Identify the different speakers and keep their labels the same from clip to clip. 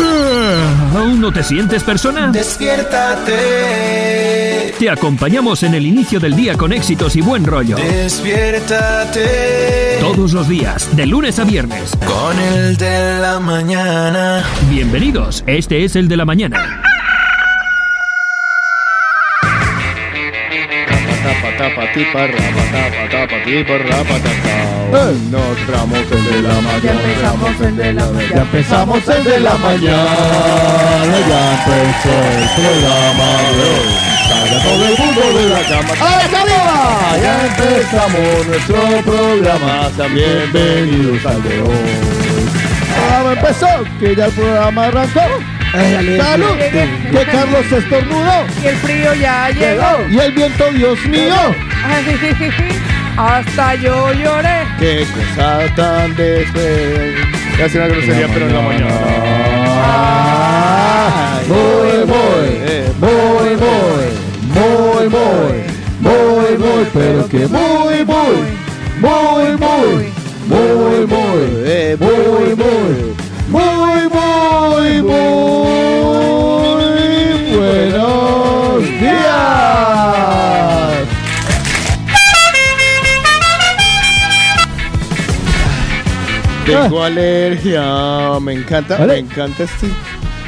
Speaker 1: Ah,
Speaker 2: ¿Aún no te sientes persona?
Speaker 3: Despiértate,
Speaker 2: Te acompañamos en el inicio del día con éxitos y buen rollo.
Speaker 3: despiértate.
Speaker 2: Todos los días, de lunes a viernes.
Speaker 3: Con el de la mañana.
Speaker 2: Bienvenidos, este es el de la mañana.
Speaker 4: Nos tramos el de la mañana.
Speaker 5: Ya empezamos el de la
Speaker 4: Ya empezamos el de la mañana. Ya empezó el programa. Salga todo el mundo de la cama. ¡Ahora arriba! Ya empezamos nuestro programa. Sean bienvenidos al de hoy. El programa empezó, que ya el programa arrancó. ¡Salud! Que Carlos estornudó.
Speaker 5: Y el frío ya llegó.
Speaker 4: Y el viento, Dios mío.
Speaker 5: Hasta yo lloré.
Speaker 4: Qué cosa tan después. Ya una grosería, pero en la mañana. Muy, muy, muy, muy, muy, muy, muy, muy, pero que muy, muy, muy, muy, muy, muy, eh, muy, muy, muy, muy, muy, buenos días. Tengo
Speaker 6: Ah.
Speaker 4: alergia, me encanta, me encanta este.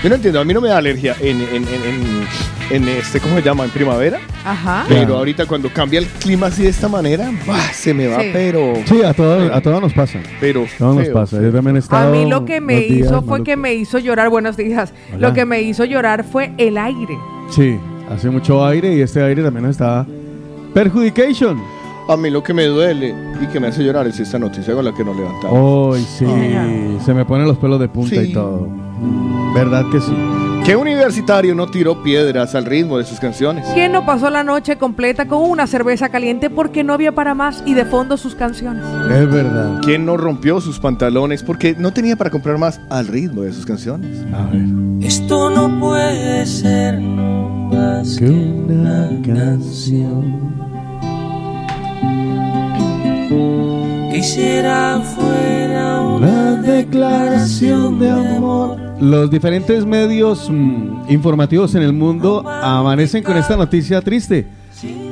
Speaker 4: Yo no entiendo, a mí no me da alergia en, en, en, en, en este, ¿cómo se llama? En primavera.
Speaker 5: Ajá.
Speaker 6: Ah.
Speaker 4: Pero ahorita cuando cambia el clima así de esta manera, ¡buah! se me va,
Speaker 5: Sí.
Speaker 4: pero.
Speaker 6: Sí, a todos, a todos nos pasa.
Speaker 4: Pero.
Speaker 6: A todos nos
Speaker 4: feo.
Speaker 6: pasa. Yo también he
Speaker 5: A
Speaker 6: estado
Speaker 5: mí lo que me
Speaker 6: unos días
Speaker 5: hizo fue que
Speaker 6: malucos.
Speaker 5: me hizo llorar. Buenos días.
Speaker 6: Hola.
Speaker 5: Lo que me hizo llorar fue el aire.
Speaker 6: Sí, hace mucho aire y este aire también está... Perjudication.
Speaker 4: A mí lo que me duele y que me hace llorar es esta noticia con la que nos
Speaker 6: Ay,
Speaker 4: levantamos.
Speaker 6: sí.
Speaker 5: Oh,
Speaker 6: Se me ponen los pelos de punta
Speaker 4: Sí.
Speaker 6: y todo. ¿Verdad que sí?
Speaker 4: Que universitario no tiró piedras al ritmo de sus canciones.
Speaker 5: ¿Quién no pasó la noche completa con una cerveza caliente porque no había para más y de fondo sus canciones?
Speaker 6: Es verdad.
Speaker 4: ¿Quién no rompió sus pantalones porque no tenía para comprar más al ritmo de sus canciones?
Speaker 6: A ver.
Speaker 7: Esto no puede ser no más
Speaker 6: Que
Speaker 7: que
Speaker 6: una
Speaker 7: una
Speaker 6: canción.
Speaker 7: canción. Quisiera fuera una declaración de amor.
Speaker 6: Los diferentes medios mm, informativos en el mundo amanecen con esta noticia triste.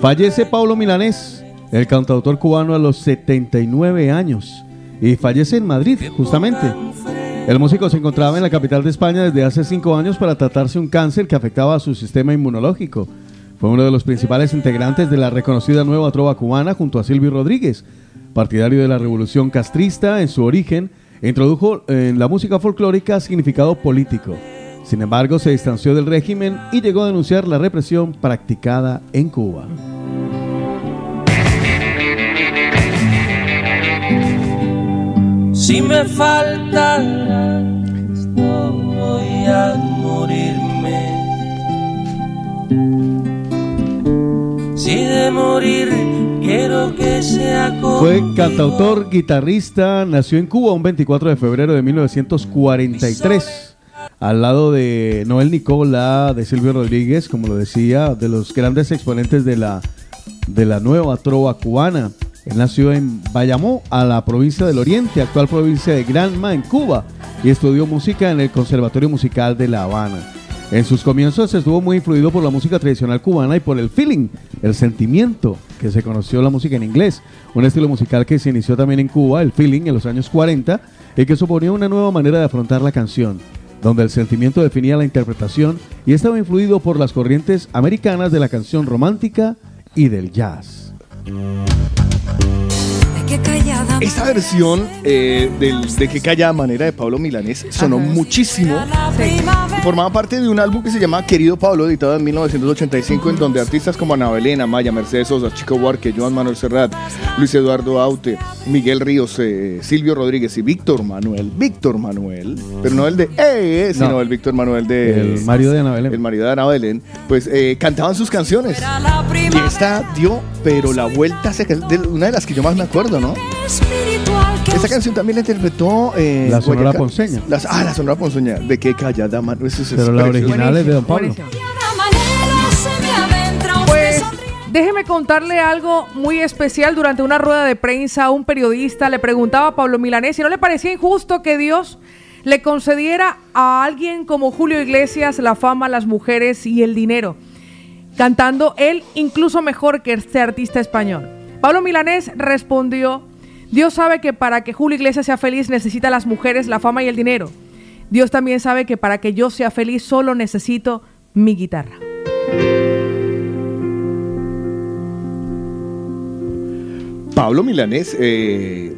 Speaker 6: Fallece Pablo Milanés, el cantautor cubano a los 79 años, y fallece en Madrid, justamente. El músico se encontraba en la capital de España desde hace cinco años para tratarse un cáncer que afectaba a su sistema inmunológico. Fue uno de los principales integrantes de la reconocida nueva trova cubana junto a Silvio Rodríguez. Partidario de la revolución castrista en su origen, introdujo eh, en la música folclórica significado político. Sin embargo, se distanció del régimen y llegó a denunciar la represión practicada en Cuba.
Speaker 7: Si me faltaras, no voy a morirme. Si de morir quiero que sea contigo.
Speaker 6: Fue cantautor, guitarrista, nació en Cuba un 24 de febrero de 1943, al lado de Noel Nicola, de Silvio Rodríguez, como lo decía, de los grandes exponentes de la, de la nueva trova cubana. Él nació en Bayamó, a la provincia del Oriente, actual provincia de Granma, en Cuba, y estudió música en el Conservatorio Musical de La Habana. En sus comienzos estuvo muy influido por la música tradicional cubana y por el feeling, el sentimiento que se conoció la música en inglés, un estilo musical que se inició también en Cuba, el feeling, en los años 40, y que suponía una nueva manera de afrontar la canción, donde el sentimiento definía la interpretación y estaba influido por las corrientes americanas de la canción romántica y del jazz.
Speaker 4: Esta versión eh, del- de que calla manera de Pablo Milanés sonó
Speaker 5: Ajá.
Speaker 4: muchísimo. Formaba parte de un álbum que se llama Querido Pablo, editado en 1985, en donde artistas como Ana Belén, Amaya, Mercedes Sosa, Chico Buarque, Joan Manuel Serrat, Luis Eduardo Aute, Miguel Ríos, eh, Silvio Rodríguez y Víctor Manuel. Víctor Manuel, pero no el de eh, sino
Speaker 6: No.
Speaker 4: el Víctor Manuel de.
Speaker 6: El Mario de Ana Belén.
Speaker 4: el marido de Ana Belén, pues eh, cantaban sus canciones. Y esta dio, pero la vuelta, se- de- una de las que yo más me acuerdo, ¿no? Esta canción también la interpretó eh,
Speaker 6: La Sonora
Speaker 4: Boyacá-
Speaker 6: Ponceña.
Speaker 4: las- ah, la Sonora Ponceña. De qué callada mano. Eso es
Speaker 6: Pero la
Speaker 4: precioso.
Speaker 6: original. Finales de Don Pablo.
Speaker 5: buenísimo. Pues déjeme contarle algo muy especial. Durante una rueda de prensa, un periodista le preguntaba a Pablo Milanés si no le parecía injusto que Dios le concediera a alguien como Julio Iglesias la fama, las mujeres y el dinero, cantando él incluso mejor que este artista español. Pablo Milanés respondió, Dios sabe que para que Julio Iglesias sea feliz necesita las mujeres, la fama y el dinero. Dios también sabe que para que yo sea feliz solo necesito mi guitarra.
Speaker 4: Pablo Milanés, eh,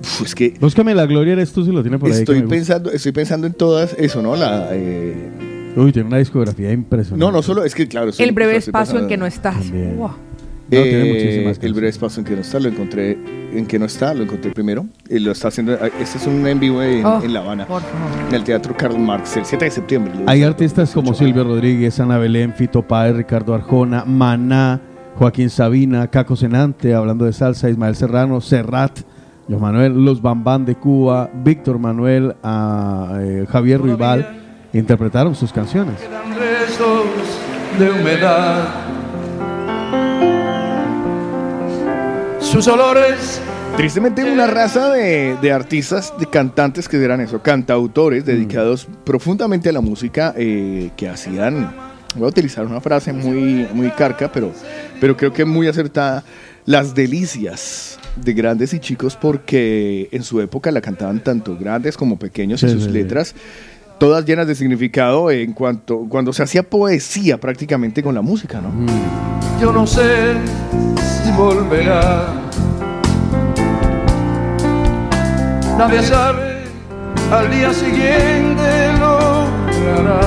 Speaker 4: uf, es que
Speaker 6: Búscame la gloria, eres tú si lo tiene por ahí. que
Speaker 4: estoy
Speaker 6: me gusta.
Speaker 4: pensando, estoy pensando en todas eso, ¿no? La, eh,
Speaker 6: Uy, tiene una discografía impresionante.
Speaker 4: no, no solo, es que claro. estoy-
Speaker 5: El breve
Speaker 4: estoy
Speaker 5: espacio
Speaker 4: pensando-
Speaker 5: en que no estás.
Speaker 6: También.
Speaker 5: Wow.
Speaker 6: No, tiene
Speaker 4: Eh,
Speaker 6: muchísimas
Speaker 4: El
Speaker 6: canciones.
Speaker 4: breve espacio en que no está, lo encontré en que no está, lo encontré primero. Eh, lo está haciendo, este es un en vivo en,
Speaker 5: Oh,
Speaker 4: en La Habana,
Speaker 5: por favor.
Speaker 4: en el Teatro Karl Marx, el 7 de septiembre. Lo
Speaker 6: Hay
Speaker 4: hizo.
Speaker 6: artistas como Silvio Rodríguez, Ana Belén, Fito Páez, Ricardo Arjona, Maná, Joaquín Sabina, Caco Senante, hablando de salsa, Ismael Serrano, Serrat, Los Manuel, Los Bambán de Cuba, Víctor Manuel, ah, eh, Javier Ruibal, interpretaron sus canciones.
Speaker 8: Quedan restos de humedad. Sus olores Eh.
Speaker 4: Tristemente una raza de, de artistas, de cantantes que eran eso, cantautores dedicados
Speaker 6: Mm.
Speaker 4: profundamente a la música eh, que hacían, voy a utilizar una frase muy, muy carca, pero, pero creo que muy acertada, las delicias de grandes y chicos porque en su época la cantaban tanto grandes como pequeños y
Speaker 6: Sí,
Speaker 4: sus
Speaker 6: sí, sí.
Speaker 4: letras. Todas llenas de significado en cuanto cuando se hacía poesía prácticamente con la música, ¿no?
Speaker 6: Mm.
Speaker 8: yo no sé si volverá. Nadie sabe al día siguiente lo que hará.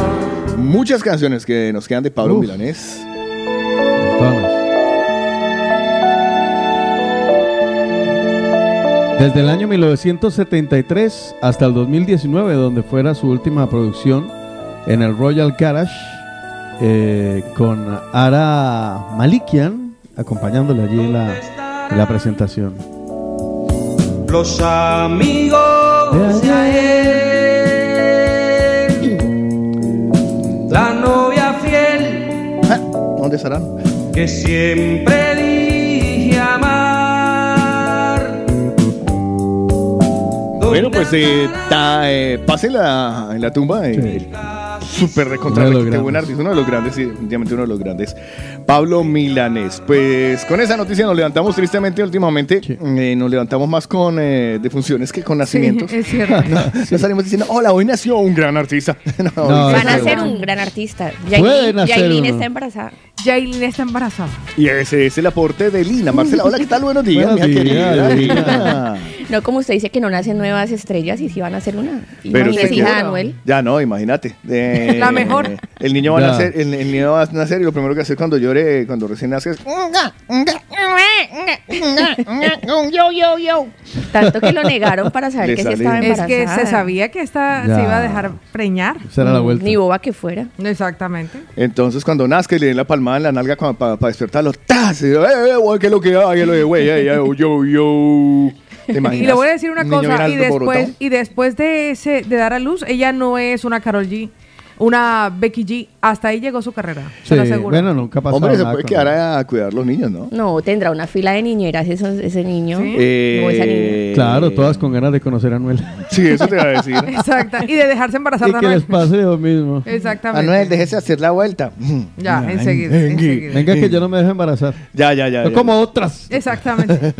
Speaker 4: Muchas canciones que nos quedan de Pablo
Speaker 6: Uf.
Speaker 4: Milanés.
Speaker 6: Todas. Desde el año 1973 hasta el 2019, donde fuera su última producción en el Royal Garage eh, con Ara Malikian, acompañándole allí en la, en la presentación.
Speaker 9: Los amigos de ayer, la novia fiel
Speaker 4: Ah, ¿Dónde estarán?
Speaker 9: que siempre dije amar.
Speaker 4: Bueno, pues eh, ta- eh, pase en la, en la tumba. eh, Súper recontra
Speaker 6: Uno de los
Speaker 4: requete buen
Speaker 6: grandes.
Speaker 4: artista, uno de los grandes, sí, definitivamente uno de los grandes. Pablo Milanés. Pues con esa noticia nos levantamos tristemente últimamente.
Speaker 6: Sí.
Speaker 4: eh, nos levantamos más con eh, defunciones que con
Speaker 5: Sí,
Speaker 4: nacimientos.
Speaker 5: es cierto.
Speaker 4: Nos salimos diciendo, hola, hoy nació un gran artista. No,
Speaker 6: No,
Speaker 4: hoy
Speaker 6: es
Speaker 10: Van a
Speaker 4: nació-
Speaker 10: ser un gran artista.
Speaker 6: Pueden
Speaker 10: Yailin
Speaker 6: hacer
Speaker 10: Yailin
Speaker 6: uno.
Speaker 10: está embarazada.
Speaker 5: Jailin está embarazada.
Speaker 4: Y ese es el aporte de Lina. Marcela, hola, ¿qué tal? Buenos días,
Speaker 6: Buenos
Speaker 4: mija
Speaker 6: días,
Speaker 4: querida.
Speaker 6: Lina.
Speaker 10: No como usted dice que no nacen nuevas estrellas y si van a hacer una.
Speaker 4: Pero
Speaker 10: Imagínese,
Speaker 4: sí,
Speaker 10: hija de
Speaker 4: claro.
Speaker 10: Anuel.
Speaker 4: Ya no, imagínate. Eh,
Speaker 5: La mejor.
Speaker 4: El niño va a
Speaker 6: Ya.
Speaker 4: nacer, el, el niño va a nacer y lo primero que hace cuando llore, cuando recién nace es
Speaker 10: Tanto que lo negaron para saber
Speaker 4: Le
Speaker 10: que
Speaker 4: sale.
Speaker 10: sí estaba
Speaker 4: Es
Speaker 5: Es
Speaker 10: embarazada.
Speaker 5: que se sabía que esta
Speaker 6: Ya.
Speaker 5: se iba a dejar preñar.
Speaker 6: Esa era la vuelta.
Speaker 10: Ni boba que fuera.
Speaker 5: Exactamente.
Speaker 4: Entonces cuando nazca y le den la palmada en la nalga para despertarlo, ¡tas! Y, eh, eh, güey, ¿Qué es lo que hay? ¿Qué es lo que güey? Eh, eh, oh, yo, yo. ¿Te imaginas?
Speaker 5: Y le voy a decir una
Speaker 4: Un niño
Speaker 5: cosa,
Speaker 4: bien
Speaker 5: y después,
Speaker 4: alborotado.
Speaker 5: y después de ese, de dar a luz, ella no es una Carol G, una Becky G. Hasta ahí llegó su carrera.
Speaker 6: Sí,
Speaker 5: Se lo aseguro.
Speaker 6: bueno, nunca pasó
Speaker 4: Hombre, se
Speaker 6: nada
Speaker 4: puede
Speaker 6: con-
Speaker 4: quedar a cuidar los niños, ¿no?
Speaker 10: No, tendrá una fila de niñeras eso- ese niño.
Speaker 5: Sí.
Speaker 10: O esa niña.
Speaker 4: Eh,
Speaker 6: Claro, todas con ganas de conocer a Anuel.
Speaker 4: Sí, eso te iba a decir.
Speaker 5: Exacta. Y de dejarse embarazar
Speaker 6: y
Speaker 5: de
Speaker 6: que les
Speaker 5: Anuel.
Speaker 6: pase lo mismo.
Speaker 5: Eh, Exactamente.
Speaker 4: déjese hacer la vuelta.
Speaker 5: Ya,
Speaker 4: Ay,
Speaker 5: enseguida,
Speaker 4: engui.
Speaker 5: enseguida.
Speaker 6: Venga que yo no me deje embarazar.
Speaker 4: Ya, ya, ya.
Speaker 6: No
Speaker 4: ya.
Speaker 6: como otras.
Speaker 5: Exactamente.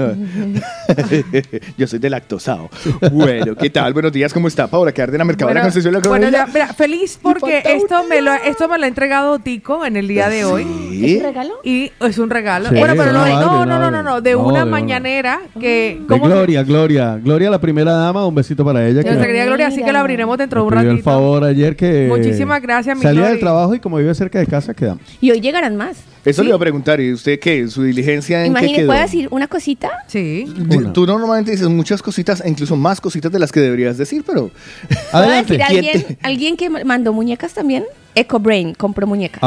Speaker 4: Yo soy de lactosado. Bueno, ¿qué tal? Buenos días, ¿cómo está? Paola Cárdenas, Mercadona,
Speaker 5: Bueno,
Speaker 4: Concepción, la
Speaker 5: bueno, ya,
Speaker 4: Colombia.
Speaker 5: mira, feliz porque
Speaker 4: falta un
Speaker 5: esto me, lo, esto me lo ha entregado Tico en el día de hoy.
Speaker 4: Sí.
Speaker 10: ¿Regalo?
Speaker 5: Y es un regalo.
Speaker 6: Sí,
Speaker 5: bueno, pero
Speaker 6: no,
Speaker 5: no,
Speaker 6: vale, no,
Speaker 5: no, no, no,
Speaker 6: vale.
Speaker 5: no, no, de
Speaker 6: No, de
Speaker 5: una
Speaker 6: una.
Speaker 5: mañanera que...
Speaker 10: Ah.
Speaker 6: De
Speaker 5: ¿cómo se-
Speaker 6: Gloria, Gloria. Gloria, la primera dama, un besito para ella.
Speaker 5: Nuestra
Speaker 6: que-
Speaker 5: querida Gloria, así que la abriremos dentro de
Speaker 6: Me
Speaker 5: un
Speaker 6: pidió
Speaker 5: ratito.
Speaker 6: el favor ayer que
Speaker 5: Muchísimas gracias, mi
Speaker 6: salía del
Speaker 5: Glory.
Speaker 6: trabajo y como vive cerca de casa quedamos
Speaker 10: Y hoy llegarán más.
Speaker 4: Eso le iba a preguntar, ¿y usted qué? ¿Su diligencia en qué
Speaker 10: Imagínese,
Speaker 4: quedó?
Speaker 10: ¿puedo decir una cosita?
Speaker 5: Sí.
Speaker 4: D-
Speaker 6: Una.
Speaker 4: Tú normalmente dices muchas cositas, e incluso más cositas de las que deberías decir, pero
Speaker 10: ¿Puedo decir
Speaker 6: adelante
Speaker 10: a
Speaker 4: ¿Quién
Speaker 10: alguien, alguien que mandó muñecas también? Eco Brain compró muñecas.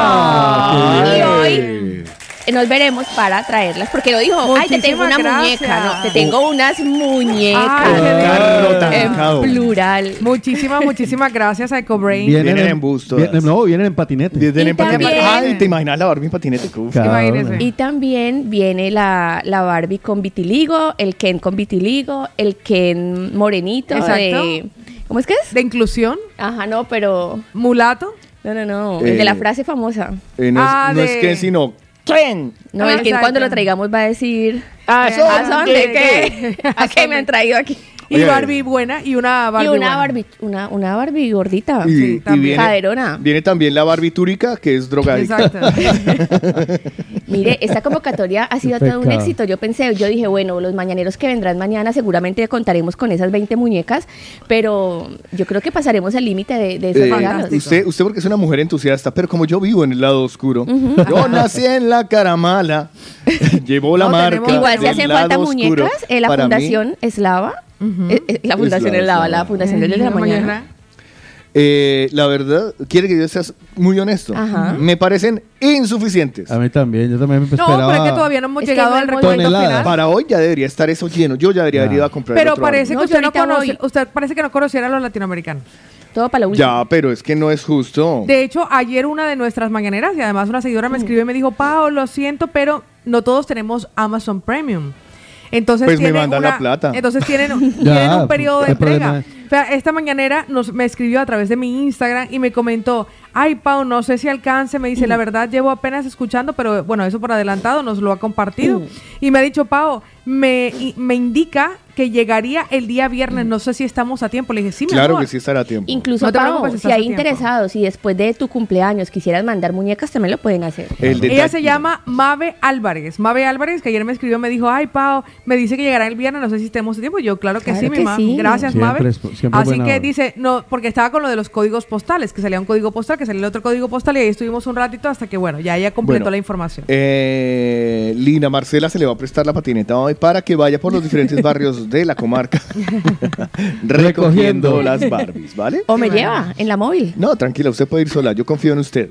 Speaker 6: ah,
Speaker 10: Y
Speaker 6: qué bien.
Speaker 10: hoy eh, nos veremos para traerlas, porque lo dijo, ay, te tengo una
Speaker 5: Muchísimas
Speaker 10: muñeca,
Speaker 5: gracias.
Speaker 10: no, te tengo unas
Speaker 5: Ay, qué
Speaker 10: muñecas.
Speaker 5: bien.
Speaker 4: Carlos Tancado.
Speaker 10: en plural.
Speaker 5: Muchísimas, muchísimas gracias a EcoBrain.
Speaker 6: vienen,
Speaker 4: Vienen en
Speaker 6: en
Speaker 4: bus
Speaker 6: vienen-
Speaker 4: todas.
Speaker 6: no vienen en patinete
Speaker 4: Vienen en patinete.
Speaker 10: también-
Speaker 4: Ay, ¿te imaginas la Barbie en patinete? Uf.
Speaker 6: Claro.
Speaker 5: Imagínese.
Speaker 10: Y también viene la, la Barbie con vitiligo, el Ken con vitiligo, el Ken morenito
Speaker 5: Exacto.
Speaker 10: de ¿Cómo es que es?
Speaker 5: de inclusión,
Speaker 10: Ajá, no, pero.
Speaker 5: mulato.
Speaker 10: No, no, no.
Speaker 4: Eh.
Speaker 10: El de la frase famosa.
Speaker 4: Eh, no, es-
Speaker 5: Ah,
Speaker 4: no es,
Speaker 5: de-
Speaker 4: que, sino. ¿Quién?
Speaker 10: No,
Speaker 5: Ah,
Speaker 10: el que cuando
Speaker 5: exacto.
Speaker 10: lo traigamos va a decir. ¿A
Speaker 5: ¿A
Speaker 10: Ah, dónde?
Speaker 5: dónde?
Speaker 10: ¿Qué?
Speaker 5: ¿A
Speaker 10: ¿A qué
Speaker 5: dónde?
Speaker 10: me han traído aquí?
Speaker 5: Y
Speaker 4: Oye,
Speaker 5: Barbie buena y una
Speaker 10: Y
Speaker 5: Barbie
Speaker 10: una
Speaker 5: buena.
Speaker 10: Barbie, una, una Barbie gordita.
Speaker 4: Y,
Speaker 5: Ah, Sí,
Speaker 4: y
Speaker 5: también.
Speaker 10: Caderona.
Speaker 4: viene, viene también la barbitúrica, que es drogadicta.
Speaker 5: Exacto.
Speaker 10: Mire, esta convocatoria ha sido
Speaker 6: Qué
Speaker 10: todo un
Speaker 6: pecado.
Speaker 10: éxito. Yo pensé, yo dije, bueno, los mañaneros que vendrán mañana seguramente contaremos con esas 20 muñecas, pero yo creo que pasaremos el límite de, de esos
Speaker 4: Eh,
Speaker 10: regalos.
Speaker 5: fantástico.
Speaker 4: usted, usted porque es una mujer entusiasta, pero como yo vivo en el lado oscuro, yo nací en la caramala, llevó la
Speaker 5: No,
Speaker 4: marca.
Speaker 5: tenemos-
Speaker 10: Igual si
Speaker 4: del
Speaker 10: hacen
Speaker 4: lado
Speaker 10: falta
Speaker 4: oscuro.
Speaker 10: muñecas, eh, la
Speaker 4: Para mí,
Speaker 10: Fundación Eslava, eh, eh, la Fundación
Speaker 4: Eslava,
Speaker 10: Eslava,
Speaker 4: Eslava.
Speaker 10: la Fundación de la Mañana.
Speaker 4: eh, la verdad, quiere que yo seas muy honesto.
Speaker 10: Ajá.
Speaker 4: Me parecen insuficientes.
Speaker 6: A mí también, yo también me
Speaker 5: No,
Speaker 6: esperaba.
Speaker 5: pero es que todavía no hemos
Speaker 10: Es que
Speaker 5: llegado
Speaker 10: no
Speaker 5: al
Speaker 10: hemos
Speaker 5: recuento
Speaker 6: Toneladas.
Speaker 5: final.
Speaker 4: Para hoy ya debería estar eso lleno. Yo ya debería haber ido a comprar. el
Speaker 5: Pero
Speaker 4: otro
Speaker 5: parece
Speaker 10: No,
Speaker 5: que
Speaker 10: yo
Speaker 5: usted no
Speaker 10: ahorita
Speaker 5: conoce,
Speaker 10: voy.
Speaker 5: usted parece que no conociera a los latinoamericanos.
Speaker 10: Todo para la
Speaker 4: álbum.
Speaker 10: última.
Speaker 4: Ya, pero es que no es justo.
Speaker 5: De hecho, ayer una de nuestras mañaneras, y además una seguidora
Speaker 4: Mm.
Speaker 5: me escribió y me dijo, Pao, lo siento, pero no todos tenemos Amazon Premium. Entonces
Speaker 4: Pues me
Speaker 5: tienen
Speaker 4: mandan
Speaker 5: una-
Speaker 4: la plata.
Speaker 5: Entonces tienen,
Speaker 6: Ya,
Speaker 5: tienen un periodo de
Speaker 6: ¿qué problema
Speaker 5: entrega. O sea, esta mañanera nos, me escribió a través de mi Instagram y me comentó, ay, Pau, no sé si alcance. Me
Speaker 4: Mm.
Speaker 5: dice, la verdad, llevo apenas escuchando, pero bueno, eso por adelantado nos lo ha
Speaker 4: Mm.
Speaker 5: compartido. Y me ha dicho, Pau, me, y- me indica que llegaría el día viernes. No sé si estamos a tiempo. Le dije, sí, mi
Speaker 4: Mm. claro
Speaker 5: amor".
Speaker 4: que sí estará a tiempo.
Speaker 10: Incluso,
Speaker 5: No te
Speaker 10: Pau,
Speaker 5: preocupes, estás
Speaker 10: si
Speaker 5: a
Speaker 10: hay
Speaker 5: tiempo.
Speaker 10: interesados y después de tu cumpleaños quisieras mandar muñecas, también lo pueden hacer.
Speaker 4: El
Speaker 5: Ella
Speaker 4: detalle-
Speaker 5: se llama Mave Álvarez. Mave Álvarez, que ayer me escribió, me dijo, ay, Pau, me dice que llegará el viernes, no sé si tenemos tiempo. Yo, claro que
Speaker 10: Claro
Speaker 5: sí, mi
Speaker 10: que
Speaker 5: mamá.
Speaker 10: sí.
Speaker 5: Gracias,
Speaker 6: Siempre
Speaker 5: Mave.
Speaker 6: es- siempre
Speaker 5: Así
Speaker 6: buena
Speaker 5: que
Speaker 6: hora.
Speaker 5: dice, no, porque estaba con lo de los códigos postales, que salía un código postal, que salía el otro código postal, y ahí estuvimos un ratito hasta que, bueno, ya ella completó
Speaker 4: Bueno,
Speaker 5: la información.
Speaker 4: Eh, Lina Marcela se le va a prestar la patineta hoy para que vaya por los diferentes barrios de la comarca recogiendo
Speaker 6: Recogiendo.
Speaker 4: las Barbies, ¿vale?
Speaker 10: O me lleva en la móvil.
Speaker 4: No, tranquila, usted puede ir sola, yo confío en usted.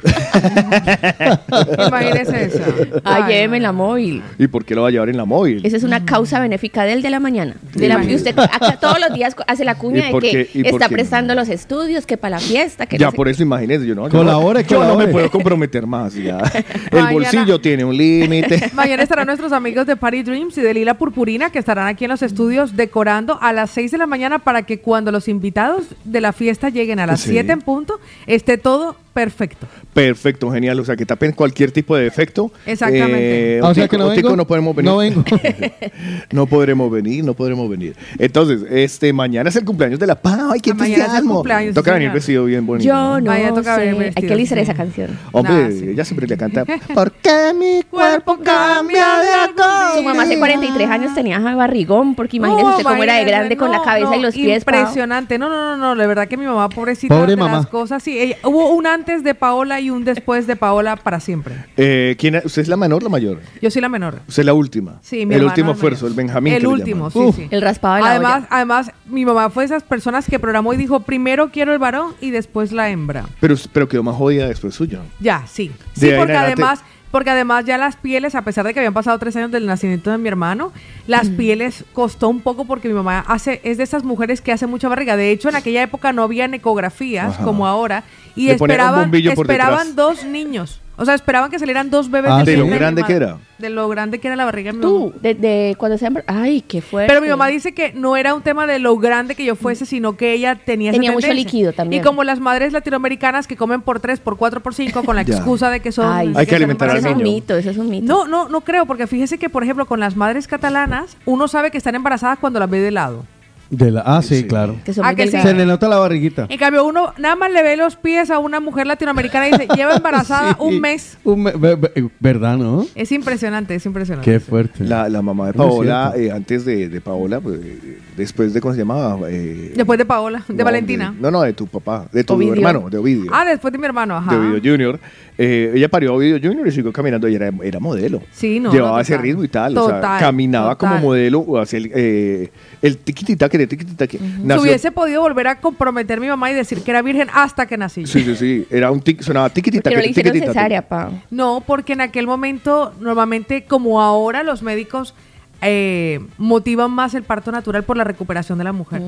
Speaker 5: Imagínese eso.
Speaker 10: Ay, lléveme en
Speaker 5: no.
Speaker 10: la móvil.
Speaker 4: ¿Y por qué lo va a llevar en la móvil?
Speaker 10: Esa es
Speaker 5: Mm.
Speaker 10: una causa benéfica del de la mañana. De la,
Speaker 4: Sí.
Speaker 10: y usted acá todos los días hace la cuña
Speaker 4: ¿Y
Speaker 10: de
Speaker 4: por
Speaker 10: que
Speaker 4: qué? ¿Y por
Speaker 10: está
Speaker 4: qué?
Speaker 10: prestando los estudios, que para la fiesta, que
Speaker 4: Ya
Speaker 10: no sé
Speaker 4: por eso imagínese, yo no, yo
Speaker 6: Colabore,
Speaker 4: no, yo no me
Speaker 6: colabore.
Speaker 4: puedo comprometer más. ya. El
Speaker 5: Mañana-
Speaker 4: bolsillo tiene un límite.
Speaker 5: Mañana estarán nuestros amigos de Party Dreams y de Lila Purpurina que estarán aquí en los estudios decorando a las 6 de la mañana para que cuando los invitados de la fiesta lleguen a las
Speaker 4: Sí.
Speaker 5: 7 en punto esté todo perfecto.
Speaker 4: Perfecto, genial. O sea, que tapen cualquier tipo de defecto.
Speaker 5: Exactamente.
Speaker 4: Eh,
Speaker 6: Ah, o sea
Speaker 4: Otico-
Speaker 6: que no
Speaker 4: Otico
Speaker 6: vengo.
Speaker 4: no podemos venir.
Speaker 6: No vengo.
Speaker 4: no podremos venir, no podremos venir. Entonces, este, mañana es el cumpleaños de la PA. ¡Ay, qué
Speaker 5: Ah, mañana es el
Speaker 4: entusiasmo!
Speaker 5: cumpleaños, sí,
Speaker 4: Toca venir
Speaker 5: señor.
Speaker 4: vestido bien bonito.
Speaker 10: Yo no
Speaker 5: Ah, ya toca
Speaker 10: sé.
Speaker 5: ver
Speaker 10: Hay
Speaker 5: vestidos,
Speaker 10: que alisar
Speaker 5: sí.
Speaker 10: esa canción.
Speaker 4: Hombre,
Speaker 5: Nah, sí.
Speaker 4: ella siempre le canta. Porque mi cuerpo cambia de acorde.
Speaker 10: Su mamá hace 43 años tenía barrigón, porque imagínese
Speaker 5: No,
Speaker 10: usted cómo era de
Speaker 5: imagínese,
Speaker 10: grande con
Speaker 5: no,
Speaker 10: la cabeza
Speaker 5: no,
Speaker 10: y los pies. Pau.
Speaker 5: Impresionante. No, no, no, no. La verdad que mi mamá, pobrecita,
Speaker 6: Pobre
Speaker 5: de las
Speaker 6: mamá.
Speaker 5: cosas. Sí, ella- hubo un antes de Paola y un después de Paola para siempre.
Speaker 4: Eh, ¿quién, es- ¿Usted es la menor o la mayor?
Speaker 5: Yo soy la menor.
Speaker 4: Usted es la última.
Speaker 5: Sí, mi
Speaker 4: El
Speaker 5: hermano
Speaker 4: último
Speaker 5: es mayor.
Speaker 4: esfuerzo, el Benjamín. que
Speaker 5: El
Speaker 4: le
Speaker 5: último,
Speaker 4: llaman.
Speaker 5: sí,
Speaker 6: Uf.
Speaker 5: sí.
Speaker 10: El raspado de la
Speaker 5: Además,
Speaker 10: olla.
Speaker 5: además, mi mamá fue esas personas que programó y dijo, primero quiero el varón y después la hembra.
Speaker 4: Pero, pero quedó más jodida después suyo.
Speaker 6: Ah,
Speaker 5: Ya, sí.
Speaker 4: De
Speaker 5: Sí,
Speaker 4: ahí en
Speaker 5: porque
Speaker 4: adelante-
Speaker 5: además, porque además ya las pieles, a pesar de que habían pasado tres años del nacimiento de mi hermano, las pieles costó un poco porque mi mamá hace, es de esas mujeres que hace mucha barriga. De hecho, en aquella época no había ecografías
Speaker 4: Ajá.
Speaker 5: como ahora y
Speaker 4: Le ponían un
Speaker 5: esperaban,
Speaker 4: bombillo por
Speaker 5: esperaban
Speaker 4: detrás.
Speaker 5: dos niños. O sea, esperaban que salieran dos bebés
Speaker 6: Ah,
Speaker 5: del
Speaker 6: ¿de
Speaker 5: vientre
Speaker 6: lo
Speaker 5: mi
Speaker 4: grande
Speaker 5: hermano.
Speaker 4: que era?
Speaker 5: De lo grande que era la barriga de mi mamá.
Speaker 10: Tú, desde cuando se embra- Ay, qué fuerte.
Speaker 5: Pero mi mamá dice que no era un tema de lo grande que yo fuese, sino que ella tenía esa
Speaker 10: Tenía mucho
Speaker 5: tendencia.
Speaker 10: líquido también.
Speaker 5: Y como las madres latinoamericanas que comen por tres, por cuatro, por cinco, con la
Speaker 4: Ya.
Speaker 5: excusa de que son...
Speaker 10: Ay,
Speaker 4: Hay que
Speaker 5: están
Speaker 4: alimentar al
Speaker 10: Eso es un
Speaker 5: embarazadas.
Speaker 4: niño.
Speaker 10: mito, eso es un mito.
Speaker 5: No, no, no creo, porque fíjese que, por ejemplo, con las madres catalanas, uno sabe que están embarazadas cuando las ve de lado.
Speaker 6: De la, ah, sí,
Speaker 4: Sí.
Speaker 6: claro.
Speaker 10: Que son
Speaker 5: Ah,
Speaker 10: muy
Speaker 5: que sí.
Speaker 6: Se
Speaker 10: delgadas.
Speaker 6: le nota la barriguita.
Speaker 5: En cambio, uno nada más le ve los pies a una mujer latinoamericana y dice, lleva embarazada
Speaker 6: Sí.
Speaker 5: un mes.
Speaker 6: Un me- ve- ve- ¿Verdad, no?
Speaker 5: Es impresionante, es impresionante.
Speaker 6: Qué fuerte.
Speaker 4: Ah, La, la mamá de
Speaker 6: No es
Speaker 4: Paola,
Speaker 6: cierto.
Speaker 4: eh, antes de, de Paola, pues, eh, después de, ¿cómo se llamaba? Eh,
Speaker 5: Después de Paola, de
Speaker 4: no,
Speaker 5: Valentina.
Speaker 4: de- no, no, de tu papá, de tu
Speaker 10: Ovidio.
Speaker 4: hermano, de Ovidio.
Speaker 5: Ah, después de mi hermano, ajá.
Speaker 4: de Ovidio Junior. Eh, ella parió a Ovidio Junior y siguió caminando y era, era modelo.
Speaker 5: Sí, no,
Speaker 4: Llevaba
Speaker 5: no,
Speaker 4: ese
Speaker 5: total.
Speaker 4: ritmo y tal. o sea,
Speaker 5: Total,
Speaker 4: caminaba
Speaker 5: total.
Speaker 4: como modelo o hacía el, eh, el tiquititaque de tiquititaque. Nació-
Speaker 5: Si hubiese podido volver a comprometer mi mamá y decir que era virgen hasta que nací. yo.
Speaker 4: Sí, sí, sí. Era un tic, sonaba tiquititaque.
Speaker 10: Pero le hicieron
Speaker 4: tiquititaque.
Speaker 10: cesárea, pa.
Speaker 5: No, porque en aquel momento, normalmente, como ahora, los médicos eh, motivan más el parto natural por la recuperación de la mujer.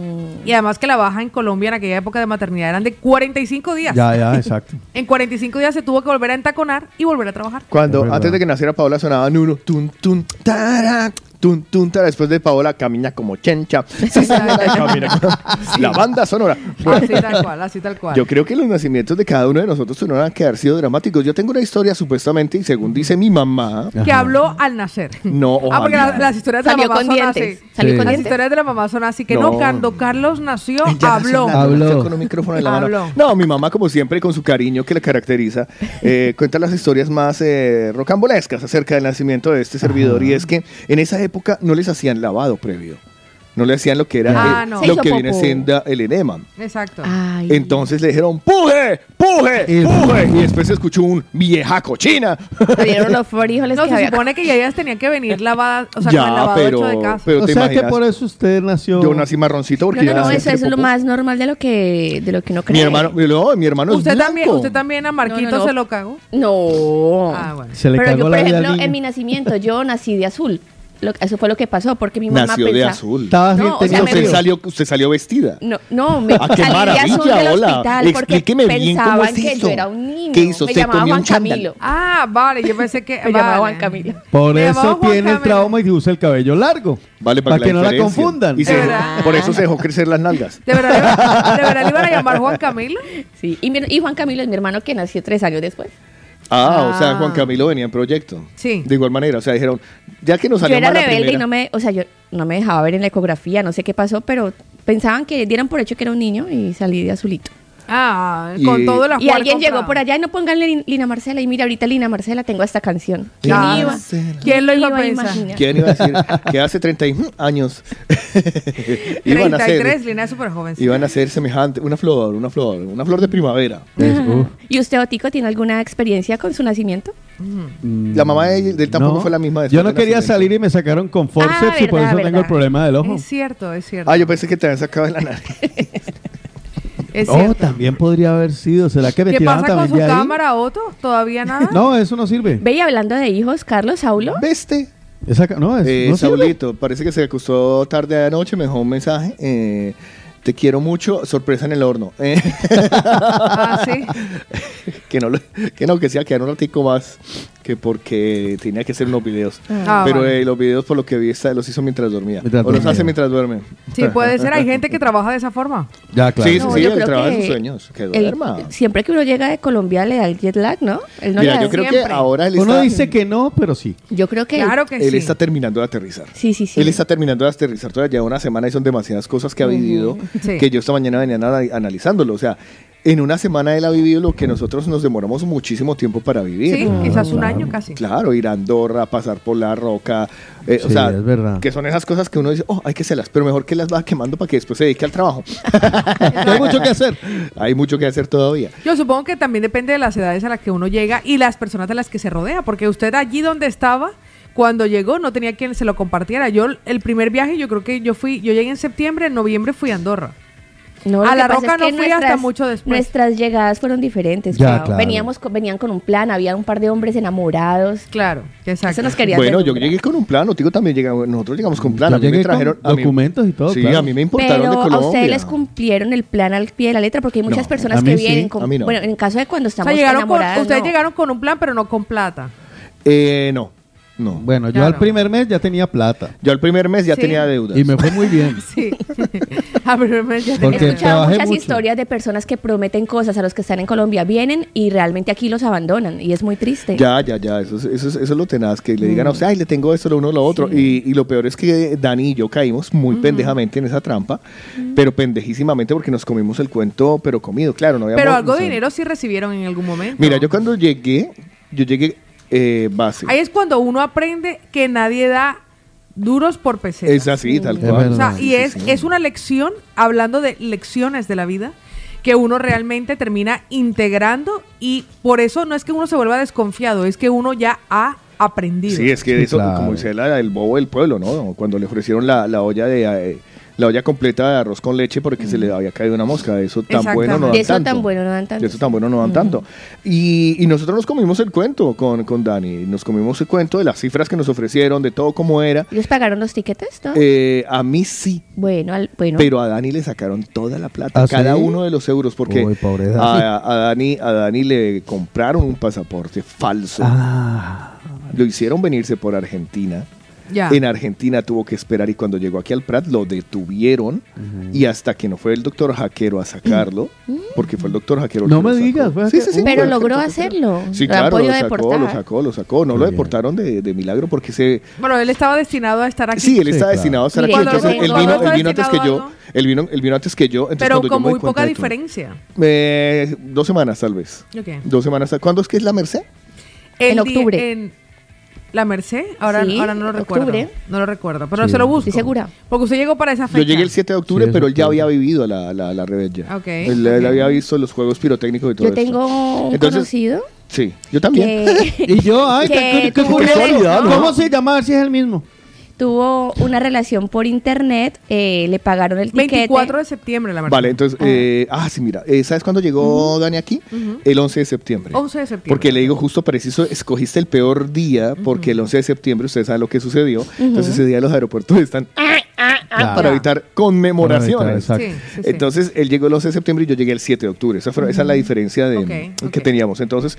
Speaker 5: Y además que la baja en Colombia en aquella época de maternidad eran de 45 días.
Speaker 6: Ya, ya, exacto.
Speaker 5: En 45 días se tuvo que volver a entaconar y volver a trabajar.
Speaker 4: Cuando,
Speaker 6: Es verdad.
Speaker 4: antes de que naciera Paola, sonaba Nuno. Tun, tun, tará, tun, tun, tara. Después de Paola, camina como chencha. Sí, señora, camina como- La banda sonora. Bueno,
Speaker 5: Así tal cual, así tal cual.
Speaker 4: yo creo que los nacimientos de cada uno de nosotros tuvieron que haber sido dramáticos. Yo tengo una historia, supuestamente, y según dice mi mamá,
Speaker 5: que habló al nacer.
Speaker 4: no.
Speaker 5: Ah, porque
Speaker 4: ojalá.
Speaker 5: la- las historias de la
Speaker 10: Salió
Speaker 5: mamá
Speaker 10: con
Speaker 5: son
Speaker 10: dientes.
Speaker 5: así.
Speaker 10: Salió
Speaker 6: Sí. Las
Speaker 10: con
Speaker 5: Las
Speaker 10: dientes.
Speaker 5: historias de la mamá son así. Que no,
Speaker 4: No.
Speaker 5: cuando Carlos nació,
Speaker 4: Ella nació
Speaker 5: habló.
Speaker 4: hablando,
Speaker 6: Habló.
Speaker 4: nació Con un micrófono en la mano.
Speaker 5: Habló.
Speaker 4: No, mi mamá, como siempre, con su cariño que la caracteriza, eh, cuenta las historias más eh, rocambolescas acerca del nacimiento de este servidor. Y es que en esa época no les hacían lavado previo. No le hacían lo que era
Speaker 5: Ah,
Speaker 4: eh,
Speaker 5: no.
Speaker 10: Se
Speaker 4: lo
Speaker 10: hizo
Speaker 4: que viene
Speaker 10: popó.
Speaker 4: siendo el enema.
Speaker 5: Exacto.
Speaker 10: Ay.
Speaker 4: Entonces le dijeron, ¡puje! ¡puje!
Speaker 6: El-
Speaker 4: ¡puje! Y después se escuchó un vieja cochina.
Speaker 10: Le dieron los frijoles
Speaker 5: No,
Speaker 10: que
Speaker 5: se
Speaker 10: había.
Speaker 5: supone que ya ellas tenían que venir lavadas, o sea, con el
Speaker 4: ya,
Speaker 5: lavado
Speaker 4: pero,
Speaker 5: hecho de casa.
Speaker 4: pero
Speaker 6: o
Speaker 4: te
Speaker 6: sea que
Speaker 4: imaginas,
Speaker 6: por eso usted nació.
Speaker 4: yo nací marroncito porque
Speaker 10: No, no,
Speaker 4: iba a
Speaker 10: no,
Speaker 4: hacer
Speaker 10: eso es lo
Speaker 4: popó.
Speaker 10: más normal de lo que, de lo que uno cree.
Speaker 4: Mi hermano, no, mi hermano es
Speaker 5: usted también,
Speaker 4: blanco.
Speaker 5: usted también a Marquito
Speaker 10: No, no, no.
Speaker 5: se lo cagó.
Speaker 10: No.
Speaker 5: Ah, bueno.
Speaker 6: Se le
Speaker 10: Pero
Speaker 6: cagó
Speaker 10: yo, por
Speaker 6: la vida al
Speaker 10: ejemplo,
Speaker 6: niño.
Speaker 10: en mi nacimiento, yo nací de azul. Lo- eso fue lo que pasó, porque mi mamá
Speaker 4: Nació de
Speaker 10: pensaba-
Speaker 4: azul.
Speaker 6: Estaba
Speaker 10: No,
Speaker 6: bien,
Speaker 10: o sea,
Speaker 6: tenía
Speaker 10: me-
Speaker 4: usted
Speaker 6: frío.
Speaker 4: salió, usted salió vestida.
Speaker 10: No, no, me
Speaker 4: Ah, qué
Speaker 10: salí de azul
Speaker 4: maravilla,
Speaker 10: del
Speaker 4: hola.
Speaker 10: hospital porque
Speaker 4: ah, Explíqueme bien cómo
Speaker 10: pensaban
Speaker 4: es
Speaker 10: que
Speaker 4: eso.
Speaker 10: yo era un niño.
Speaker 4: ¿Qué hizo?
Speaker 10: Me
Speaker 4: Se
Speaker 10: llamaba
Speaker 4: comió
Speaker 10: Juan
Speaker 4: un chándal.
Speaker 10: Camilo.
Speaker 5: Ah, vale, yo pensé que.
Speaker 10: Me llamaba
Speaker 5: vale.
Speaker 10: Juan Camilo.
Speaker 6: Por
Speaker 5: Me llamaba
Speaker 6: eso
Speaker 5: Juan
Speaker 6: tiene el
Speaker 5: Camilo.
Speaker 6: trauma y usa el cabello largo.
Speaker 4: Vale, para,
Speaker 6: para que no la
Speaker 4: diferencien.
Speaker 6: confundan.
Speaker 4: Y se
Speaker 5: De
Speaker 4: dejó-
Speaker 5: verdad.
Speaker 4: por eso se dejó crecer las nalgas.
Speaker 5: ¿De verdad, le iba- ¿De verdad le iban a llamar Juan Camilo?
Speaker 10: Sí, y, mi- y Juan Camilo es mi hermano que nació tres años después.
Speaker 4: Ah, o sea,
Speaker 5: Ah.
Speaker 4: Juan Camilo venía en proyecto.
Speaker 5: Sí.
Speaker 4: De igual manera, o sea, dijeron, ya que nos
Speaker 10: Yo
Speaker 4: salió
Speaker 10: era
Speaker 4: mal la
Speaker 10: rebelde
Speaker 4: primera.
Speaker 10: y no me, o sea, yo no me dejaba ver en la ecografía, no sé qué pasó, pero pensaban que dieran por hecho que era un niño y salí de azulito.
Speaker 5: Ah,
Speaker 4: Y-
Speaker 5: con todo el
Speaker 10: Y
Speaker 5: ajuar
Speaker 10: alguien
Speaker 5: comprado.
Speaker 10: llegó por allá, no pongan Lin- Lina Marcela, y mira, ahorita Lina Marcela tengo esta canción. ¿Quién
Speaker 5: Claro.
Speaker 10: iba?
Speaker 5: ¿Quién lo iba a
Speaker 10: iba a
Speaker 5: pensar?
Speaker 10: imaginar?
Speaker 4: ¿Quién iba a decir que hace 30 y- mm, años iban a
Speaker 5: 33,
Speaker 4: ser
Speaker 5: Lina es súper joven.
Speaker 4: iban a ser semejante una flor, una flor, una flor de primavera?
Speaker 6: Es- uf.
Speaker 10: ¿Y usted, Otico, tiene alguna experiencia con su nacimiento?
Speaker 4: La mamá de, de él tampoco
Speaker 6: No,
Speaker 4: fue la misma. después
Speaker 6: Yo no
Speaker 4: del
Speaker 6: quería
Speaker 4: nacimiento.
Speaker 6: salir y me sacaron con forceps
Speaker 10: Ah,
Speaker 6: y por
Speaker 10: verdad,
Speaker 6: eso tengo
Speaker 10: verdad.
Speaker 6: el problema del ojo.
Speaker 5: Es cierto, es cierto.
Speaker 4: Ah, yo pensé que te habían sacado de la nariz.
Speaker 5: es
Speaker 6: Oh,
Speaker 5: cierto.
Speaker 6: también podría haber sido. ¿Será que me
Speaker 5: ¿Qué
Speaker 6: tiraron
Speaker 5: pasa con
Speaker 6: también
Speaker 5: su
Speaker 6: de ahí?
Speaker 5: cámara, Otto? ¿Todavía nada?
Speaker 6: No, eso no sirve.
Speaker 10: Ve y hablando de hijos, Carlos, Saulo.
Speaker 4: ¿Veste?
Speaker 6: Esa ca- no, es,
Speaker 4: Eh,
Speaker 6: no sirve.
Speaker 4: Saulito, parece que se acostó tarde anoche, me dejó un mensaje. eh, te quiero mucho, sorpresa en el horno. Eh,
Speaker 5: Ah, sí.
Speaker 4: que, no, lo- que no, que sea quedar un ratico más, que porque tenía que hacer unos videos.
Speaker 5: Ah,
Speaker 4: Pero
Speaker 5: vale.
Speaker 4: eh, los videos, por lo que vi, está- los hizo mientras dormía.
Speaker 6: Mientras
Speaker 4: o los
Speaker 6: dormía.
Speaker 4: hace mientras duerme.
Speaker 5: Sí, puede ser. Hay gente que trabaja de esa forma.
Speaker 6: Ya, claro.
Speaker 4: Sí, sí,
Speaker 10: No,
Speaker 4: sí,
Speaker 10: Oh, yo
Speaker 4: el
Speaker 10: creo
Speaker 4: trabajo de
Speaker 10: que
Speaker 4: sus sueños. Que
Speaker 10: el-
Speaker 4: duerma.
Speaker 10: siempre que uno llega de Colombia le da el jet lag, ¿no? Él no le
Speaker 4: Mira,
Speaker 10: da.
Speaker 4: yo creo que
Speaker 5: siempre.
Speaker 4: ahora él
Speaker 6: Uno
Speaker 4: está,
Speaker 6: dice que no, pero sí.
Speaker 10: Yo creo que.
Speaker 5: Claro que
Speaker 4: él
Speaker 5: sí.
Speaker 4: está terminando de aterrizar.
Speaker 10: Sí, sí, sí.
Speaker 4: Él está terminando de aterrizar todavía una semana y son demasiadas cosas que ha vivido
Speaker 5: Sí.
Speaker 4: que yo esta mañana venía ana- analizándolo. O sea, en una semana él ha vivido lo que nosotros nos demoramos muchísimo tiempo para vivir.
Speaker 5: Sí,
Speaker 6: Ah,
Speaker 5: quizás un año casi.
Speaker 4: Claro, ir a Andorra, pasar por la roca. eh, o
Speaker 6: Sí,
Speaker 4: sea,
Speaker 6: es verdad.
Speaker 4: que son esas cosas que uno dice, oh, hay que hacerlas, pero mejor que las va quemando para que después se dedique al trabajo.
Speaker 6: Hay mucho que hacer.
Speaker 4: Hay mucho que hacer todavía.
Speaker 5: Yo supongo que también depende de las edades a las que uno llega y las personas de las que se rodea, porque usted allí donde estaba, cuando llegó, no tenía quien se lo compartiera. Yo el primer viaje, yo creo que yo fui, yo llegué en septiembre, en noviembre fui a Andorra.
Speaker 10: No, lo
Speaker 5: A
Speaker 10: que
Speaker 5: La
Speaker 10: pasa
Speaker 5: Roca
Speaker 10: es que
Speaker 5: no fui hasta mucho después.
Speaker 10: Nuestras llegadas fueron diferentes.
Speaker 6: Ya,
Speaker 10: Pau.
Speaker 6: claro.
Speaker 10: Veníamos con- venían con un plan, había un par de hombres enamorados.
Speaker 5: Claro, exacto.
Speaker 10: Eso nos quería
Speaker 4: Bueno,
Speaker 10: hacer
Speaker 4: yo
Speaker 10: dudar.
Speaker 4: llegué con un plan, Otigo también llega, nosotros llegamos con plan.
Speaker 6: Yo
Speaker 4: a mí me
Speaker 6: llegué con
Speaker 4: trajeron a mí-
Speaker 6: documentos y todo,
Speaker 4: Sí,
Speaker 6: claro.
Speaker 4: a mí me importaron
Speaker 10: Pero
Speaker 4: de Colombia.
Speaker 10: a ustedes les cumplieron el plan al pie de la letra porque hay muchas
Speaker 4: No,
Speaker 6: a
Speaker 10: personas
Speaker 6: mí
Speaker 10: que
Speaker 6: sí,
Speaker 10: vienen
Speaker 4: a
Speaker 10: con,
Speaker 4: mí no.
Speaker 10: bueno, en caso de cuando
Speaker 5: O
Speaker 10: estamos
Speaker 5: sea, llegaron con,
Speaker 10: enamoradas,
Speaker 5: ustedes
Speaker 10: no.
Speaker 5: llegaron con un plan, pero no con plata.
Speaker 4: Eh, no, no.
Speaker 6: Bueno, yo
Speaker 5: Claro.
Speaker 6: al primer mes ya tenía plata.
Speaker 4: Yo al primer mes ya
Speaker 5: Sí.
Speaker 4: tenía deudas.
Speaker 6: Y me fue muy bien.
Speaker 5: Sí. a ver, me- ya
Speaker 6: Porque-
Speaker 10: He
Speaker 5: tenía-
Speaker 10: escuchado
Speaker 6: trabajé
Speaker 10: muchas
Speaker 6: mucho.
Speaker 10: historias de personas que prometen cosas a los que están en Colombia, vienen y realmente aquí los abandonan y es muy triste.
Speaker 4: Ya, ya, ya, eso es, eso es, eso es lo tenaz, que le
Speaker 5: Mm.
Speaker 4: digan, o sea, ay, le tengo esto, lo uno, lo otro. Y, y lo peor es que Dani y yo caímos muy
Speaker 5: Mm.
Speaker 4: pendejamente en esa trampa, pero pendejísimamente porque nos comimos el cuento, pero comido, claro, no habíamos...
Speaker 5: Pero algo
Speaker 4: no
Speaker 5: de
Speaker 4: sé.
Speaker 5: dinero sí recibieron en algún momento.
Speaker 4: Mira, yo cuando llegué, yo llegué eh, base.
Speaker 5: Ahí es cuando uno aprende que nadie da duros por pesetas.
Speaker 4: Es así, tal
Speaker 6: Mm. Es
Speaker 4: cual.
Speaker 5: O sea,
Speaker 6: Sí,
Speaker 5: y es, es una lección, hablando de lecciones de la vida, que uno realmente termina integrando y por eso no es que uno se vuelva desconfiado, es que uno ya ha aprendido.
Speaker 4: Sí, es que
Speaker 6: Sí,
Speaker 4: eso,
Speaker 6: claro.
Speaker 4: como dice la, el bobo del pueblo, ¿no? Cuando le ofrecieron la, la olla de... eh, la olla completa de arroz con leche porque se le había caído una mosca. De eso tan bueno no dan
Speaker 5: Exactamente. De
Speaker 10: eso
Speaker 4: tanto.
Speaker 10: tan bueno no dan tanto.
Speaker 4: De eso tan bueno no dan tanto. Y, y nosotros nos comimos el cuento con, con Dani. Nos comimos el cuento de las cifras que nos ofrecieron, de todo cómo era.
Speaker 10: ¿Ellos pagaron los tiquetes? no?
Speaker 4: Eh, a mí sí.
Speaker 10: bueno, al- bueno.
Speaker 4: Pero a Dani le sacaron toda la plata,
Speaker 6: ¿Ah,
Speaker 4: cada
Speaker 6: sí?
Speaker 4: uno de los euros, porque
Speaker 6: Uy, pues, pobre Dani.
Speaker 4: a, a Dani, a Dani le compraron un pasaporte falso.
Speaker 6: Ah,
Speaker 4: Lo hicieron venirse por Argentina.
Speaker 5: Ya.
Speaker 4: En Argentina tuvo que esperar y cuando llegó aquí al Prat lo detuvieron y hasta que no fue el doctor Jaquero a sacarlo, porque fue el doctor Jaquero.
Speaker 6: No
Speaker 4: que
Speaker 6: me
Speaker 4: lo sacó.
Speaker 6: digas, Uh, fue
Speaker 4: Sí,
Speaker 6: Jaquero.
Speaker 4: sí, sí,
Speaker 10: Pero
Speaker 4: fue
Speaker 10: logró
Speaker 4: Jaquero.
Speaker 10: hacerlo.
Speaker 4: Sí,
Speaker 10: Lo han
Speaker 4: claro, lo
Speaker 10: podido
Speaker 4: sacó,
Speaker 10: deportar.
Speaker 4: lo sacó, lo sacó. No
Speaker 6: Muy
Speaker 4: lo
Speaker 6: bien.
Speaker 4: deportaron de, de milagro porque se...
Speaker 5: Bueno, él estaba destinado a estar aquí.
Speaker 4: Sí, él estaba
Speaker 6: claro.
Speaker 4: destinado a estar aquí,
Speaker 10: Mire, cuando
Speaker 4: entonces
Speaker 10: lo-
Speaker 4: él
Speaker 10: cuando
Speaker 4: vino,
Speaker 5: estaba
Speaker 4: él vino antes que
Speaker 5: destinado,
Speaker 4: yo,
Speaker 5: ¿no?
Speaker 4: él vino, él vino antes que yo, entonces
Speaker 5: pero
Speaker 4: cuando yo
Speaker 5: con
Speaker 4: me di
Speaker 5: muy
Speaker 4: cuenta
Speaker 5: poca
Speaker 4: de todo-
Speaker 5: diferencia.
Speaker 4: Eh, dos semanas tal vez.
Speaker 5: Ok.
Speaker 4: Dos semanas. ¿Cuándo es que es la Merced?
Speaker 5: El
Speaker 10: En
Speaker 5: di-
Speaker 10: octubre.
Speaker 5: En la Merced, ahora,
Speaker 10: Sí,
Speaker 5: ahora no lo
Speaker 10: octubre.
Speaker 5: recuerdo. No lo recuerdo, pero
Speaker 6: Sí.
Speaker 5: se lo busco.
Speaker 10: Estoy segura.
Speaker 5: Porque usted llegó para esa fecha.
Speaker 4: Yo llegué el 7 de octubre,
Speaker 6: Sí, es
Speaker 4: pero él ya
Speaker 6: octubre.
Speaker 4: había vivido la, la, la rebella.
Speaker 5: Ok,
Speaker 4: Él, él
Speaker 5: ok.
Speaker 4: había visto los juegos pirotécnicos y todo
Speaker 10: Yo
Speaker 4: esto.
Speaker 10: tengo un
Speaker 4: Entonces-
Speaker 10: conocido
Speaker 4: Sí, yo también.
Speaker 10: que
Speaker 6: Y yo, ay,
Speaker 10: Que
Speaker 6: qué, qué- qué
Speaker 10: tuvo
Speaker 6: curioso.
Speaker 10: una vez, ¿no?
Speaker 6: ¿Cómo se llama? A ver Si es el mismo.
Speaker 10: tuvo una relación por internet, eh, le pagaron el tiquete.
Speaker 5: 24 de septiembre, la Merced.
Speaker 4: Vale, entonces, eh, ah, sí, mira, eh, ¿sabes cuándo llegó Dani aquí? El 11 de septiembre.
Speaker 10: Oh,
Speaker 5: 11 de septiembre.
Speaker 4: Porque le digo justo preciso, escogiste el peor día, porque el 11 de septiembre ustedes saben lo que sucedió. Entonces ese día los aeropuertos están ah, ah, ah,
Speaker 6: Claro.
Speaker 4: para evitar conmemoraciones.
Speaker 6: Para evitar,
Speaker 5: Sí,
Speaker 6: exacto.
Speaker 5: sí, sí.
Speaker 4: Entonces, él llegó el 11 de septiembre y yo llegué el 7 de octubre. Esa, fue- esa es la diferencia de,
Speaker 5: Ok,
Speaker 4: que
Speaker 5: ok.
Speaker 4: teníamos. Entonces,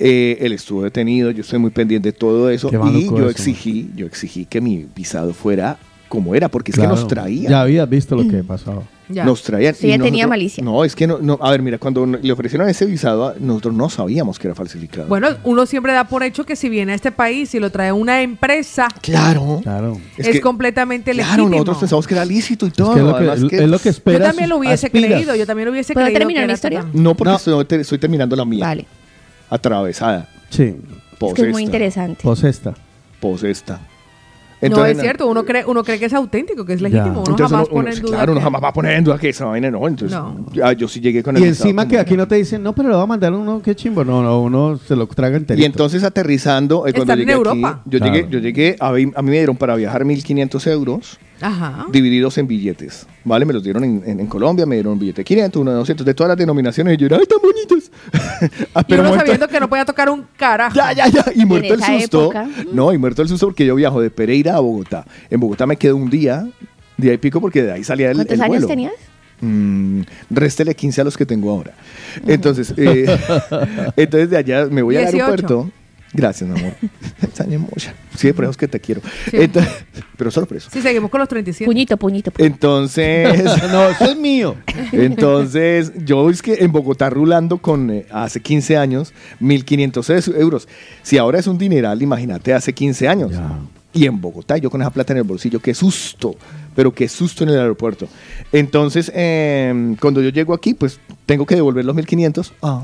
Speaker 4: eh, él estuvo detenido, yo estoy muy pendiente de todo eso.
Speaker 6: Qué
Speaker 4: Y
Speaker 6: maluco
Speaker 4: yo
Speaker 6: eso,
Speaker 4: exigí, yo exigí que mi visado fuera como era, porque es
Speaker 6: Claro.
Speaker 4: que nos traía. Mm.
Speaker 6: Ya había visto lo que pasaba.
Speaker 5: Ya.
Speaker 4: Nos traían.
Speaker 10: Sí,
Speaker 4: y
Speaker 10: ya tenía malicia.
Speaker 4: No, es que no, no. A ver, mira, cuando le ofrecieron ese visado, a- nosotros no sabíamos que era falsificado.
Speaker 5: Bueno, uno siempre da por hecho que si viene a este país y lo trae una empresa,
Speaker 4: claro.
Speaker 6: Claro.
Speaker 5: es,
Speaker 4: que-
Speaker 5: completamente
Speaker 4: Claro,
Speaker 5: legítimo.
Speaker 4: nosotros pensamos que era lícito y todo.
Speaker 6: es, que es lo que,
Speaker 4: además que-
Speaker 6: es lo que
Speaker 5: yo
Speaker 6: esperas.
Speaker 5: también lo hubiese
Speaker 6: aspiras.
Speaker 5: creído, yo también lo hubiese
Speaker 10: ¿Puedo
Speaker 5: creído.
Speaker 10: terminar
Speaker 5: que
Speaker 10: la
Speaker 5: era
Speaker 10: historia?
Speaker 5: tan-
Speaker 4: No, porque
Speaker 6: No.
Speaker 4: Estoy, te- estoy terminando la mía.
Speaker 10: Vale.
Speaker 4: Atravesada.
Speaker 6: Sí.
Speaker 10: Es que es muy
Speaker 4: posesta,
Speaker 10: interesante.
Speaker 6: Pues esta.
Speaker 4: Posesta.
Speaker 5: no,
Speaker 4: Entonces,
Speaker 5: es cierto, uno cree, uno cree que es auténtico, que es legítimo. Uno
Speaker 4: Entonces
Speaker 5: jamás
Speaker 4: uno- uno-
Speaker 5: pone en duda.
Speaker 4: Claro, uno
Speaker 5: que-
Speaker 4: jamás va a poner en duda que esa vaina no. Entonces,
Speaker 5: No.
Speaker 4: ah, yo sí llegué con el
Speaker 6: Y
Speaker 4: visado
Speaker 6: encima
Speaker 4: como
Speaker 6: que
Speaker 4: era.
Speaker 6: aquí no te dicen, no, pero lo va a mandar uno, qué chimbo. No, no, uno se lo traga entero.
Speaker 4: Y entonces aterrizando, eh, cuando
Speaker 5: Están en
Speaker 4: llegué aquí,
Speaker 5: Europa.
Speaker 4: yo,
Speaker 6: Claro.
Speaker 4: llegué, yo llegué, a, vi- a mí me dieron para viajar 1.500 euros.
Speaker 5: Ajá.
Speaker 4: divididos en billetes, ¿vale? Me los dieron en, en- en Colombia, me dieron un billete de 500, uno de 200, de todas las denominaciones, y yo era, ¡ay, tan bonitos! Ah,
Speaker 5: Y uno
Speaker 4: muerto-
Speaker 5: sabiendo que no podía tocar un carajo.
Speaker 4: Ya, ya, ya, y muerto el
Speaker 10: esa
Speaker 4: susto.
Speaker 10: época.
Speaker 4: No, y muerto el susto porque yo viajo de Pereira a Bogotá. En Bogotá me quedo un día, día y pico, porque de ahí salía el,
Speaker 10: ¿Cuántos
Speaker 4: el
Speaker 10: años
Speaker 4: vuelo.
Speaker 10: tenías?
Speaker 4: Mm, réstele 15 a los que tengo ahora. Entonces, eh, entonces de allá me voy
Speaker 5: 18.
Speaker 4: al aeropuerto. Gracias, mi amor. Te extrañé mucho. Sí, por eso es que te quiero.
Speaker 5: Sí.
Speaker 4: Entonces- pero solo por eso.
Speaker 5: Sí, seguimos con los 37.
Speaker 10: Puñito, puñito. puñito.
Speaker 4: Entonces,
Speaker 6: no, eso es mío.
Speaker 4: Entonces, yo es que en Bogotá rulando con eh, hace 15 años 1500 es- euros. Si ahora es un dineral, imagínate hace 15 años.
Speaker 6: Ya.
Speaker 4: Y en Bogotá, yo con esa plata en el bolsillo, qué susto, pero qué susto en el aeropuerto. Entonces, eh, cuando yo llego aquí, pues tengo que devolver los 1500. Ah.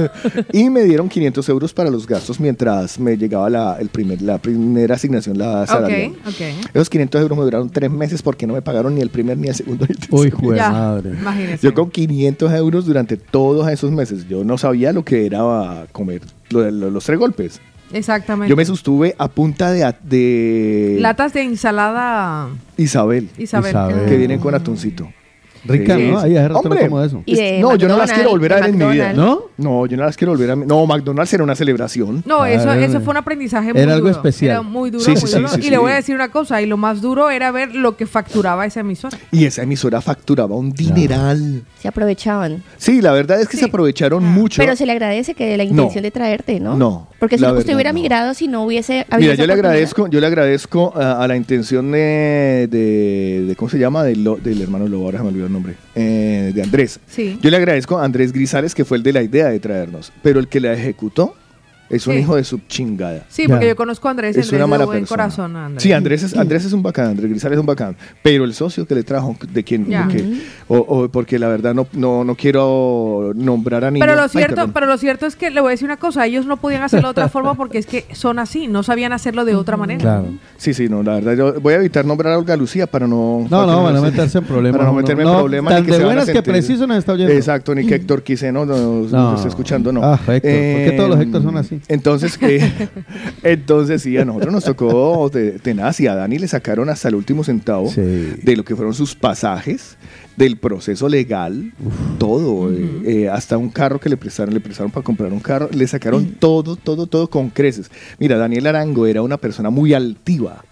Speaker 4: y me dieron 500 euros para los gastos mientras me llegaba la, el primer, la primera asignación, la salarial.
Speaker 5: ok, ok.
Speaker 4: Esos 500 euros me duraron tres meses porque no me pagaron ni el primer, ni el segundo, ni el tercero.
Speaker 6: Uy, jue
Speaker 5: Ya,
Speaker 6: madre.
Speaker 5: Imagínese.
Speaker 4: Yo con 500 euros durante todos esos meses, yo no sabía lo que era comer lo- lo- los tres golpes.
Speaker 5: Exactamente.
Speaker 4: Yo me sostuve a punta de, a- de
Speaker 5: Latas de ensalada
Speaker 4: Isabel,
Speaker 5: Isabel.
Speaker 6: Isabel.
Speaker 4: que vienen con atuncito.
Speaker 6: Rica,
Speaker 4: Sí.
Speaker 6: ¿no? Ahí hace rato no
Speaker 4: Hombre.
Speaker 6: como eso.
Speaker 10: Y de
Speaker 4: no, yo no las
Speaker 10: McDonald's,
Speaker 4: quiero volver a ver en mi vida.
Speaker 10: McDonald's.
Speaker 6: ¿No?
Speaker 4: No, yo no las quiero volver a mi- No, McDonald's era una celebración.
Speaker 5: No, eso,
Speaker 6: Madre
Speaker 5: eso
Speaker 6: mía.
Speaker 5: fue un aprendizaje muy
Speaker 6: Ah, Era algo
Speaker 5: duro.
Speaker 6: especial.
Speaker 5: Era muy duro,
Speaker 4: Sí,
Speaker 5: muy
Speaker 4: sí, sí,
Speaker 5: duro.
Speaker 4: sí,
Speaker 5: y
Speaker 4: sí.
Speaker 5: le voy a decir una cosa, y lo más duro era ver lo que facturaba esa emisora.
Speaker 4: Y esa emisora facturaba un dineral.
Speaker 10: Se aprovechaban.
Speaker 4: Sí, la verdad es que se aprovecharon mucho.
Speaker 10: Ah, Pero se le agradece que la intención de traerte, ¿no?
Speaker 4: No,
Speaker 10: Porque si
Speaker 4: la
Speaker 10: no, usted
Speaker 4: verdad,
Speaker 10: hubiera
Speaker 4: no.
Speaker 10: migrado si no hubiese habido
Speaker 4: Mira,
Speaker 10: esa
Speaker 4: yo le
Speaker 10: oportunidad.
Speaker 4: agradezco, yo le agradezco a, a la intención de, de- de- ¿cómo se llama? Del, lo- del hermano Lobo, ahora se me olvidó el nombre, Eh, de Andrés.
Speaker 5: Sí.
Speaker 4: Yo le agradezco a Andrés Grisales, que fue el de la idea de traernos, pero el que la ejecutó es un
Speaker 5: Sí.
Speaker 4: hijo de su chingada.
Speaker 5: Sí,
Speaker 6: Ya.
Speaker 5: porque yo conozco a Andrés,
Speaker 4: Es
Speaker 5: Andrés
Speaker 4: una
Speaker 5: de
Speaker 4: mala
Speaker 5: buen
Speaker 4: persona.
Speaker 5: corazón, Andrés.
Speaker 4: Sí, Andrés es, Andrés es un bacán, Andrés Grisales es un bacán, pero el socio que le trajo, de quien,
Speaker 5: Ya.
Speaker 4: porque, o- o porque la verdad no, no, no quiero nombrar a niños.
Speaker 5: Pero lo
Speaker 4: Ay,
Speaker 5: cierto,
Speaker 4: perdón.
Speaker 5: pero lo cierto es que le voy a decir una cosa, ellos no podían hacerlo de otra forma porque es que son así, no sabían hacerlo de otra manera.
Speaker 6: Claro.
Speaker 4: Sí, sí, no, la verdad, yo voy a evitar nombrar a Olga Lucía para no... para
Speaker 6: No,
Speaker 4: que
Speaker 6: no, van a meterse en problemas.
Speaker 4: Para no
Speaker 6: uno.
Speaker 4: meterme en
Speaker 6: No,
Speaker 4: problemas.
Speaker 6: tan de
Speaker 4: ni se van a
Speaker 6: buenas que
Speaker 4: sentir-
Speaker 6: preciso nos está oyendo.
Speaker 4: Exacto, ni que Héctor quise, no, no, no,
Speaker 6: No.
Speaker 4: nos está escuchando, no. Em,
Speaker 6: Ah, Héctor, ¿por qué todos los Héctor son así?
Speaker 4: Entonces, eh, entonces sí, a nosotros nos tocó te- tenaz y a Dani le sacaron hasta el último centavo
Speaker 6: Sí.
Speaker 4: de lo que fueron sus pasajes, del proceso legal, todo, eh, eh, hasta un carro que le prestaron, le prestaron para comprar un carro, le sacaron todo, todo, todo con creces. Mira, Daniel Arango era una persona muy altiva.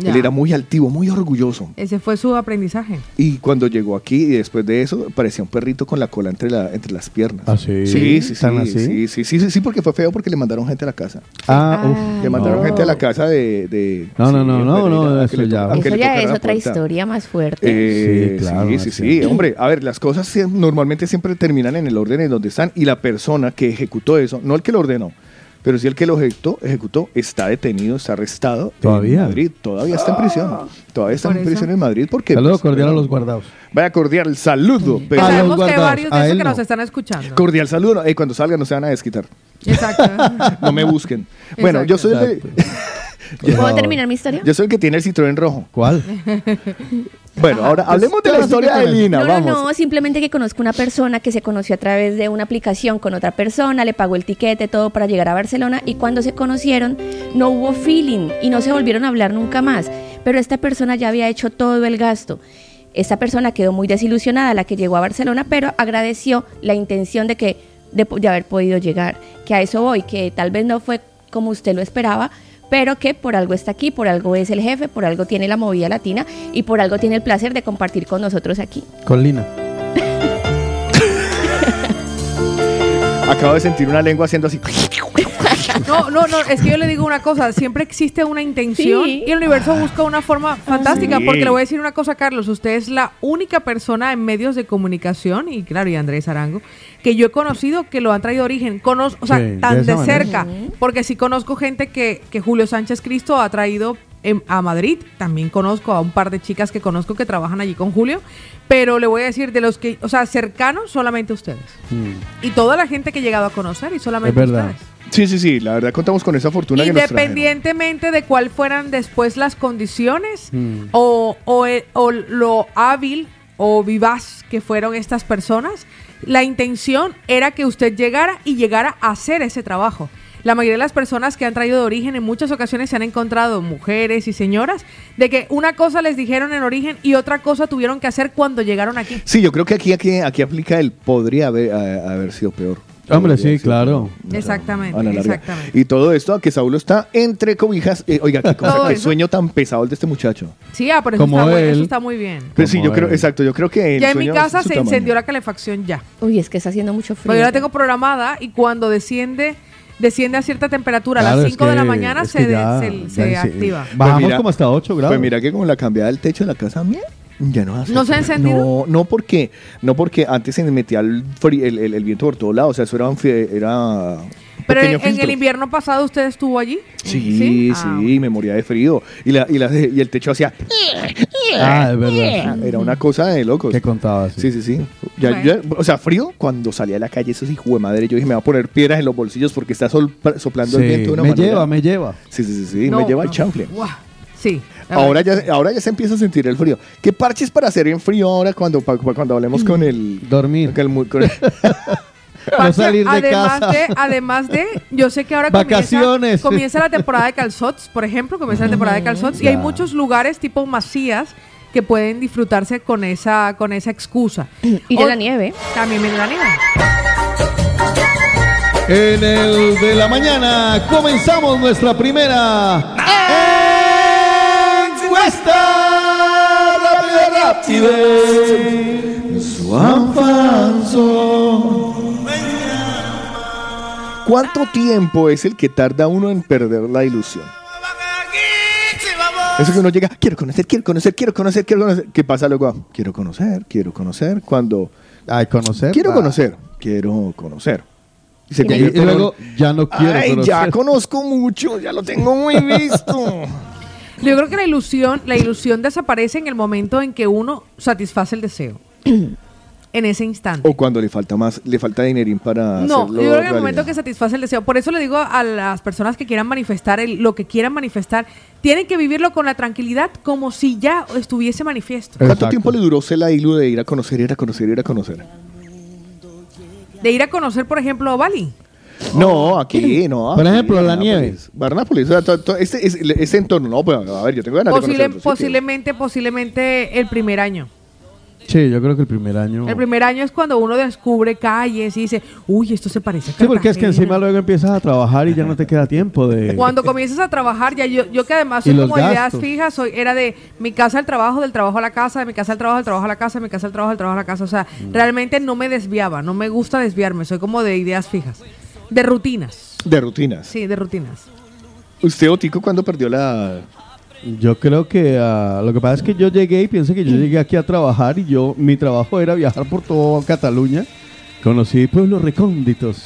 Speaker 5: Ya.
Speaker 4: Él era muy altivo, muy orgulloso.
Speaker 5: Ese fue su aprendizaje.
Speaker 4: Y cuando llegó aquí y después de eso, parecía un perrito con la cola entre, la, entre las piernas.
Speaker 6: Ah, sí.
Speaker 4: Sí, sí, sí,
Speaker 6: ¿Tan así?
Speaker 4: sí, sí, sí, sí, sí, porque fue feo porque le mandaron gente a la casa.
Speaker 6: Ah, uf.
Speaker 4: Le mandaron gente a la casa de... de-
Speaker 6: No, no,
Speaker 4: sí,
Speaker 6: no,
Speaker 4: en
Speaker 6: no, no,
Speaker 4: Pereira, a que
Speaker 6: eso
Speaker 4: le
Speaker 6: ya.
Speaker 4: tocara- a que
Speaker 10: Eso
Speaker 4: le
Speaker 10: ya
Speaker 4: tocara
Speaker 10: es
Speaker 4: la
Speaker 10: otra
Speaker 4: puerta.
Speaker 10: historia más fuerte.
Speaker 4: Eh,
Speaker 6: Sí, claro,
Speaker 4: Sí, sí,
Speaker 6: Marcia.
Speaker 4: sí. Hombre, a ver, las cosas sie- normalmente siempre terminan en el orden en donde están y la persona que ejecutó eso, no el que lo ordenó, pero sí el que lo ejecutó, ejecutó está detenido, está arrestado.
Speaker 6: Todavía.
Speaker 4: En Madrid, todavía está en prisión. Todavía está
Speaker 5: Ah. Por
Speaker 4: en
Speaker 5: eso.
Speaker 4: prisión en Madrid porque.
Speaker 6: Saludo
Speaker 4: pues,
Speaker 6: cordial a
Speaker 4: bueno,
Speaker 6: los guardados.
Speaker 4: Vaya cordial saludo.
Speaker 5: Que
Speaker 4: pero-
Speaker 6: A los
Speaker 5: sabemos que hay
Speaker 6: guardados,
Speaker 5: varios de
Speaker 6: a
Speaker 5: esos
Speaker 6: él
Speaker 5: que
Speaker 6: no.
Speaker 5: nos están escuchando.
Speaker 4: cordial saludo. Eh, cuando salgan no se van a desquitar.
Speaker 5: Exacto.
Speaker 4: No me busquen. Eh, bueno, yo soy, el de-
Speaker 10: ¿Puedo terminar mi historia?
Speaker 4: yo soy el que tiene el Citroën rojo.
Speaker 6: ¿Cuál?
Speaker 4: Bueno, ahora hablemos de la
Speaker 6: Ahora sí que
Speaker 4: historia de
Speaker 6: con él.
Speaker 4: Lina.
Speaker 10: No, no,
Speaker 4: vamos.
Speaker 10: no, simplemente que conozco una persona que se conoció a través de una aplicación con otra persona, le pagó el tiquete, todo para llegar a Barcelona y cuando se conocieron no hubo feeling y no se volvieron a hablar nunca más, pero esta persona ya había hecho todo el gasto. Esta persona quedó muy desilusionada, la que llegó a Barcelona, pero agradeció la intención de que de, po- de haber podido llegar, que a eso voy, que tal vez no fue como usted lo esperaba, pero que por algo está aquí, por algo es el jefe, por algo tiene la movida latina y por algo tiene el placer de compartir con nosotros aquí.
Speaker 6: Con Lina.
Speaker 4: Acabo de sentir una lengua haciendo así.
Speaker 5: No, no, no, es que yo le digo una cosa, siempre existe una intención
Speaker 10: Sí.
Speaker 5: y el universo busca una forma fantástica,
Speaker 4: Sí.
Speaker 5: porque le voy a decir una cosa, Carlos, usted es la única persona en medios de comunicación, y claro, y Andrés Arango, que yo he conocido que lo han traído de origen, conozco, o sea,
Speaker 6: Sí, de
Speaker 5: tan de,
Speaker 6: esa manera.
Speaker 5: cerca, porque sí conozco gente que, que Julio Sánchez Cristo ha traído en- a Madrid, también conozco a un par de chicas que conozco que trabajan allí con Julio, pero le voy a decir, de los que, o sea, cercanos, solamente ustedes.
Speaker 6: Mm.
Speaker 5: Y toda la gente que he llegado a conocer, y solamente
Speaker 6: Es verdad.
Speaker 5: ustedes.
Speaker 4: Sí, sí, sí. La verdad contamos con esa fortuna que nos trajeron.
Speaker 5: Independientemente de cuál fueran después las condiciones
Speaker 6: Mm.
Speaker 5: o, o e- o lo hábil o vivaz que fueron estas personas, la intención era que usted llegara y llegara a hacer ese trabajo. La mayoría de las personas que han traído de origen en muchas ocasiones se han encontrado mujeres y señoras de que una cosa les dijeron en origen y otra cosa tuvieron que hacer cuando llegaron aquí.
Speaker 4: Sí, yo creo que aquí, aquí, aquí aplica el podría haber, a- haber sido peor.
Speaker 6: Hombre,
Speaker 4: Podría
Speaker 6: sí,
Speaker 4: haber sido
Speaker 6: claro.
Speaker 4: peor.
Speaker 5: Exactamente,
Speaker 4: A la larga.
Speaker 5: exactamente.
Speaker 4: Y todo esto a que Saulo está entre cobijas. Eh, oiga, qué cosa,
Speaker 5: Todo
Speaker 4: qué
Speaker 5: eso.
Speaker 4: sueño tan pesado el de este muchacho.
Speaker 5: Sí, ah, pero eso,
Speaker 6: Como
Speaker 5: está, bueno, eso
Speaker 6: él.
Speaker 5: está muy bien.
Speaker 4: Pues sí,
Speaker 6: Como
Speaker 4: yo creo,
Speaker 6: él.
Speaker 4: exacto, yo creo que el
Speaker 5: Ya en mi
Speaker 4: sueño
Speaker 5: casa
Speaker 4: es su
Speaker 5: se
Speaker 4: tamaño.
Speaker 5: encendió la calefacción ya.
Speaker 10: Uy, es que está haciendo mucho frío.
Speaker 5: Pues yo la tengo programada y cuando desciende, desciende a cierta temperatura, a
Speaker 6: Claro,
Speaker 5: las
Speaker 6: es
Speaker 5: 5 de la
Speaker 6: que-
Speaker 5: mañana
Speaker 6: es
Speaker 5: se,
Speaker 6: que
Speaker 5: de-
Speaker 6: ya-
Speaker 5: se-
Speaker 6: ya
Speaker 5: se
Speaker 6: dice-
Speaker 5: activa.
Speaker 6: Bajamos
Speaker 4: Pues mira-
Speaker 6: como hasta 8 grados.
Speaker 4: Pues mira que con la cambiada del techo de la casa mía, ya no hace.
Speaker 5: ¿No se ha encendido?
Speaker 4: No, no porque, no porque antes se metía el, fri- el, el- el viento por todos lados. O sea, eso era un, fie- era un
Speaker 5: Pero
Speaker 4: eh, pequeño
Speaker 5: en, en
Speaker 4: filtro.
Speaker 5: el invierno pasado usted estuvo allí.
Speaker 4: Sí, sí,
Speaker 5: Ah,
Speaker 4: me moría de frío. Y, la, y, la- y el techo hacía.
Speaker 6: Ah, es verdad.
Speaker 4: Era una cosa de locos.
Speaker 6: ¿Qué contabas?
Speaker 4: Sí, sí, sí. Ya-
Speaker 5: Bueno.
Speaker 4: ya- o sea, frío cuando salía a la calle, eso sí, hijo de madre. Yo dije, me va a poner piedras en los bolsillos porque está sopla- soplando el viento de una
Speaker 6: me
Speaker 4: manera.
Speaker 6: lleva, me lleva.
Speaker 4: Sí, sí, sí, sí,
Speaker 5: no,
Speaker 4: me lleva el
Speaker 5: no.
Speaker 4: chanfle.
Speaker 5: Guau, Sí. la
Speaker 4: Ahora
Speaker 5: verdad.
Speaker 4: ya, ahora ya se empieza a sentir el frío. ¿Qué parches para hacer en frío ahora cuando, pa- pa- cuando hablemos con el...
Speaker 6: Dormir.
Speaker 4: con el mu- con el-
Speaker 6: No
Speaker 5: Parce,
Speaker 6: salir de
Speaker 5: además
Speaker 6: casa.
Speaker 5: De, además de, yo sé que ahora
Speaker 6: Vacaciones.
Speaker 5: Comienza, comienza la temporada de calzots, por ejemplo, comienza la temporada de calzots y hay
Speaker 6: Ya.
Speaker 5: muchos lugares tipo masías que pueden disfrutarse con esa con esa excusa.
Speaker 10: Ir a
Speaker 5: O-
Speaker 10: la nieve.
Speaker 5: También viene la nieve.
Speaker 6: En el de la mañana comenzamos nuestra primera encuesta rápida,
Speaker 4: ¿Cuánto tiempo es el que tarda uno en perder la ilusión? Eso que uno llega, quiero conocer, quiero conocer, quiero conocer, quiero conocer. ¿Qué pasa luego? Ah, Quiero conocer, quiero conocer. Cuando
Speaker 6: Ay, conocer.
Speaker 4: quiero
Speaker 6: va.
Speaker 4: conocer, quiero conocer. Y se
Speaker 6: Y, y
Speaker 4: convierte en
Speaker 6: luego
Speaker 4: un-
Speaker 6: ya no quiero
Speaker 4: Ay,
Speaker 6: conocer.
Speaker 4: ya conozco mucho, ya lo tengo muy visto.
Speaker 5: Yo creo que la ilusión, la ilusión desaparece en el momento en que uno satisface el deseo. en ese instante.
Speaker 4: o cuando le falta más, le falta dinerín para
Speaker 5: No, yo
Speaker 4: hacerlo.
Speaker 5: creo que en el
Speaker 4: realidad.
Speaker 5: momento que satisface el deseo. Por eso le digo a las personas que quieran manifestar el- lo que quieran manifestar, tienen que vivirlo con la tranquilidad como si ya estuviese manifiesto.
Speaker 4: ¿Cuánto
Speaker 6: Exacto.
Speaker 4: tiempo le duró la ilu de ir a conocer, ir a conocer, ir a conocer?
Speaker 5: De ir a conocer, por ejemplo, Bali.
Speaker 4: No, aquí no.
Speaker 6: Por
Speaker 4: aquí,
Speaker 6: ejemplo, la
Speaker 4: Barnápolis.
Speaker 6: nieve.
Speaker 4: Barnápolis, o sea, to- to- este, es- este entorno, no, pero a ver, yo tengo ganas
Speaker 5: Posible-
Speaker 4: de conocer otros sitios.
Speaker 5: posiblemente, posiblemente el primer año.
Speaker 6: Sí, yo creo que el primer año.
Speaker 5: El primer año es cuando uno descubre calles y dice, uy, esto se parece a
Speaker 6: Sí, porque es que
Speaker 5: Cartagena".
Speaker 6: encima luego empiezas a trabajar y ya no te queda tiempo de.
Speaker 5: Cuando comienzas a trabajar, ya yo, yo que además
Speaker 6: Y
Speaker 5: soy
Speaker 6: los
Speaker 5: como de ideas
Speaker 6: gastos.
Speaker 5: fijas, soy, era de mi casa al trabajo, del trabajo a la casa, de mi casa al trabajo, del trabajo a la casa, de mi casa al trabajo, del trabajo a la casa. O sea, realmente no me desviaba, no me gusta desviarme, soy como de ideas fijas, de rutinas.
Speaker 4: De rutinas.
Speaker 5: Sí, de rutinas.
Speaker 4: ¿Usted, Otico, cuándo perdió la...?
Speaker 6: Yo creo que ah, lo que pasa es que yo llegué y pienso que yo llegué aquí a trabajar y yo mi trabajo era viajar por toda Cataluña. Conocí pueblos recónditos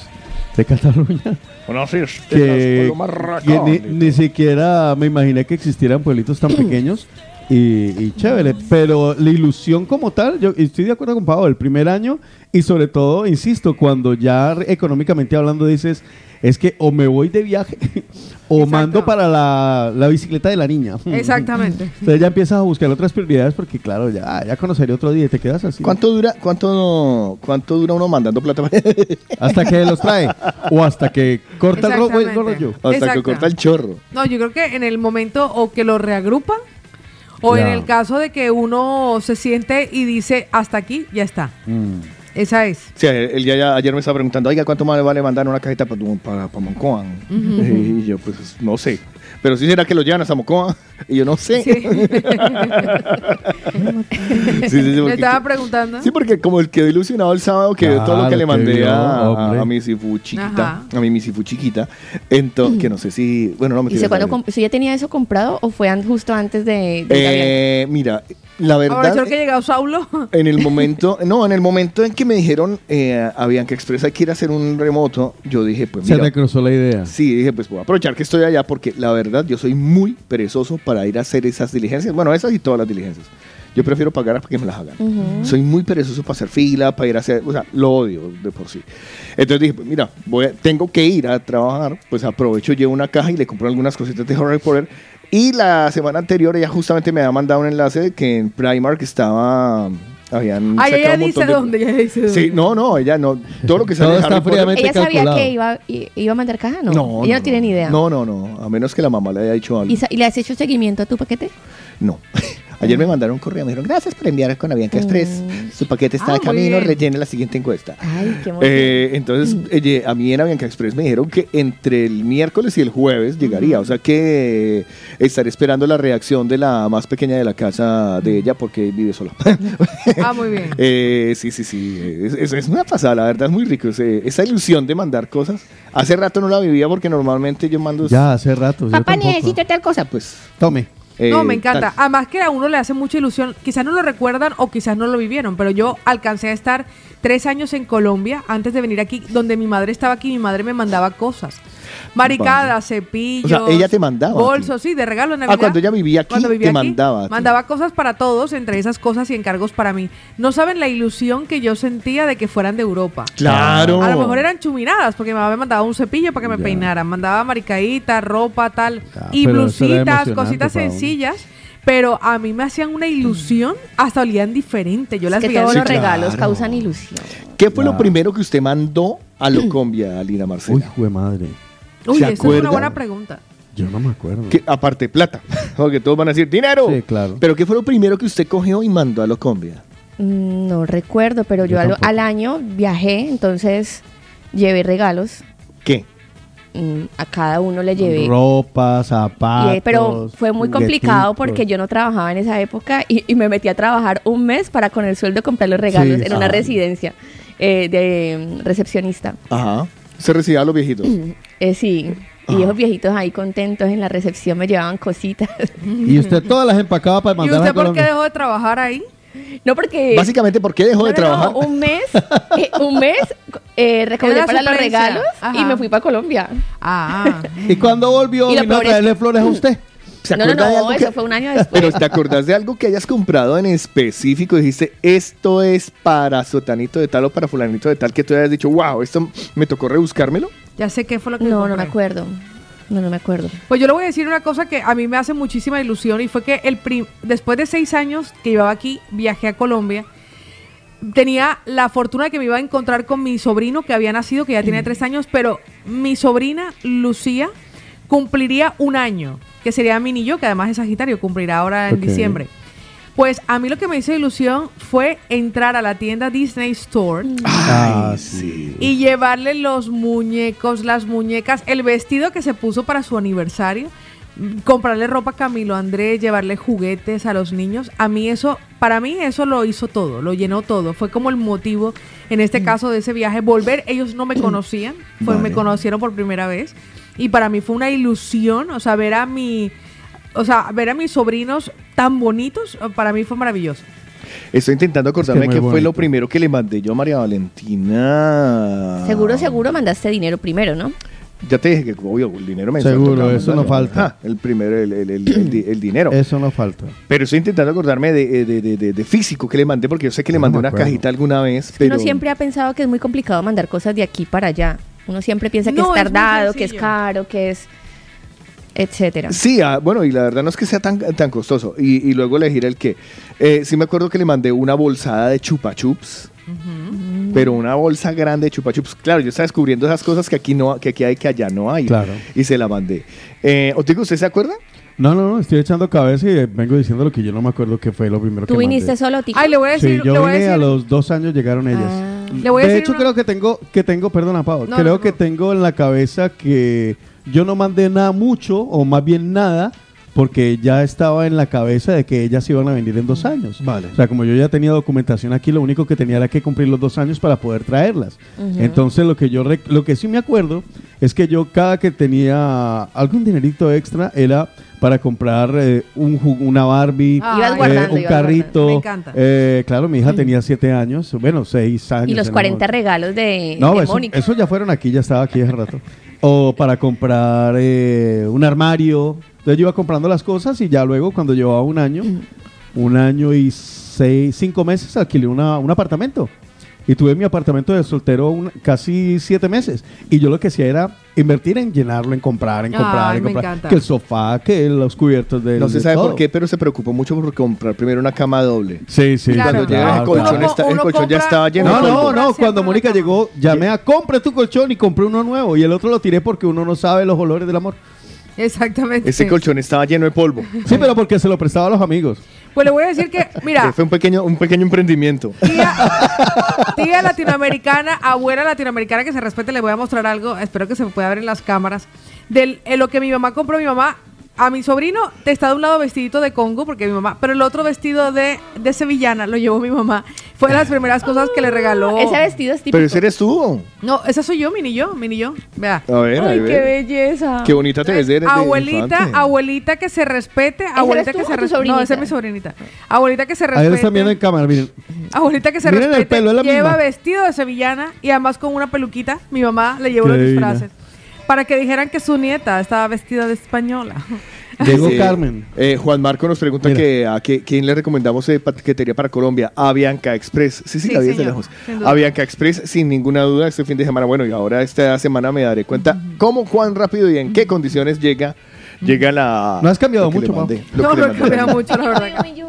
Speaker 6: de Cataluña
Speaker 4: Bueno, sí, es-
Speaker 6: que,
Speaker 4: es lo más
Speaker 6: que
Speaker 4: racón,
Speaker 6: ni,
Speaker 4: y
Speaker 6: ni siquiera me imaginé que existieran pueblitos tan pequeños y, y chévere. Pero la ilusión como tal, yo estoy de acuerdo con Pablo, el primer año y sobre todo, insisto, cuando ya re- económicamente hablando dices, es que o me voy de viaje o mando para la, la bicicleta de la niña.
Speaker 5: Exactamente.
Speaker 6: Entonces ya empiezas a buscar otras prioridades porque claro, ya, ya conoceré otro día y te quedas así.
Speaker 4: ¿Cuánto dura, cuánto, cuánto dura uno mandando plata? Hasta
Speaker 6: Hasta que los trae o hasta que corta el ro- el
Speaker 5: Exactamente.
Speaker 6: rollo.
Speaker 4: que
Speaker 5: Exacto.
Speaker 4: corta el chorro.
Speaker 5: No, yo creo que en el momento o que lo reagrupan, o
Speaker 6: Ya.
Speaker 5: en el caso de que uno se siente y dice, hasta aquí, ya está.
Speaker 6: Mm.
Speaker 5: Esa es.
Speaker 4: O sea, él ya, ya ayer me estaba preguntando, oiga, ¿cuánto más le vale mandar una cajeta para, para, para Moncoan? Y yo, pues, no sé. Pero sí será que lo llevan hasta Moncoan. Y yo, no sé.
Speaker 5: Sí.
Speaker 4: Sí, sí, sí,
Speaker 5: Me
Speaker 4: porque-
Speaker 5: estaba preguntando.
Speaker 4: Sí, porque como el quedó ilusionado el sábado que vio todo lo
Speaker 6: Claro,
Speaker 4: que le
Speaker 6: que
Speaker 4: mandé
Speaker 6: vio, oh,
Speaker 4: a,
Speaker 6: hombre.
Speaker 4: a mi sifu chiquita,
Speaker 5: Ajá.
Speaker 4: a mi misifu chiquita, entonces, que no sé si, bueno, no me
Speaker 10: ¿Y se cuando comp- si ya tenía eso comprado o fue an- justo antes de, de Gabriel?
Speaker 4: eh, mira, la
Speaker 5: Ahora
Speaker 4: verdad,
Speaker 5: creo Ah, que ha llegado Saulo.
Speaker 4: en el momento, no, en el momento en que me dijeron, eh, habían que expresar que ir a hacer un remoto, yo dije, pues
Speaker 6: Se
Speaker 4: mira,
Speaker 6: te cruzó la idea.
Speaker 4: Sí, dije, pues voy a aprovechar que estoy allá porque la verdad yo soy muy perezoso para ir a hacer esas diligencias. Bueno, esas y todas las diligencias. Yo prefiero pagar para que me las hagan. Soy muy perezoso para hacer fila, para ir a hacer, o sea, lo odio de por sí. Entonces dije, pues mira, voy a- tengo que ir a trabajar, pues aprovecho, llevo una caja y le compro algunas cositas de Harry Potter. Y la semana anterior ella justamente me había mandado un enlace de que en Primark estaba... Habían
Speaker 5: Ay,
Speaker 4: sacado
Speaker 5: ella
Speaker 4: un montón
Speaker 5: dice
Speaker 4: de-
Speaker 5: dónde, ella dice dónde.
Speaker 4: Sí, no, no, ella no. Todo lo que sale
Speaker 6: Todo
Speaker 4: de
Speaker 6: está
Speaker 4: Harry Potter-
Speaker 6: Ah, fríamente
Speaker 10: ¿Ella sabía
Speaker 6: calculado.
Speaker 10: que iba, i- iba a mandar caja? No. Ella no, tiene ni idea.
Speaker 4: No, no, no. A menos que la mamá le haya dicho algo.
Speaker 10: ¿Y, sa- y le has hecho seguimiento a tu paquete?
Speaker 4: No. Ayer me mandaron un correo, me dijeron, gracias por enviar con Avianca Express. Su paquete está
Speaker 5: Ah,
Speaker 4: de
Speaker 5: muy
Speaker 4: camino,
Speaker 5: bien.
Speaker 4: rellene la siguiente encuesta.
Speaker 10: Mm. Ay, qué emoción. Mm.
Speaker 4: Eh, entonces, eh, a mí en Avianca Express me dijeron que entre el miércoles y el jueves
Speaker 10: Mm.
Speaker 4: llegaría. O sea que eh, estaré esperando la reacción de la más pequeña de la casa
Speaker 10: Mm.
Speaker 4: de ella porque vive sola.
Speaker 5: Ah, muy bien.
Speaker 4: Eh, sí, sí, sí. Es, es- es una pasada, la verdad es muy rico. ese- esa ilusión de mandar cosas. Hace rato no la vivía porque normalmente yo mando.
Speaker 6: Ya hace rato. yo tampoco.
Speaker 4: tal cosa, pues.
Speaker 6: Tome.
Speaker 5: No,
Speaker 4: eh,
Speaker 5: me encanta.
Speaker 4: tal.
Speaker 5: Además que a uno le hace mucha ilusión. Quizás no lo recuerdan o quizás no lo vivieron, pero yo alcancé a estar tres años en Colombia antes de venir aquí, donde mi madre estaba aquí, mi madre me mandaba cosas. Maricadas, cepillos.
Speaker 4: O sea, ella te mandaba a ti. Ah,
Speaker 5: Bolsos, sí, de regalo en Navidad.
Speaker 4: cuando ella vivía aquí,
Speaker 5: Cuando
Speaker 4: te mandaba a ti.
Speaker 5: Mandaba cosas para todos, entre esas cosas y encargos para mí. No saben la ilusión que yo sentía de que fueran de Europa.
Speaker 4: Claro.
Speaker 5: A lo mejor eran chuminadas, porque mi mamá me mandaba un cepillo para que me
Speaker 6: Ya.
Speaker 5: peinara, mandaba maricaíta, ropa, tal,
Speaker 6: Ya,
Speaker 5: y
Speaker 6: pero eso era
Speaker 5: blusitas,
Speaker 6: emocionante
Speaker 5: cositas
Speaker 6: para uno.
Speaker 5: sencillas. Pero a mí me hacían una ilusión, hasta olían diferente. Yo
Speaker 10: Es
Speaker 5: las
Speaker 10: que
Speaker 5: veía
Speaker 10: todos
Speaker 5: en-
Speaker 10: los
Speaker 4: Sí,
Speaker 10: regalos
Speaker 4: claro.
Speaker 10: causan ilusión.
Speaker 4: ¿Qué fue lo
Speaker 6: Claro.
Speaker 4: primero que usted mandó a Locombia, Alina
Speaker 6: Uy,
Speaker 4: Marcela?
Speaker 6: jue madre.
Speaker 5: Uy,
Speaker 4: ¿se
Speaker 5: esa es una
Speaker 4: acuerdan?
Speaker 5: buena pregunta.
Speaker 6: Yo no me acuerdo.
Speaker 4: Que, aparte, plata. Porque todos van a decir, dinero.
Speaker 6: Sí, claro.
Speaker 4: Pero ¿qué fue lo primero que usted cogió y mandó a Locombia?
Speaker 10: Mm, No recuerdo, pero yo,
Speaker 6: Yo
Speaker 10: al,
Speaker 6: tampoco.
Speaker 10: al año viajé, entonces llevé regalos.
Speaker 4: ¿Qué?
Speaker 10: Mm, A cada uno le llevé.
Speaker 6: Ropa,
Speaker 10: Y,
Speaker 6: zapatos.
Speaker 10: eh, pero fue muy complicado porque yo no trabajaba en esa época y, y me metí a trabajar un mes para con el sueldo comprar los regalos
Speaker 6: Sí,
Speaker 10: en una
Speaker 6: ay.
Speaker 10: residencia eh, de mm, recepcionista.
Speaker 4: Ajá. Se recibía a los viejitos.
Speaker 10: Eh, sí, y
Speaker 6: Ah.
Speaker 10: esos viejitos ahí contentos en la recepción me llevaban cositas.
Speaker 6: Y usted todas las empacaba para
Speaker 5: ¿Y
Speaker 6: mandar
Speaker 5: usted
Speaker 6: a
Speaker 5: por qué
Speaker 6: Colombia.
Speaker 5: dejó de trabajar ahí?
Speaker 10: No porque...
Speaker 4: Básicamente, ¿por qué dejó de
Speaker 10: No, no, no,
Speaker 4: trabajar?
Speaker 10: un mes, eh, un mes eh, recaudé
Speaker 5: Era
Speaker 10: para los
Speaker 5: suplencia.
Speaker 10: regalos
Speaker 5: Ajá.
Speaker 10: y me fui para Colombia.
Speaker 5: Ah,
Speaker 6: Y cuando volvió,
Speaker 10: Y lo
Speaker 6: vino a
Speaker 10: peor es-
Speaker 6: traerle flores a usted.
Speaker 4: ¿Se
Speaker 10: No, no,
Speaker 4: acuerda de
Speaker 10: no,
Speaker 4: algo
Speaker 10: eso
Speaker 4: que-
Speaker 10: fue un año después.
Speaker 4: Pero ¿te acordás de algo que hayas comprado en específico? Dijiste, esto es para sotanito de tal o para fulanito de tal, que tú hayas dicho, wow, esto me tocó rebuscármelo.
Speaker 5: ya sé qué fue lo que
Speaker 10: No, no me
Speaker 5: compré.
Speaker 10: acuerdo. No, no me acuerdo.
Speaker 5: Pues yo le voy a decir una cosa que a mí me hace muchísima ilusión y fue que el prim- después de seis años que llevaba aquí, viajé a Colombia. Tenía la fortuna de que me iba a encontrar con mi sobrino que había nacido, que ya
Speaker 6: Mm.
Speaker 5: tenía tres años, pero mi sobrina Lucía cumpliría un año, que sería mi niño, que además es Sagitario, cumplirá ahora en
Speaker 6: Ok.
Speaker 5: diciembre. Pues a mí lo que me hizo ilusión fue entrar a la tienda Disney Store
Speaker 6: Ah, sí.
Speaker 5: y llevarle los muñecos, las muñecas, el vestido que se puso para su aniversario, mm, comprarle ropa a Camilo Andrés, llevarle juguetes a los niños. A mí eso, para mí eso lo hizo todo, lo llenó todo. Fue como el motivo, en este caso, de ese viaje. Volver, ellos no me conocían, fue, me
Speaker 4: Mm. Vale.
Speaker 5: conocieron por primera vez. Y para mí fue una ilusión, o sea, ver a mi... O sea, ver a mis sobrinos tan bonitos, para mí fue maravilloso.
Speaker 4: Estoy intentando acordarme
Speaker 6: muy
Speaker 4: que, fue lo
Speaker 6: bonito.
Speaker 4: primero que le mandé yo a María Valentina.
Speaker 10: Seguro, seguro mandaste dinero primero, ¿no?
Speaker 4: Ya te dije que, obvio, el dinero me Ah,
Speaker 6: Seguro, eso no falta.
Speaker 4: el primero, el, el- el- el di- el dinero.
Speaker 6: Eso no falta.
Speaker 4: Pero estoy intentando acordarme de, eh, de- de- de- de físico que le mandé, porque yo sé que le
Speaker 6: No
Speaker 4: mandé
Speaker 6: me
Speaker 4: una
Speaker 6: acuerdo.
Speaker 4: cajita alguna vez.
Speaker 10: Es que
Speaker 4: Pero
Speaker 10: Uno siempre ha pensado que es muy complicado mandar cosas de aquí para allá. Uno siempre piensa que
Speaker 5: No,
Speaker 10: es
Speaker 5: es muy
Speaker 10: tardado, que es
Speaker 5: sencillo.
Speaker 10: caro, que es... etcétera.
Speaker 4: Sí, ah, bueno, y la verdad no es que sea tan, tan costoso. Y, y luego elegir el qué. Eh, sí me acuerdo que le mandé una bolsada de chupa chups. Pero una bolsa grande de chupa chups. Claro, yo estaba descubriendo esas cosas que aquí no, que aquí hay, que allá no hay.
Speaker 6: Claro.
Speaker 4: Y se la mandé. Eh, Otico, ¿usted se acuerda?
Speaker 6: No, no, no, estoy echando cabeza y eh, vengo diciendo lo que yo no me acuerdo que fue lo primero
Speaker 10: Tú
Speaker 6: que
Speaker 10: viniste
Speaker 6: mandé.
Speaker 10: solo, Tico.
Speaker 5: Ay, le voy a decir,
Speaker 6: Sí, yo
Speaker 5: le voy a
Speaker 6: vine
Speaker 5: decir.
Speaker 6: a los dos años llegaron ellas.
Speaker 10: Ah.
Speaker 5: Le voy a
Speaker 6: de
Speaker 5: decir
Speaker 6: hecho,
Speaker 5: una-
Speaker 6: creo que tengo, que tengo, perdona, Pau,
Speaker 5: No,
Speaker 6: creo
Speaker 5: no,
Speaker 6: que
Speaker 5: no.
Speaker 6: tengo en la cabeza que yo no mandé nada mucho, o más bien nada, porque ya estaba en la cabeza de que ellas iban a venir en dos años.
Speaker 3: Vale.
Speaker 6: O sea, como yo ya tenía documentación aquí, lo único que tenía era que cumplir los dos años para poder traerlas. Entonces, lo que yo rec- lo que sí me acuerdo es que yo cada que tenía algún dinerito extra era para comprar eh, un ju- una Barbie,
Speaker 5: Ah,
Speaker 10: Ibas
Speaker 5: eh,
Speaker 10: guardando,
Speaker 6: un
Speaker 10: ibas guardando.
Speaker 6: carrito.
Speaker 5: Me encanta.
Speaker 6: eh, claro, mi hija tenía siete años, bueno, seis años.
Speaker 10: Y los
Speaker 6: en el
Speaker 10: 40
Speaker 6: momento.
Speaker 10: regalos de,
Speaker 6: No,
Speaker 10: de
Speaker 6: eso,
Speaker 10: Mónica.
Speaker 6: eso ya fueron aquí, ya estaba aquí hace rato. O para comprar eh, un armario. Entonces yo iba comprando las cosas y ya luego cuando llevaba un año, un año y seis, cinco meses alquilé una- un apartamento. Y tuve mi apartamento de soltero un- casi siete meses. Y yo lo que hacía era invertir en llenarlo, en comprar, en
Speaker 5: Ay,
Speaker 6: comprar, en
Speaker 5: me
Speaker 6: comprar.
Speaker 5: encanta.
Speaker 6: Que el sofá, que los cubiertos de
Speaker 4: No se
Speaker 6: de
Speaker 4: sabe por
Speaker 6: todo.
Speaker 4: qué, pero se preocupó mucho por comprar primero una cama doble.
Speaker 6: Sí, sí.
Speaker 5: Claro.
Speaker 4: Cuando llega el
Speaker 5: Uno
Speaker 4: colchón,
Speaker 5: co-
Speaker 4: está- el
Speaker 5: uno
Speaker 4: colchón ya
Speaker 5: compra-
Speaker 4: estaba lleno.
Speaker 6: No,
Speaker 4: de
Speaker 6: no,
Speaker 4: polvo.
Speaker 6: no.
Speaker 5: Siempre
Speaker 6: Cuando
Speaker 5: en la
Speaker 6: Mónica
Speaker 5: cama.
Speaker 6: llegó, llamé a compre tu colchón y compré uno nuevo. Y el otro lo tiré porque uno no sabe los olores del amor.
Speaker 5: Exactamente.
Speaker 4: Ese colchón estaba lleno de polvo.
Speaker 6: Sí, pero porque se lo prestaba a los amigos.
Speaker 5: Pues le voy a decir que, mira,
Speaker 4: Fue un pequeño, un pequeño emprendimiento.
Speaker 5: tía, tía latinoamericana, abuela latinoamericana que se respete, le voy a mostrar algo, espero que se pueda ver en las cámaras, de lo que mi mamá compró, mi mamá, a mi sobrino te está de un lado vestidito de Congo, porque mi mamá, pero el otro vestido de, de sevillana lo llevó mi mamá. Fue de las primeras cosas que le regaló.
Speaker 10: Ah, Ese vestido es típico.
Speaker 4: Pero ese eres tú.
Speaker 5: No, esa soy yo, mini yo, mini yo. Vea.
Speaker 4: A ver, a
Speaker 10: Ay,
Speaker 4: ver.
Speaker 10: qué belleza.
Speaker 4: Qué bonita te ves de, de
Speaker 5: abuelita,
Speaker 4: infante.
Speaker 5: abuelita que se respete, abuelita
Speaker 10: eres
Speaker 5: que
Speaker 10: tú
Speaker 5: se
Speaker 10: o tu
Speaker 5: respete. No,
Speaker 10: sobrinita?
Speaker 5: esa es mi sobrinita. Abuelita que se
Speaker 6: Ahí
Speaker 5: respete.
Speaker 6: lo están viendo en cámara, miren.
Speaker 5: Abuelita que se
Speaker 6: Miren el
Speaker 5: respete,
Speaker 6: pelo, es la
Speaker 5: lleva
Speaker 6: misma.
Speaker 5: vestido de sevillana y además con una peluquita. Mi mamá le llevó
Speaker 6: Qué
Speaker 5: los
Speaker 6: divina.
Speaker 5: disfraces para que dijeran que su nieta estaba vestida de española.
Speaker 6: Llegó
Speaker 4: Dice,
Speaker 6: Carmen.
Speaker 4: eh, Juan Marco nos pregunta
Speaker 6: Mira.
Speaker 4: que, a qué- quién le recomendamos eh, paquetería para Colombia. A Bianca Express. Sí, sí,
Speaker 5: Sí,
Speaker 4: la vi desde
Speaker 5: señor,
Speaker 4: lejos.
Speaker 5: sin duda.
Speaker 4: A Bianca Express, sin ninguna duda, este fin de semana. Bueno, y ahora esta semana me daré cuenta cómo, cuán rápido y en qué condiciones llega, llega la.
Speaker 6: No has cambiado
Speaker 4: lo que le
Speaker 6: mucho, Mau.
Speaker 4: mandé, lo
Speaker 5: No,
Speaker 4: que le
Speaker 5: no
Speaker 4: mandé.
Speaker 5: cambia mucho, la verdad. que-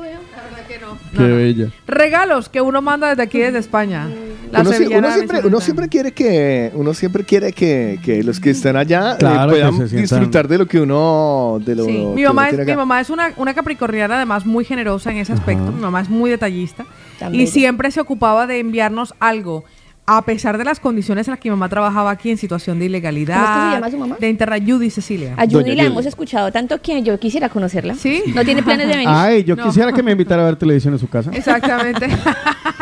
Speaker 6: Qué bella.
Speaker 5: Regalos que uno manda desde aquí, desde España. La
Speaker 4: Uno, si- uno
Speaker 5: sevillana de mi
Speaker 4: siempre, uno
Speaker 5: sobrina.
Speaker 4: siempre quiere que uno siempre quiere que, que los que están allá eh,
Speaker 6: Claro, que
Speaker 4: puedan
Speaker 6: se sientan-
Speaker 4: disfrutar de lo que uno de lo
Speaker 5: Sí,
Speaker 4: que
Speaker 5: Mi
Speaker 4: uno
Speaker 5: mamá, es,
Speaker 4: tiene acá.
Speaker 5: mi mamá es una, una capricorniana, además muy generosa en ese aspecto. Mi mamá es muy detallista.
Speaker 10: Tan
Speaker 5: y
Speaker 10: bella.
Speaker 5: siempre se ocupaba de enviarnos algo. A pesar de las condiciones en las que mi mamá trabajaba aquí en situación de ilegalidad.
Speaker 10: ¿Cómo es que se llama su mamá? Ah,
Speaker 5: De interra Judy Cecilia.
Speaker 10: A Judy
Speaker 4: Doña
Speaker 10: la
Speaker 4: Judy.
Speaker 10: hemos escuchado tanto que yo quisiera conocerla.
Speaker 5: Sí.
Speaker 10: No tiene planes de venir.
Speaker 6: Ay, yo
Speaker 5: No.
Speaker 6: quisiera que me invitara a ver televisión en su casa.
Speaker 5: Exactamente.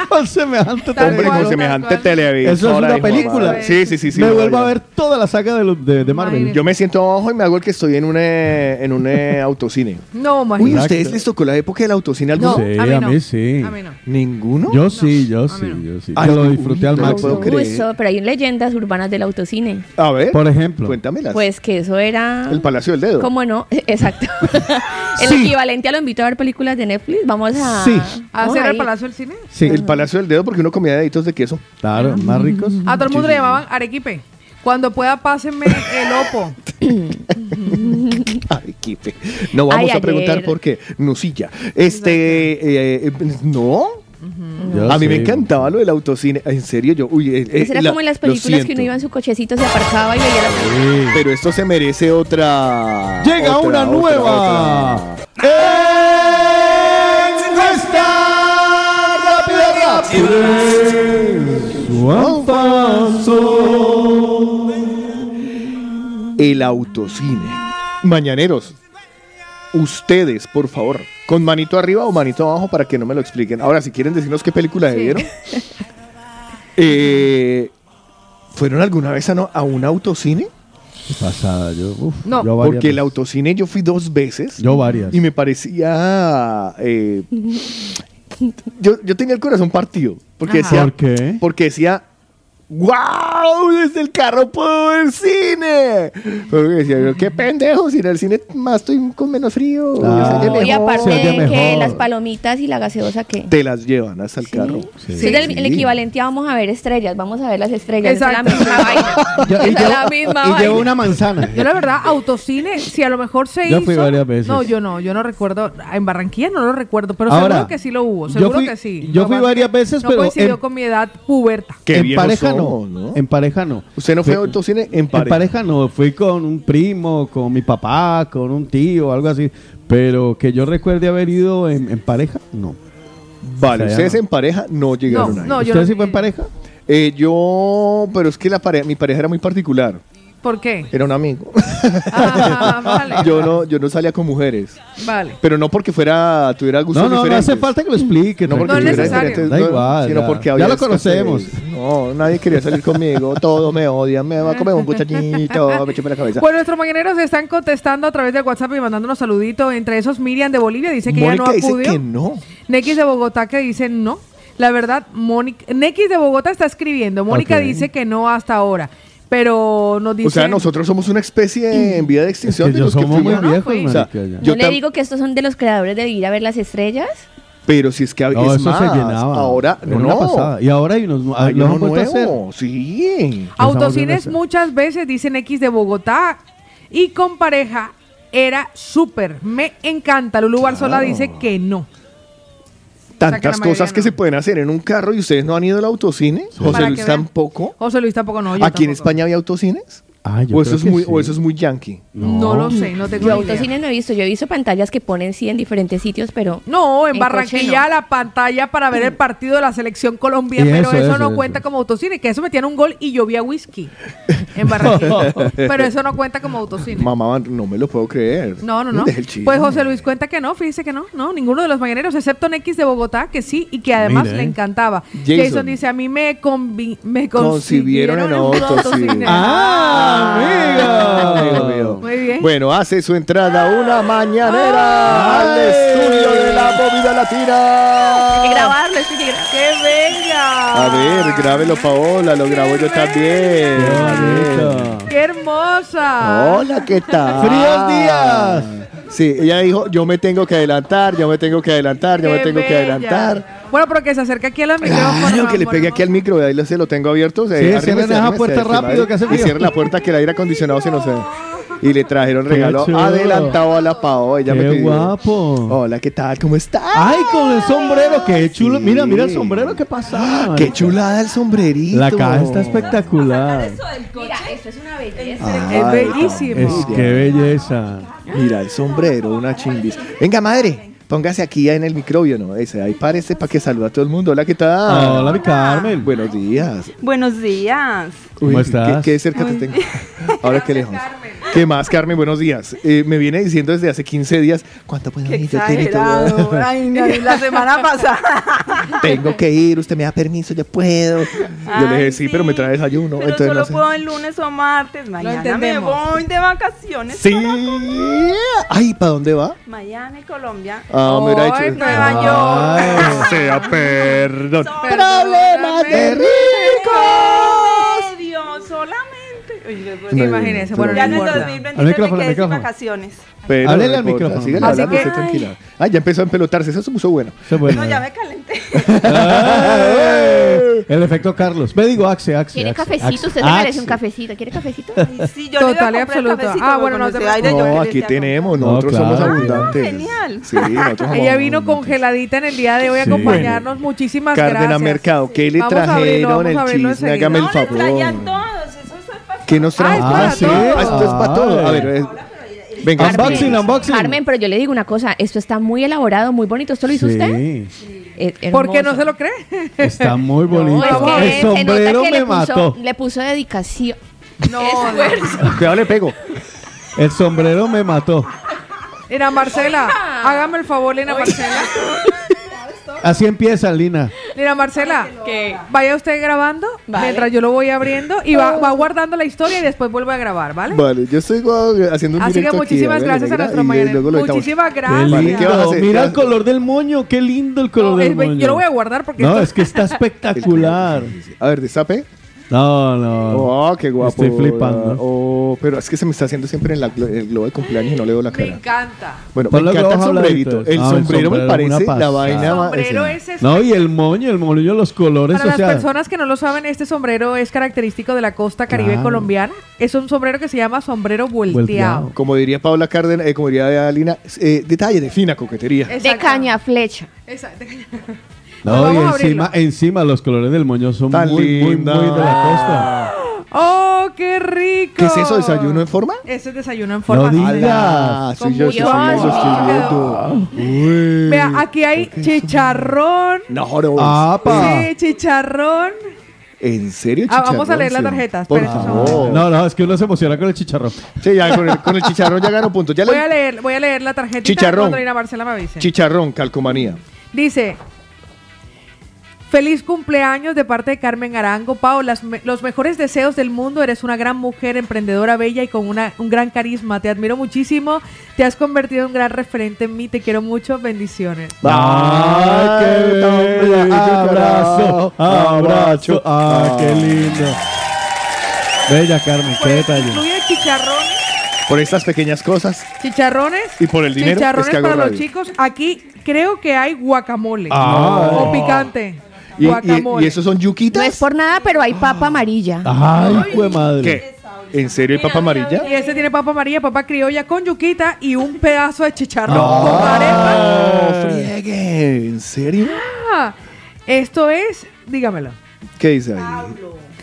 Speaker 6: Con semejante
Speaker 5: Tal
Speaker 4: Hombre,
Speaker 5: cual,
Speaker 6: televisión.
Speaker 4: con
Speaker 5: tal
Speaker 4: semejante
Speaker 5: cual.
Speaker 4: televisor.
Speaker 6: Eso es una
Speaker 4: hijo de
Speaker 6: película.
Speaker 4: madre. Sí, sí, sí. sí
Speaker 6: me
Speaker 4: no,
Speaker 6: vuelvo
Speaker 4: ya.
Speaker 6: a ver toda la saga de, los- de, de Marvel.
Speaker 5: Imagínate.
Speaker 4: Yo me siento ojo y me hago el que estoy en un, eh, en un eh, autocine.
Speaker 5: no,
Speaker 4: Uy,
Speaker 5: imagínate.
Speaker 4: ¿a ustedes les tocó la época del autocine algo?
Speaker 5: No,
Speaker 6: Sí,
Speaker 5: a mí
Speaker 6: a
Speaker 5: no.
Speaker 6: mí sí.
Speaker 5: A mí no.
Speaker 4: ¿Ninguno?
Speaker 6: Yo sí,
Speaker 5: a
Speaker 6: yo
Speaker 5: mí
Speaker 6: sí,
Speaker 5: no.
Speaker 6: yo sí.
Speaker 4: Ay,
Speaker 6: Yo lo
Speaker 4: no,
Speaker 6: disfruté al
Speaker 4: no lo
Speaker 6: máximo.
Speaker 4: puedo creer.
Speaker 10: Uy, eso, pero hay leyendas urbanas del autocine.
Speaker 4: A ver,
Speaker 6: Por ejemplo,
Speaker 4: cuéntamelas.
Speaker 10: Pues que eso era.
Speaker 4: el Palacio del Dedo.
Speaker 10: ¿Cómo no? Exacto. el
Speaker 6: Sí.
Speaker 10: equivalente a lo invito a ver películas de Netflix. Vamos a.
Speaker 6: Sí.
Speaker 5: ¿A
Speaker 10: vamos
Speaker 5: hacer
Speaker 10: ahí.
Speaker 5: el Palacio del Cine?
Speaker 6: sí,
Speaker 4: El Palacio del Dedo porque uno comía deditos de queso.
Speaker 6: claro, más ricos.
Speaker 5: A todo el mundo le llamaban Arequipe. Cuando pueda, pásenme el opo.
Speaker 4: Arequipe. No vamos
Speaker 10: Ay,
Speaker 4: a preguntar
Speaker 10: ayer.
Speaker 4: por qué. Nusilla. Este, eh, eh, no.
Speaker 6: Yo
Speaker 4: a mí me
Speaker 6: sí.
Speaker 4: encantaba lo del autocine. En serio, yo. Uy, eh, eh,
Speaker 10: Eso Pues era
Speaker 4: la-
Speaker 10: como en las
Speaker 4: lo
Speaker 10: películas que
Speaker 4: siento. Ah,
Speaker 10: uno iba en su cochecito, se aparcaba y veía la película.
Speaker 6: Sí.
Speaker 4: Pero esto se merece otra.
Speaker 6: Llega
Speaker 4: otra,
Speaker 6: una
Speaker 4: otra,
Speaker 6: nueva.
Speaker 4: otra.
Speaker 6: En
Speaker 3: Juan Paso.
Speaker 4: El autocine. Mañaneros, ustedes, por favor, con manito arriba o manito abajo para que no me lo expliquen. Ahora, si quieren decirnos qué película se vieron. Eh, ¿Fueron alguna vez a, no- a un autocine?
Speaker 6: Qué pasada, yo. uf,
Speaker 5: No.
Speaker 6: yo varias
Speaker 4: Porque el
Speaker 6: veces.
Speaker 4: autocine yo fui dos veces.
Speaker 6: Yo varias.
Speaker 4: Y me parecía. eh, yo, yo tenía el corazón partido. Porque
Speaker 5: Ajá.
Speaker 4: decía.
Speaker 6: ¿Por qué?
Speaker 4: Porque decía. ¡Wow! Desde el carro puedo ver cine. Pero decía, yo, qué pendejo, si en el cine más estoy con menos frío.
Speaker 6: Ah.
Speaker 4: se oye
Speaker 10: y
Speaker 4: mejor".
Speaker 10: aparte
Speaker 6: se oye
Speaker 10: de que
Speaker 6: mejor.
Speaker 10: las palomitas y la gaseosa que...
Speaker 4: Te las llevan hasta el carro.
Speaker 10: es el, el equivalente a vamos a ver estrellas, vamos a ver las estrellas. esa
Speaker 5: Exacto.
Speaker 10: Es la misma vaina.
Speaker 11: Yo-
Speaker 10: Esa
Speaker 11: y
Speaker 10: es
Speaker 11: llevo-
Speaker 10: la misma
Speaker 11: y
Speaker 10: vaina.
Speaker 11: llevo una manzana.
Speaker 5: Yo la verdad, autocine, si a lo mejor se
Speaker 6: Yo
Speaker 5: hizo...
Speaker 6: fui varias veces.
Speaker 5: No, yo no, yo no recuerdo. En Barranquilla no lo recuerdo, pero seguro que sí lo hubo,
Speaker 6: yo
Speaker 5: seguro
Speaker 6: fui-
Speaker 5: que sí.
Speaker 6: Yo
Speaker 5: Lo
Speaker 6: fui
Speaker 5: más
Speaker 6: varias
Speaker 5: que
Speaker 6: veces,
Speaker 5: no
Speaker 6: pero
Speaker 5: coincidió
Speaker 6: en,
Speaker 5: con mi edad puberta.
Speaker 4: Qué
Speaker 6: en
Speaker 4: viejos
Speaker 6: pareja no,
Speaker 4: somos, ¿no?
Speaker 6: En pareja no.
Speaker 4: Usted no fue a
Speaker 6: Fui-
Speaker 4: autocine en
Speaker 6: En pareja.
Speaker 4: pareja.
Speaker 6: no, fui con un primo, con mi papá, con un tío, algo así. Pero que yo recuerde haber ido en, en pareja, no.
Speaker 4: Vale,
Speaker 6: O sea, ya
Speaker 4: ustedes
Speaker 6: no.
Speaker 4: en pareja no
Speaker 5: No,
Speaker 4: llegaron ahí.
Speaker 5: no, yo
Speaker 6: ¿Usted
Speaker 5: no-
Speaker 6: sí fue en pareja?
Speaker 4: Eh, yo, pero es que la pareja, mi pareja era muy particular.
Speaker 5: ¿Por qué?
Speaker 4: Era un amigo.
Speaker 5: Ah, vale.
Speaker 4: Yo no, yo no salía con mujeres.
Speaker 5: Vale.
Speaker 4: Pero no porque fuera, tuviera gustos
Speaker 6: No, no,
Speaker 4: diferentes.
Speaker 6: no hace falta que lo explique.
Speaker 4: No, porque
Speaker 5: No es
Speaker 6: tranquilo.
Speaker 4: tuviera
Speaker 5: necesario.
Speaker 4: diferentes-
Speaker 6: Da
Speaker 4: no,
Speaker 6: igual.
Speaker 4: Sino
Speaker 6: ya.
Speaker 4: porque
Speaker 6: ya,
Speaker 4: había
Speaker 6: lo conocemos.
Speaker 4: escasez. No, nadie quería salir conmigo. Todos me odian. Me va a comer un cuchachito. Me chupa la cabeza.
Speaker 5: Pues nuestros mañaneros están contestando a través de WhatsApp y mandándonos saluditos. Entre esos, Miriam de Bolivia dice que
Speaker 4: Mónica
Speaker 5: ya no
Speaker 4: dice
Speaker 5: acudió.
Speaker 4: que no.
Speaker 5: Nex de Bogotá que dice no. La verdad, Mónica, Nex de Bogotá está escribiendo. Mónica
Speaker 6: Ok.
Speaker 5: dice que no hasta ahora. Pero nos dice. Mm.
Speaker 4: O sea, nosotros somos una especie en vía de
Speaker 6: Es
Speaker 4: extinción
Speaker 6: que
Speaker 4: de
Speaker 6: yo
Speaker 4: los que
Speaker 6: somos muy
Speaker 4: fuimos.
Speaker 5: Ah, pues. no
Speaker 6: viejos,
Speaker 5: fui.
Speaker 6: marica,
Speaker 4: O sea,
Speaker 6: ya.
Speaker 4: Yo
Speaker 10: ¿No le
Speaker 4: tam-
Speaker 10: digo que estos son de los creadores de ir a ver las estrellas?
Speaker 4: Pero si es que había
Speaker 6: No,
Speaker 4: Pues, es
Speaker 6: eso
Speaker 4: más,
Speaker 6: se llenaba.
Speaker 4: Ahora,
Speaker 6: Era
Speaker 4: no,
Speaker 6: una
Speaker 4: no.
Speaker 6: pasada. Y ahora hay unos nu-
Speaker 4: Hay
Speaker 6: los
Speaker 4: uno
Speaker 6: han vuelto a hacer.
Speaker 4: nuevo. Sí.
Speaker 5: Autocines
Speaker 6: Estamos viendo
Speaker 5: muchas veces dicen X de Bogotá y con pareja era súper. Me encanta. Lulu Barzola dice que no. sea, que la
Speaker 4: Tantas
Speaker 5: mayoría
Speaker 4: cosas que
Speaker 5: no.
Speaker 4: se pueden hacer en un carro y ustedes no han ido al autocine.
Speaker 5: Para
Speaker 4: José
Speaker 5: que
Speaker 4: Luis
Speaker 5: vean.
Speaker 4: tampoco.
Speaker 5: José Luis tampoco no. yo
Speaker 4: ¿Aquí en
Speaker 5: tampoco.
Speaker 4: España había autocines?
Speaker 6: Ah, yo
Speaker 4: o, eso
Speaker 6: creo
Speaker 4: es
Speaker 6: que
Speaker 4: muy,
Speaker 6: sí.
Speaker 4: o eso es muy yankee.
Speaker 5: No. lo sé, no tengo
Speaker 10: Yo
Speaker 5: ni idea.
Speaker 10: autocines no he visto, yo he visto pantallas que ponen sí en diferentes sitios, pero...
Speaker 5: No, en,
Speaker 10: En
Speaker 5: Barranquilla
Speaker 10: coche no.
Speaker 5: la pantalla para ver el partido de la selección Colombia,
Speaker 6: Y
Speaker 5: pero eso,
Speaker 6: eso, eso,
Speaker 5: no
Speaker 6: eso.
Speaker 5: cuenta como autocine, que eso metían un gol y llovía whisky en Barranquilla. pero eso no cuenta como autocine.
Speaker 4: Mamá, no me lo puedo creer.
Speaker 5: No, no, no.
Speaker 4: Deja el chisme.
Speaker 5: Pues José Luis cuenta que no, fíjese que no, no, ninguno de los mañaneros, excepto Nex de Bogotá, que sí, y que además
Speaker 6: Mire.
Speaker 5: le encantaba. Jason.
Speaker 4: ¿eh? Jason.
Speaker 5: dice, a mí me, convi- me
Speaker 4: Concibieron
Speaker 5: concibieron en
Speaker 4: en
Speaker 5: un
Speaker 4: autocine.
Speaker 5: autocine.
Speaker 6: ¡Ah, amigo!
Speaker 4: Amigo mío.
Speaker 5: Muy bien. Ah.
Speaker 4: Bueno, hace su entrada una mañanera al estudio de
Speaker 3: Ah,
Speaker 4: la movida latina.
Speaker 10: Hay que grabarlo, esto hay que grabarlo.
Speaker 5: ¡Qué bella!
Speaker 4: A ver, grábelo, Paola. Lo grabo yo también.
Speaker 6: Qué Ah,
Speaker 4: A ver.
Speaker 6: bonito.
Speaker 5: ¡Qué hermosa!
Speaker 4: Hola, ¿qué tal?
Speaker 6: ¡Fríos días!
Speaker 4: Sí, ella dijo, yo me tengo que adelantar, yo me tengo que adelantar, yo
Speaker 5: Qué
Speaker 4: me tengo que
Speaker 5: bella.
Speaker 4: adelantar.
Speaker 5: Bueno, pero que se acerque aquí a los micrófonos.
Speaker 4: Claro, que le
Speaker 5: vamos,
Speaker 4: pegue
Speaker 5: vamos.
Speaker 4: aquí al micro, ahí lo- se lo tengo abierto. se-
Speaker 6: Sí,
Speaker 4: arrímese,
Speaker 6: cierren esa
Speaker 4: arrímese,
Speaker 6: puerta
Speaker 4: se va
Speaker 6: rápido,
Speaker 4: a-
Speaker 6: que hace
Speaker 4: Y
Speaker 6: frío.
Speaker 4: cierren la puerta que el aire acondicionado se nos... Y le trajeron regalo
Speaker 6: chulo.
Speaker 4: adelantado a la Pao. Ella me
Speaker 6: ¡Qué
Speaker 4: pidió.
Speaker 6: guapo!
Speaker 4: Hola, ¿qué tal? ¿Cómo estás?
Speaker 6: ¡Ay, con el sombrero! ¡Qué chulo!
Speaker 4: Sí. Ah,
Speaker 6: Mira, mira el sombrero, ¿qué pasa?
Speaker 4: ¡Qué chulada el sombrerito!
Speaker 6: La caja está espectacular.
Speaker 10: Mira, esto es una belleza.
Speaker 5: Es
Speaker 4: Ay,
Speaker 5: bellísimo.
Speaker 6: Es, ¡Qué belleza!
Speaker 4: Mira, el sombrero, una chimbis. Venga, madre, póngase aquí en el microbio, ¿no? Ese, ahí parece para que saluda a todo el mundo. Hola, ¿qué tal?
Speaker 6: Hola, mi Carmen.
Speaker 4: Buenos días.
Speaker 12: Buenos días.
Speaker 6: ¿Cómo
Speaker 4: Uy,
Speaker 6: estás?
Speaker 4: Qué, qué cerca te tengo. Ahora qué lejos. ¿Qué más, Carmen? Buenos días. Eh, me viene diciendo desde hace 15 días, ¿cuánto puedo
Speaker 12: Qué
Speaker 4: ir? Yo quiero ir, todo.
Speaker 12: exagerado. Ay, no, la semana pasada.
Speaker 4: Tengo que ir, usted me da permiso, yo puedo. yo le dije,
Speaker 12: Ay,
Speaker 4: sí, pero me trae desayuno.
Speaker 12: Pero
Speaker 4: entonces
Speaker 12: solo
Speaker 4: no sé.
Speaker 12: puedo el lunes o martes. Mañana me
Speaker 5: entendemos.
Speaker 12: voy de vacaciones.
Speaker 4: Sí.
Speaker 12: para
Speaker 4: Ay, ¿para dónde va?
Speaker 12: Miami, Colombia.
Speaker 4: Ah, me hubiera
Speaker 5: Ay,
Speaker 4: dicho-
Speaker 5: Nueva
Speaker 6: Ay.
Speaker 5: York.
Speaker 4: Sea perdón.
Speaker 5: Problemas de
Speaker 4: ricos.
Speaker 12: Medio, solamente. Oye, yo-
Speaker 4: No,
Speaker 5: Imagínense,
Speaker 4: pero-
Speaker 5: bueno,
Speaker 12: Ya en el
Speaker 5: no importa.
Speaker 12: 2023
Speaker 6: Al micrófono,
Speaker 12: me
Speaker 6: al
Speaker 12: quedé sin
Speaker 6: micrófono.
Speaker 12: vacaciones.
Speaker 4: Pero
Speaker 6: Háblele
Speaker 4: no
Speaker 6: al
Speaker 4: importa,
Speaker 6: micrófono.
Speaker 4: síguele
Speaker 5: Así
Speaker 4: hablando,
Speaker 5: que-
Speaker 4: esté tranquila. Ah, ya empezó a empelotarse, eso se puso bueno.
Speaker 6: Eso es bueno.
Speaker 12: No, ya me calenté.
Speaker 6: ¡Ay! El efecto Carlos. Me digo Axe, Axe.
Speaker 10: ¿Quiere
Speaker 6: Axe,
Speaker 10: cafecito?
Speaker 6: Axe,
Speaker 10: ¿Usted se merece
Speaker 6: Axe.
Speaker 10: un cafecito? ¿Quiere cafecito?
Speaker 12: Sí, yo le iba a
Speaker 5: Total y
Speaker 12: comprar
Speaker 5: absoluto.
Speaker 12: cafecito,
Speaker 5: Ah,
Speaker 12: pero
Speaker 5: bueno,
Speaker 12: con
Speaker 5: no te
Speaker 12: ese aire yo
Speaker 4: No, aquí
Speaker 12: quería ir a comprar.
Speaker 4: tenemos,
Speaker 6: No,
Speaker 4: nosotros somos
Speaker 6: claro.
Speaker 4: abundantes.
Speaker 12: Ah, genial.
Speaker 4: Sí, nosotros somos
Speaker 5: Ella vino
Speaker 4: abundantes.
Speaker 5: congeladita en el día de hoy a
Speaker 6: Sí.
Speaker 5: acompañarnos. Muchísimas
Speaker 4: Cárdenas
Speaker 5: gracias.
Speaker 4: Mercado, ¿qué le
Speaker 5: Vamos a abrirlo,
Speaker 4: trajeron
Speaker 5: vamos a
Speaker 4: el
Speaker 5: abrirlo
Speaker 4: chisme?
Speaker 5: enseguida.
Speaker 4: Hágame el
Speaker 12: No, les
Speaker 4: favor.
Speaker 12: traía a todos. Eso es para
Speaker 4: ¿Qué nos
Speaker 5: Ah, es
Speaker 4: trajo?
Speaker 5: para
Speaker 4: sí.
Speaker 5: todos.
Speaker 4: Ah, esto es para todo. A
Speaker 6: Ay.
Speaker 4: ver, eh, Venga,
Speaker 10: Carmen,
Speaker 4: unboxing, unboxing.
Speaker 10: Carmen, pero yo le digo una cosa, esto está muy elaborado, muy bonito. ¿Esto lo hizo usted? Eh,
Speaker 5: ¿Por qué no
Speaker 10: hermoso.
Speaker 5: se lo cree?
Speaker 6: Está muy
Speaker 10: No,
Speaker 6: bonito.
Speaker 10: es que
Speaker 6: el
Speaker 10: se nota
Speaker 6: sombrero
Speaker 10: que
Speaker 6: me
Speaker 10: le puso,
Speaker 6: mató.
Speaker 10: Le puso dedicación.
Speaker 5: No,
Speaker 10: Esfuerzo.
Speaker 4: Cuidado, le pego.
Speaker 6: El sombrero me mató.
Speaker 5: Era Marcela, hágame el favor, Lina Marcela.
Speaker 6: Así empieza, Lina.
Speaker 5: Lina Marcela,
Speaker 10: ¿Qué?
Speaker 5: vaya usted grabando
Speaker 10: Vale.
Speaker 5: mientras yo lo voy abriendo y va, va guardando la historia y después vuelve a grabar, ¿vale?
Speaker 4: Vale, yo estoy guau, haciendo un
Speaker 5: Así que
Speaker 4: directo aquí,
Speaker 5: muchísimas
Speaker 4: hágale,
Speaker 5: gracias a
Speaker 4: negra,
Speaker 5: nuestro
Speaker 4: y
Speaker 5: mañanero.
Speaker 4: luego lo editamos.
Speaker 5: Muchísimas
Speaker 6: Qué
Speaker 5: gracias.
Speaker 4: Vale, ¿qué vas a
Speaker 6: lindo.
Speaker 4: hacer?
Speaker 6: Mira
Speaker 4: ¿Qué
Speaker 6: el
Speaker 4: vas a-
Speaker 6: color del moño. Qué lindo el
Speaker 5: No,
Speaker 6: color
Speaker 5: es-
Speaker 6: del moño.
Speaker 5: Eh, yo lo voy a guardar porque
Speaker 6: No,
Speaker 5: esto-
Speaker 6: es que está espectacular.
Speaker 4: A ver, destape.
Speaker 6: No, no.
Speaker 4: Oh, qué guapo.
Speaker 6: Estoy flipando.
Speaker 4: Oh, pero es que se me está haciendo siempre en la glo- el globo de cumpleaños y no le veo la
Speaker 5: me
Speaker 4: cara.
Speaker 5: encanta.
Speaker 4: Bueno, me
Speaker 6: Ponlo
Speaker 4: encanta el
Speaker 6: abajo,
Speaker 4: sombrerito.
Speaker 6: Laurita.
Speaker 4: El
Speaker 6: Ah, el
Speaker 4: sombrero me
Speaker 6: sombrero,
Speaker 4: parece
Speaker 6: una
Speaker 4: la
Speaker 6: pasada.
Speaker 4: vaina más.
Speaker 5: Sombrero
Speaker 4: ese.
Speaker 5: es espectacular.
Speaker 6: No, y el moño, el moño, los colores.
Speaker 5: Para
Speaker 6: pues, o
Speaker 5: las
Speaker 6: sea,
Speaker 5: personas que no lo saben, este sombrero es característico de la costa caribe
Speaker 6: Claro.
Speaker 5: colombiana. Es un sombrero que se llama sombrero volteado.
Speaker 6: Volteado.
Speaker 4: Como diría Paula Cárdenas, eh, como diría Alina, eh, detalle de fina coquetería.
Speaker 10: De
Speaker 5: Exacto.
Speaker 10: caña a flecha.
Speaker 5: Exacto.
Speaker 6: No, y
Speaker 5: Vamos a
Speaker 6: encima,
Speaker 5: abrirlo.
Speaker 6: encima los colores del moño son
Speaker 4: Tan
Speaker 6: muy, muy, muy de
Speaker 4: linda.
Speaker 6: la costa.
Speaker 5: ¡Oh, qué rico!
Speaker 4: ¿Qué es eso? ¿Desayuno en forma?
Speaker 5: Ese es desayuno en forma. sí,
Speaker 6: digas.
Speaker 5: señor.
Speaker 4: Ah,
Speaker 10: Con
Speaker 4: soy yo, soy
Speaker 10: bullón.
Speaker 4: yo, soy yo. Uy.
Speaker 5: Vea, aquí hay chicharrón.
Speaker 4: No, jodas.
Speaker 6: ¡Apa!
Speaker 5: Sí, chicharrón.
Speaker 4: ¿En serio,
Speaker 5: Ah, vamos a
Speaker 4: chicharrón,
Speaker 5: leer las
Speaker 4: sí?
Speaker 5: tarjetas,
Speaker 4: Por
Speaker 5: pero eso
Speaker 4: favor.
Speaker 6: No, no, es que uno se emociona con el chicharrón.
Speaker 4: Sí, ya con el, con el chicharrón ya gano puntos. Pues Ya
Speaker 5: Voy a
Speaker 4: le...
Speaker 5: leer, voy a leer la tarjetita
Speaker 4: Chicharrón.
Speaker 5: cuando Lina Marcela me avise.
Speaker 4: Chicharrón, calcomanía.
Speaker 5: Dice, feliz cumpleaños de parte de Carmen Arango. Pau, las me- los mejores deseos del mundo. Eres una gran mujer, emprendedora, bella y con una, un gran carisma. Te admiro muchísimo. Te has convertido en un gran referente en mí. Te quiero mucho. Bendiciones.
Speaker 6: ¡Ay, qué
Speaker 4: Ay,
Speaker 6: bello!
Speaker 4: qué
Speaker 6: ¡Abrazo!
Speaker 4: carajo.
Speaker 6: ¡Abrazo! ¡Ah, qué lindo! Bella Carmen, qué
Speaker 5: Pues,
Speaker 6: detalle.
Speaker 5: incluye chicharrones,
Speaker 4: Por estas pequeñas cosas.
Speaker 5: chicharrones
Speaker 4: Y por el dinero es que
Speaker 5: chicharrones
Speaker 4: hago
Speaker 5: para los
Speaker 4: radio.
Speaker 5: chicos. Aquí creo que hay guacamole
Speaker 6: Ah.
Speaker 5: o picante.
Speaker 4: Y, y-
Speaker 5: guacamole.
Speaker 4: y esos son yuquitas. Ah.
Speaker 10: No es por nada, pero hay papa amarilla.
Speaker 6: ¡Ay, fue madre!
Speaker 4: ¿Qué? ¿En serio hay papa amarilla?
Speaker 5: Y ese tiene papa amarilla, papa criolla con yuquita y un pedazo de chicharrón con arepa.
Speaker 4: No, friegue. ¿En serio?
Speaker 5: Ah, Esto es, dígamelo.
Speaker 4: ¿Qué dice ahí?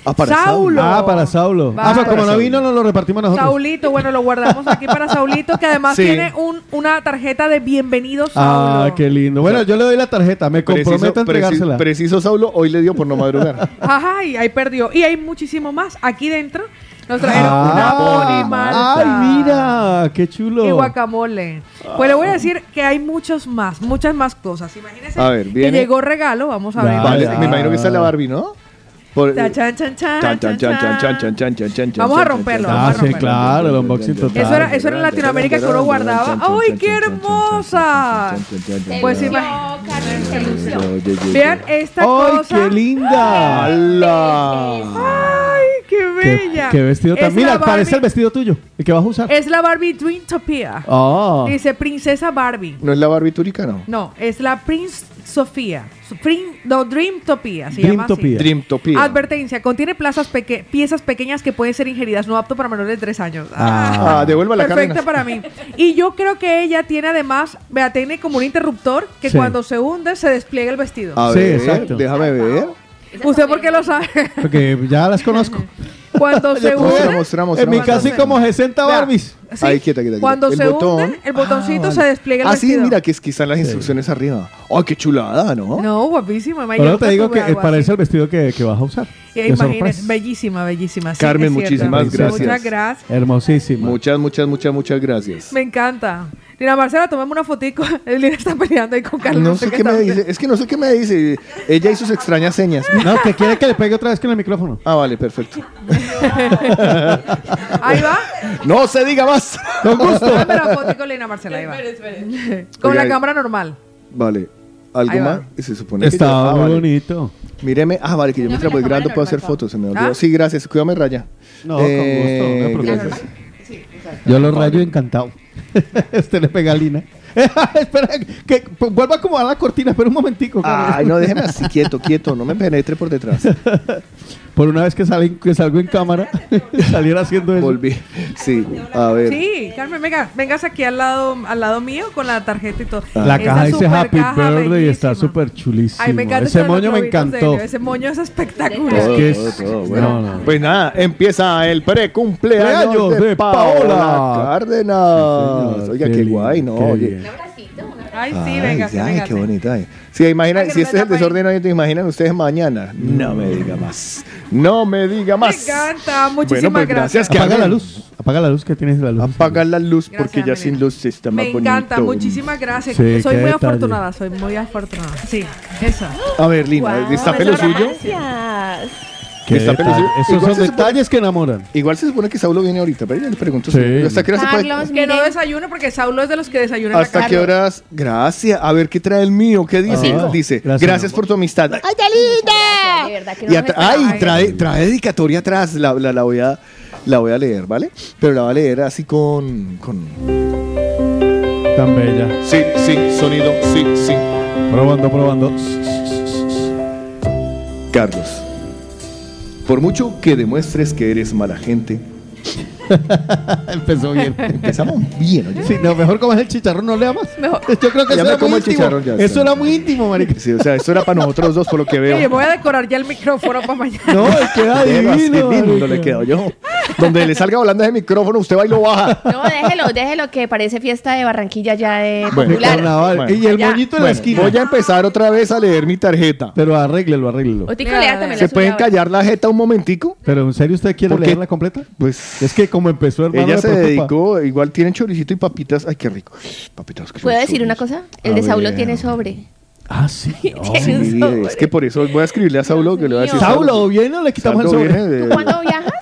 Speaker 4: Ah, para
Speaker 5: Saulo.
Speaker 6: Ah, para Saulo. Ah,
Speaker 5: Vale.
Speaker 6: pero como no vino, no lo repartimos nosotros.
Speaker 5: Saulito, bueno, lo guardamos aquí para Saulito, que además
Speaker 4: Sí.
Speaker 5: tiene un- una tarjeta de bienvenido Saulo.
Speaker 6: Ah, qué lindo. Bueno, yo le doy la tarjeta. Me comprometo a
Speaker 4: Preciso, preci-
Speaker 6: entregársela.
Speaker 4: preciso, Saulo, hoy le dio por no madrugar.
Speaker 5: Ajá, y ahí perdió. Y hay muchísimo más. Aquí dentro nos trajeron una
Speaker 6: Ah,
Speaker 5: ponimalta.
Speaker 6: ¡Ay, mira! ¡Qué chulo!
Speaker 5: Y guacamole. Pues le voy a decir que hay muchos más, muchas más cosas. Imagínense
Speaker 4: A ver,
Speaker 5: que
Speaker 4: viene-
Speaker 5: llegó regalo, vamos a ver.
Speaker 6: Ah,
Speaker 4: Vale,
Speaker 6: ya.
Speaker 4: me imagino que está la Barbie, ¿no? Por-
Speaker 5: Ta, chan, chan, chan,
Speaker 4: Chan, chan, chan, chan, chan, chan, chan, chan, chan,
Speaker 5: Vamos a
Speaker 4: chan,
Speaker 5: romperlo,
Speaker 4: chan,
Speaker 5: vamos a
Speaker 6: Ah, sí,
Speaker 5: romperlo.
Speaker 6: claro, el unboxing total.
Speaker 5: Eso era, eso era en Latinoamérica que uno guardaba. ¡Ay, qué hermosa! Pues
Speaker 10: Lució,
Speaker 5: imagínate.
Speaker 10: Carmen, se lució.
Speaker 5: Vean esta
Speaker 6: ¡Ay,
Speaker 5: cosa.
Speaker 6: qué linda!
Speaker 4: ¡Hala!
Speaker 5: ¡Ay, qué
Speaker 6: Qué,
Speaker 5: bella!
Speaker 6: qué vestido tan.
Speaker 5: Es
Speaker 6: Mira,
Speaker 5: la
Speaker 6: parece el
Speaker 5: Barbie-
Speaker 6: vestido tuyo, el que vas a usar.
Speaker 5: Es la Barbie Dreamtopia.
Speaker 6: Oh.
Speaker 5: Dice Princesa Barbie.
Speaker 4: ¿No es la Barbie turica, no?
Speaker 5: No, es la Prince Sofía. Su- Prin- no, Dreamtopia se
Speaker 6: Dreamtopia.
Speaker 5: llama así.
Speaker 4: Dreamtopia.
Speaker 5: Advertencia, contiene plazas peque- piezas pequeñas que pueden ser ingeridas, no apto para menores de 3 años.
Speaker 6: Ah.
Speaker 4: Ah, devuelva la
Speaker 5: Perfecta
Speaker 4: Cárdenas.
Speaker 5: para mí. Y yo creo que ella tiene además, vea, tiene como un interruptor que
Speaker 6: Sí.
Speaker 5: cuando se hunde se despliega el vestido.
Speaker 4: A
Speaker 6: Sí,
Speaker 4: ver,
Speaker 6: exacto.
Speaker 4: déjame ver.
Speaker 5: ¿Usted por qué lo sabe?
Speaker 6: Porque ya las conozco.
Speaker 5: Cuando se
Speaker 4: Mostra,
Speaker 5: hunde,
Speaker 4: mostra, mostra,
Speaker 6: en mi
Speaker 4: mostra.
Speaker 6: casa hay como 60
Speaker 5: Vea.
Speaker 6: Barbies.
Speaker 5: sí,
Speaker 4: Ahí, quieta, quieta, quieta.
Speaker 5: cuando
Speaker 4: El
Speaker 5: se
Speaker 4: botón.
Speaker 5: hunde, el botoncito
Speaker 4: Ah,
Speaker 5: se
Speaker 4: vale.
Speaker 5: despliega el
Speaker 4: Ah, sí,
Speaker 5: vestido.
Speaker 4: mira, que es que están las instrucciones arriba. ¡Ay, qué chulada, ¿no?
Speaker 5: No, guapísima. Mike,
Speaker 6: Ahora
Speaker 5: yo
Speaker 6: te
Speaker 5: nunca
Speaker 6: digo
Speaker 5: tuve
Speaker 6: que eh,
Speaker 5: algo
Speaker 6: parece
Speaker 5: así.
Speaker 6: el vestido que, que pues. vas a usar.
Speaker 5: Eh,
Speaker 6: De
Speaker 5: Imagínate,
Speaker 6: sorpresa.
Speaker 5: bellísima, bellísima. Sí,
Speaker 4: Carmen,
Speaker 5: es cierto.
Speaker 4: muchísimas
Speaker 5: Muchas
Speaker 4: gracias.
Speaker 5: gracias.
Speaker 6: Hermosísima.
Speaker 4: Muchas, muchas, muchas, muchas gracias.
Speaker 5: Me encanta. Lina Marcela, tomemos una fotico. Lina está peleando ahí con Carlos.
Speaker 4: No sé qué me dice, es que no sé qué me dice. Ella y sus extrañas señas.
Speaker 6: No, que quiere que le pegue otra vez con el micrófono.
Speaker 4: Ah, vale, perfecto.
Speaker 5: Ahí va.
Speaker 4: No se diga más.
Speaker 6: Con gusto.
Speaker 5: Dame la fotico, Lina Marcela. Ahí va. Con
Speaker 4: Oiga,
Speaker 5: la
Speaker 4: y-
Speaker 5: cámara normal.
Speaker 4: Vale. ¿Algo
Speaker 5: Ahí va.
Speaker 4: más? Se supone que yo-
Speaker 6: Está
Speaker 4: ah,
Speaker 6: muy
Speaker 4: vale.
Speaker 6: bonito.
Speaker 4: Míreme. Ah, vale, que yo mientras voy grabando puedo hacer fotos. Se me olvidó.
Speaker 5: ¿Ah?
Speaker 4: Sí, gracias. Cuídame, Raya. Eh,
Speaker 6: No, con gusto, no te preocupes.
Speaker 4: gracias.
Speaker 6: Yo lo rayo encantado. este le pega a Lina. Espera, que p-
Speaker 4: pues,
Speaker 6: vuelva a acomodar la cortina. Espera un momentico. Carlos.
Speaker 4: Ay, no, déjeme así quieto, quieto. No me penetre por detrás.
Speaker 6: Por una vez que, salen, que salgo en cámara, saliera haciendo eso.
Speaker 4: Volví. Sí, a ver.
Speaker 5: Sí, Carmen, venga, vengas aquí al lado, al lado mío con la tarjeta y todo.
Speaker 4: Ah.
Speaker 6: La
Speaker 5: Esa
Speaker 6: caja dice
Speaker 5: super
Speaker 6: Happy
Speaker 5: caja
Speaker 6: Birthday y
Speaker 5: bellísima.
Speaker 6: está súper chulísimo.
Speaker 5: Ay, me encanta
Speaker 6: Ese
Speaker 5: eso de los
Speaker 6: moño me
Speaker 5: globitos de helio,
Speaker 6: encantó.
Speaker 5: Ese moño es espectacular.
Speaker 6: Es que es- no,
Speaker 4: Bueno,
Speaker 6: no.
Speaker 4: pues nada, empieza el precumpleaños
Speaker 6: Cumpleaños
Speaker 4: de,
Speaker 6: de
Speaker 4: Paola,
Speaker 6: Paola
Speaker 4: Cárdenas.
Speaker 6: Sí, señor,
Speaker 4: Oiga,
Speaker 6: qué
Speaker 4: qué,
Speaker 6: lindo,
Speaker 4: guay, ¿no?
Speaker 6: qué
Speaker 4: Oye.
Speaker 6: bien.
Speaker 5: Ay,
Speaker 4: Ay,
Speaker 5: sí, venga,
Speaker 4: ay,
Speaker 5: venga.
Speaker 4: qué bonita. eh. Sí, imagina,
Speaker 5: Ay, que
Speaker 4: si
Speaker 5: no
Speaker 4: este
Speaker 5: me
Speaker 4: es el desorden hoy, ¿te imaginan ustedes mañana? No me diga más. No me diga
Speaker 5: Me
Speaker 4: más.
Speaker 5: encanta, muchísimas
Speaker 4: bueno, pues
Speaker 5: gracias.
Speaker 4: gracias. que
Speaker 6: Apaga
Speaker 4: hagan-
Speaker 6: la luz. Apaga la luz que tienes la luz.
Speaker 4: Apaga la luz
Speaker 5: Gracias,
Speaker 4: porque ya
Speaker 5: María.
Speaker 4: sin luz está más
Speaker 5: Me
Speaker 4: bonito.
Speaker 5: encanta, muchísimas gracias.
Speaker 6: Sí,
Speaker 5: soy
Speaker 6: qué detalle.
Speaker 5: muy afortunada, soy muy afortunada. Sí, esa.
Speaker 4: A ver, Lina,
Speaker 10: Guau,
Speaker 4: destape lo suyo.
Speaker 10: Gracias.
Speaker 6: Qué
Speaker 4: Está
Speaker 6: detalle.
Speaker 4: peludo.
Speaker 6: Esos
Speaker 4: Igual
Speaker 6: son
Speaker 4: se supone-
Speaker 6: detalles que enamoran.
Speaker 4: Igual se supone que Saulo viene ahorita, pero ya le pregunto.
Speaker 6: Sí.
Speaker 4: si- ¿Hasta qué hora se puede-
Speaker 10: Carlos,
Speaker 5: Que no
Speaker 10: miren,
Speaker 5: desayuno porque Saulo es de los que desayunan en la
Speaker 4: ¿Hasta
Speaker 5: casa.
Speaker 4: qué horas? Gracias. A ver, ¿qué trae el mío? ¿Qué dice?
Speaker 6: Ah,
Speaker 4: dice,
Speaker 6: gracias,
Speaker 4: gracias,
Speaker 6: mi amor.
Speaker 4: por tu amistad. ¡Ay, está linda!
Speaker 10: de verdad que no
Speaker 4: Y
Speaker 10: me
Speaker 4: atra-
Speaker 10: esperaba.
Speaker 4: ay, trae, trae dedicatoria atrás. La, la, la voy a, la voy a leer, ¿vale? Pero la voy a leer así con... con...
Speaker 6: Tan bella.
Speaker 4: Sí, sí, sonido, sí, sí.
Speaker 6: Probando, probando.
Speaker 4: Carlos, por mucho que demuestres que eres mala gente,
Speaker 6: Empezó bien.
Speaker 4: empezamos bien, oye.
Speaker 6: Sí, no, mejor comas el chicharrón, no le amas. Yo creo que eso
Speaker 4: Ya me
Speaker 6: era
Speaker 4: como
Speaker 6: muy
Speaker 4: el
Speaker 6: íntimo.
Speaker 4: chicharrón, ya
Speaker 6: Eso
Speaker 4: está.
Speaker 6: era muy íntimo, marica.
Speaker 4: Sí, o sea, esto era para nosotros dos, por lo que
Speaker 5: Oye,
Speaker 4: veo.
Speaker 5: voy a decorar ya el micrófono para mañana.
Speaker 6: No, queda
Speaker 4: Veas, qué
Speaker 6: divino.
Speaker 4: lindo
Speaker 6: marica.
Speaker 4: le quedó yo. Donde le salga volando ese micrófono, usted va y lo baja.
Speaker 10: No, déjelo, déjelo, que parece fiesta de Barranquilla ya de
Speaker 4: Bueno,
Speaker 6: De
Speaker 10: popular.
Speaker 6: carnaval.
Speaker 4: Bueno.
Speaker 6: Y el
Speaker 10: Ya.
Speaker 6: moñito en la
Speaker 4: Bueno,
Speaker 6: esquina.
Speaker 4: voy a empezar otra vez a leer mi tarjeta.
Speaker 6: Pero arréglelo, arréglelo.
Speaker 10: Otico,
Speaker 5: Mira,
Speaker 10: lea también la
Speaker 4: ¿Se
Speaker 10: suya
Speaker 4: pueden
Speaker 10: ahora.
Speaker 4: callar la jeta un momentico?
Speaker 6: Pero en serio, ¿usted quiere
Speaker 4: ¿Por qué?
Speaker 6: leerla completa?
Speaker 4: Pues
Speaker 6: Es que como empezó, hermano,
Speaker 4: ella
Speaker 6: me
Speaker 4: se
Speaker 6: preocupa.
Speaker 4: dedicó, igual tienen choricito y papitas. Ay, qué rico. Papitas. que son
Speaker 10: ¿Puedo decir
Speaker 4: chulos.
Speaker 10: una cosa? El
Speaker 4: A
Speaker 10: de Saulo
Speaker 4: ver.
Speaker 10: tiene sobre.
Speaker 6: Ah, sí. no.
Speaker 10: Tiene un
Speaker 4: Sí,
Speaker 10: sobre.
Speaker 4: es que por eso voy a escribirle a Saulo que le voy a decir.
Speaker 6: Saulo, ¿viene o le quitamos el
Speaker 4: Saulo
Speaker 6: sobre?
Speaker 4: viene de-
Speaker 10: ¿Tú cuándo viajas?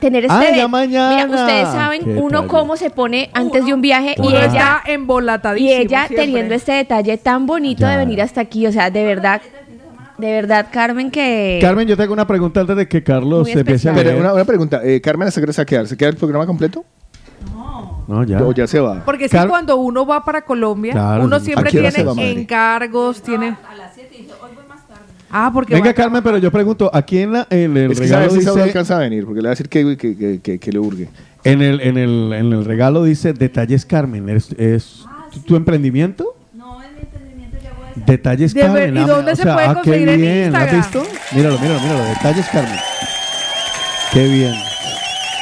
Speaker 10: Tener este
Speaker 6: Ah, ya
Speaker 10: evento.
Speaker 6: mañana.
Speaker 10: Mira, ustedes saben
Speaker 6: Qué
Speaker 10: uno
Speaker 6: tal.
Speaker 10: cómo se pone antes de un viaje y
Speaker 6: Uno
Speaker 5: Uno
Speaker 10: ella
Speaker 5: está embolatadísimo.
Speaker 10: y ella
Speaker 5: siempre.
Speaker 10: teniendo este detalle tan bonito
Speaker 6: Ya.
Speaker 10: de venir hasta aquí, o sea, de verdad, de verdad, Carmen que
Speaker 6: Carmen, yo te hago una pregunta antes de que Carlos
Speaker 10: Muy
Speaker 6: se empiece a
Speaker 10: especial.
Speaker 6: leer.
Speaker 4: Pero una, una pregunta, eh, Carmen, ¿hasta qué hora se va a quedar? ¿Se queda el programa completo?
Speaker 6: No, ya.
Speaker 4: ¿O ya se va?
Speaker 5: Porque es
Speaker 6: Car-
Speaker 5: que cuando uno va para Colombia,
Speaker 6: Claro,
Speaker 5: uno
Speaker 6: ¿a
Speaker 5: siempre
Speaker 4: qué hora
Speaker 5: tiene
Speaker 4: se va, madre?
Speaker 5: encargos, tiene... A las 7 y hoy voy más tarde. Ah, porque...
Speaker 6: Venga,
Speaker 5: va-
Speaker 6: Carmen, pero yo pregunto, aquí en, la- en el
Speaker 4: Es que
Speaker 6: regalo
Speaker 4: sabe si Saulo
Speaker 6: dice,
Speaker 4: alcanza a venir, porque le va a decir que, que, que, que- que le urge.
Speaker 6: en el, en el, en el regalo dice, detalles Carmen, ¿es, es tu, tu emprendimiento? Detalles
Speaker 5: De ver-
Speaker 6: Carmen.
Speaker 5: ¿y
Speaker 6: ah,
Speaker 5: dónde
Speaker 6: o
Speaker 5: se
Speaker 6: sea,
Speaker 5: puede
Speaker 6: ah, qué
Speaker 5: conseguir en
Speaker 6: bien, ¿lo ¿Has
Speaker 5: Instagram?
Speaker 6: visto? Míralo, míralo, míralo. Detalles Carmen. Qué bien.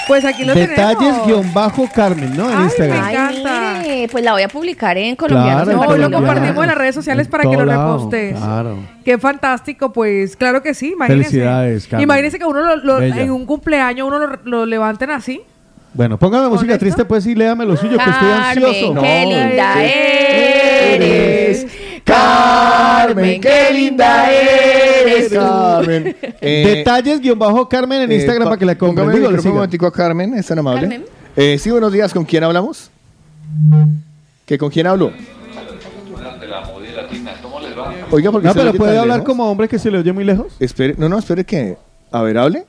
Speaker 5: Pues aquí lo tenemos.
Speaker 6: Detalles guión bajo Carmen, ¿no? En
Speaker 5: Ay, me
Speaker 6: Instagram.
Speaker 10: Ay,
Speaker 5: encanta.
Speaker 10: mire, pues la voy a publicar en Colombianos
Speaker 5: Claro,
Speaker 10: en
Speaker 5: No, hoy lo
Speaker 10: Barcelona.
Speaker 5: compartimos en las redes sociales
Speaker 6: En
Speaker 5: para que lo
Speaker 6: todo lado,
Speaker 5: repostes.
Speaker 6: Claro.
Speaker 5: Qué fantástico, pues claro que sí, imagínense.
Speaker 6: Felicidades, Carmen.
Speaker 5: Imagínense que uno lo- lo-
Speaker 6: Bella.
Speaker 5: en un cumpleaños uno lo, lo levanten así.
Speaker 6: Bueno, póngame música
Speaker 5: ¿Correcto?
Speaker 6: triste, pues, y léame lo suyo, que estoy
Speaker 10: Carmen,
Speaker 6: ansioso.
Speaker 10: qué
Speaker 6: No.
Speaker 10: linda
Speaker 4: eres.
Speaker 10: eres.
Speaker 4: Carmen,
Speaker 10: qué linda eres tú.
Speaker 4: Carmen. Eh,
Speaker 6: Detalles guión bajo Carmen en
Speaker 4: Eh,
Speaker 6: Instagram
Speaker 4: pa-
Speaker 6: para que la compren.
Speaker 4: póngame el
Speaker 6: Digo, le
Speaker 4: micrófono un
Speaker 6: sigan.
Speaker 4: momentico a Carmen, es tan amable.
Speaker 10: Carmen.
Speaker 4: Eh, sí, buenos días, ¿con quién hablamos? ¿Que ¿Con quién hablo? Oiga, porque
Speaker 6: No,
Speaker 4: se le
Speaker 6: pero
Speaker 4: oye
Speaker 6: puede
Speaker 4: tan
Speaker 6: hablar
Speaker 4: lejos.
Speaker 6: como hombre que se le oye muy lejos.
Speaker 4: Espere, no, no, espere que... A ver, hable.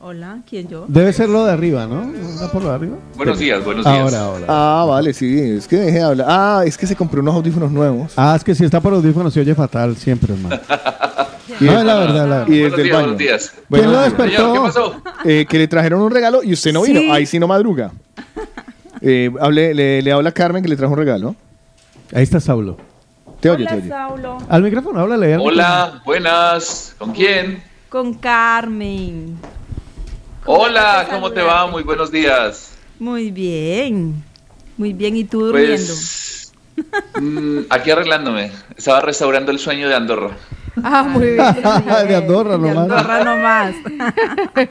Speaker 12: Hola, ¿quién yo?
Speaker 6: Debe ser lo de arriba, ¿no? ¿No por lo de arriba?
Speaker 11: Buenos días, buenos días.
Speaker 6: Ahora, ahora.
Speaker 4: Ah, vale, sí, es que dejé de hablar. Ah, es que se compró unos audífonos nuevos.
Speaker 6: Ah, es que si está por audífonos se oye fatal siempre, hermano.
Speaker 4: Y
Speaker 6: No,
Speaker 4: el-
Speaker 6: es la verdad, la verdad.
Speaker 4: Y desde el
Speaker 11: Buenos días,
Speaker 4: baño.
Speaker 11: buenos días.
Speaker 6: ¿Quién lo
Speaker 4: Bueno,
Speaker 6: despertó?
Speaker 11: Señor, ¿qué pasó?
Speaker 4: eh, que le trajeron un regalo y usted no
Speaker 5: Sí.
Speaker 4: vino. Ahí sí no madruga. Eh, hable, le, le habla a Carmen que le trajo un regalo.
Speaker 6: Ahí está Saulo.
Speaker 4: Te oye,
Speaker 12: Hola,
Speaker 4: te oye.
Speaker 12: Saulo.
Speaker 6: Al micrófono, háblale. al micrófono.
Speaker 11: Hola, buenas. ¿Con quién?
Speaker 12: Con Carmen.
Speaker 11: Hola, ¿cómo te va? Muy buenos días.
Speaker 12: Muy bien. Muy bien, ¿y tú durmiendo?
Speaker 11: Pues mm, aquí arreglándome. Estaba restaurando el sueño de Andorra.
Speaker 5: Ah, muy
Speaker 6: de
Speaker 3: Eh,
Speaker 6: Andorra,
Speaker 12: De
Speaker 6: nomás.
Speaker 12: Andorra nomás.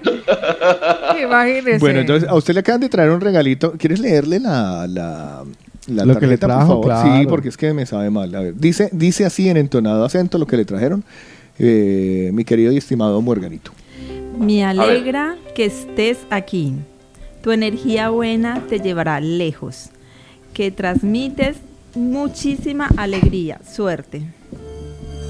Speaker 5: bien. Imagínense.
Speaker 4: Bueno, entonces a usted le acaban de traer un regalito. ¿Quieres leerle la, la, la
Speaker 6: Lo que le trajo,
Speaker 4: Sí,
Speaker 6: claro.
Speaker 4: porque es que me sabe mal. A ver, dice, dice así en entonado acento lo que le trajeron, eh, mi querido y estimado Morganito.
Speaker 12: Me alegra que estés aquí. Tu energía buena te llevará lejos. Que transmites muchísima alegría, suerte.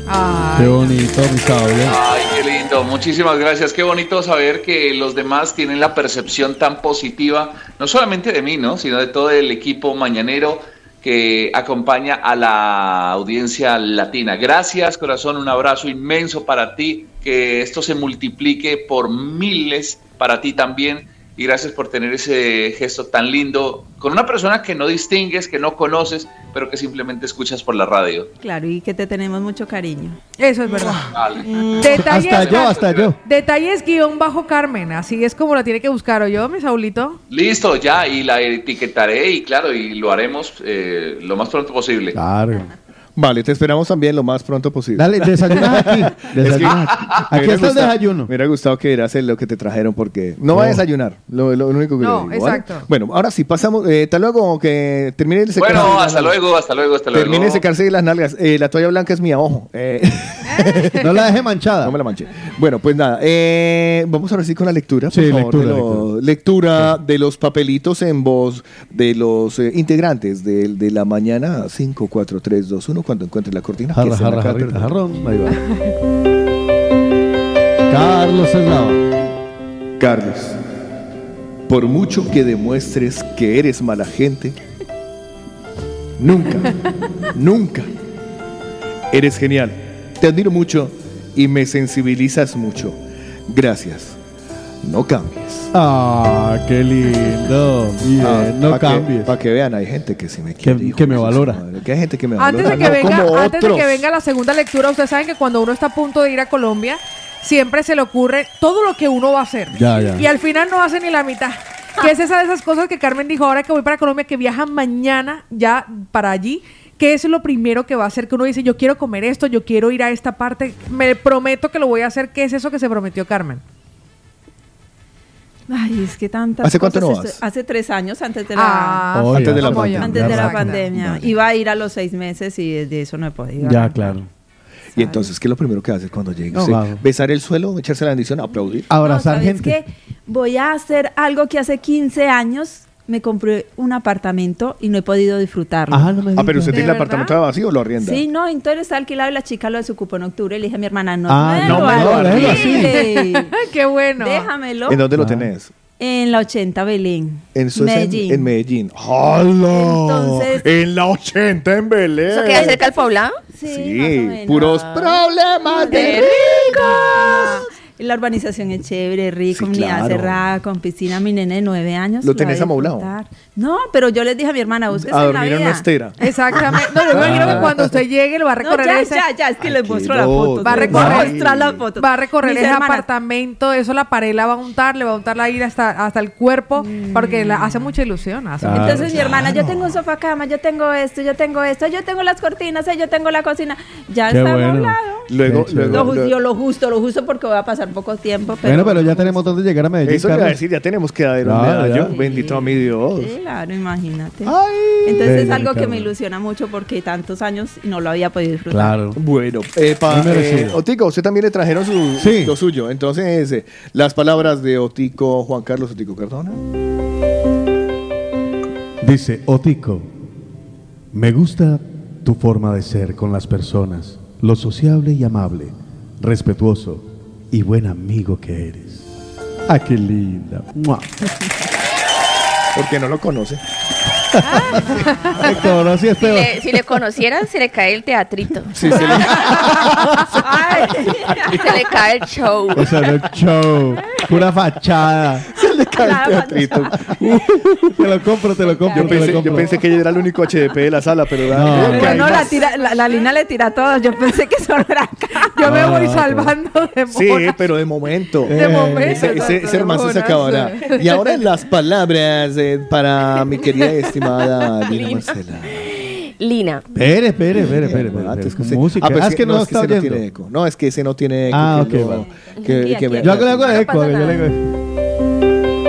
Speaker 4: Ah.
Speaker 5: Ay,
Speaker 6: Qué bonito, mi Saulo.
Speaker 11: Ay, qué lindo. Muchísimas gracias. Qué bonito saber que los demás tienen la percepción tan positiva, no solamente de mí, ¿no? Sino de todo el equipo mañanero que acompaña a la audiencia latina. Gracias, corazón. Un abrazo inmenso para ti. que esto se multiplique por miles para ti también. Y gracias por tener ese gesto tan lindo con una persona que no distingues, que no conoces, pero que simplemente escuchas por la radio.
Speaker 12: Claro, y que te tenemos mucho cariño.
Speaker 5: Eso es verdad.
Speaker 11: Vale.
Speaker 5: Detalles,
Speaker 6: Hasta yo, hasta yo.
Speaker 5: Detalles guión bajo Carmen, así es como la tiene que buscar o yo, mi Saulito.
Speaker 11: Listo, ya, y la etiquetaré y claro, y lo haremos eh, lo más pronto posible.
Speaker 4: Ah,
Speaker 6: Claro.
Speaker 4: Vale, te esperamos también lo más pronto posible.
Speaker 6: Dale, desayunas aquí. Desayunas aquí.
Speaker 4: Me
Speaker 6: Aquí
Speaker 4: hubiera
Speaker 6: está el
Speaker 4: gustado-
Speaker 6: desayuno.
Speaker 4: Me hubiera gustado que dirás lo que te trajeron porque no, va a
Speaker 6: No.
Speaker 4: desayunar. Lo, lo único que
Speaker 5: No,
Speaker 4: le digo, ¿vale?
Speaker 5: exacto.
Speaker 4: Bueno, ahora sí, pasamos. eh, Hasta luego, que termine de secarse
Speaker 11: Bueno,
Speaker 4: las
Speaker 11: hasta
Speaker 4: nalgas.
Speaker 11: luego, hasta luego, hasta luego.
Speaker 4: Termine de secarse las nalgas. Eh, la toalla blanca es mía, ojo. Eh,
Speaker 6: No la dejé manchada.
Speaker 4: no me la manché. Bueno, pues nada. eh, vamos ahora sí con la lectura. por
Speaker 6: Sí,
Speaker 4: favor,
Speaker 6: lectura,
Speaker 4: de lo- lectura de los papelitos en voz de los eh, integrantes de, de la mañana 5, 4, 3, 2, 1. Cuando encuentre la cortina. que
Speaker 6: Jarra,
Speaker 4: se me
Speaker 6: jarra,
Speaker 4: acaba de
Speaker 6: jarrita,
Speaker 4: perder.
Speaker 6: jarrón. Ahí va. Carlos Eslava.
Speaker 4: Carlos, por mucho que demuestres que eres mala gente, nunca, nunca eres genial. Te admiro mucho y me sensibilizas mucho. Gracias. No cambies.
Speaker 6: Ah, qué lindo. Bien, no cambies.
Speaker 4: Para que vean, hay gente que sí me quiere. hijo
Speaker 6: que me
Speaker 4: de su
Speaker 6: valora.
Speaker 4: madre, Que hay gente que me valora. Ah,
Speaker 5: Antes de,
Speaker 4: no
Speaker 5: que
Speaker 4: como
Speaker 5: venga, antes de
Speaker 4: otros.
Speaker 5: que venga la segunda lectura, ustedes saben que cuando uno está a punto de ir a Colombia, siempre se le ocurre todo lo que uno va a hacer.
Speaker 6: Ya, ya.
Speaker 5: Y al final no hace ni la mitad. Que es esa de esas cosas que Carmen dijo ahora que voy para Colombia, que viaja mañana ya para allí. que es lo primero que va a hacer? Que uno dice, yo quiero comer esto, yo quiero ir a esta parte, me prometo que lo voy a hacer. ¿Qué es eso que se prometió Carmen?
Speaker 12: Ay, es que tantas
Speaker 4: ¿Hace cuánto
Speaker 12: cosas
Speaker 4: no vas?
Speaker 12: estoy- Hace tres años antes de la,
Speaker 5: Ah,
Speaker 6: Oye,
Speaker 4: Antes de la
Speaker 5: como yo.
Speaker 4: pandemia.
Speaker 12: antes de la
Speaker 5: Exacto.
Speaker 12: pandemia.
Speaker 4: Vale.
Speaker 12: Iba a ir a los seis meses y desde eso no he podido.
Speaker 6: Ya, claro.
Speaker 4: Y entonces, ¿qué es lo primero que haces cuando llegues?
Speaker 6: No, Ah,
Speaker 4: Sí,
Speaker 6: claro.
Speaker 4: Besar el suelo, echarse la bendición, aplaudir.
Speaker 6: Abrazar
Speaker 12: no, ¿sabes
Speaker 6: gente.
Speaker 12: qué? Voy a hacer algo que hace 15 años me compré un apartamento y no he podido disfrutarlo.
Speaker 6: Ah, no me
Speaker 4: Ah, pero
Speaker 6: digas.
Speaker 4: usted
Speaker 5: ¿De
Speaker 4: tiene el
Speaker 5: verdad?
Speaker 4: apartamento vacío o lo arrienda.
Speaker 12: Sí, no, entonces está alquilado y la chica lo desocupó en octubre y le dije a mi hermana, no,
Speaker 6: Ah,
Speaker 12: me
Speaker 6: no
Speaker 12: lo
Speaker 6: me lo
Speaker 12: alquiles,
Speaker 5: ¡Qué bueno!
Speaker 12: Déjamelo
Speaker 4: ¿En dónde lo
Speaker 6: Ah.
Speaker 4: tenés?
Speaker 12: en la 80 Belén.
Speaker 4: En, eso es en-
Speaker 12: Medellín.
Speaker 4: en Medellín. ¡Hala!
Speaker 12: Entonces-
Speaker 4: en la 80 en Belén.
Speaker 10: ¿Eso queda cerca al poblado?
Speaker 12: Sí, más o
Speaker 4: Sí,
Speaker 12: menos.
Speaker 4: puros problemas de
Speaker 10: De
Speaker 12: Ah, y La urbanización es chévere, rica,
Speaker 4: Sí,
Speaker 12: comunidad
Speaker 4: claro.
Speaker 12: cerrada, con piscina. Mi nene de nueve años.
Speaker 4: ¿Lo
Speaker 12: va
Speaker 4: tenés
Speaker 12: a
Speaker 4: amoblado?
Speaker 12: disfrutar. No, pero yo les dije a mi hermana, búsquese
Speaker 4: a
Speaker 12: la
Speaker 4: dormir
Speaker 12: vida.
Speaker 4: en una estera. Ah.
Speaker 5: Exactamente. No, yo me imagino que cuando usted llegue, lo va a
Speaker 12: No,
Speaker 5: recorrer
Speaker 12: ya,
Speaker 5: ese-
Speaker 12: ya, ya, es que les
Speaker 4: qué
Speaker 12: muestro la
Speaker 4: loco.
Speaker 12: foto.
Speaker 5: Va a
Speaker 12: les voy
Speaker 5: recorrer-
Speaker 12: mostrar la foto.
Speaker 5: Va a recorrer
Speaker 12: Mis
Speaker 5: ese
Speaker 12: hermanas,
Speaker 5: apartamento, eso la pared la va a untar, le va a untar la ira hasta, hasta el cuerpo, porque la hace mucha ilusión. hace
Speaker 6: Claro.
Speaker 4: Ah,
Speaker 5: mucha-
Speaker 12: Mm. Entonces mi hermana, yo tengo un sofá cama, yo tengo esto, yo tengo esto, yo tengo las cortinas, eh, yo tengo la cocina. Ya
Speaker 6: Qué
Speaker 12: está
Speaker 6: bueno.
Speaker 12: amoblado.
Speaker 4: Luego,
Speaker 6: Qué
Speaker 4: luego,
Speaker 12: Lo,
Speaker 6: chévere.
Speaker 4: luego-
Speaker 12: ju- yo lo justo, lo justo porque voy a pasar poco tiempo. Pero
Speaker 6: Bueno, pero ya tenemos donde llegar a Medellín.
Speaker 4: Eso le iba a
Speaker 6: Carlos.
Speaker 4: decir, ya tenemos que dar
Speaker 6: Claro,
Speaker 4: un
Speaker 6: ya.
Speaker 4: Bendito a mi Dios.
Speaker 12: Claro, imagínate.
Speaker 4: Ay.
Speaker 12: Entonces es
Speaker 6: Bello,
Speaker 12: algo que
Speaker 6: Ricardo.
Speaker 12: me ilusiona mucho porque tantos años y no lo había podido disfrutar.
Speaker 6: Claro.
Speaker 4: Bueno, eh, pa-
Speaker 6: Muy merecido.
Speaker 4: eh, Otico, usted también le trajeron su-
Speaker 6: Sí.
Speaker 4: lo suyo. Entonces, eh, las palabras de Otico, Juan Carlos Otico Cardona.
Speaker 6: Dice Otico, me gusta tu forma de ser con las personas, lo sociable y amable, respetuoso y buen amigo que eres. Ah, qué linda. ¡Mua!
Speaker 4: Porque no lo conoce.
Speaker 6: Me conocí,
Speaker 10: Si
Speaker 6: Esteban.
Speaker 10: le, si le conocieran, se le cae el teatrito.
Speaker 4: Sí, se le-
Speaker 12: Ay.
Speaker 10: Se le cae el show.
Speaker 6: O sea, el show, pura fachada.
Speaker 4: se le cae
Speaker 12: Claro,
Speaker 4: el teatrito.
Speaker 6: Te lo compro, te lo compro,
Speaker 4: Yo
Speaker 6: te
Speaker 4: pensé,
Speaker 6: lo compro.
Speaker 4: yo pensé que ella era el único HDP de la sala, pero
Speaker 6: No.
Speaker 4: veo que
Speaker 12: Pero
Speaker 4: hay
Speaker 12: no,
Speaker 4: más.
Speaker 12: la, tira, la, la Lina le tira todo. Yo pensé que solo era acá.
Speaker 5: Yo me
Speaker 6: Ah, pues.
Speaker 5: voy
Speaker 6: ok.
Speaker 5: salvando de
Speaker 4: Sí,
Speaker 5: mona.
Speaker 4: pero de momento. Eh,
Speaker 5: De momento.
Speaker 4: Ese, ese, ese
Speaker 5: de
Speaker 4: hermano se
Speaker 5: mona,
Speaker 4: acabará.
Speaker 5: sí.
Speaker 4: Y ahora en las palabras eh, para mi querida y estimada Lina Marcela.
Speaker 10: Lina,
Speaker 6: Espere, espere, espere, espere.
Speaker 4: Ah,
Speaker 6: espere,
Speaker 4: es que
Speaker 6: espere.
Speaker 4: ese-
Speaker 6: Música.
Speaker 4: ah, pero
Speaker 6: Ah, es que no
Speaker 4: ese
Speaker 6: está oyendo.
Speaker 4: tiene eco. No, es que ese no tiene eco.
Speaker 6: Ah,
Speaker 4: que
Speaker 6: ok,
Speaker 4: lo-
Speaker 6: va.
Speaker 4: que-
Speaker 12: Aquí,
Speaker 4: que me-
Speaker 12: aquí,
Speaker 6: Yo hago le hago
Speaker 10: No
Speaker 6: eco,
Speaker 10: pasa
Speaker 6: yo le hago
Speaker 10: nada.
Speaker 6: eco.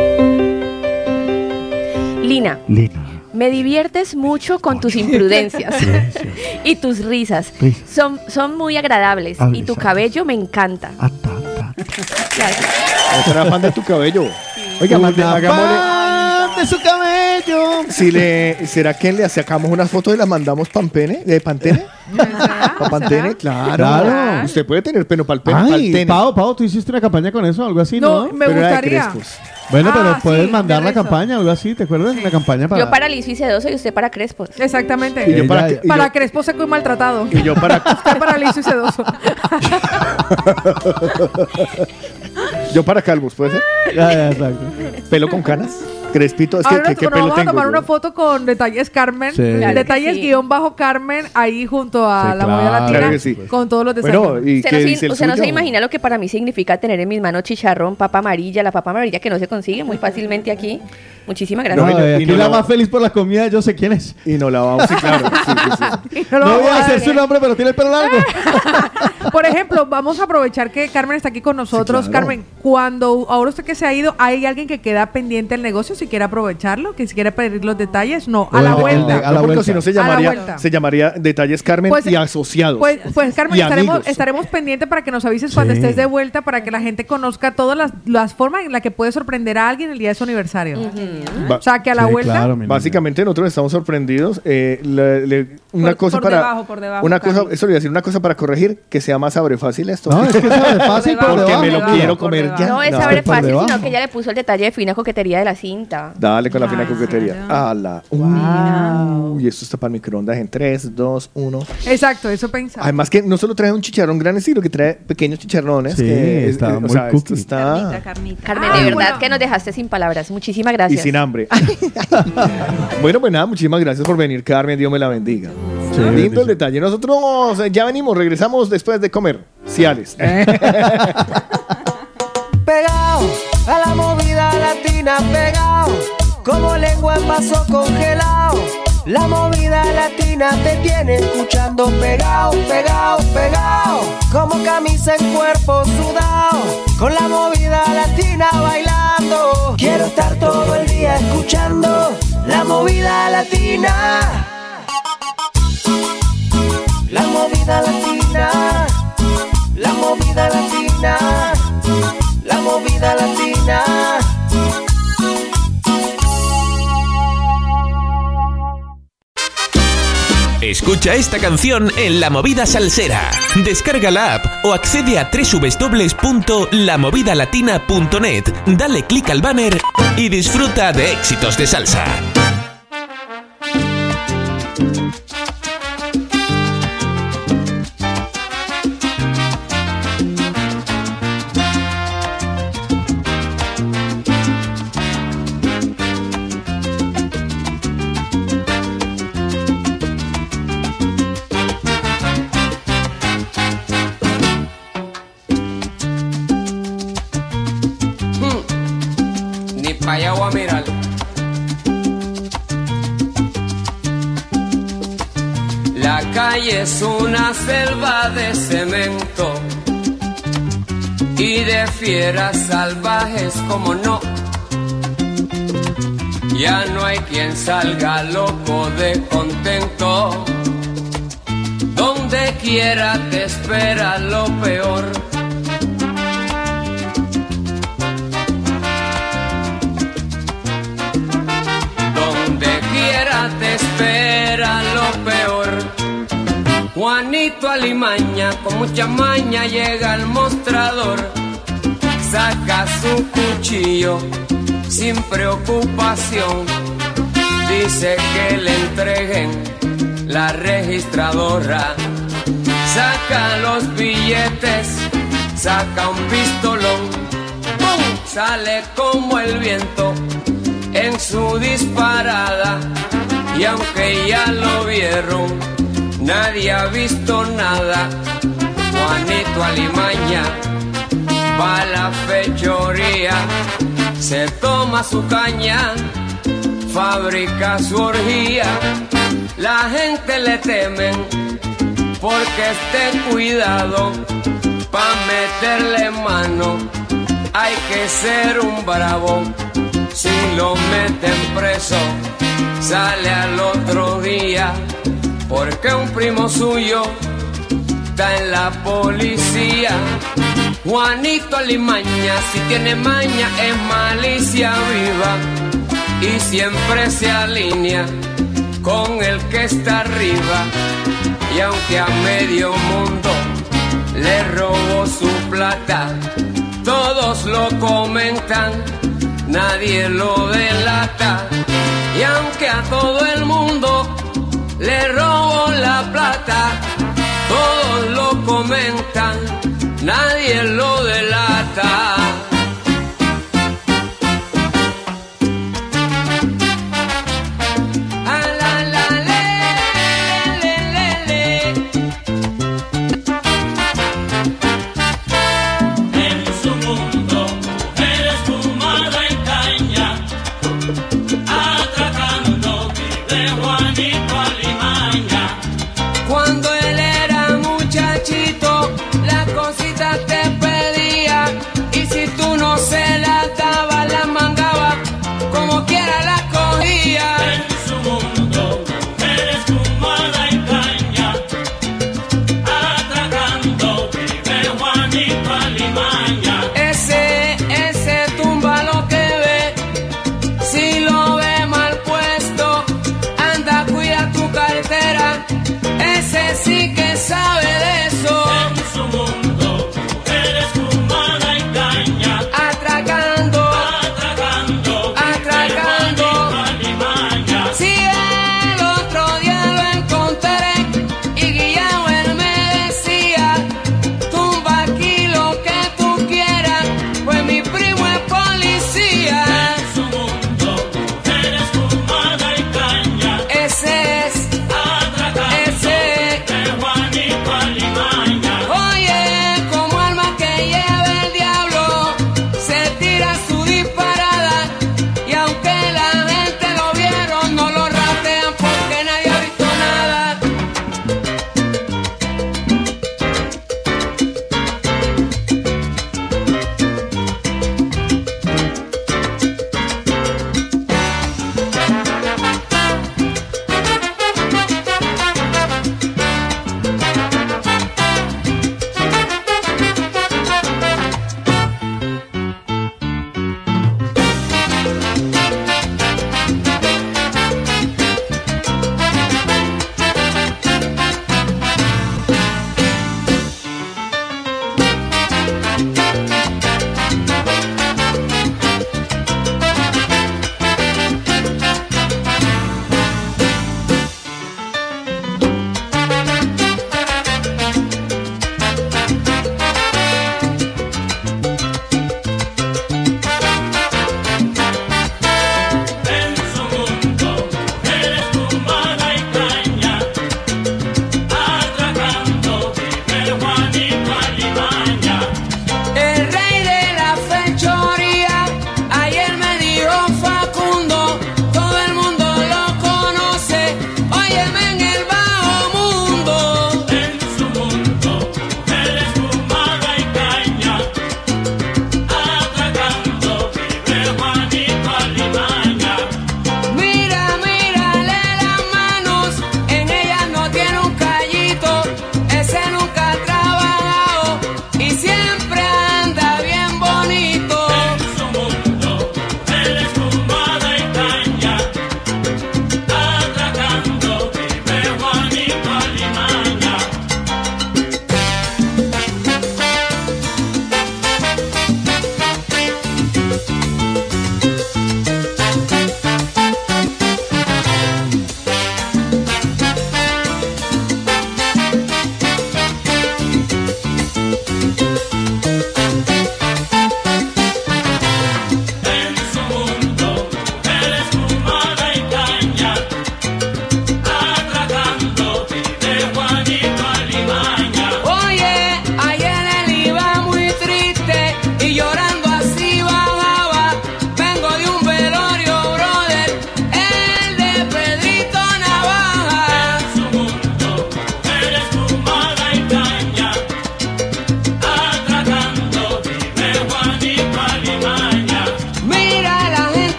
Speaker 10: Lina,
Speaker 6: Lina.
Speaker 10: me diviertes mucho con tus imprudencias y tus risas.
Speaker 6: Risas.
Speaker 10: Son, son muy agradables y
Speaker 6: Hables,
Speaker 10: tu
Speaker 6: hables.
Speaker 10: cabello me encanta.
Speaker 4: Ah,
Speaker 6: Atata.
Speaker 4: Otra fan de tu cabello. Oiga, mande- hagámosle,
Speaker 6: de su cabello.
Speaker 4: Si le, ¿Será que le sacamos una foto y la mandamos pampene? ¿De Pantene? ¿Pa Pantene? Claro.
Speaker 6: Claro.
Speaker 4: Usted puede tener pelo pal
Speaker 6: Ay,
Speaker 4: paltene.
Speaker 6: Pao, Pao, tú hiciste una campaña con eso, algo así, ¿no?
Speaker 5: No, me Pero era de gustaría.
Speaker 4: Crespos.
Speaker 6: Bueno, pero
Speaker 5: Ah,
Speaker 6: puedes
Speaker 5: sí,
Speaker 6: mandar
Speaker 5: de
Speaker 6: la
Speaker 5: resto.
Speaker 6: campaña, algo así, ¿te acuerdas? La campaña para.
Speaker 10: Yo para Liz Cedoso y usted para Crespo.
Speaker 5: Exactamente.
Speaker 6: Y yo para- y yo-
Speaker 5: para Crespo seco y maltratado.
Speaker 4: Y yo para-
Speaker 5: Usted para liso y sedoso.
Speaker 4: Yo para calvos, ¿puede ser? ¿Pelo con canas? ¿Crespito? Es que, ¿qué-
Speaker 5: Ahora nos-
Speaker 4: ¿qué
Speaker 5: nos
Speaker 4: pelo
Speaker 5: vamos a
Speaker 4: tengo?
Speaker 5: tomar
Speaker 4: yo?
Speaker 5: una foto con Detalles Carmen.
Speaker 4: Sí. Claro que
Speaker 5: Detalles
Speaker 10: sí.
Speaker 5: guión bajo Carmen ahí junto a
Speaker 4: Sí,
Speaker 5: la movida
Speaker 4: claro.
Speaker 5: latina.
Speaker 4: Claro que sí.
Speaker 5: Con todos los detalles.
Speaker 4: Bueno, ¿y
Speaker 10: Usted
Speaker 4: qué
Speaker 10: no, se,
Speaker 4: dice el
Speaker 10: usted no se
Speaker 4: suyo?
Speaker 10: imagina lo que para mí significa tener en mis manos chicharrón, papa amarilla, la papa amarilla que no se consigue muy fácilmente aquí. Muchísimas
Speaker 6: No,
Speaker 10: gracias.
Speaker 6: eh,
Speaker 4: y
Speaker 6: aquí
Speaker 4: no
Speaker 6: la
Speaker 4: la-
Speaker 6: más feliz por la comida, yo sé quién es.
Speaker 4: Y no la vamos, sí, claro. sí, sí, sí.
Speaker 6: No,
Speaker 5: lo
Speaker 6: voy
Speaker 5: vamos
Speaker 6: a
Speaker 5: a
Speaker 6: hacer
Speaker 5: ver.
Speaker 6: su nombre, pero tiene el pelo largo.
Speaker 5: Ah. Por ejemplo, vamos a aprovechar que Carmen está aquí con nosotros.
Speaker 4: claro.
Speaker 5: Carmen, cuando ahora usted que se ha ido, ¿hay alguien que queda pendiente del negocio si quiere aprovecharlo? ¿Que si quiere pedir los detalles? No, a la
Speaker 6: Bueno, el de-
Speaker 5: vuelta.
Speaker 6: a la
Speaker 4: No, porque
Speaker 6: vuelta.
Speaker 4: si no se
Speaker 5: A la
Speaker 4: llamaría,
Speaker 5: vuelta.
Speaker 4: se llamaría Detalles Carmen
Speaker 5: Pues-
Speaker 4: y Asociados.
Speaker 5: Pues, pues Carmen,
Speaker 4: Y
Speaker 5: estaremos,
Speaker 4: amigos.
Speaker 5: estaremos pendientes para que nos avises cuando
Speaker 6: Sí.
Speaker 5: estés de vuelta, para que la gente conozca todas las, las formas en las que puede sorprender a alguien el día de su aniversario.
Speaker 4: Ba-
Speaker 5: O sea, que a la
Speaker 6: Sí,
Speaker 5: vuelta...
Speaker 6: claro, mi niña.
Speaker 4: Básicamente nosotros estamos sorprendidos. eh, le- le- una
Speaker 13: Por-
Speaker 4: cosa
Speaker 13: por
Speaker 4: para
Speaker 13: debajo, por debajo,
Speaker 4: una cosa,
Speaker 13: Carlos.
Speaker 4: eso le voy a decir una cosa para corregir que sea más abre fácil esto.
Speaker 6: No, es que sabe fácil por
Speaker 4: porque
Speaker 6: debajo.
Speaker 4: me lo
Speaker 13: por
Speaker 4: quiero
Speaker 13: debajo,
Speaker 4: comer
Speaker 13: por
Speaker 4: ya.
Speaker 10: No, es
Speaker 6: No,
Speaker 10: saber
Speaker 6: por
Speaker 10: fácil,
Speaker 6: debajo.
Speaker 10: sino que ya le puso el detalle de fina coquetería de la cinta.
Speaker 4: Dale con la fina
Speaker 13: Ay,
Speaker 4: coquetería.
Speaker 13: claro.
Speaker 4: A la. Uy, esto está para el microondas en 3, 2, 1.
Speaker 5: Exacto, eso pensaba.
Speaker 4: Además que no solo trae un chicharrón grande, sino que trae pequeños chicharrones.
Speaker 6: Sí,
Speaker 4: que es-
Speaker 6: está
Speaker 4: eh, o
Speaker 6: muy
Speaker 4: sea, esto
Speaker 6: cookie.
Speaker 4: está-
Speaker 13: Carnita, carnita.
Speaker 10: Carmen,
Speaker 5: Ah,
Speaker 10: de verdad
Speaker 5: bueno.
Speaker 10: que nos dejaste sin palabras. Muchísimas
Speaker 4: Y
Speaker 10: gracias.
Speaker 4: sin hambre. bueno, pues nada, muchísimas gracias por venir, Carmen. Dios me la bendiga.
Speaker 6: Sí,
Speaker 4: Lindo
Speaker 6: bendición.
Speaker 4: el detalle. Nosotros eh, ya venimos, regresamos después de comer. Ciales.
Speaker 14: Pegado a la movida latina, pegado como lengua en vaso congelado. La movida latina te tiene escuchando pegado, pegado, pegado. Como camisa en cuerpo sudado, con la movida latina bailando. Quiero estar todo el día escuchando la movida latina. La movida latina, la movida latina. La movida latina.
Speaker 15: Escucha esta canción en La Movida Salsera. Descarga la app o accede a www.lamovidalatina.net. Dale clic al banner y disfruta de éxitos de salsa.
Speaker 14: Hmm. Ni para allá voy a mirar. La calle es una selva de cemento y de fieras salvajes como no. Ya no hay quien salga loco de contento. Donde quiera te espera lo peor. Donde quiera te espera lo peor. Juanito Alimaña con mucha maña llega al mostrador. Saca su cuchillo sin preocupación. Dice que le entreguen la registradora. Saca los billetes, saca un pistolón. ¡Pum! Sale como el viento en su disparada y aunque ya lo vieron, nadie ha visto nada. Juanito Alimaña va a la fechoría, se toma su caña, fabrica su orgía. La gente le temen porque esté cuidado pa' meterle mano. Hay que ser un bravo, si lo meten preso, sale al otro día, porque un primo suyo está en la policía. Juanito Alimaña, si tiene maña, es malicia viva. y siempre se alinea con el que está arriba y aunque a medio mundo le robó su plata, todos lo comentan, nadie lo delata y aunque a todo el mundo le robó la plata, todos lo comentan, nadie lo delata. A la la le, le, le, le. En su mundo, mujeres fumada y caña, atracando vive Juanito Alimaña. Cuando él era muchachito, las cositas te pedía y si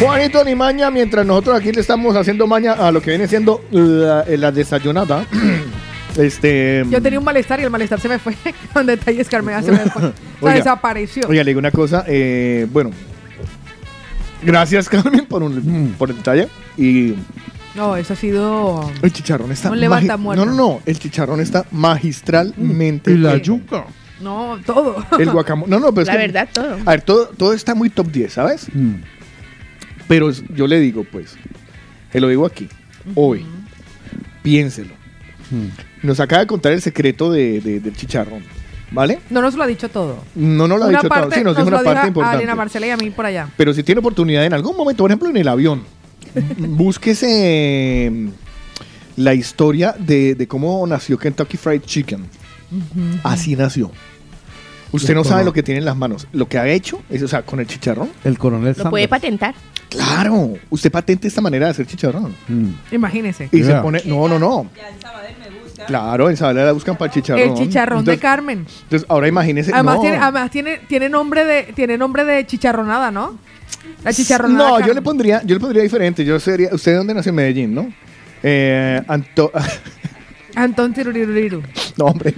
Speaker 4: poquito ni maña mientras nosotros aquí le estamos haciendo maña a lo que viene siendo la, eh, la desayunada. este.
Speaker 5: Yo tenía un malestar y el malestar se me fue. Con detalles, Carmela se me fue. O sea,
Speaker 4: Oiga.
Speaker 5: desapareció.
Speaker 4: Oye, le digo una cosa. eh, bueno, gracias, Carmen, por, un, por el detalle. Y
Speaker 5: No, eso ha sido.
Speaker 4: el chicharrón está.
Speaker 5: Un levanta
Speaker 4: magi-
Speaker 5: muerto.
Speaker 4: No, no, no. El chicharrón está magistralmente.
Speaker 5: Y la
Speaker 4: yuca.
Speaker 5: No, todo.
Speaker 4: El guacamole. No, no, pero es
Speaker 10: La
Speaker 4: que-
Speaker 10: verdad, todo.
Speaker 4: A ver, todo, todo está muy top 10, ¿sabes? Pero es- yo le digo, pues, te lo digo aquí, hoy, piénselo. Nos acaba de contar el secreto de, de- del chicharrón, ¿vale?
Speaker 5: No nos lo ha dicho todo.
Speaker 4: No, no lo ha
Speaker 5: Una
Speaker 4: dicho todo.
Speaker 5: parte
Speaker 4: Sí, nos dijo una
Speaker 5: lo
Speaker 4: parte
Speaker 5: dijo A
Speaker 4: importante.
Speaker 5: Elena Marcela y a mí por allá.
Speaker 4: Pero si tiene oportunidad en algún momento, por ejemplo, en el avión, búsquese mm, la historia de, de cómo nació Kentucky Fried Chicken. Así nació. Usted no sabe lo que tiene en las manos. Lo que ha hecho es, o sea, con el chicharrón.
Speaker 6: El coronel
Speaker 10: Lo puede patentar.
Speaker 6: Pues,
Speaker 4: Claro, usted patente esta manera de hacer chicharrón.
Speaker 6: Mm,
Speaker 5: Imagínese.
Speaker 4: Y
Speaker 6: Yeah.
Speaker 4: se pone, no, no, no. Claro, en Sabadell la buscan para el chicharrón.
Speaker 5: El chicharrón
Speaker 4: Entonces-
Speaker 5: de Carmen.
Speaker 4: Entonces, ahora imagínese.
Speaker 5: Además,
Speaker 4: no.
Speaker 5: tiene, además tiene, tiene nombre de, tiene nombre de chicharronada, ¿no? La chicharronada.
Speaker 4: No, yo
Speaker 5: Carmen.
Speaker 4: le pondría, yo le pondría diferente. Yo sería, usted dónde nació en Medellín, ¿no? Eh, Anto-
Speaker 5: Antón Tiruriru.
Speaker 4: no, hombre.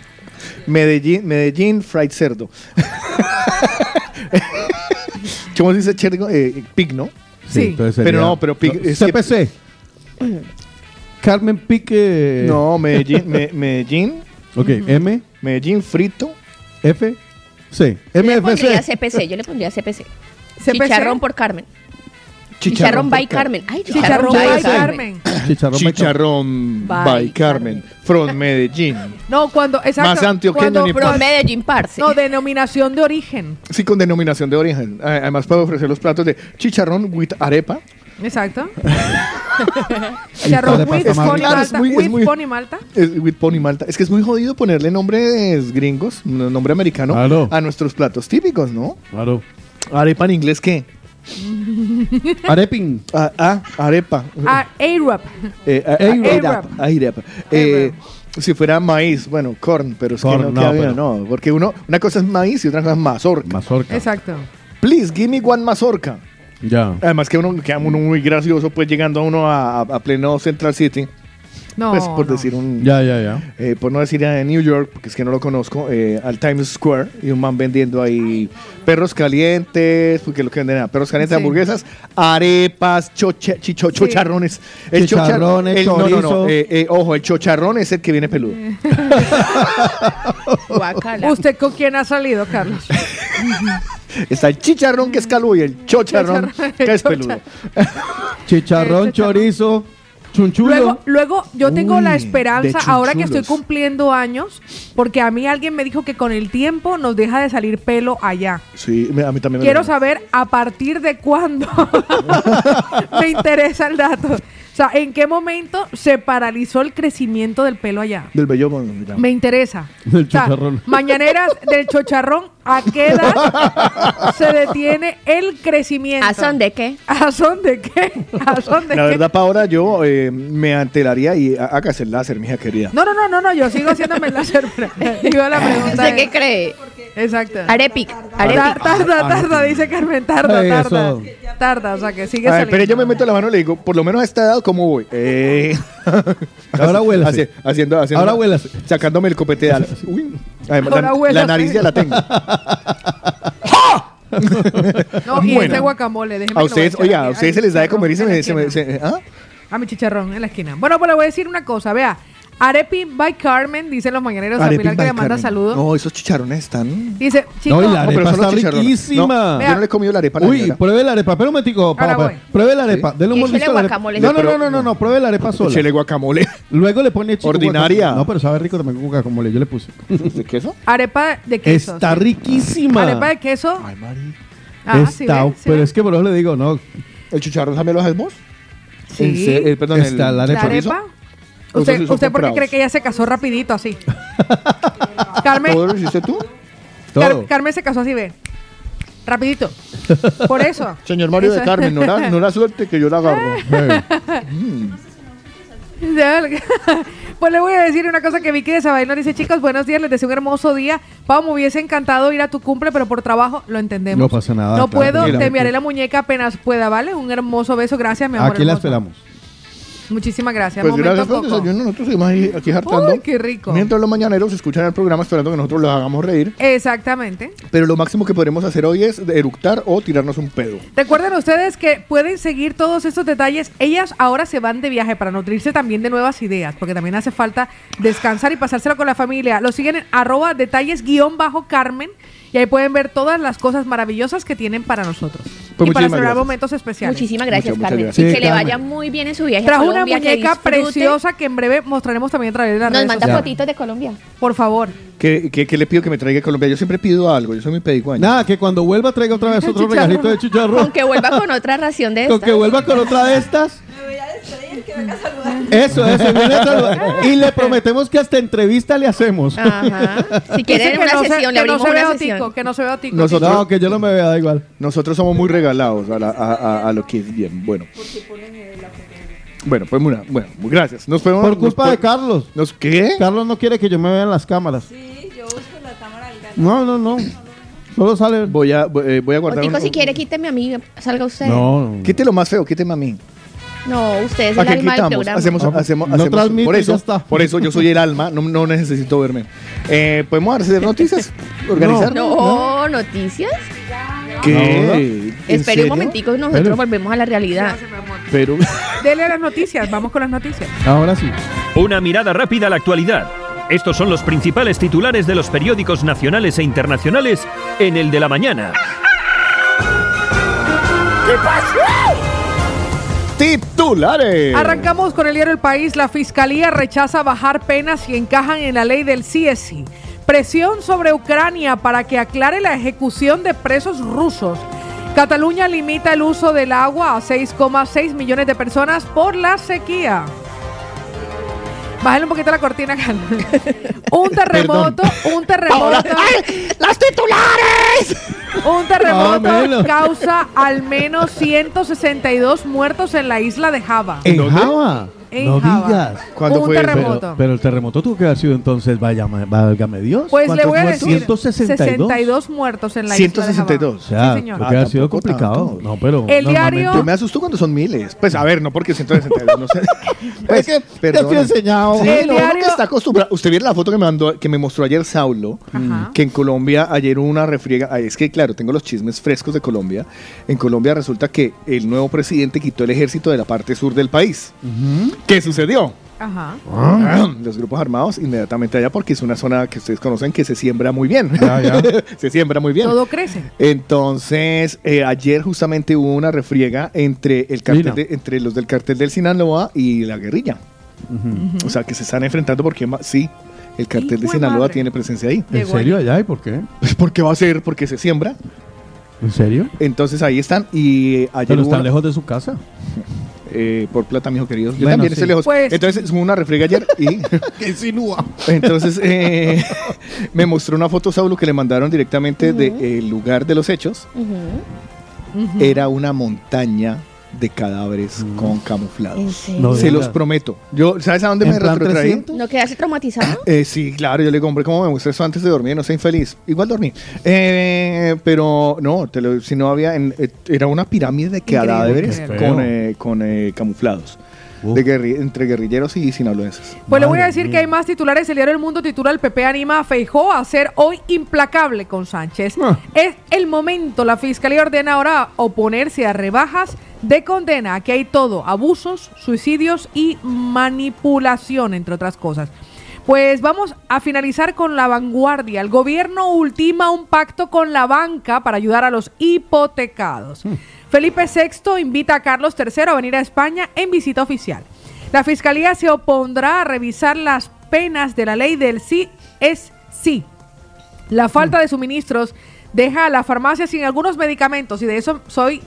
Speaker 4: Medellín, Medellín fried cerdo. ¿Cómo se dice cerdo? Eh, pig, ¿no?
Speaker 5: Sí.
Speaker 6: entonces
Speaker 4: Pero no, pero pic- es que-
Speaker 6: CPC. Carmen Pique.
Speaker 4: No, Medellín, me- Medellín,
Speaker 6: Ok, M,
Speaker 4: Medellín frito.
Speaker 6: F, C.
Speaker 10: Yo le pondría
Speaker 6: MFC.
Speaker 10: CPC, yo le pondría CPC.
Speaker 5: CPC.
Speaker 10: Chicharrón por Carmen. Chicharrón, by
Speaker 4: por-
Speaker 10: Carmen. Ay, chicharrón
Speaker 5: Chicharrón by
Speaker 10: by Carmen.
Speaker 5: Carmen.
Speaker 6: Chicharrón.
Speaker 4: Chicharrón
Speaker 10: By
Speaker 4: by Carmen, from Medellín.
Speaker 5: No, cuando. Exacto,
Speaker 4: Más antioqueño
Speaker 5: cuando-
Speaker 4: ni
Speaker 5: cuando-
Speaker 10: From Medellín, parce.
Speaker 5: No, denominación de origen.
Speaker 4: Sí, con denominación de origen. A- Además puede ofrecer los platos de chicharrón with arepa.
Speaker 5: Exacto. Chicharrón
Speaker 6: Vale,
Speaker 5: with
Speaker 6: pasa,
Speaker 5: pony
Speaker 4: claro, es
Speaker 5: malta.
Speaker 4: muy- es
Speaker 5: With
Speaker 4: muy-
Speaker 5: pony malta.
Speaker 4: Es, with pony malta. Es que es muy jodido ponerle nombres gringos, n- nombre americano,
Speaker 6: Claro.
Speaker 4: a nuestros platos típicos, ¿no?
Speaker 6: Claro.
Speaker 4: Arepa en inglés, ¿qué?
Speaker 6: Arepin.
Speaker 4: Ah, ah, arepa.
Speaker 5: Ah, Arab.
Speaker 4: Eh, a-
Speaker 5: Arepa.
Speaker 4: arepa, arepa. Eh, si fuera maíz, bueno, corn, pero es
Speaker 6: Corn,
Speaker 4: que no,
Speaker 6: no,
Speaker 4: cabía,
Speaker 6: pero-
Speaker 4: no. Porque uno, una cosa es maíz y otra cosa es mazorca.
Speaker 6: Mazorca.
Speaker 5: Exacto.
Speaker 4: Please, give me one mazorca.
Speaker 6: Ya.
Speaker 4: Además que uno queda uno muy gracioso, pues llegando a uno a, a- a pleno Central City,
Speaker 5: No.
Speaker 4: pues por
Speaker 5: no.
Speaker 4: decir un,
Speaker 6: Ya, ya, ya.
Speaker 4: eh, por no decir a New York, porque es que no lo conozco, eh, al Times Square y un man vendiendo ahí perros calientes, porque lo que venden ah, perros calientes,
Speaker 5: Sí.
Speaker 4: hamburguesas, arepas, chocha- chicho- chocharrones. El chochar-
Speaker 6: Chicharrones,
Speaker 4: el- no, no, no,
Speaker 6: chorizo.
Speaker 4: eh, eh, ojo, el chocharrón es el que viene peludo.
Speaker 5: Eh.
Speaker 10: Guacala.
Speaker 5: ¿Usted con quién ha salido, Carlos?
Speaker 4: Está el chicharrón que es calvo y el chocharrón
Speaker 5: Chicharrón,
Speaker 4: que es
Speaker 5: chocha-
Speaker 4: peludo.
Speaker 6: Chicharrón,
Speaker 5: Eh, chicharrón.
Speaker 6: chorizo, chunchulo.
Speaker 5: Luego, luego yo tengo
Speaker 4: Uy,
Speaker 5: la
Speaker 4: de
Speaker 5: esperanza, ahora que estoy
Speaker 4: chunchulos.
Speaker 5: cumpliendo años, porque a mí alguien me dijo que con el tiempo nos deja de salir pelo allá.
Speaker 4: Sí, me- a mí también me
Speaker 5: Quiero
Speaker 4: lo-
Speaker 5: saber a partir de cuándo. me interesa el dato. O sea, ¿en qué momento se paralizó el crecimiento del pelo allá?
Speaker 4: Del bello. bueno, mira.
Speaker 5: Me interesa.
Speaker 6: Del
Speaker 5: O sea,
Speaker 6: chocharrón.
Speaker 5: mañaneras del chocharrón, ¿a qué edad se detiene el crecimiento?
Speaker 10: ¿A son de qué?
Speaker 5: ¿A son de qué? ¿A son de
Speaker 4: La
Speaker 5: qué?
Speaker 4: verdad, para ahora yo eh, me antelaría y ha- hágase el láser, mija querida.
Speaker 5: No, no, no, no, no, yo sigo haciéndome el láser. Digo la pregunta.
Speaker 10: ¿Usted
Speaker 5: es-
Speaker 10: qué cree?
Speaker 5: Exacto.
Speaker 10: Arepic.
Speaker 5: Tarda,
Speaker 4: Ah,
Speaker 10: Arepic.
Speaker 5: tarda, tarda, dice Carmen, tarda,
Speaker 6: Ay,
Speaker 5: tarda.
Speaker 6: eso.
Speaker 5: Tarda, o sea que sigue
Speaker 4: A ver,
Speaker 5: saliendo.
Speaker 4: pero yo me meto la mano y le digo, por lo menos a esta edad, ¿cómo voy? Eh.
Speaker 6: Ahora huélase.
Speaker 4: Haci- haciendo, haciendo-
Speaker 6: Ahora huélase.
Speaker 4: Sacándome el copete de alas. Uy. Además,
Speaker 5: Ahora
Speaker 4: la,
Speaker 5: huélase.
Speaker 4: la nariz ya la tengo.
Speaker 5: No, y
Speaker 4: Bueno.
Speaker 5: este guacamole, déjeme que
Speaker 4: A
Speaker 5: lo
Speaker 4: ustedes,
Speaker 5: voy echar
Speaker 4: oiga,
Speaker 5: aquí,
Speaker 4: a ustedes
Speaker 5: mi
Speaker 4: se les da de comer y se
Speaker 5: chicharrón
Speaker 4: me...
Speaker 5: en
Speaker 4: se
Speaker 5: la
Speaker 4: me-
Speaker 5: esquina.
Speaker 4: se- ¿ah?
Speaker 5: A mi chicharrón en la esquina. Bueno, pues le voy a decir una cosa, vea. Arepi by Carmen, dicen los mañaneros a
Speaker 4: Arepi
Speaker 5: Pilar que
Speaker 4: by
Speaker 5: le manda
Speaker 4: Carmen.
Speaker 5: saludos.
Speaker 4: No, esos chicharrones están...
Speaker 5: Dice, chico,
Speaker 6: No, y la
Speaker 4: No,
Speaker 6: arepa
Speaker 4: son los
Speaker 6: está
Speaker 4: chicharrones.
Speaker 6: riquísima.
Speaker 4: No, yo no le he comido la arepa. a la
Speaker 6: Uy,
Speaker 4: señora.
Speaker 6: pruebe la arepa. Espera un momentico. pa-
Speaker 5: Ahora
Speaker 6: pa-
Speaker 5: voy.
Speaker 6: Pruebe la arepa. Dele un
Speaker 10: Y
Speaker 6: mordisco
Speaker 10: échele
Speaker 6: a la
Speaker 10: guacamole.
Speaker 6: arepa. No, no, no, no, no, no. Pruebe la arepa sola.
Speaker 4: Échele guacamole.
Speaker 6: Luego le pone chico
Speaker 4: Ordinaria.
Speaker 6: guacamole. No, pero sabe rico también con guacamole. Yo le puse.
Speaker 4: ¿De queso?
Speaker 5: arepa de queso.
Speaker 6: Está
Speaker 5: sí.
Speaker 6: riquísima.
Speaker 5: Arepa de queso.
Speaker 4: Ay, Mari.
Speaker 5: Ah, sí,
Speaker 6: Está,
Speaker 5: ve, sí,
Speaker 6: pero
Speaker 5: ve.
Speaker 6: es que por eso le digo, no.
Speaker 4: ¿El chicharrón también lo haces vos?
Speaker 5: Sí.
Speaker 4: En se- eh, perdón,
Speaker 6: Está la
Speaker 4: el
Speaker 5: La
Speaker 6: arepa.
Speaker 4: chorizo.
Speaker 5: arepa.
Speaker 4: Los
Speaker 5: ¿Usted,
Speaker 4: dos sí son
Speaker 5: usted por qué
Speaker 4: comprados.
Speaker 5: cree que ella se casó rapidito así?
Speaker 6: Oh.
Speaker 5: Carmen,
Speaker 4: ¿Todo lo hiciste tú?
Speaker 5: Car-
Speaker 6: Todo.
Speaker 5: Carmen se casó así, ve. Rapidito. Por eso.
Speaker 4: Señor Mario de
Speaker 5: Eso-
Speaker 4: Carmen, no Pues la, no la suerte que yo la agarro.
Speaker 6: Eh,
Speaker 5: De algo. Mm. Pues le voy a decir una cosa que Vicky de Sabaino dice, chicos, buenos días, les deseo un hermoso día. Pau, me hubiese encantado ir a tu cumple, pero por trabajo lo entendemos.
Speaker 6: No pasa nada,
Speaker 5: No puedo,
Speaker 6: tranquila.
Speaker 5: te enviaré la muñeca apenas pueda, ¿vale? Un hermoso beso, gracias, mi amor.
Speaker 6: Aquí la
Speaker 5: hermoso.
Speaker 6: esperamos.
Speaker 5: Muchísimas gracias.
Speaker 4: Pues
Speaker 5: Momento
Speaker 4: gracias por el
Speaker 5: Coco.
Speaker 4: desayuno. Nosotros seguimos ahí- aquí hartando.
Speaker 5: Uy, qué rico.
Speaker 4: Mientras los mañaneros escuchan el programa esperando que nosotros los hagamos reír.
Speaker 5: Exactamente.
Speaker 4: Pero lo máximo que podremos hacer hoy es eructar o tirarnos un pedo.
Speaker 5: Recuerden ustedes que pueden seguir todos estos detalles. Ellas ahora se van de viaje para nutrirse también de nuevas ideas, porque también hace falta descansar y pasárselo con la familia. Lo siguen en arroba detalles guión bajo Carmen y ahí pueden ver todas las cosas maravillosas que tienen para nosotros. y para
Speaker 10: muchísimas
Speaker 5: celebrar
Speaker 10: gracias.
Speaker 5: momentos especiales.
Speaker 10: Muchísimas gracias, Carmen.
Speaker 5: gracias.
Speaker 10: Y
Speaker 5: Sí,
Speaker 10: que le
Speaker 5: Carmen.
Speaker 10: vaya muy bien en su viaje. a
Speaker 5: Trajo una
Speaker 10: Colombia, que
Speaker 5: muñeca
Speaker 10: disfrute.
Speaker 5: preciosa que en breve mostraremos también a través de las
Speaker 10: Nos
Speaker 5: redes
Speaker 10: manda
Speaker 5: sociales.
Speaker 10: fotitos de Colombia.
Speaker 5: Por favor.
Speaker 4: ¿Qué, qué, qué le pido que me traiga a Colombia? Yo siempre pido algo. Yo soy muy pedicuaño.
Speaker 6: Nada, que cuando vuelva traiga otra vez otro regalito de chicharrón.
Speaker 10: Con que vuelva con otra ración de estas.
Speaker 6: Con que vuelva con otra de estas. Eso, eso. viene a saludar. Y le prometemos que hasta entrevista le hacemos.
Speaker 10: Si
Speaker 5: Dice
Speaker 10: quieren
Speaker 5: que
Speaker 10: una
Speaker 5: no se-
Speaker 10: sesión, le
Speaker 5: que no
Speaker 10: abrimos
Speaker 5: se
Speaker 10: una
Speaker 5: vea
Speaker 10: sesión.
Speaker 5: Tico, que no se vea Tico.
Speaker 4: Nosotros,
Speaker 5: Tico.
Speaker 6: que yo no me vea, da igual.
Speaker 4: Nosotros somos muy regalados a, la- a- a- a lo que es bien. Bueno, bueno, pues una, bueno, gracias. Nos podemos-
Speaker 6: Por culpa
Speaker 4: nos-
Speaker 6: de Carlos.
Speaker 4: ¿Nos qué?
Speaker 6: Carlos no quiere que yo me vea en las cámaras. No, no, no. Solo sale.
Speaker 4: Voy a, eh, voy a
Speaker 10: O
Speaker 4: guardar.
Speaker 10: Tico,
Speaker 4: un-
Speaker 10: si quiere, quíteme a mí, salga usted.
Speaker 4: Quítelo más feo, quíteme a mí.
Speaker 10: No, usted es
Speaker 4: ¿A
Speaker 10: el
Speaker 4: qué
Speaker 10: alma del
Speaker 4: quitamos?
Speaker 10: programa.
Speaker 4: Hacemos, hacemos,
Speaker 6: No
Speaker 4: hacemos-
Speaker 6: transmite
Speaker 4: por
Speaker 6: y
Speaker 4: eso,
Speaker 6: ya está.
Speaker 4: Por eso yo soy el alma, no, no necesito verme. Eh, ¿Podemos hacer noticias? ¿Organizar?
Speaker 10: No, noticias.
Speaker 4: ¿Qué? ¿En
Speaker 10: Espere un
Speaker 4: serio?
Speaker 10: momentico, nosotros volvemos a la realidad.
Speaker 4: Pero.
Speaker 5: Dele a las noticias, vamos con las noticias.
Speaker 6: Ahora sí.
Speaker 1: Una mirada rápida a la actualidad. Estos son los principales titulares de los periódicos nacionales e internacionales en el de la mañana.
Speaker 4: ¿Qué pasó? Titulares.
Speaker 5: Arrancamos con el diario El País. La Fiscalía rechaza bajar penas y encajan en la ley del CSI. Presión sobre Ucrania para que aclare la ejecución de presos rusos. Cataluña limita el uso del agua a 6,6 millones de personas por la sequía. Bájale un poquito la cortina, Carlos. Un terremoto, un terremoto.
Speaker 9: ¡Las titulares!
Speaker 5: Un terremoto
Speaker 9: Más o menos.
Speaker 5: causa al menos 162 muertos en la isla de Java.
Speaker 6: ¿En Java?
Speaker 5: En
Speaker 6: no
Speaker 5: Java.
Speaker 6: digas.
Speaker 5: ¿Cuándo Un fue eso? terremoto.
Speaker 6: Pero, pero el terremoto tuvo que haber sido entonces, vaya, ma- válgame Dios.
Speaker 5: Pues le voy a
Speaker 6: ¿Cuántos
Speaker 5: decir
Speaker 6: muertos? 162.
Speaker 5: 62 muertos en la isla de Java.
Speaker 4: 162.
Speaker 6: O sea,
Speaker 5: Sí, señor.
Speaker 6: tuvo que haber
Speaker 4: Ah,
Speaker 6: sido
Speaker 4: tampoco
Speaker 6: complicado.
Speaker 4: tanto.
Speaker 6: No, pero.
Speaker 5: El diario-
Speaker 4: Yo me asusto cuando son miles. Pues a ver, no porque 162, no sé. Pues,
Speaker 6: Es que ya
Speaker 4: perdona.
Speaker 6: estoy enseñado.
Speaker 4: Sí,
Speaker 6: El
Speaker 4: no, uno
Speaker 6: diario-
Speaker 4: que está acostumbrado. Usted vio la foto que me mandó, que me mostró ayer Saulo, que en Colombia ayer hubo una refriega. Ay, Es que claro, tengo los chismes frescos de Colombia. En Colombia resulta que el nuevo presidente quitó el ejército de la parte sur del país. ¿Qué sucedió? Ah,
Speaker 5: Ajá.
Speaker 4: Los grupos armados inmediatamente allá porque es una zona que ustedes conocen que se siembra muy bien. se siembra muy bien.
Speaker 5: Todo crece.
Speaker 4: Entonces, eh, ayer justamente hubo una refriega entre, el cartel
Speaker 6: Mira.
Speaker 4: de- entre los del cartel del Sinaloa y la guerrilla. O sea, que se están enfrentando porque ma- sí, el cartel de
Speaker 6: Hijo de
Speaker 4: Sinaloa
Speaker 6: madre.
Speaker 4: tiene presencia ahí.
Speaker 6: ¿En serio allá? ¿Y por qué?
Speaker 4: ¿Por qué va a ser? Porque se siembra.
Speaker 6: ¿En serio?
Speaker 4: Entonces ahí están y eh, ayer
Speaker 6: Pero
Speaker 4: hubo
Speaker 6: están
Speaker 4: una-
Speaker 6: lejos de su casa.
Speaker 4: eh, por plata, mijo querido. Yo
Speaker 6: Bueno,
Speaker 4: también
Speaker 6: sí.
Speaker 4: estoy lejos.
Speaker 6: Pues-
Speaker 4: Entonces, hubo una refriega ayer y...
Speaker 6: ¿Qué insinúa?
Speaker 4: Entonces, eh, me mostró una foto, Saulo, que le mandaron directamente del lugar de los hechos. Era una montaña de cadáveres
Speaker 6: Mm.
Speaker 4: con camuflados.
Speaker 10: serio? No
Speaker 4: Se los
Speaker 10: digas.
Speaker 4: prometo. Yo, ¿Sabes a dónde
Speaker 6: ¿En
Speaker 4: me
Speaker 6: plan
Speaker 4: retrotraí?
Speaker 6: 300?
Speaker 10: ¿No quedarse traumatizado?
Speaker 4: Eh, sí, claro, yo le compré como me mostré eso antes de dormir, no sé, infeliz. Igual dormí. Eh, pero no, te lo- si no había, en- eh, era una pirámide de
Speaker 6: Increíble,
Speaker 4: cadáveres
Speaker 6: qué feo.
Speaker 4: con, eh, con, eh, camuflados. De guerri- entre guerrilleros y sinaloenses.
Speaker 5: Pues le voy a decir que hay más titulares. El diario El Mundo titula El PP anima a Feijó a ser hoy implacable con Sánchez. Es el momento. La Fiscalía ordena ahora oponerse a rebajas de condena. Aquí hay todo. Abusos, suicidios y manipulación, entre otras cosas. Pues vamos a finalizar con la vanguardia. El gobierno ultima un pacto con la banca para ayudar a los hipotecados.
Speaker 6: Hmm.
Speaker 5: Felipe VI invita a Carlos III a venir a España en visita oficial. La fiscalía se opondrá a revisar las penas de la ley del sí es sí. La
Speaker 6: Hmm.
Speaker 5: falta de suministros deja a la farmacia sin algunos medicamentos y de eso soy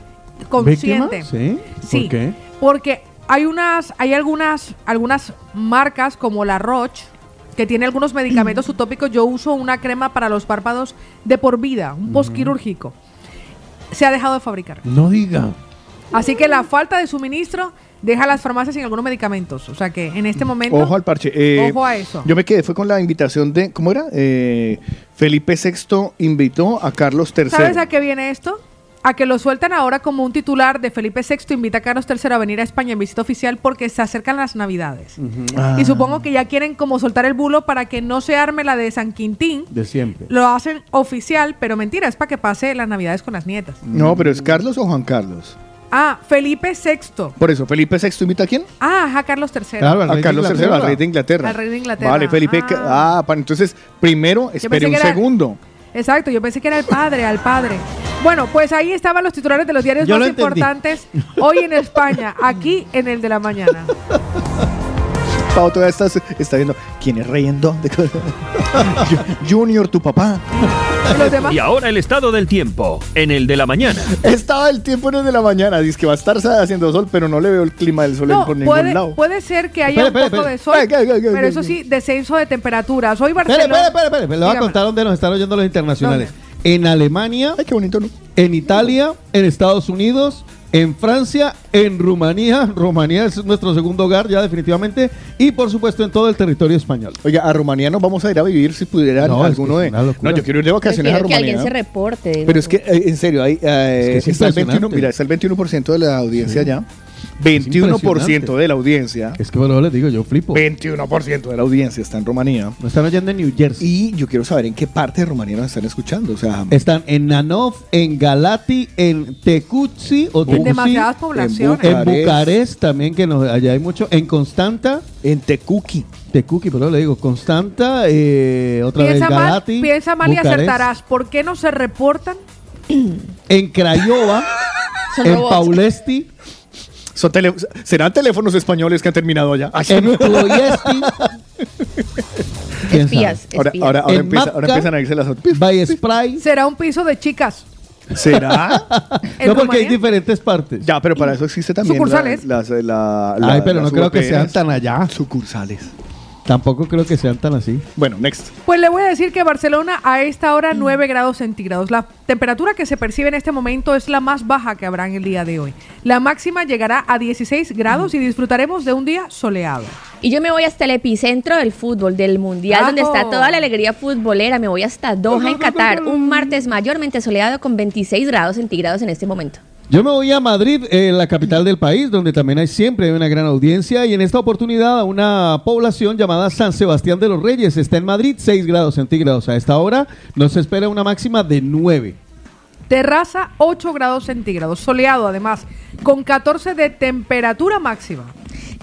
Speaker 5: consciente.
Speaker 6: ¿Víctima? ¿Sí?
Speaker 5: Sí.
Speaker 6: ¿Por qué?
Speaker 5: Porque hay unas, hay algunas, algunas marcas como la Roche que tiene algunos medicamentos utópicos. Yo uso una crema para los párpados de por vida, un postquirúrgico. Se ha dejado de fabricar.
Speaker 6: No diga.
Speaker 5: Así que la falta de suministro deja las farmacias sin algunos medicamentos. O sea que en este momento.
Speaker 4: Mm. Ojo al parche. Eh,
Speaker 5: ojo a eso.
Speaker 4: Yo me quedé, fue con la invitación de, ¿cómo era? Eh, Felipe VI invitó a Carlos III.
Speaker 5: ¿Sabes a qué viene esto? A que lo sueltan ahora como un titular de Felipe VI invita a Carlos III a venir a España en visita oficial porque se acercan las Navidades.
Speaker 4: Ah.
Speaker 5: Y
Speaker 6: Ah.
Speaker 5: supongo que ya quieren como soltar el bulo para que no se arme la de San Quintín.
Speaker 6: De siempre.
Speaker 5: Lo hacen oficial, pero mentira, es para que pase las Navidades con las nietas.
Speaker 4: No, pero ¿es Carlos o Juan Carlos?
Speaker 5: Ah, Felipe VI.
Speaker 4: Por eso, ¿Felipe VI invita a quién?
Speaker 5: Ah, ajá, Carlos III.
Speaker 4: a Carlos III, al rey de Inglaterra.
Speaker 5: Al rey de Inglaterra.
Speaker 4: Vale, Felipe. ca- Ah, pa- entonces, primero,
Speaker 5: pensé
Speaker 4: espere un
Speaker 5: que era-
Speaker 4: segundo.
Speaker 5: Exacto, yo pensé que era el padre, al padre. Bueno, pues ahí estaban los titulares de los diarios
Speaker 4: Yo lo
Speaker 5: más
Speaker 4: entendí.
Speaker 5: importantes hoy en España, aquí en el de la mañana.
Speaker 4: Pau todavía está, está viendo quién es rey en dónde. Ju- Junior, tu papá.
Speaker 1: Y ahora el estado del tiempo, en el de la mañana.
Speaker 4: Estaba el tiempo en el de la mañana. Dice que va a estar haciendo sol, pero no le veo el clima del sol en-
Speaker 5: No,
Speaker 4: por ningún
Speaker 5: puede,
Speaker 4: lado.
Speaker 5: puede ser que haya
Speaker 4: Espere,
Speaker 5: un poco
Speaker 4: espere,
Speaker 5: de sol, pero eso sí, descenso de temperaturas. Hoy
Speaker 6: Espere,
Speaker 5: Barcelona...
Speaker 6: espere, espere, espere. Le voy a
Speaker 5: Dígame.
Speaker 6: contar dónde nos están oyendo los internacionales. En Alemania. En Italia, en Estados Unidos, en Francia, en Rumanía. Rumanía es nuestro segundo hogar ya definitivamente. Y por supuesto en todo el territorio español.
Speaker 4: Oiga, a Rumanía nos vamos a ir a vivir si pudiera
Speaker 6: No, es
Speaker 4: alguno
Speaker 6: que
Speaker 4: de.
Speaker 6: es una locura.
Speaker 4: No, yo quiero ir de vacaciones
Speaker 10: Prefiero
Speaker 4: a
Speaker 10: que
Speaker 4: Rumanía.
Speaker 10: alguien se reporte. digo
Speaker 4: Pero es
Speaker 10: yo.
Speaker 4: que, eh, en serio, hay, eh,
Speaker 6: Es que es
Speaker 4: está el
Speaker 6: impresionante.
Speaker 4: 21, mira, está el 21% de la audiencia ya. 21% de la audiencia.
Speaker 6: Es que bueno, les digo, yo flipo.
Speaker 4: 21% de la audiencia está en Rumanía.
Speaker 6: Nos están oyendo en New Jersey.
Speaker 4: Y yo quiero saber en qué parte de Rumanía nos están escuchando. O sea,
Speaker 6: Están en Nanov, en Galati, en Tecuci o Tecuci,
Speaker 5: demasiadas poblaciones.
Speaker 6: En Bucarest, también, que nos, allá hay mucho. En Constanta.
Speaker 4: En Tecuci.
Speaker 6: Tecuci, pero le digo, Constanta, eh, otra vez
Speaker 5: Piensa mal,
Speaker 6: Galati.
Speaker 5: piensa mal y
Speaker 6: Bucarest.
Speaker 5: acertarás. ¿Por qué no se reportan?
Speaker 6: En Craiova,
Speaker 5: Son
Speaker 6: en
Speaker 5: robots.
Speaker 6: Paulesti,
Speaker 4: son tele- ¿Serán teléfonos españoles que han terminado allá? Ay,
Speaker 6: en Ploiesti. ¿Quién sabe?
Speaker 5: Espías,
Speaker 4: Ahora,
Speaker 5: espías.
Speaker 4: ahora, ahora
Speaker 6: En
Speaker 4: empieza- ahora
Speaker 6: Mapca.
Speaker 4: empiezan a irse las otras.
Speaker 6: By Spray.
Speaker 5: Será un piso de chicas.
Speaker 4: ¿Será?
Speaker 5: ¿En
Speaker 6: No, porque hay
Speaker 5: Rumanía?
Speaker 6: diferentes partes.
Speaker 4: Ya, pero para eso existe también. la-
Speaker 5: Sucursales.
Speaker 4: Las, eh, la- la-
Speaker 6: Ay, pero no
Speaker 4: las
Speaker 6: creo que
Speaker 4: UPNs.
Speaker 6: sean tan allá.
Speaker 4: Sucursales.
Speaker 6: Tampoco creo que sean tan así.
Speaker 4: Bueno, next.
Speaker 5: Pues le voy a decir que Barcelona a esta hora
Speaker 10: Mm.
Speaker 5: 9 grados centígrados. La temperatura que se percibe en este momento es la más baja que habrá en el día de hoy. La máxima llegará a 16 grados y disfrutaremos de un día soleado.
Speaker 10: Y yo me voy hasta el epicentro del fútbol, del mundial, donde
Speaker 5: ¡Vamos!
Speaker 10: está toda la alegría futbolera. Me voy hasta Doha, en Qatar, un martes mayormente soleado con 26 grados centígrados en este momento.
Speaker 6: Yo me voy a Madrid, eh, la capital del país, donde también hay siempre una gran audiencia y en esta oportunidad a una población llamada San Sebastián de los Reyes. Está en Madrid, 6 grados centígrados. A esta hora nos espera una máxima de 9.
Speaker 5: Terraza 8 grados centígrados, soleado además, con 14 de temperatura máxima.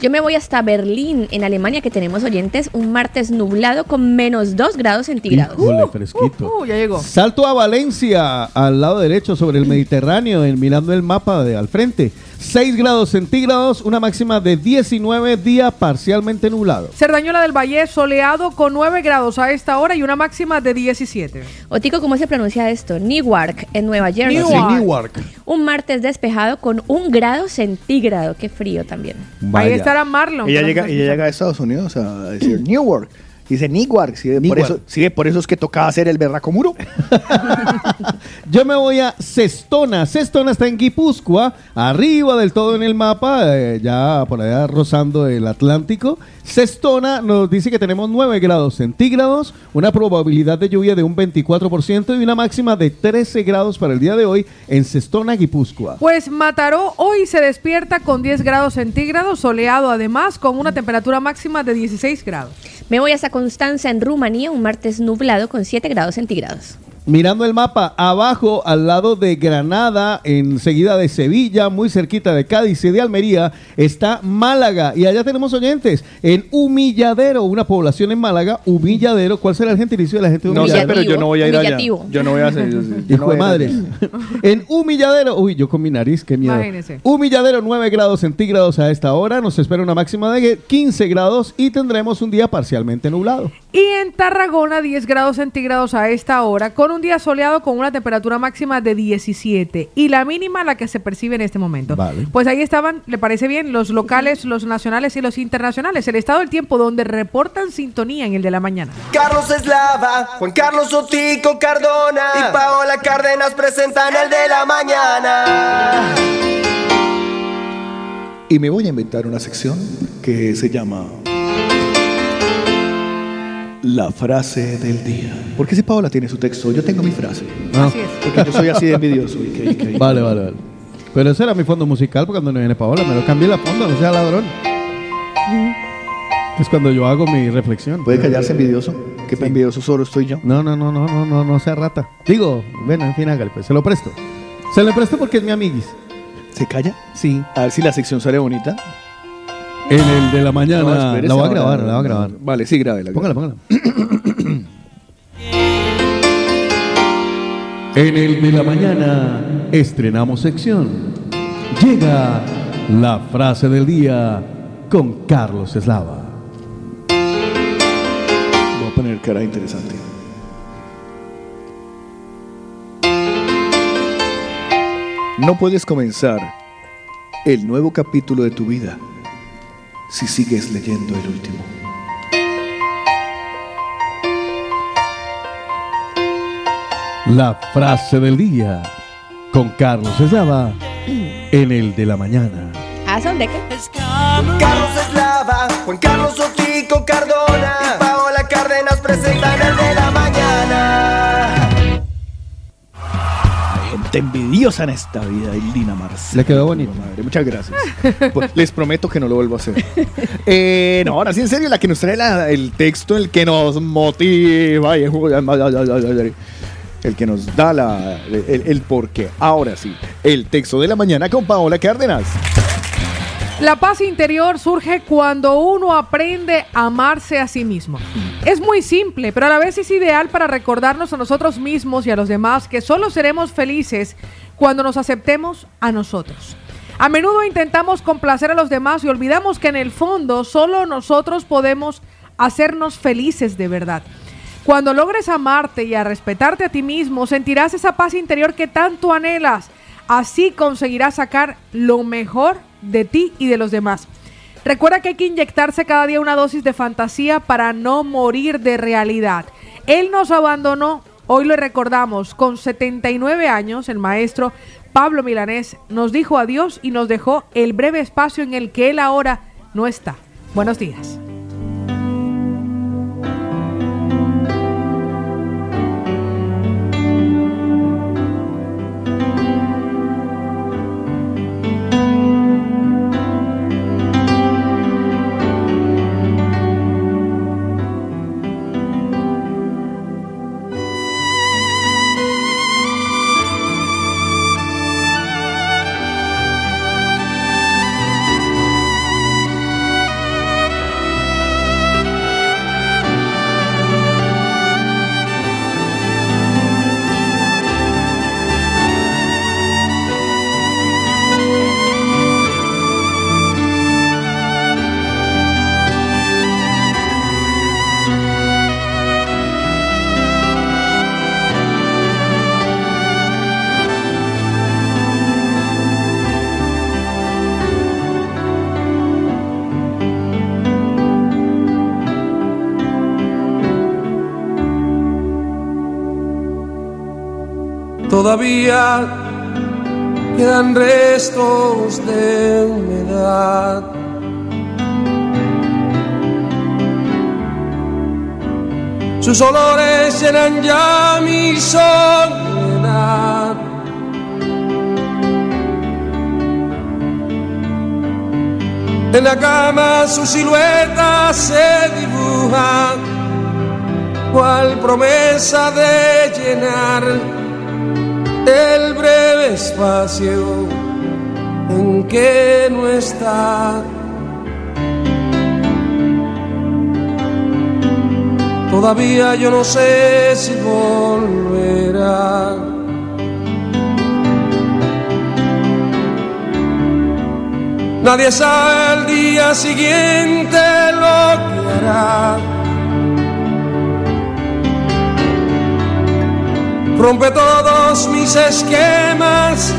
Speaker 10: Yo me voy hasta Berlín, en Alemania, que tenemos oyentes, un martes nublado con menos 2 grados centígrados.
Speaker 6: Híjole, fresquito.
Speaker 5: Uh, ya llegó.
Speaker 6: Salto a Valencia, al lado derecho, sobre el Mediterráneo, en- mirando el mapa de al frente. 6 grados centígrados, una máxima de 19, día parcialmente nublado.
Speaker 5: Cerdañola del Valle, soleado con 9 grados a esta hora y una máxima de 17.
Speaker 10: Otico, ¿cómo se pronuncia esto? Newark, en Nueva Jersey.
Speaker 5: Así, Newark.
Speaker 10: Un martes despejado con un grado centígrado. Qué frío también.
Speaker 5: Ahí estará Marlon.
Speaker 4: Ella
Speaker 5: que
Speaker 4: llega,
Speaker 5: nos
Speaker 4: ella llega a Estados Unidos a decir Newark. Dice Newark. Sí, por,
Speaker 6: Newark.
Speaker 4: eso, sí, por eso es que tocaba hacer el berraco muro.
Speaker 6: Yo me voy a Cestona. Cestona está en Guipúzcoa, arriba del todo en el mapa, eh, ya por allá rozando el Atlántico. Cestona nos dice que tenemos 9 grados centígrados, una probabilidad de lluvia de un 24% y una máxima de 13 grados para el día de hoy en Cestona, Guipúzcoa.
Speaker 5: Pues Mataró hoy se despierta con 10 grados centígrados, soleado además, con una temperatura máxima de 16 grados.
Speaker 10: Me voy hasta Constanza, en Rumanía, un martes nublado con 7 grados centígrados.
Speaker 6: Mirando el mapa, abajo, al lado de Granada, enseguida de Sevilla, muy cerquita de Cádiz y de Almería, está Málaga. Y allá tenemos oyentes. En Humilladero, una población en Málaga, Humilladero. ¿Cuál será el gentilicio de la gente de
Speaker 4: No sé,
Speaker 6: Humilladero?
Speaker 4: pero yo no voy a ir allá.
Speaker 10: Humillativo.
Speaker 4: Yo no voy a hacer. yo- yo no
Speaker 6: Hijo
Speaker 4: voy
Speaker 6: de
Speaker 4: a ir
Speaker 6: madre.
Speaker 4: allá.
Speaker 6: en Humilladero, uy, yo con mi nariz, qué miedo.
Speaker 5: Imagínese.
Speaker 6: Humilladero, 9 grados centígrados a esta hora. Nos espera una máxima de 15 grados y tendremos un día parcialmente nublado.
Speaker 5: Y en Tarragona 10 grados centígrados a esta hora, con un día soleado con una temperatura máxima de 17 y la mínima la que se percibe en este momento.
Speaker 6: Vale.
Speaker 5: Pues ahí estaban, ¿le parece bien? Los locales, los nacionales y los internacionales. El estado del tiempo donde reportan sintonía en el de la mañana.
Speaker 9: Carlos Eslava, Juan Carlos Otico Cardona y Paola Cárdenas presentan el de la mañana.
Speaker 4: y me voy a inventar una sección que se llama La frase del día. Porque si Paola tiene su texto, yo tengo mi frase.
Speaker 6: Ah. Así es.
Speaker 4: Porque yo soy así de envidioso. y que- y que-
Speaker 6: Vale, vale, vale. Pero ese era mi fondo musical porque cuando no viene Paola me lo cambié la fondo, no sea ladrón. Es cuando yo hago mi reflexión.
Speaker 4: ¿Puede callarse envidioso?
Speaker 6: ¿Qué envidioso solo estoy yo? No, no, no, no, no, no, no sea rata. Digo, bueno, en fin, hágale, pues se lo presto. Se lo presto porque es mi amiguis.
Speaker 4: ¿Se calla?
Speaker 6: Sí.
Speaker 4: A ver si la sección sale bonita.
Speaker 6: En el de la mañana.
Speaker 4: No, espérese,
Speaker 6: la voy a
Speaker 4: ahora,
Speaker 6: grabar,
Speaker 4: no,
Speaker 6: la voy a
Speaker 4: no.
Speaker 6: grabar.
Speaker 4: Vale, sí, grábela.
Speaker 6: Póngala, póngala. en el de la mañana estrenamos sección. Llega la frase del día con Carlos Eslava.
Speaker 4: Voy a poner cara interesante. No puedes comenzar el nuevo capítulo de tu vida si sigues leyendo el último.
Speaker 6: La frase del día con Carlos Eslava en el de la mañana.
Speaker 10: ¿A dónde qué?
Speaker 9: Carlos Eslava, Juan Carlos Otico Cardona y Paola Cárdenas presentan el de la mañana.
Speaker 4: Hay gente envidiosa en esta vida, Lina Marcela.
Speaker 6: Le quedó bonito.
Speaker 4: Madre, muchas gracias. Pues, Les prometo que no lo vuelvo a hacer. Eh, no, ahora sí, en serio, la que nos trae la- el texto, el que nos motiva, y el el que nos da la, el, el porqué. Ahora sí, el texto de la mañana con Paola Cárdenas.
Speaker 5: La paz interior surge cuando uno aprende a amarse a sí mismo. Es muy simple, pero a la vez es ideal para recordarnos a nosotros mismos y a los demás que solo seremos felices cuando nos aceptemos a nosotros. A menudo intentamos complacer a los demás y olvidamos que en el fondo solo nosotros podemos hacernos felices de verdad. Cuando logres amarte y a respetarte a ti mismo, sentirás esa paz interior que tanto anhelas. Así conseguirás sacar lo mejor de ti y de los demás. Recuerda que hay que inyectarse cada día una dosis de fantasía para no morir de realidad. Él nos abandonó, hoy lo recordamos, con 79 años el maestro Pablo Milanés nos dijo adiós y nos dejó el breve espacio en el que él ahora no está. Buenos días.
Speaker 16: Todavía quedan restos de humedad. Sus olores llenan ya mi soledad. En la cama su silueta se dibuja, cual promesa de llenar el breve espacio en que no está. Todavía yo no sé si volverá. Nadie sabe al día siguiente lo que hará. rompe todos mis esquemas,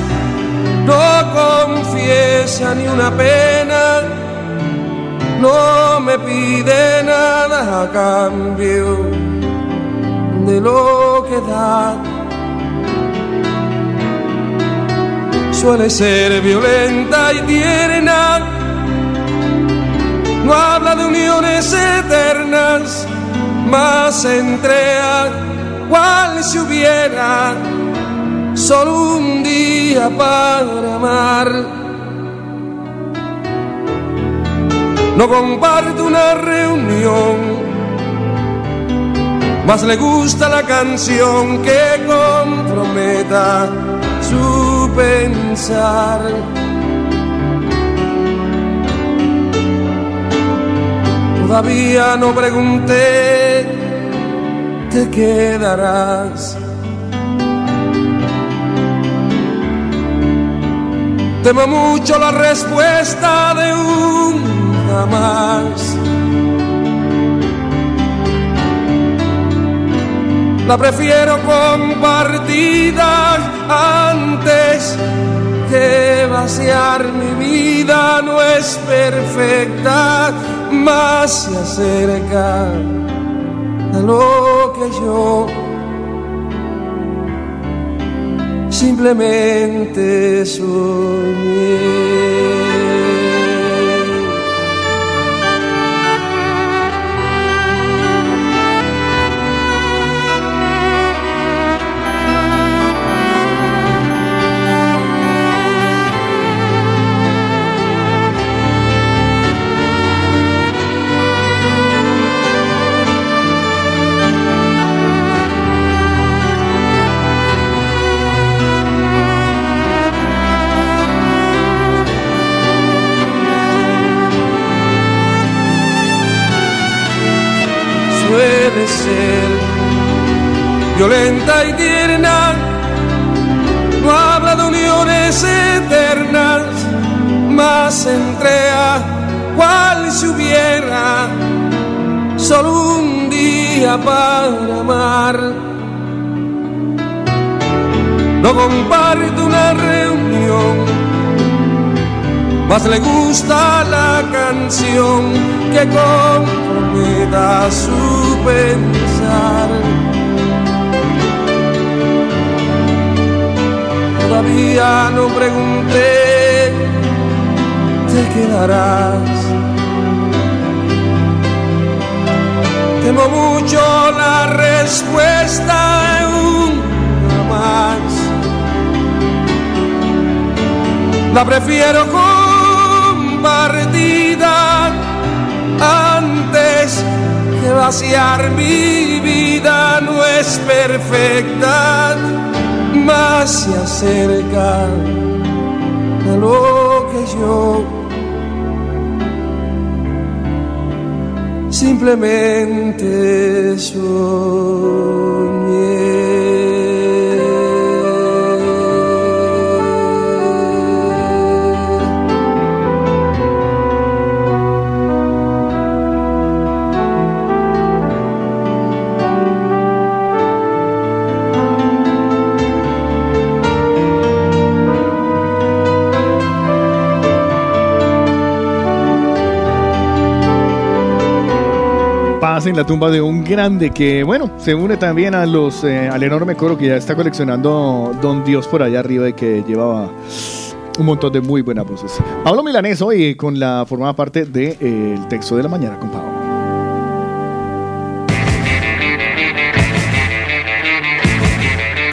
Speaker 16: no confiesa ni una pena, no me pide nada a cambio de lo que da. Suele ser violenta y tierna, no habla de uniones eternas, más entrega cual si hubiera solo un día para amar. No comparte una reunión, más le gusta la canción que comprometa su pensar. Todavía no pregunté, te quedarás. Temo mucho la respuesta de un jamás. La prefiero compartida antes que vaciar mi vida. No es perfecta, más se acerca a lo que yo simplemente soñé. suele ser violenta y tierna, no habla de uniones eternas, más entrega cual si hubiera solo un día para amar. No comparte una reunión más le gusta la canción que comprometa su pensar. Todavía no pregunté, te quedarás. Temo mucho la respuesta de un jamás. La prefiero con partida antes que vaciar mi vida no es perfecta, más se acerca a lo que yo simplemente soñé.
Speaker 17: Paz en la tumba de un grande que, bueno, se une también a los, eh, al enorme coro que ya está coleccionando Don Dios por allá arriba y que llevaba un montón de muy buenas voces. Pablo Milanés hoy con la formada parte del texto de la mañana con Pablo.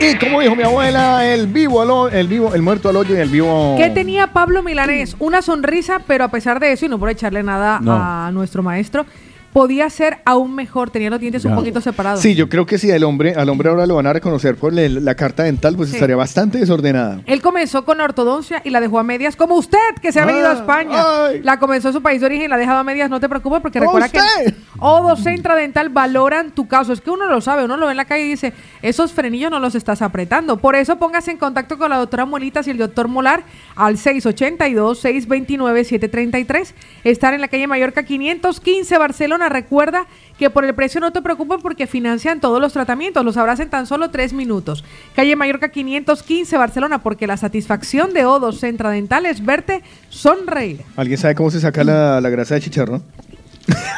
Speaker 17: Y como dijo mi abuela, el vivo al ho- el vivo, el muerto al hoyo y el vivo.
Speaker 5: ¿Qué tenía Pablo Milanés? Una sonrisa, pero a pesar de eso, y no por echarle nada
Speaker 17: No.
Speaker 5: a nuestro maestro, podía ser aún mejor, tenía los dientes un
Speaker 17: Ya.
Speaker 5: poquito separados.
Speaker 17: Sí, yo creo que si al hombre, al hombre ahora lo van a reconocer por el- la carta dental, pues
Speaker 5: Sí.
Speaker 17: estaría bastante desordenada.
Speaker 5: Él comenzó con ortodoncia y la dejó a medias, como usted, que
Speaker 17: Ah,
Speaker 5: se ha venido a España. La comenzó en su país de origen y la ha dejado a medias. No te preocupes porque
Speaker 17: ¡Como
Speaker 5: recuerda que Odo Centra Dental valoran tu caso. Es que uno lo sabe, uno lo ve en la calle y dice, esos frenillos no los estás apretando. Por eso póngase en contacto con la doctora Molitas y el doctor Molar al 682-629-733. Estar en la calle Mallorca 515 Barcelona. Recuerda que por el precio no te preocupes porque financian todos los tratamientos. Los sabrás en tan solo tres minutos. Calle Mallorca 515 Barcelona porque la satisfacción de Odo Centra Dental es verte sonreír.
Speaker 17: ¿Alguien sabe cómo se saca la, la grasa de chicharrón?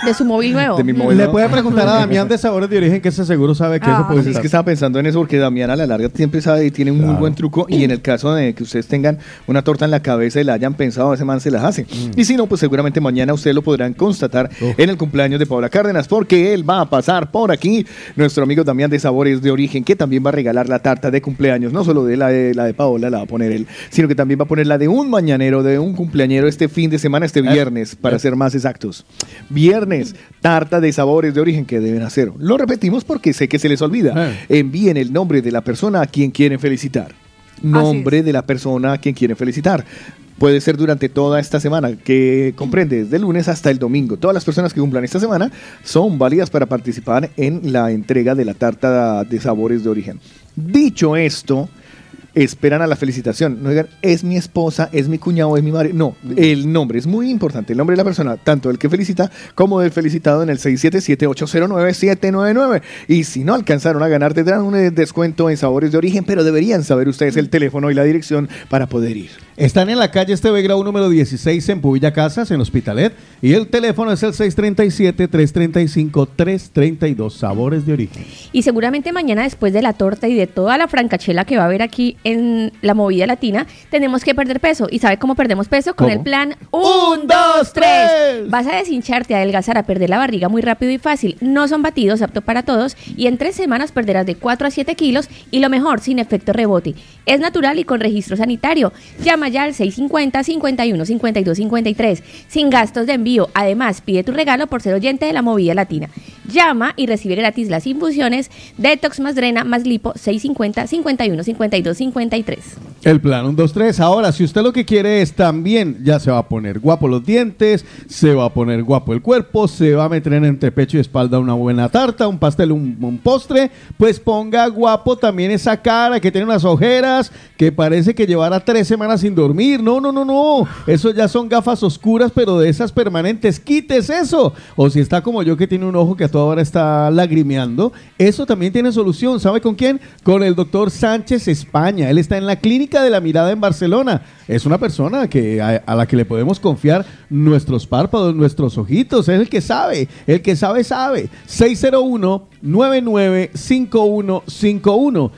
Speaker 10: De su móvil nuevo.
Speaker 4: De mi móvil
Speaker 6: Le
Speaker 4: nuevo.
Speaker 6: puede preguntar a Damián de Sabores de Origen, que ese seguro sabe que eso puede
Speaker 4: Pues es
Speaker 6: estar.
Speaker 4: que estaba pensando en eso porque Damián a la larga siempre sabe y tiene un muy buen truco y en el caso de que ustedes tengan una torta en la cabeza y la hayan pensado, ese man se las hace. Y si no, pues seguramente mañana ustedes lo podrán constatar en el cumpleaños de Paula Cárdenas porque él va a pasar por aquí, nuestro amigo Damián de Sabores de Origen, que también va a regalar la tarta de cumpleaños, no solo de la de, la de Paola, la va a poner él, sino que también va a poner la de un mañanero, de un cumpleañero este fin de semana, este viernes, para ser más exactos. Viernes, tarta de sabores de origen que deben hacer. Lo repetimos porque sé que se les olvida. Envíen el nombre de la persona a quien quieren felicitar. Nombre de la persona a quien quieren felicitar. Puede ser durante toda esta semana, que comprende desde el lunes hasta el domingo. Todas las personas que cumplan esta semana son válidas para participar en la entrega de la tarta de sabores de origen. Dicho esto, esperan a la felicitación. No digan, es mi esposa, es mi cuñado, es mi madre. No, el nombre es muy importante. El nombre de la persona, tanto del que felicita como del felicitado en el 677-809-799. Y si no alcanzaron a ganar, tendrán un eh, descuento en sabores de origen, pero deberían saber ustedes el teléfono y la dirección para poder ir.
Speaker 6: Están en la calle Esteve Grau número 16 en Pubilla Casas, en Hospitalet. Y el teléfono es el 637-335-332. Sabores de origen.
Speaker 10: Y seguramente mañana después de la torta y de toda la francachela que va a haber aquí en la movida latina, tenemos que perder peso. ¿Y sabe cómo perdemos peso? Con
Speaker 6: ¿Cómo?
Speaker 10: el plan 1, 2, 3. Vas a deshincharte, a adelgazar, a perder la barriga muy rápido y fácil. No son batidos, apto para todos. Y en tres semanas perderás de 4 a 7 kilos y lo mejor, sin efecto rebote. Es natural y con registro sanitario. Llama ya al 650-51-52-53. Sin gastos de envío. Además, pide tu regalo por ser oyente de la movida latina. Llama y recibe gratis las infusiones Detox más Drena más Lipo 650-51-52-53.
Speaker 6: El plan 1, 2, 3. Ahora, si usted lo que quiere es también, ya se va a poner guapo los dientes, se va a poner guapo el cuerpo, se va a meter entre pecho y espalda una buena tarta, un pastel, un, un postre, pues ponga guapo también esa cara que tiene unas ojeras, que parece que llevará tres semanas sin dormir. No, no, no, no. Eso ya son gafas oscuras, pero de esas permanentes. Quites eso. O si está como yo que tiene un ojo que a toda hora está lagrimeando, eso también tiene solución. ¿Sabe con quién? Con el doctor Sánchez España. Él está en la Clínica de la Mirada en Barcelona. Es una persona que, a, a la que le podemos confiar nuestros párpados, nuestros ojitos. Es el que sabe. El que sabe, sabe. 601 995151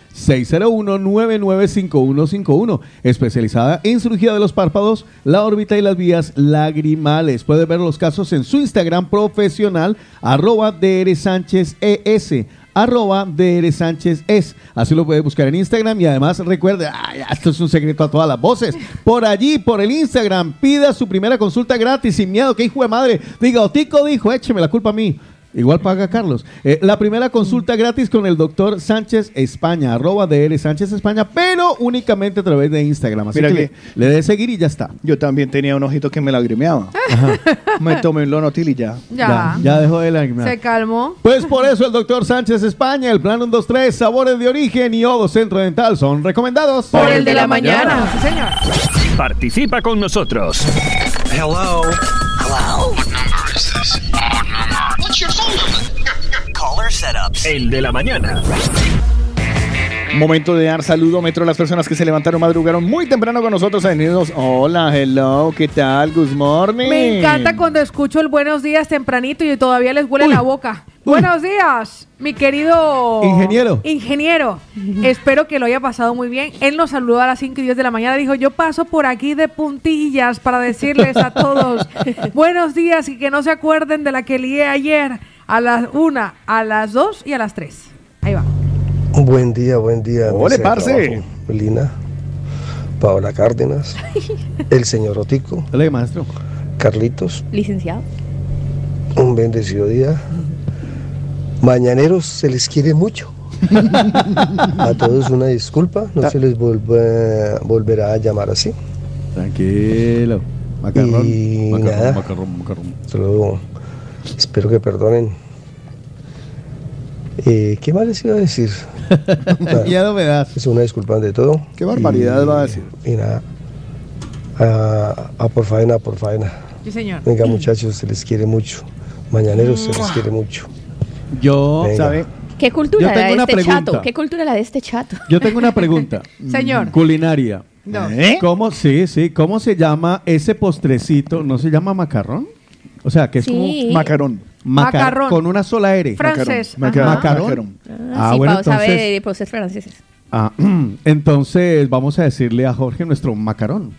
Speaker 6: 601-995151 especializada en cirugía de los párpados, la órbita y las vías lagrimales. Puedes ver los casos en su Instagram profesional, arroba DR Sánchez E ES, arroba DR Sánchez ES. Así lo puedes buscar en Instagram y además recuerde, ay, esto es un secreto a todas las voces, por allí, por el Instagram, pida su primera consulta gratis sin miedo, que hijo de madre, diga, Otico dijo, écheme la culpa a mí. Igual paga Carlos. Eh, la primera consulta gratis con el doctor Sánchez España, arroba DR Sánchez España, pero únicamente a través de Instagram. Así
Speaker 4: Mira
Speaker 6: que,
Speaker 4: que-
Speaker 6: le, le dé seguir y ya está.
Speaker 4: Yo también tenía un ojito que me lagrimeaba. Me tomé un lonotil y ya.
Speaker 5: Ya.
Speaker 6: Ya, ya dejó de lagrimear.
Speaker 5: Se calmó.
Speaker 6: Pues por eso el doctor Sánchez España, el plan 123, sabores de origen y Odo Centro Dental son recomendados.
Speaker 5: Por el de la mañana. Sí, señor.
Speaker 18: Participa con nosotros.
Speaker 2: Hello. Hello. What number is this? What number? What's your phone number? Caller setups.
Speaker 18: El de la mañana.
Speaker 4: Momento de dar saludo metro a las personas que se levantaron, madrugaron muy temprano con nosotros. Bienvenidos. Hola, hello, ¿qué tal? Good morning.
Speaker 5: Me encanta cuando escucho el buenos días tempranito y todavía les huele la boca. Buenos días, mi querido
Speaker 6: Ingeniero.
Speaker 5: Ingeniero. Espero que lo haya pasado muy bien. Él nos saludó a las 5 y 10 de la mañana. Dijo, yo paso por aquí de puntillas para decirles a todos buenos días y que no se acuerden de la que lié ayer a las 1, a las 2 y a las 3. Ahí va.
Speaker 19: Buen día, buen día. mesa de
Speaker 4: Ole, parce.
Speaker 19: trabajo, Lina, Paola Cárdenas, el señor Otico.
Speaker 6: Hola, maestro.
Speaker 19: Carlitos,
Speaker 10: Licenciado.
Speaker 19: un bendecido día. Mañaneros, se les quiere mucho. A todos una disculpa, no se les volve- volverá a llamar así.
Speaker 6: Tranquilo. Macarrón,
Speaker 19: Y
Speaker 6: macarrón,
Speaker 19: nada.
Speaker 6: macarrón, macarrón.
Speaker 19: Solo espero que perdonen. Eh, ¿Qué más les iba a decir?
Speaker 6: Miedo me das.
Speaker 19: Es una disculpa ante todo.
Speaker 4: Qué barbaridad va a decir.
Speaker 19: Y nada. A, a por faena, a por faena.
Speaker 5: Sí, señor.
Speaker 19: Venga, muchachos, se les quiere mucho. Mañaneros se les quiere mucho.
Speaker 6: Yo,
Speaker 19: Venga.
Speaker 6: ¿sabe?
Speaker 10: ¿Qué
Speaker 6: Yo
Speaker 10: cultura la
Speaker 6: tengo
Speaker 10: de
Speaker 6: una
Speaker 10: este
Speaker 6: pregunta.
Speaker 10: chato? ¿Qué cultura la de este chato?
Speaker 6: Yo tengo una pregunta.
Speaker 5: Señor.
Speaker 6: Culinaria.
Speaker 5: No.
Speaker 6: ¿Cómo, sí, sí, cómo se llama ese postrecito? ¿No se llama macarrón? O sea, que es
Speaker 10: Sí.
Speaker 6: como
Speaker 10: Macarón.
Speaker 6: Maca-
Speaker 10: Macarrón.
Speaker 6: Con una sola R.
Speaker 10: Francés,
Speaker 6: Macarón.
Speaker 10: ajá.
Speaker 6: Macarón.
Speaker 10: Ah, sí, Pau sabe de, de procesos franceses.
Speaker 6: Ah, entonces vamos a decirle a Jorge nuestro macarón.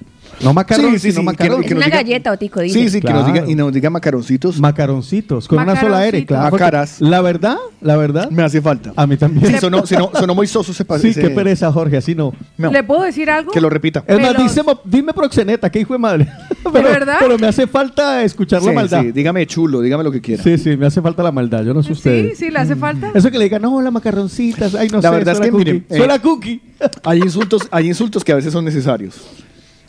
Speaker 6: No macarón,
Speaker 4: Sí, sí,
Speaker 6: sino
Speaker 4: sí,
Speaker 6: macarón.
Speaker 10: Es una galleta, Otico, dice.
Speaker 4: Sí, sí, que nos
Speaker 6: Claro.
Speaker 4: diga, y nos diga macaroncitos.
Speaker 6: Macaroncitos, con una sola R, claro. porque
Speaker 4: Macaras.
Speaker 6: La verdad, la verdad.
Speaker 4: Me hace falta.
Speaker 6: A mí también.
Speaker 4: Sí, sonó, sonó, sonó muy soso ese pa-
Speaker 6: Sí,
Speaker 4: ese-
Speaker 6: qué pereza, Jorge, así no.
Speaker 5: ¿Le puedo decir algo?
Speaker 4: Que lo repita.
Speaker 6: Es más,
Speaker 5: Pero-
Speaker 6: dice mo- dime proxeneta, qué hijo de madre. pero,
Speaker 5: verdad?
Speaker 6: pero me hace falta escuchar la
Speaker 4: Sí,
Speaker 6: maldad.
Speaker 4: sí,
Speaker 6: Sí.
Speaker 4: dígame chulo, dígame lo que quiera.
Speaker 6: sí, me hace falta la maldad, yo no sé
Speaker 5: Sí,
Speaker 6: ustedes.
Speaker 5: sí, le hace falta.
Speaker 6: Eso que le digan, no, la macarroncitas, ay, no
Speaker 4: la
Speaker 6: sé,
Speaker 4: verdad es
Speaker 6: suena
Speaker 4: que,
Speaker 6: cookie,
Speaker 4: miren, eh,
Speaker 6: suena cookie.
Speaker 4: Hay insultos, hay insultos que a veces son necesarios.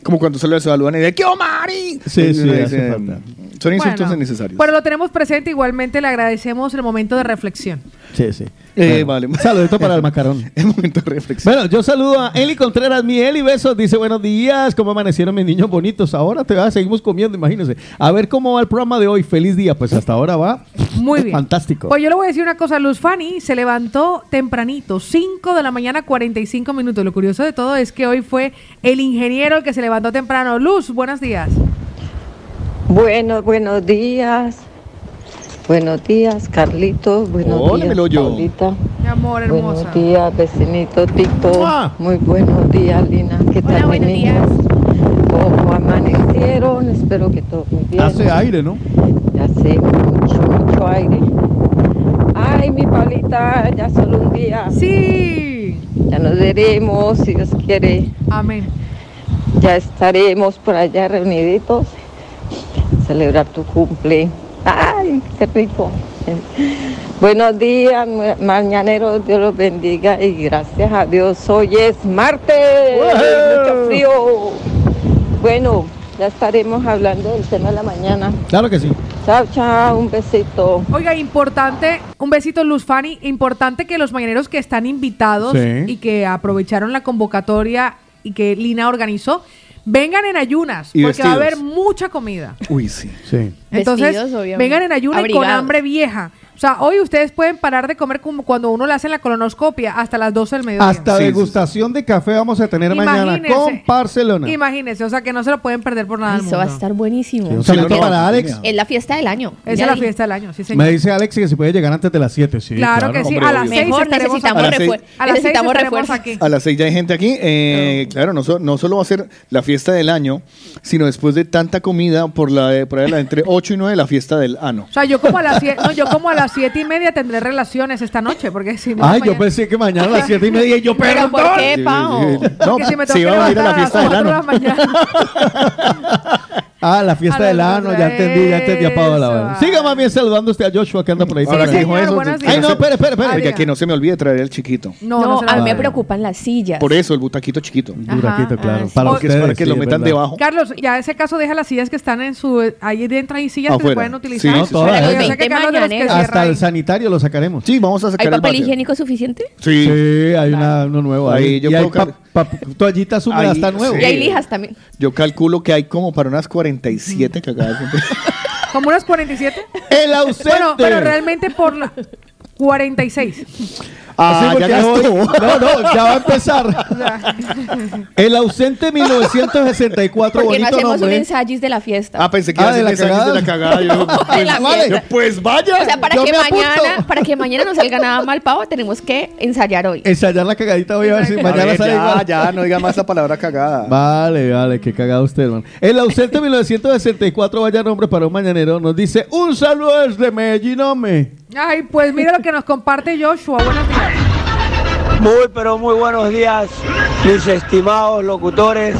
Speaker 4: Como cuando se lo saludan y de ¡Qué Omari!
Speaker 6: Sí, sí,
Speaker 4: Eh,
Speaker 6: hace
Speaker 4: eh,
Speaker 6: falta.
Speaker 4: Son insultos
Speaker 5: Bueno,
Speaker 4: innecesarios.
Speaker 5: Pero lo tenemos presente, igualmente le agradecemos el momento de reflexión.
Speaker 6: Sí, sí.
Speaker 4: Eh,
Speaker 6: Bueno, un Saludito para el macarón.
Speaker 4: Es momento de reflexión.
Speaker 6: Bueno, yo saludo a Eli Contreras, mi Eli Besos, dice buenos días, ¿cómo amanecieron mis niños bonitos? Ahora te vas, seguimos comiendo, imagínense. A ver cómo va el programa de hoy, feliz día, pues hasta ahora va.
Speaker 5: Muy bien.
Speaker 6: Fantástico.
Speaker 5: Pues yo le voy a decir una cosa, Luz Fanny se levantó tempranito, 5 de la mañana, 45 minutos. Lo curioso de todo es que hoy fue el ingeniero el que se levantó temprano. Luz, buenos días.
Speaker 20: Bueno, buenos días. Buenos días, Carlitos. Buenos
Speaker 4: Hola,
Speaker 20: días,
Speaker 4: Meloyo.
Speaker 20: Paulita.
Speaker 5: Mi amor hermosa.
Speaker 20: Buenos días, vecinito Tito.
Speaker 4: Ah.
Speaker 20: Muy buenos días, Lina. ¿Qué tal, mis niñas? ¿Cómo amanecieron? Espero que todo muy bien.
Speaker 6: Hace aire, ¿no?
Speaker 20: Hace mucho, mucho aire. Ay, mi Paulita, ya solo un día.
Speaker 5: Sí.
Speaker 20: Ya nos veremos, si Dios quiere.
Speaker 5: Amén.
Speaker 20: Ya estaremos por allá reuniditos. Celebrar tu cumple. Ay, qué rico. Buenos días, ma- mañaneros. Dios los bendiga y gracias a Dios. Hoy es martes. Mucho frío. Bueno, ya estaremos hablando del tema de la mañana.
Speaker 6: Claro que sí.
Speaker 20: Chao, chao. Un besito.
Speaker 5: Oiga, importante, un besito Luz Fanny, importante que los mañaneros que están invitados
Speaker 20: Sí.
Speaker 5: y que aprovecharon la convocatoria y que Lina organizó, vengan en ayunas,
Speaker 4: Y
Speaker 5: porque va a
Speaker 4: vestidos.
Speaker 5: haber mucha comida.
Speaker 4: Uy, sí.
Speaker 6: Sí.
Speaker 5: Entonces,
Speaker 10: Vestidos, obviamente.
Speaker 5: vengan en ayunas y con
Speaker 10: Abrigados.
Speaker 5: hambre vieja. O sea, hoy ustedes pueden parar de comer como cuando uno le hace la colonoscopia hasta las 12 del mediodía.
Speaker 6: Hasta degustación de café vamos a tener mañana
Speaker 5: Imagínense.
Speaker 6: con Barcelona.
Speaker 5: Imagínense, o sea que no se lo pueden perder por nada. del
Speaker 10: Eso va a
Speaker 5: mundo.
Speaker 10: estar buenísimo.
Speaker 6: Sí, un saludo para Alex.
Speaker 10: Es la fiesta del año.
Speaker 5: Esa
Speaker 10: ya
Speaker 5: es la
Speaker 10: dije.
Speaker 5: fiesta del año, sí, señor.
Speaker 6: Me dice Alex que se puede llegar antes de las 7. Sí,
Speaker 5: Claro que sí, a las seis
Speaker 10: Mejor necesitamos
Speaker 5: estaremos
Speaker 4: aquí. A las seis-
Speaker 10: refuer-
Speaker 5: A las seis
Speaker 10: necesitamos
Speaker 5: estaremos
Speaker 10: refuerzos.
Speaker 5: aquí.
Speaker 4: A las seis ya hay gente aquí. Eh, Claro, no, so- no solo va a ser la fiesta del año, sino después de tanta comida por la de, por ahí la- entre 8 y 9 la fiesta del ah, ano.
Speaker 5: O sea, yo como a las siete, no, yo como a las siete y media tendré relaciones esta noche, porque si no.
Speaker 6: Ay, yo pues,
Speaker 5: mañana-
Speaker 6: pensé que mañana a las 7 y media y yo, perdón.
Speaker 5: ¿Pero por qué, Pao?
Speaker 6: No,
Speaker 5: Porque si me tengo
Speaker 6: se
Speaker 5: que
Speaker 6: iba a ir a la
Speaker 5: levantar
Speaker 6: fiesta del
Speaker 5: las
Speaker 6: ano.
Speaker 5: cuatro de la mañana.
Speaker 6: Ah, la fiesta
Speaker 5: A
Speaker 6: del
Speaker 5: las
Speaker 6: ano,
Speaker 5: otra
Speaker 6: ya entendí, ya entendí a Pablo la
Speaker 5: eso.
Speaker 6: verdad. Siga más bien saludando usted a Joshua que anda por ahí.
Speaker 4: Ahora que dijo eso,
Speaker 5: buenos
Speaker 6: días. Ay, no, espere, espere, espere.
Speaker 4: Oiga, que no se me olvide traer el chiquito.
Speaker 10: No,
Speaker 5: no se
Speaker 6: Ah,
Speaker 5: la
Speaker 10: a mí me
Speaker 5: vale.
Speaker 10: preocupan las sillas.
Speaker 4: Por eso, el butaquito chiquito.
Speaker 6: Buraquito, claro.
Speaker 4: sí. Para ustedes, sí, es verdad.
Speaker 5: Carlos, ya en ese caso deja las sillas que están en su. eh, Ahí dentro hay sillas que se
Speaker 6: Afuera.
Speaker 5: pueden utilizar.
Speaker 6: Sí, no, todas,
Speaker 5: Pero
Speaker 6: ¿eh?
Speaker 5: yo sé que
Speaker 10: Tema
Speaker 5: Carlos de los que
Speaker 10: mañanero.
Speaker 5: cierra
Speaker 6: Hasta
Speaker 5: ahí.
Speaker 6: el sanitario lo sacaremos.
Speaker 4: Sí, vamos a
Speaker 10: ¿Hay papel higiénico suficiente?
Speaker 6: Sí, hay una, uno nuevo ahí.
Speaker 4: Ahí yo
Speaker 6: y hay
Speaker 4: puedo
Speaker 6: pa- pa- toallitas húmedas,
Speaker 4: Ahí,
Speaker 6: está nuevo.
Speaker 4: sí.
Speaker 10: Y hay lijas también.
Speaker 4: Yo calculo que hay como para unas 47 cagadas.
Speaker 5: Como unas 47.
Speaker 6: El ausente.
Speaker 5: Bueno, pero realmente por la. 46.
Speaker 6: Ah,
Speaker 4: ya
Speaker 6: ya
Speaker 4: gastó.
Speaker 6: voy. No, no, ya va a empezar. El ausente 1964,
Speaker 10: Porque no
Speaker 6: bonito
Speaker 10: hacemos un
Speaker 6: nombre.
Speaker 10: ensayis de la fiesta.
Speaker 4: Ah, pensé que
Speaker 6: Ah,
Speaker 4: iba a
Speaker 6: de
Speaker 4: ser
Speaker 6: la
Speaker 4: esa años de la cagada. Yo,
Speaker 10: No, de la
Speaker 4: pues, vale,
Speaker 10: fiesta.
Speaker 4: pues vaya.
Speaker 10: O sea, para
Speaker 4: yo
Speaker 10: que,
Speaker 4: me apunto.
Speaker 10: mañana, para que mañana no salga nada mal, Pavo, tenemos que ensayar hoy.
Speaker 6: Ensayar la cagadita voy a ver si
Speaker 4: A
Speaker 6: mañana
Speaker 4: ver,
Speaker 6: sale
Speaker 4: ya,
Speaker 6: igual.
Speaker 4: ya, no diga más la palabra cagada.
Speaker 6: Vale, vale, qué cagado usted, hermano. El ausente 1964, vaya nombre para un mañanero, nos dice un saludo desde Medellín, hombre.
Speaker 5: Ay, pues mira lo que nos comparte Joshua. Buenos días.
Speaker 21: Muy, pero muy buenos días, mis estimados locutores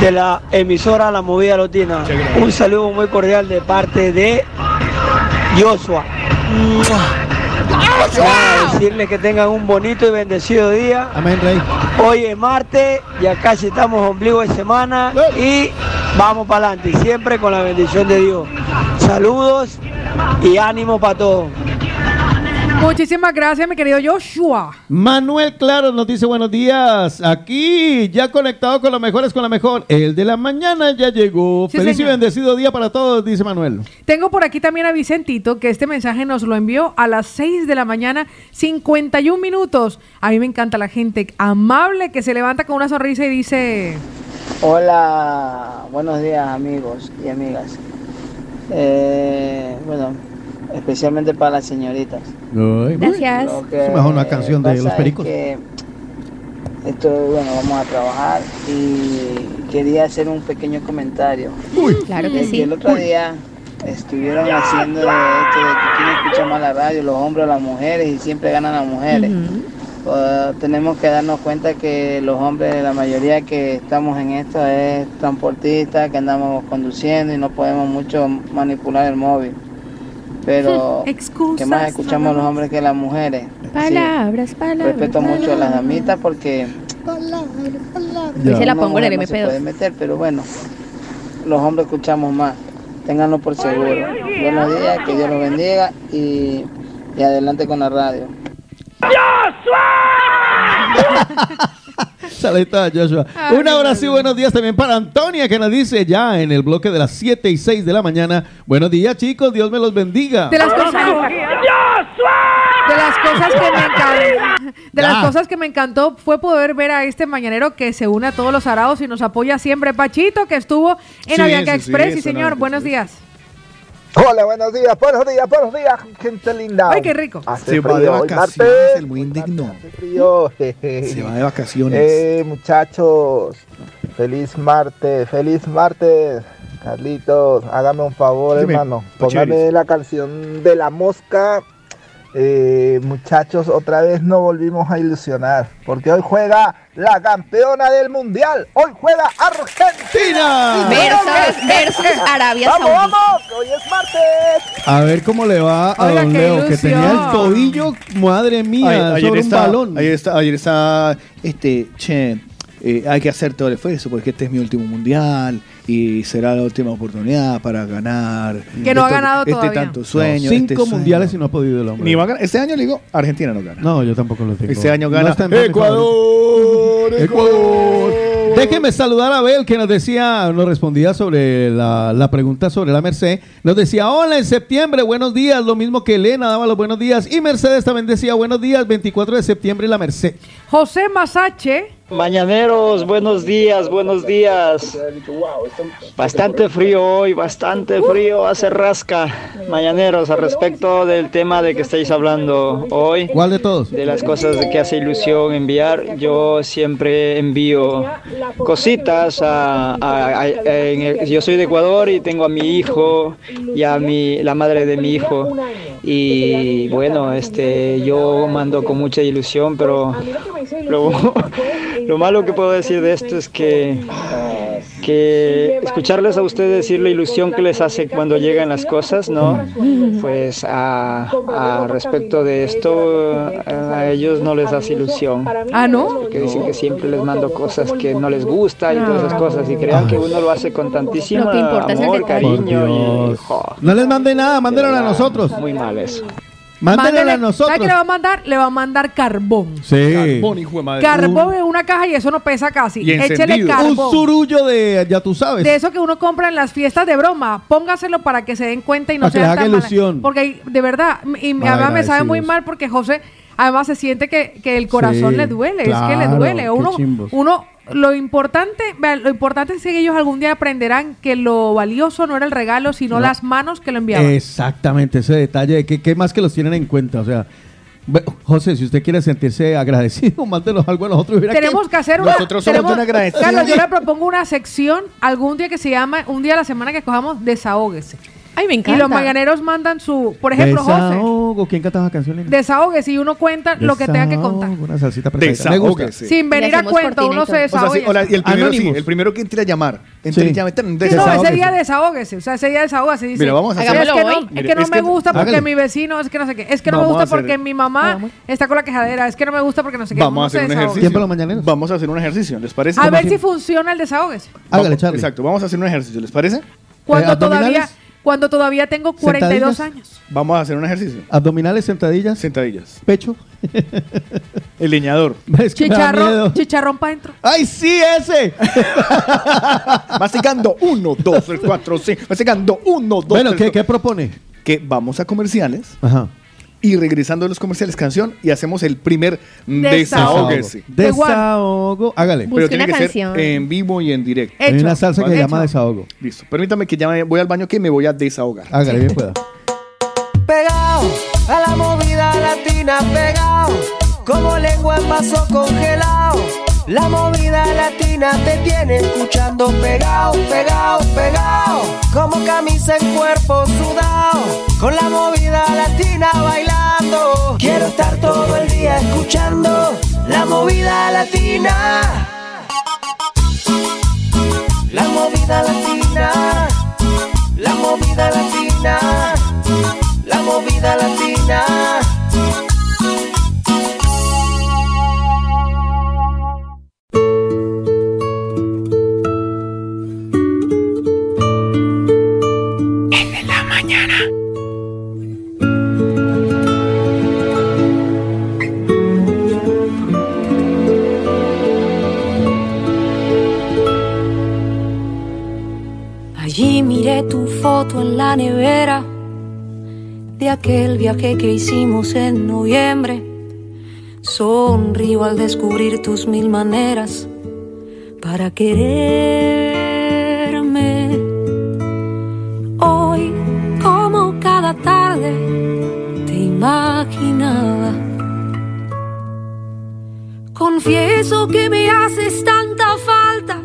Speaker 21: de la emisora La Movida Latina. Un saludo muy cordial de parte de Joshua. Para decirles que tengan un bonito y bendecido día.
Speaker 6: Amén, Rey.
Speaker 21: Hoy es martes, ya casi estamos ombligo de semana y vamos para adelante, siempre con la bendición de Dios. Saludos y ánimo para todos.
Speaker 5: Muchísimas gracias, mi querido Joshua.
Speaker 6: Manuel Claro nos dice buenos días. Aquí, ya conectado con los mejores, con la mejor. El de la mañana ya llegó.
Speaker 5: Sí,
Speaker 6: Feliz
Speaker 5: señor.
Speaker 6: y bendecido día para todos, dice Manuel.
Speaker 5: Tengo por aquí también a Vicentito, que este mensaje nos lo envió a las 6 de la mañana, 51 minutos. A mí me encanta la gente amable que se levanta con una sonrisa y dice...
Speaker 22: Hola, buenos días amigos y amigas. eh, bueno, especialmente para las señoritas.
Speaker 6: Ay,
Speaker 3: Gracias.
Speaker 22: Lo que
Speaker 14: Es mejor una canción de
Speaker 22: pasa
Speaker 14: Los
Speaker 22: es
Speaker 14: Pericos.
Speaker 22: que esto, bueno, vamos a trabajar y quería hacer un pequeño comentario.
Speaker 3: Claro que
Speaker 22: Eh,
Speaker 3: sí.
Speaker 22: El otro día estuvieron haciendo de esto de que quién escucha más la radio, los hombres o las mujeres, y siempre ganan las mujeres. Uh, tenemos que darnos cuenta que los hombres, la mayoría que estamos en esto es transportistas, que andamos conduciendo y no podemos mucho manipular el móvil. Pero, ¿qué más escuchamos los hombres que las mujeres?
Speaker 3: Palabras, palabras.
Speaker 22: Respeto mucho a las damitas porque
Speaker 3: Yo se la
Speaker 22: una
Speaker 3: pongo en el
Speaker 22: mujer no se
Speaker 3: MP2.
Speaker 22: puede meter, pero bueno, los hombres escuchamos más. Ténganlo por seguro. Buenos días, que Dios los bendiga y, y adelante con la radio.
Speaker 6: Saleta Joshua.
Speaker 22: Ay,
Speaker 6: Un abrazo y buenos días también para Antonia que nos dice ya en el bloque de las 7 y 6 de la mañana. Buenos días chicos, Dios me los bendiga.
Speaker 5: De las cosas. De las cosas que me encan- de las
Speaker 6: Ya.
Speaker 5: cosas que me encantó fue poder ver a este mañanero que se une a todos los arados y nos apoya siempre. Pachito, que estuvo en
Speaker 23: Sí,
Speaker 5: Avianca
Speaker 23: eso sí,
Speaker 5: Express.
Speaker 23: eso
Speaker 5: Sí,
Speaker 23: no,
Speaker 5: señor,
Speaker 23: eso
Speaker 5: buenos días.
Speaker 23: Hola, buenos días, buenos días, buenos días, gente linda.
Speaker 5: Ay, qué rico.
Speaker 23: Hace
Speaker 4: Se
Speaker 23: frío
Speaker 4: va de
Speaker 23: hoy,
Speaker 4: vacaciones,
Speaker 23: martes,
Speaker 4: el muy indigno.
Speaker 23: frío, jeje.
Speaker 4: Se va de vacaciones.
Speaker 23: Eh, muchachos, feliz martes, feliz martes. Carlitos, hágame un favor,
Speaker 4: Dime,
Speaker 23: hermano.
Speaker 4: Pacheris.
Speaker 23: Póngame la canción de la mosca. Eh, muchachos, otra vez no volvimos a ilusionar, porque hoy juega la campeona del mundial. Hoy juega Argentina.
Speaker 3: Versus- versus Arabia
Speaker 23: vamos,
Speaker 3: Saudita.
Speaker 23: Vamos, que hoy es martes.
Speaker 6: A ver cómo le va a
Speaker 23: Oiga,
Speaker 6: Don
Speaker 23: qué
Speaker 6: Leo, que
Speaker 23: ilusión.
Speaker 6: tenía el tobillo, madre mía,
Speaker 4: Ay-
Speaker 6: sobre un
Speaker 4: está,
Speaker 6: balón.
Speaker 4: Ayer está, ayer está, este, che, eh, hay que hacer todo el esfuerzo porque este es mi último mundial y será la última oportunidad para ganar.
Speaker 5: Que no ha
Speaker 4: esto-
Speaker 5: ganado
Speaker 4: este
Speaker 5: todavía.
Speaker 4: tanto sueño.
Speaker 6: No, cinco
Speaker 4: este sueño.
Speaker 6: mundiales y no ha podido el hombre.
Speaker 4: Ni va a ganar. Este año le digo, Argentina no gana.
Speaker 6: No, yo tampoco lo tengo.
Speaker 4: Este año
Speaker 6: No
Speaker 4: gana
Speaker 6: está en plan mi
Speaker 4: Ecuador, Ecuador.
Speaker 6: Déjenme saludar a Abel que nos decía, nos respondía sobre la, la pregunta sobre la Merced. Nos decía, hola en septiembre, buenos días. Lo mismo que Elena daba los buenos días. Y Mercedes también decía, buenos días, 24 de septiembre la Merced.
Speaker 5: José Masache.
Speaker 24: Mañaneros, buenos días, buenos días. Bastante frío hoy, bastante frío, hace rasca. Mañaneros, al respecto del tema de que estáis hablando hoy.
Speaker 6: ¿Cuál de todos?
Speaker 24: De las cosas de que hace ilusión enviar. Yo siempre envío cositas a... a- a- en el- yo soy de Ecuador y tengo a mi hijo y a mi, la madre de mi hijo. Y bueno, este, yo mando con mucha ilusión, pero lo, lo malo que puedo decir de esto es que, que escucharles a ustedes decir la ilusión que les hace cuando llegan las cosas, ¿no? Pues a, a respecto de esto, a ellos no les hace ilusión.
Speaker 5: Ah, ¿no?
Speaker 24: Porque dicen que siempre les mando cosas que no les gusta y todas esas cosas. Y crean que uno lo hace con tantísimo
Speaker 6: Lo que importa es el
Speaker 24: amor,
Speaker 6: detalle.
Speaker 24: cariño y...
Speaker 6: No les mande nada, mándenlo a nosotros.
Speaker 24: Muy mal eh. eso.
Speaker 6: Mándenlo a
Speaker 5: Mándele- ¿sabe
Speaker 6: nosotros.
Speaker 5: qué le va a mandar? Le va a mandar carbón.
Speaker 6: Sí.
Speaker 23: Uh.
Speaker 5: Carbón en una caja y eso no pesa casi.
Speaker 6: Y
Speaker 5: Échele
Speaker 6: encendido.
Speaker 5: carbón.
Speaker 6: Un surullo de, ya tú sabes.
Speaker 5: De eso que uno compra en las fiestas de broma, póngaselo para que se den cuenta y no
Speaker 6: Para que
Speaker 5: sean
Speaker 6: les haga
Speaker 5: tan malas.
Speaker 6: ilusión.
Speaker 5: Porque de verdad, m- y además me sabe muy
Speaker 6: Malagradecidos.
Speaker 5: mal porque José además se siente que, que el corazón
Speaker 6: Sí,
Speaker 5: le duele, es que le
Speaker 6: claro,
Speaker 5: duele.
Speaker 6: qué
Speaker 5: Uno,
Speaker 6: chimbos.
Speaker 5: uno, lo importante, vean, lo importante es que ellos algún día aprenderán que lo valioso no era el regalo, sino
Speaker 6: No.
Speaker 5: las manos que lo enviaban.
Speaker 6: Exactamente, ese detalle de que, que más que los tienen en cuenta. O sea, ve- José, si usted quiere sentirse agradecido, mándenos algo a nosotros. Mira que
Speaker 5: tenemos que hacer una.
Speaker 6: Nosotros somos
Speaker 5: tenemos-
Speaker 6: un agradecido.
Speaker 5: Carlos, yo le propongo una sección algún día que se llama, un día a la semana que cojamos desahóguese.
Speaker 3: Ay, me
Speaker 5: Y
Speaker 3: encanta.
Speaker 5: los mañaneros mandan su, por ejemplo, José.
Speaker 6: Desahogo. ¿Quién cantaba canciones?
Speaker 5: Desahogues y uno cuenta lo que tenga que contar.
Speaker 6: Una salsita perfecta. Me gusta.
Speaker 4: Desahógese.
Speaker 5: Sin venir a cuento, uno se
Speaker 4: O sea,
Speaker 5: desahoga.
Speaker 4: sí, hola, y el primero, sí,
Speaker 6: Anónimos.
Speaker 4: el primero que entre a llamar. Entre
Speaker 6: Sí.
Speaker 4: y llame, tan,
Speaker 5: Sí, no, ese
Speaker 4: desahógese.
Speaker 5: día desahóguese, o sea, ese día desahógase. Dice,
Speaker 4: Mira, vamos a hacer-
Speaker 5: es que
Speaker 4: Hagámoslo
Speaker 5: no,
Speaker 4: hoy.
Speaker 5: es
Speaker 4: Mire,
Speaker 5: que no
Speaker 4: es
Speaker 5: me
Speaker 4: que-
Speaker 5: gusta porque
Speaker 4: hágalo.
Speaker 5: mi vecino, es que no sé qué, es que no
Speaker 4: Vamos
Speaker 5: me
Speaker 4: a
Speaker 5: gusta
Speaker 4: hacer-
Speaker 5: porque mi mamá está con la quejadera, es que no me gusta porque no sé qué.
Speaker 4: Vamos
Speaker 5: uno
Speaker 4: a hacer
Speaker 5: se
Speaker 4: un
Speaker 5: desahoga.
Speaker 4: ejercicio. Vamos a hacer un ejercicio, ¿les parece?
Speaker 5: A ver si funciona el desahogues.
Speaker 4: Hágale, Charlie. Exacto, vamos a hacer un ejercicio, ¿les parece?
Speaker 6: Eh,
Speaker 5: Cuando todavía, cuando todavía tengo 42
Speaker 6: ¿Sentadillas?
Speaker 5: años.
Speaker 4: Vamos a hacer un ejercicio.
Speaker 6: Abdominales, sentadillas.
Speaker 4: Sentadillas.
Speaker 6: Pecho.
Speaker 4: El leñador.
Speaker 6: Es que me da
Speaker 5: Chicharrón,
Speaker 6: miedo.
Speaker 5: chicharrón para adentro.
Speaker 6: ¡Ay, sí, ese!
Speaker 4: Masticando 1, 2, 3, 4, 5. Masticando 1, 2,
Speaker 6: Bueno, ¿qué, qué propone?
Speaker 4: Que vamos a comerciales
Speaker 6: Ajá.
Speaker 4: y regresando a los comerciales canción y hacemos el primer
Speaker 6: Desahogo.
Speaker 4: desahógese.
Speaker 6: Desahogo. Hágale.
Speaker 4: Pero tiene que ser en vivo y en directo.
Speaker 6: Hay una salsa que se llama desahogo.
Speaker 4: Listo. Permítame que ya me- voy al baño que me voy a desahogar.
Speaker 6: Hágale, bien pueda.
Speaker 9: Pegao a la movida latina, pegao como lengua en vaso congelado. La movida latina te tiene escuchando pegao, pegao, pegao, como camisa en cuerpo sudado, con la movida latina bailando. Quiero estar todo el día escuchando la movida latina. La movida latina, la movida latina la movida latina.
Speaker 16: En la mañana.
Speaker 25: Allí miré tu foto en la nevera de aquel viaje que hicimos en noviembre. Sonrío al descubrir tus mil maneras para quererme. Hoy, como cada tarde, te imaginaba. Confieso que me haces tanta falta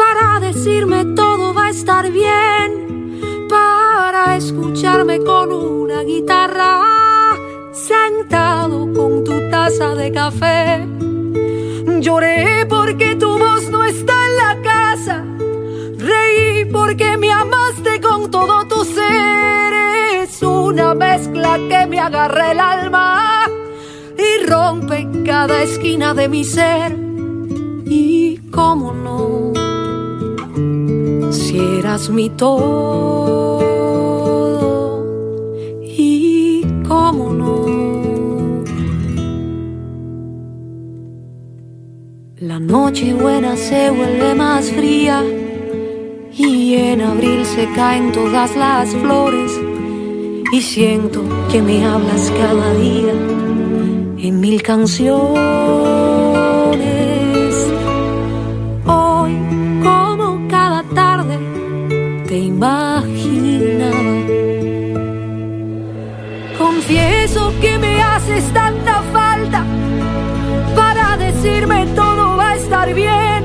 Speaker 25: para decirme todo va a estar bien, para escucharme con una guitarra, sentado con tu taza de café. Lloré porque tu voz no está en la casa, reí porque me amaste con todo tu ser. Es una mezcla que me agarra el alma y rompe cada esquina de mi ser. Y cómo no, si eras mi todo, y cómo no. La noche buena se vuelve más fría y en abril se caen todas las flores y siento que me hablas cada día en mil canciones. Hoy, como cada tarde, te imaginaba. Confieso que me haces tanta falta para decirme todo va a estar bien,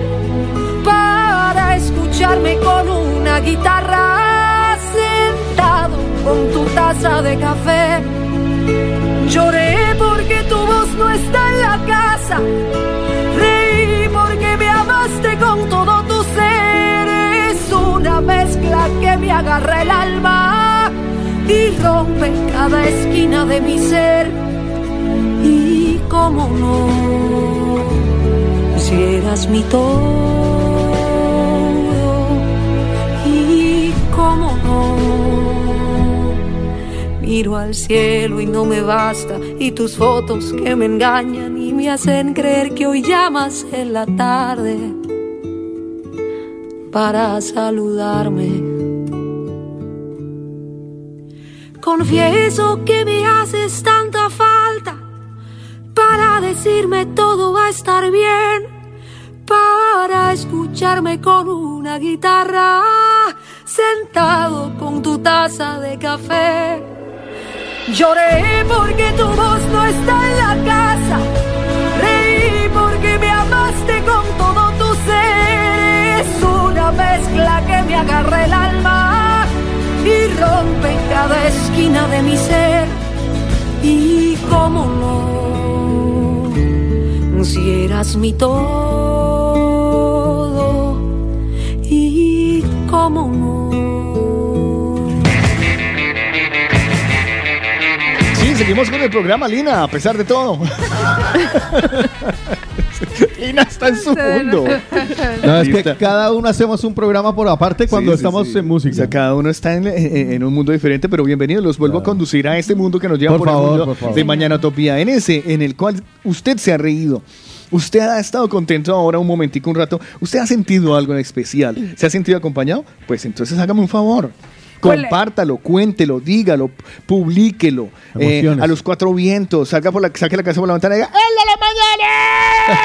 Speaker 25: para escucharme con una guitarra sentado con tu taza de café. Lloré porque tu voz no está en la casa. Reí porque me amaste con todo tu ser. Es una mezcla que me agarra el alma y rompe cada esquina de mi ser. Y cómo no, si eras mi todo. Y cómo no. Miro al cielo y no me basta, y tus fotos que me engañan y me hacen creer que hoy llamas en la tarde para saludarme. Confieso que me haces tanta falta para decirme todo va a estar bien, para escucharme con una guitarra, sentado con tu taza de café. Lloré porque tu voz no está en la casa. Reí porque me amaste con todo tu ser. Es una mezcla que me agarra el alma y rompe cada esquina de mi ser. Y cómo no, si eras mi todo. Y cómo
Speaker 17: Sí, seguimos con el programa, Lina, a pesar de todo. Lina está en su mundo.
Speaker 6: No, es que cada uno hacemos un programa por aparte Este cuando
Speaker 4: sí,
Speaker 6: estamos en música.
Speaker 4: O sea, cada uno está en, en- en un mundo diferente, pero bienvenidos. Los vuelvo a conducir a este mundo que nos lleva
Speaker 6: Por
Speaker 4: por, el
Speaker 6: favor,
Speaker 4: mundo
Speaker 6: por favor.
Speaker 4: de Mañana Utopía, en ese en el cual usted se ha reído. Usted ha estado contento ahora un momentico, un rato. ¿Usted ha sentido algo en especial? ¿Se ha sentido acompañado? Pues entonces hágame un favor.
Speaker 5: Pues le-
Speaker 4: Compártalo, cuéntelo, dígalo, publíquelo. eh,
Speaker 3: Emociones.
Speaker 4: a los cuatro vientos, salga por la, saque la casa por la ventana y diga, ¡El de la mañana!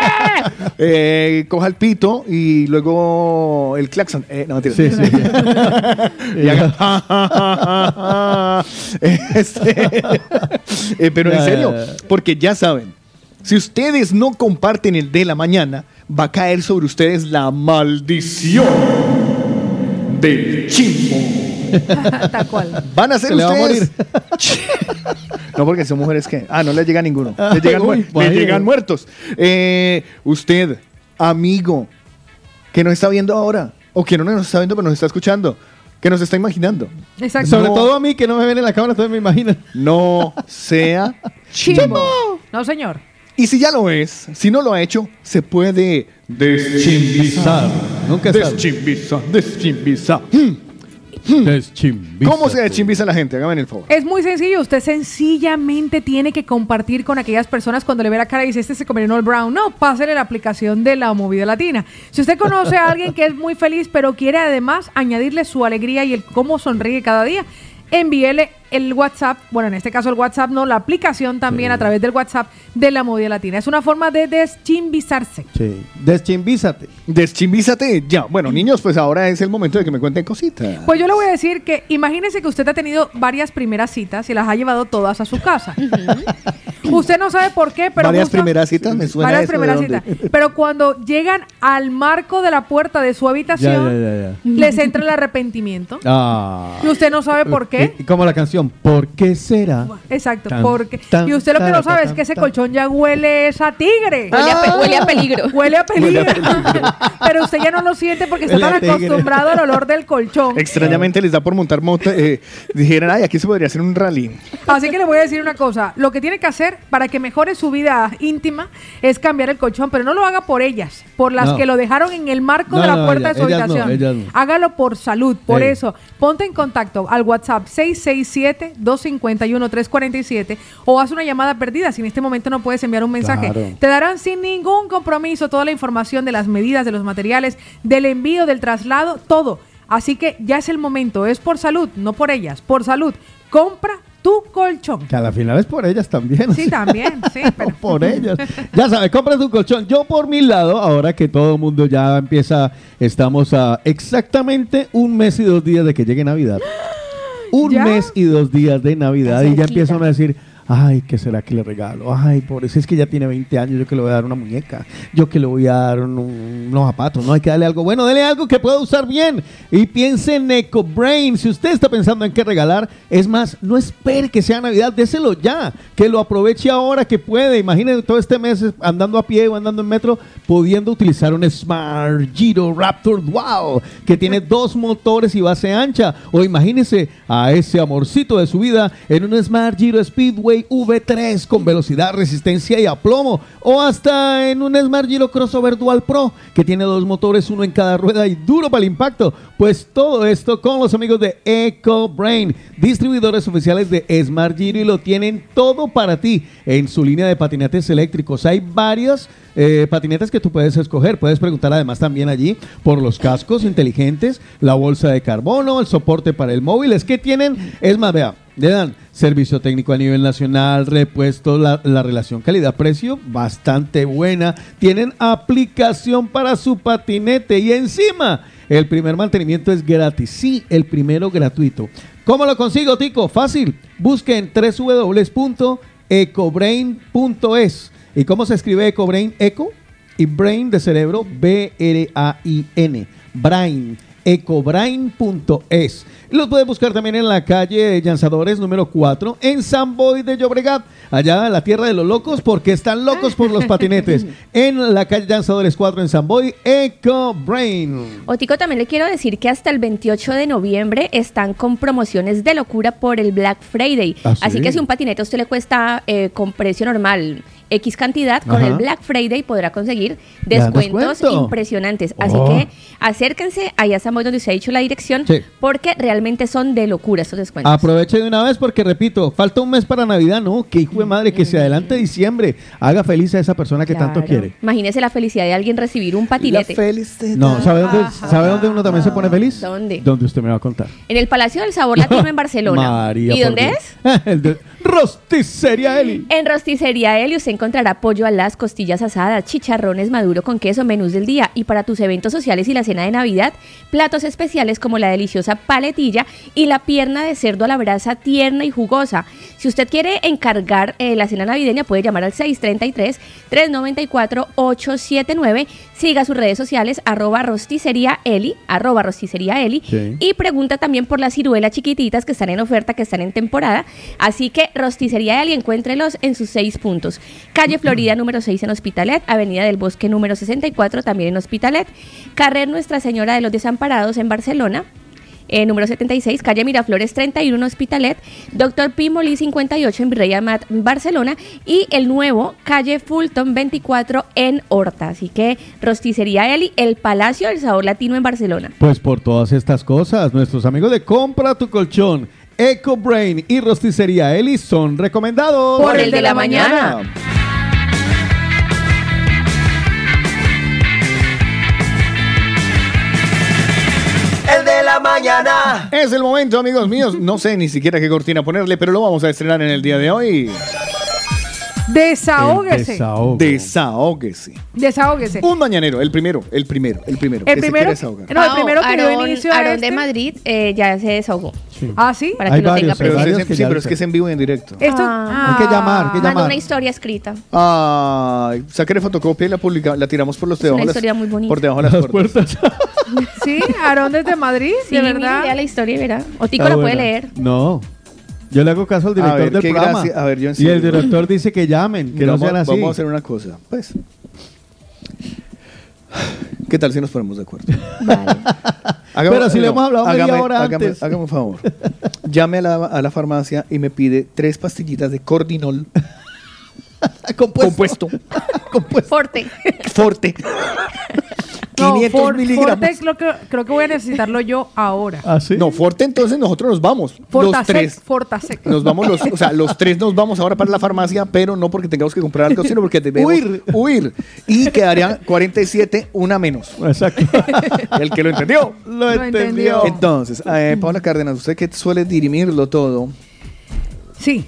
Speaker 4: Eh, coja el pito y luego el claxon. Eh, no, mentira.
Speaker 6: Sí, sí.
Speaker 4: y haga, "Ja, ja, ja, ja". Este, eh, pero en serio, porque ya saben, si ustedes no comparten el de la mañana, va a caer sobre ustedes la maldición del chimbo.
Speaker 5: Tal cual.
Speaker 4: Van a ser
Speaker 5: Se le va a
Speaker 4: ustedes. no, porque son mujeres que. Ah, no les llega ninguno. Les llegan,
Speaker 6: Uy,
Speaker 4: muer- les
Speaker 6: vaya.
Speaker 4: llegan muertos. Eh, usted, amigo, que nos está viendo ahora, o que no nos está viendo, pero nos está escuchando, que nos está imaginando.
Speaker 5: Exacto.
Speaker 6: Sobre todo a mí, que no me ven en la cámara, entonces me imaginan.
Speaker 4: No sea chimbo.
Speaker 5: No, señor.
Speaker 4: Y si ya lo es, si no lo ha hecho, se puede deschimbizar.
Speaker 6: Nunca sabe.
Speaker 4: Deschimbizar, deschimbizar. Hmm. ¿Cómo se deschimbiza la gente? Hágame el favor.
Speaker 5: Es muy sencillo, usted sencillamente tiene que compartir con aquellas personas cuando le ve la cara y dice, este se comió el brown. No, pásele la aplicación de la movida latina. Si usted conoce a alguien que es muy feliz, pero quiere además añadirle su alegría y el cómo sonríe cada día, envíele el WhatsApp, bueno, en este caso el WhatsApp no, la aplicación también a través del WhatsApp de la movida latina. Es una forma de deschimbizarse.
Speaker 6: Sí. Deschimbízate.
Speaker 4: Deschimbízate ya. Bueno, niños, pues ahora es el momento de que me cuenten cositas.
Speaker 5: Pues yo le voy a decir que imagínese que usted ha tenido varias primeras citas y las ha llevado todas a su casa. usted no sabe por qué, pero
Speaker 4: Varias
Speaker 5: justo-
Speaker 4: primeras citas me suena
Speaker 5: varias
Speaker 4: eso, ¿de
Speaker 5: primeras
Speaker 4: dónde?
Speaker 5: citas. Pero cuando llegan al marco de la puerta de su habitación,
Speaker 6: ya, ya, ya.
Speaker 5: les entra el arrepentimiento.
Speaker 6: Ah.
Speaker 5: Y usted no sabe por qué.
Speaker 6: Y, y como la canción, ¿por qué será?
Speaker 5: Exacto,
Speaker 6: Tan,
Speaker 5: porque
Speaker 6: tan,
Speaker 5: y usted lo que no
Speaker 6: tan,
Speaker 5: sabe es
Speaker 6: tan,
Speaker 5: que ese colchón ya huele es a tigre. Ah.
Speaker 10: Huele a pe- huele a peligro.
Speaker 5: Huele a peligro. Pero usted ya no lo siente porque está
Speaker 4: Huele a
Speaker 5: tan
Speaker 4: tigre.
Speaker 5: acostumbrado al olor del colchón.
Speaker 4: Extrañamente les da por montar moto. eh, dijeran, ay, aquí se podría hacer un rally.
Speaker 5: Así que le voy a decir una cosa. Lo que tiene que hacer para que mejore su vida íntima es cambiar el colchón, pero no lo haga por ellas, por las
Speaker 6: No.
Speaker 5: que lo dejaron en el marco
Speaker 6: No,
Speaker 5: de la
Speaker 6: no,
Speaker 5: puerta
Speaker 6: ellas-
Speaker 5: de su
Speaker 6: ellas no,
Speaker 5: habitación.
Speaker 6: ellas no.
Speaker 5: Hágalo por salud, por
Speaker 6: Sí.
Speaker 5: eso. Ponte en contacto al WhatsApp 667-251-347 o haz una llamada perdida si en este momento no puedes enviar un mensaje.
Speaker 26: Claro.
Speaker 5: Te darán sin ningún compromiso toda la información de las medidas, de los materiales, del envío, del traslado, todo. Así que ya es el momento, es por salud, no por ellas, por salud. Compra tu colchón.
Speaker 6: Que a la final es por ellas también.
Speaker 5: Sí, también, sí, pero...
Speaker 6: por ellas. Ya sabes, compra tu colchón. Yo por mi lado, ahora que todo el mundo ya empieza, estamos a exactamente un mes y dos días de que llegue Navidad. Un
Speaker 5: ¿Ya?
Speaker 6: mes y dos días de Navidad y ya
Speaker 5: cerquita.
Speaker 6: empiezan a decir, ay, ¿qué será que le regalo? Ay, por eso es que ya tiene 20 años, yo que le voy a dar una muñeca, yo que le voy a dar un- un- unos zapatos, no hay que darle algo bueno, dele algo que pueda usar bien. Y piense en EcoBrain, si usted está pensando en qué regalar, es más, no espere que sea Navidad, déselo ya, que lo aproveche ahora que puede. Imagínense todo este mes andando a pie o andando en metro, pudiendo utilizar un Smart Giro Raptor Wow, que tiene dos motores y base ancha. O imagínese a ese amorcito de su vida en un Smart Giro Speedway V3 con velocidad, resistencia y aplomo. O hasta en un Smart Giro Crossover Dual Pro, que tiene dos motores, uno en cada rueda y duro para el impacto. Pues todo esto con los amigos de EcoBrain, distribuidores oficiales de Smart Giro y lo tienen todo para ti en su línea de patinetes eléctricos. Hay varias eh, patinetas que tú puedes escoger. Puedes preguntar además también allí por los cascos inteligentes, la bolsa de carbono, el soporte para el móvil. Es que tienen, es más, vea, le dan servicio técnico a nivel nacional, repuesto, la, la relación calidad-precio bastante buena. Tienen aplicación para su patinete y encima el primer mantenimiento es gratis. Sí, el primero gratuito. ¿Cómo lo consigo, Tico? Fácil. Busque en www.ecobrain.es. ¿Y cómo se escribe Ecobrain? Eco y Brain de cerebro, B-R-A-I-N. Brain, ecobrain.es. Los puedes buscar también en la calle de Llanzadores número 4 en San Boy de Llobregat, allá en la tierra de los locos, porque están locos por los patinetes. En la calle Llanzadores 4 en San Boy, Ecobrain.
Speaker 10: Otico, también le quiero decir que hasta el 28 de noviembre están con promociones de locura por el Black Friday.
Speaker 6: Ah, sí.
Speaker 10: Así que si un patinete a usted le cuesta eh, con precio normal X cantidad, con
Speaker 6: Ajá.
Speaker 10: el Black Friday podrá conseguir
Speaker 6: Dan
Speaker 10: descuentos
Speaker 6: descuento.
Speaker 10: impresionantes. Así
Speaker 6: Oh.
Speaker 10: que acérquense allá a San Boy donde usted ha dicho la dirección,
Speaker 6: Sí. Ah,
Speaker 10: porque realmente son de locura estos descuentos.
Speaker 6: Aproveche de una vez porque, repito, falta un mes para Navidad, ¿no? Qué hijo güey, madre, que se adelante diciembre, haga feliz a esa persona que tanto
Speaker 10: Claro.
Speaker 6: quiere.
Speaker 10: Imagínese la felicidad de alguien recibir un patinete.
Speaker 6: No, ¿sabe dónde, ¿sabe dónde uno también se pone
Speaker 10: Ah,
Speaker 6: feliz?
Speaker 10: ¿Dónde?
Speaker 6: Donde usted me va a contar.
Speaker 10: En el Palacio del Sabor Latino en Barcelona.
Speaker 6: María,
Speaker 10: ¿Y
Speaker 6: por
Speaker 10: dónde
Speaker 6: Dios.
Speaker 10: es?
Speaker 6: El de Rosticería Eli.
Speaker 10: En Rosticería Eli usted encontrará pollo a las costillas asadas, chicharrones maduro con queso, menús del día y para tus eventos sociales y la cena de Navidad, platos especiales como la deliciosa paletilla y la pierna de cerdo a la brasa tierna y jugosa. Si usted quiere encargar eh, la cena navideña puede llamar al 633-394-879. Siga sus redes sociales arroba rosticería Eli, arroba rosticería Eli
Speaker 1: Sí.
Speaker 10: y pregunta también por las ciruelas chiquititas que están en oferta, que están en temporada. Así que Rosticería Eli, encuéntrelos en sus seis puntos. Calle Florida número 6 en Hospitalet, Avenida del Bosque número 64 también en Hospitalet, Carrer Nuestra Señora de los Desamparados en Barcelona. eh, número 76, calle Miraflores 31, en Hospitalet, Doctor Pimolí 58 en Virrey Amat, Barcelona y el nuevo, calle Fulton 24 en Horta. Así que Rosticería Eli, el Palacio del Sabor Latino en Barcelona.
Speaker 6: Pues por todas estas cosas, nuestros amigos de Compra tu Colchón, Eco Brain y Rosticería Eli son recomendados.
Speaker 10: Por el de la mañana.
Speaker 27: El de la mañana.
Speaker 4: Es el momento, amigos míos. No sé ni siquiera qué cortina ponerle, pero lo vamos a estrenar en el día de hoy.
Speaker 5: Desahógese.
Speaker 4: Desahogue. Desahóguese.
Speaker 5: Desahógese.
Speaker 4: Un mañanero, el primero, el primero, el primero.
Speaker 5: El
Speaker 4: que se
Speaker 5: primero
Speaker 4: quiere
Speaker 5: que-
Speaker 4: desahogar.
Speaker 5: No, el primero que dio
Speaker 10: Aarón-
Speaker 5: inicio a
Speaker 10: Aarón
Speaker 5: este.
Speaker 10: de Madrid eh, ya se desahogó.
Speaker 5: Ah, sí.
Speaker 10: Para que lo tenga
Speaker 4: pero
Speaker 10: presente.
Speaker 4: es en-
Speaker 6: que
Speaker 4: sí,
Speaker 6: ya
Speaker 4: pero
Speaker 6: lo
Speaker 4: es que es en vivo y en directo.
Speaker 5: Esto-
Speaker 10: Ah.
Speaker 6: eh. Hay que llamar, hay que
Speaker 10: Manda
Speaker 6: llamar.
Speaker 10: una historia escrita.
Speaker 4: Ah, saqué fotocopia y la publicamos, la tiramos por los
Speaker 10: una
Speaker 4: debajo de las-
Speaker 10: historia muy bonita.
Speaker 4: Por debajo de las, puertas.
Speaker 5: Sí, Aarón desde Madrid,
Speaker 10: Sí,
Speaker 5: de
Speaker 10: mire,
Speaker 5: verdad.
Speaker 10: lea la historia y verá. O Tico
Speaker 6: Está
Speaker 10: la puede
Speaker 6: buena.
Speaker 10: leer.
Speaker 6: No. Yo le hago caso al director
Speaker 4: A ver,
Speaker 6: del
Speaker 4: qué
Speaker 6: programa.
Speaker 4: gracia- a ver, yo en
Speaker 6: y el
Speaker 4: serio.
Speaker 6: director dice que llamen, que
Speaker 4: vamos,
Speaker 6: no sean así.
Speaker 4: vamos a hacer una cosa. Pues. ¿Qué tal si nos ponemos de acuerdo? Hagamos-
Speaker 6: Pero si le
Speaker 4: no,
Speaker 6: hemos hablado media
Speaker 4: hágame-
Speaker 6: hora
Speaker 4: hágame-
Speaker 6: antes.
Speaker 4: hágame un favor. Llame a la, a la farmacia y me pide tres pastillitas de Cordinol. Compuesto. pues,
Speaker 10: Forte.
Speaker 4: Forte.
Speaker 5: No,
Speaker 4: 500
Speaker 5: Fort-
Speaker 4: miligramos.
Speaker 5: Forte creo que, creo que voy a necesitarlo yo ahora.
Speaker 6: ¿Ah,
Speaker 4: No, Forte, entonces nosotros nos vamos. los
Speaker 5: Fortasec,
Speaker 4: tres.
Speaker 5: Fortasec.
Speaker 4: Nos vamos los, o sea, los tres nos vamos ahora para la farmacia, pero no porque tengamos que comprar algo, sino porque debemos huir. Y quedarían 47, una menos.
Speaker 6: Exacto.
Speaker 4: El que lo entendió.
Speaker 6: Lo entendió.
Speaker 4: Entonces, eh, Paula Cárdenas, usted que suele dirimirlo todo.
Speaker 5: Sí.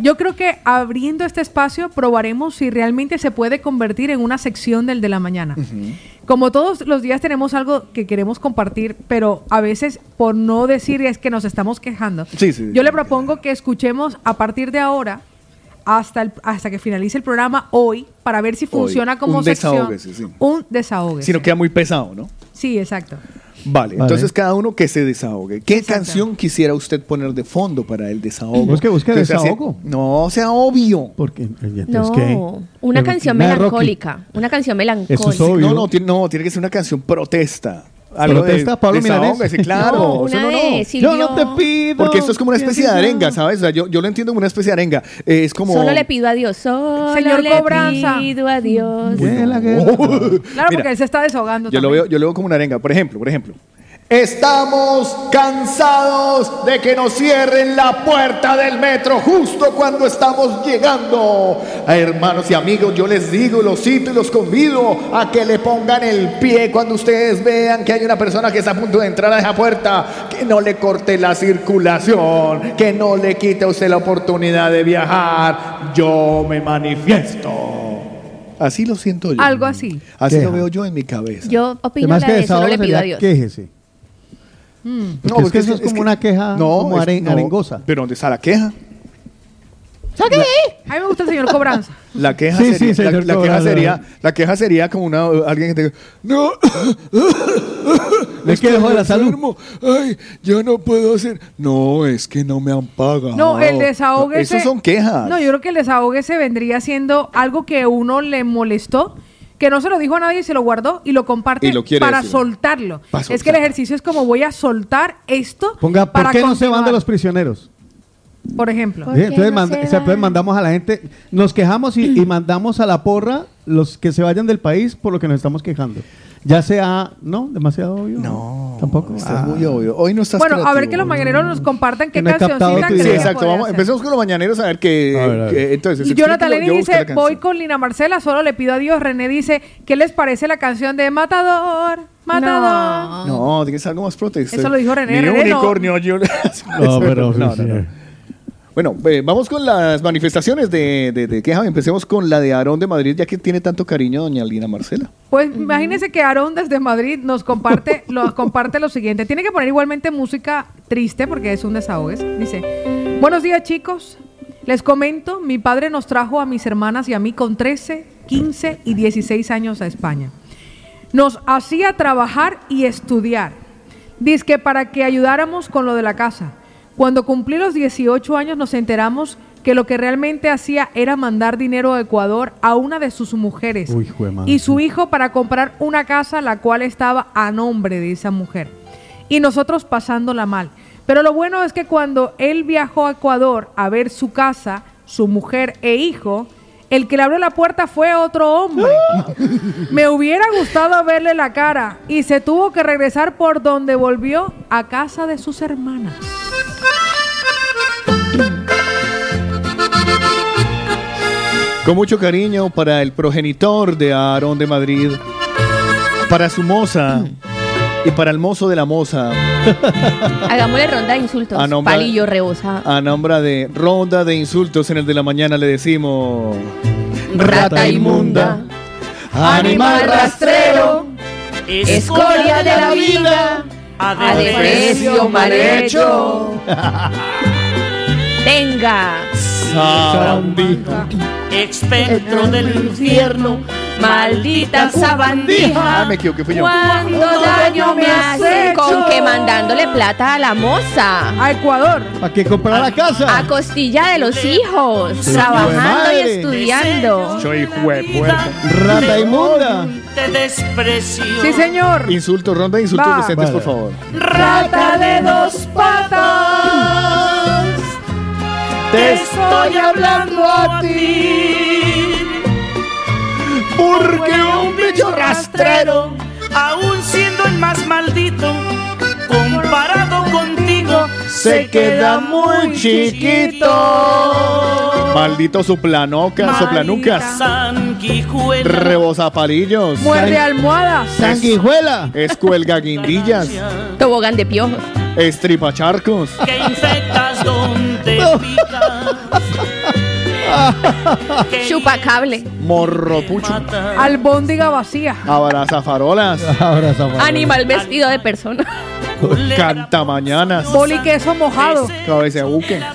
Speaker 5: Yo creo que abriendo este espacio probaremos si realmente se puede convertir en una sección del de la mañana.
Speaker 4: Mm.
Speaker 5: Como todos los días tenemos algo que queremos compartir, pero a veces por no decir es que nos estamos quejando.
Speaker 4: Sí, sí.
Speaker 5: Yo le propongo que escuchemos a partir de ahora hasta, el- hasta que finalice el programa hoy para ver si funciona como
Speaker 4: un
Speaker 5: sección.
Speaker 4: desahógese, sí.
Speaker 5: Un desahogue.
Speaker 4: Si no queda muy pesado, ¿no?
Speaker 5: Sí, exacto.
Speaker 4: Vale, entonces cada uno que se desahogue. ¿Qué canción quisiera usted poner de fondo para el desahogo?
Speaker 6: Busque, busque
Speaker 4: Que sea-
Speaker 6: desahogo.
Speaker 4: no, sea obvio.
Speaker 6: Porque
Speaker 10: No, una canción melancólica. Una canción melancólica.
Speaker 4: No, no, tiene, no, tiene que ser una canción protesta. Algo de-
Speaker 6: Protesta, Pablo Milanés.
Speaker 4: desahógese, claro.
Speaker 10: No,
Speaker 4: o sea,
Speaker 10: una
Speaker 4: no, no.
Speaker 10: de Silvio- Yo no te
Speaker 6: pido.
Speaker 4: Porque esto es como una
Speaker 10: que
Speaker 4: especie de
Speaker 10: diga.
Speaker 4: arenga, ¿sabes? O sea, yo, yo lo entiendo como una especie de arenga. Eh, es como.
Speaker 10: Solo le pido a Dios. Solo
Speaker 5: Señor
Speaker 10: le
Speaker 5: Cobranza.
Speaker 10: pido a Dios.
Speaker 5: Claro,
Speaker 4: Oh. Mira,
Speaker 5: porque él se está desahogando.
Speaker 4: yo lo
Speaker 5: también.
Speaker 4: veo, yo lo veo como una arenga. Por ejemplo, por ejemplo.
Speaker 28: Estamos cansados de que nos cierren la puerta del metro justo cuando estamos llegando.
Speaker 4: A hermanos y amigos, yo les digo, los cito y los convido a que le pongan el pie cuando ustedes vean que hay una persona que está a punto de entrar a esa puerta, que no le corte la circulación, que no le quite a usted la oportunidad de viajar. Yo me manifiesto. Así lo siento yo.
Speaker 5: Algo así.
Speaker 4: Así
Speaker 6: Queja.
Speaker 4: lo veo yo en mi cabeza.
Speaker 10: Yo
Speaker 6: Que
Speaker 10: opino
Speaker 6: más
Speaker 10: la
Speaker 6: que
Speaker 10: de Solo
Speaker 6: desahogo
Speaker 10: le
Speaker 6: sería
Speaker 10: pido a Dios.
Speaker 6: quéjese.
Speaker 5: Mm.
Speaker 4: No,
Speaker 6: Porque es
Speaker 4: es
Speaker 6: que
Speaker 4: que
Speaker 6: eso
Speaker 4: es-
Speaker 6: es
Speaker 4: es
Speaker 6: como
Speaker 4: que-
Speaker 6: una queja
Speaker 4: No,
Speaker 6: como
Speaker 4: es-
Speaker 6: aren-
Speaker 4: no,
Speaker 6: arengosa.
Speaker 4: Pero ¿dónde está la queja?
Speaker 5: A mí me gusta el señor Cobranza.
Speaker 4: La queja,
Speaker 6: Sí,
Speaker 4: sería,
Speaker 6: sí,
Speaker 4: la-
Speaker 6: señor
Speaker 4: la, queja
Speaker 6: Cobrador.
Speaker 4: sería, la queja sería como una alguien que te diga, no,
Speaker 6: Es que dejó de la salud.
Speaker 4: ay, yo no puedo hacer, no, es que no me han pagado.
Speaker 5: No, el desahogue.
Speaker 4: No, Esas son quejas.
Speaker 5: No, yo creo que el desahogue se vendría siendo algo que uno le molestó, que no se lo dijo a nadie y se lo guardó y lo comparte
Speaker 4: Y lo quiere
Speaker 5: para
Speaker 4: decir.
Speaker 5: soltarlo.
Speaker 4: Para
Speaker 5: Es que el
Speaker 4: soltarlo.
Speaker 5: ejercicio es como voy a soltar esto.
Speaker 6: Ponga, ¿por
Speaker 5: para
Speaker 6: qué no se van de
Speaker 5: continuar,
Speaker 6: los prisioneros?
Speaker 5: Por ejemplo.
Speaker 4: Eh,
Speaker 6: pues Eh, Entonces, manda- o sea, entonces mandamos a la gente, nos quejamos y, y mandamos a la porra los que se vayan del país por lo que nos estamos quejando. Ya sea, ¿no? Demasiado obvio. No. Tampoco. Ah.
Speaker 4: Estás muy obvio. Hoy no estás
Speaker 5: Bueno, a
Speaker 4: creativo.
Speaker 5: ver que los mañaneros nos compartan qué
Speaker 4: Que no he captado
Speaker 5: cancioncita
Speaker 4: tu
Speaker 5: creen
Speaker 4: idea.
Speaker 5: que
Speaker 4: exacto.
Speaker 5: podría
Speaker 4: Vamos,
Speaker 5: ser.
Speaker 4: empecemos con los mañaneros a ver qué. qué- entonces,
Speaker 5: Y Jonathan
Speaker 4: explícalo,
Speaker 5: Lenin
Speaker 4: yo busco la
Speaker 5: dice,
Speaker 4: canción.
Speaker 5: voy con Lina Marcela, solo le pido a Dios. René dice, ¿qué les parece la canción de Matador? Matador.
Speaker 4: No, tiene que ser algo más protesta.
Speaker 5: Eso lo dijo René,
Speaker 4: Ni
Speaker 5: René, no.
Speaker 4: unicornio, yo-
Speaker 6: No, pero-
Speaker 4: No, no, no. Bueno, eh, vamos con las manifestaciones de, de, de queja. Empecemos con la de Aarón de Madrid, ya que tiene tanto cariño doña Lina Marcela.
Speaker 5: Pues imagínense que Aarón desde Madrid nos comparte lo, comparte lo siguiente. Tiene que poner igualmente música triste porque es un desahogues. Dice, buenos días chicos. Les comento, mi padre nos trajo a mis hermanas y a mí con 13, 15 y 16 años a España. Nos hacía trabajar y estudiar. Dice que para que ayudáramos con lo de la casa. Cuando cumplí los 18 años nos enteramos que lo que realmente hacía era mandar dinero a Ecuador a una de sus mujeres
Speaker 6: Uy, jue madre.
Speaker 5: y su hijo para comprar una casa la cual estaba a nombre de esa mujer. Y nosotros pasándola mal. Pero lo bueno es que cuando él viajó a Ecuador a ver su casa, su mujer e hijo, el que le abrió la puerta fue otro hombre. Me hubiera gustado verle la cara y se tuvo que regresar por donde volvió a casa de sus hermanas.
Speaker 4: Con mucho cariño para el progenitor de Aarón de Madrid, para su moza y para el mozo de la moza,
Speaker 10: Hagámosle ronda de insultos.
Speaker 4: Ah, no, ma-
Speaker 10: Palillo rebosa.
Speaker 4: a nombre de Ronda de Insultos en el de la mañana le decimos...
Speaker 10: Rata
Speaker 4: inmunda, animal
Speaker 16: rastrero, escoria de la vida, a desprecio mal hecho.
Speaker 10: Venga.
Speaker 16: Espectro del infierno, maldita sabandija.
Speaker 4: Ah, me equivoqué, fui yo.
Speaker 10: ¿Cuánto daño me hace? Con que mandándole plata a la moza.
Speaker 5: A Ecuador.
Speaker 6: ¿Para que comprar la casa?
Speaker 10: A costilla de los hijos.
Speaker 6: Sí,
Speaker 10: trabajando y
Speaker 6: madre.
Speaker 10: estudiando.
Speaker 4: Soy
Speaker 6: Rata inmunda.
Speaker 16: Te desprecio.
Speaker 5: Sí, señor.
Speaker 4: Insultos, ronda de insultos
Speaker 16: Va.
Speaker 4: decentes,
Speaker 16: Vale.
Speaker 4: por favor.
Speaker 16: Rata de dos patas, te estoy hablando a ti. Porque un bicho rastrero, aún siendo el más maldito, comparado contigo, se queda muy chiquito.
Speaker 4: Maldito soplanoca, soplanucas.
Speaker 16: Sanguijuela.
Speaker 4: Rebozapalillos.
Speaker 10: Muerde almohadas.
Speaker 6: Sanguijuela.
Speaker 4: Escuelga guindillas.
Speaker 10: Tobogán de piojos.
Speaker 4: Estripacharcos.
Speaker 16: que infectas donde picas.
Speaker 10: Chupacable.
Speaker 4: Morropucho.
Speaker 5: Albóndiga vacía.
Speaker 4: Abrazafarolas. Abrazafarolas.
Speaker 10: Animal vestido de persona.
Speaker 4: Cantamañanas.
Speaker 5: Poliqueso mojado.
Speaker 4: Cabeza de buque. Ah,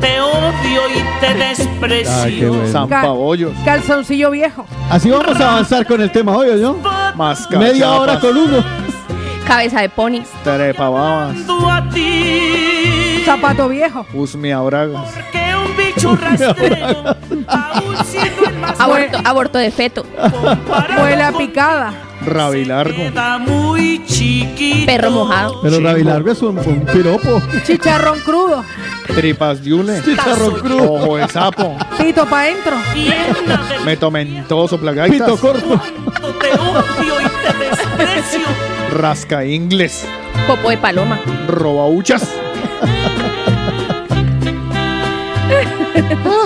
Speaker 16: Te odio y te desprecio.
Speaker 6: Ah, qué bueno.
Speaker 4: Zampabollos.
Speaker 5: Calzoncillo viejo.
Speaker 6: Así vamos a avanzar con el tema hoy, ¿no? Media
Speaker 4: cachapas.
Speaker 6: hora con uno.
Speaker 10: Cabeza de pony.
Speaker 4: Trepababas.
Speaker 5: Zapato viejo.
Speaker 4: Usmeabragas.
Speaker 16: Que un bicho rastrero, aún siendo el más
Speaker 10: Aborto, aborto de feto.
Speaker 5: Muela picada.
Speaker 4: Rabilargo.
Speaker 16: Está muy chiquito.
Speaker 10: Perro mojado.
Speaker 6: Pero Rabilargo es un, un piropo.
Speaker 5: Chicharrón crudo.
Speaker 4: Tripas yule.
Speaker 6: Chicharrón crudo.
Speaker 4: Ojo de sapo.
Speaker 5: Pito pa' dentro.
Speaker 4: Metomentoso plagaitas.
Speaker 6: Pito corto.
Speaker 16: Te odio y te desprecio.
Speaker 4: Rasca inglés.
Speaker 10: Popo de paloma.
Speaker 4: Robauchas.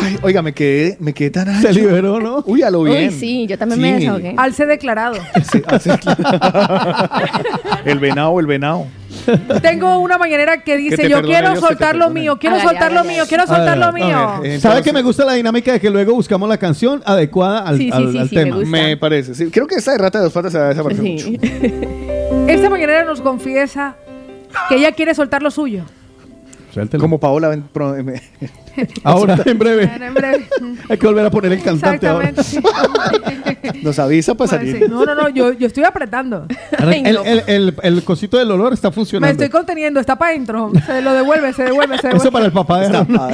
Speaker 4: Ay, oiga, me quedé, me quedé tan ancho.
Speaker 6: Se liberó, ¿no?
Speaker 4: Uy, a lo bien.
Speaker 10: Uy, sí, yo también me
Speaker 4: Sí.
Speaker 10: desahogué.
Speaker 5: Alce declarado.
Speaker 4: El venado, el venado.
Speaker 5: Tengo una mañanera que
Speaker 4: Que
Speaker 5: dice,
Speaker 4: te
Speaker 5: yo
Speaker 4: perdone
Speaker 5: quiero
Speaker 4: Dios, que te
Speaker 5: soltar lo
Speaker 4: perdone".
Speaker 5: mío, quiero
Speaker 10: Hágale,
Speaker 5: soltar lo
Speaker 10: hágale,
Speaker 5: mío, quiero
Speaker 6: A ver,
Speaker 5: soltar
Speaker 6: a
Speaker 5: lo
Speaker 6: ver,
Speaker 5: mío.
Speaker 4: entonces-
Speaker 6: ¿Sabe que me gusta la dinámica de que luego buscamos la canción adecuada al,
Speaker 5: Sí, sí,
Speaker 6: al-
Speaker 5: sí,
Speaker 6: al
Speaker 5: sí, me
Speaker 6: tema?
Speaker 5: gusta.
Speaker 4: Me parece. Sí, creo que esa de rata de dos patas se va a desaparecer mucho.
Speaker 5: Esta mañanera nos confiesa que ella quiere soltar lo suyo.
Speaker 4: Como Paola. ven- pro- em-
Speaker 6: Ahora, en breve.
Speaker 5: En breve.
Speaker 6: Hay que volver a poner el cantante ahora.
Speaker 5: Exactamente. sí.
Speaker 4: Nos avisa para
Speaker 5: Sí.
Speaker 4: salir.
Speaker 5: No, no, no, yo, yo estoy apretando.
Speaker 6: Ahora, el,
Speaker 5: no.
Speaker 6: el- el- el cosito del olor está
Speaker 5: Me
Speaker 6: funcionando.
Speaker 5: estoy conteniendo, está para adentro. Se lo devuelve, se devuelve,
Speaker 6: Eso
Speaker 5: se devuelve.
Speaker 6: para el papá de
Speaker 4: Está,
Speaker 6: Ramón.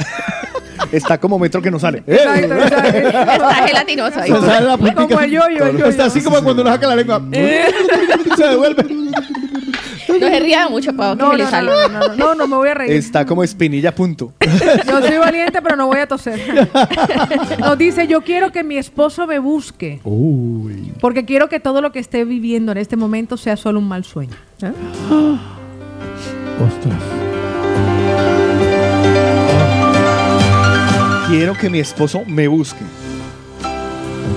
Speaker 4: está como metro que no sale.
Speaker 5: Exacto, exacto.
Speaker 10: Está gelatinoso ahí.
Speaker 6: Se sale la puntica.
Speaker 5: Como el yo-yo, el yo-yo.
Speaker 4: Eh.
Speaker 6: Está así como cuando uno saca la lengua. Se devuelve.
Speaker 10: No se ría mucho, Pau, que
Speaker 5: No,
Speaker 10: se le
Speaker 5: no,
Speaker 10: sale.
Speaker 5: no, no, no, no, no me voy a reír.
Speaker 4: Está como espinilla punto.
Speaker 5: Yo soy valiente, pero no voy a toser. Nos dice, yo quiero que mi esposo me busque,
Speaker 4: Uy.
Speaker 5: porque quiero que todo lo que esté viviendo en este momento sea solo un mal sueño. ¿Ah?
Speaker 4: Quiero que mi esposo me busque.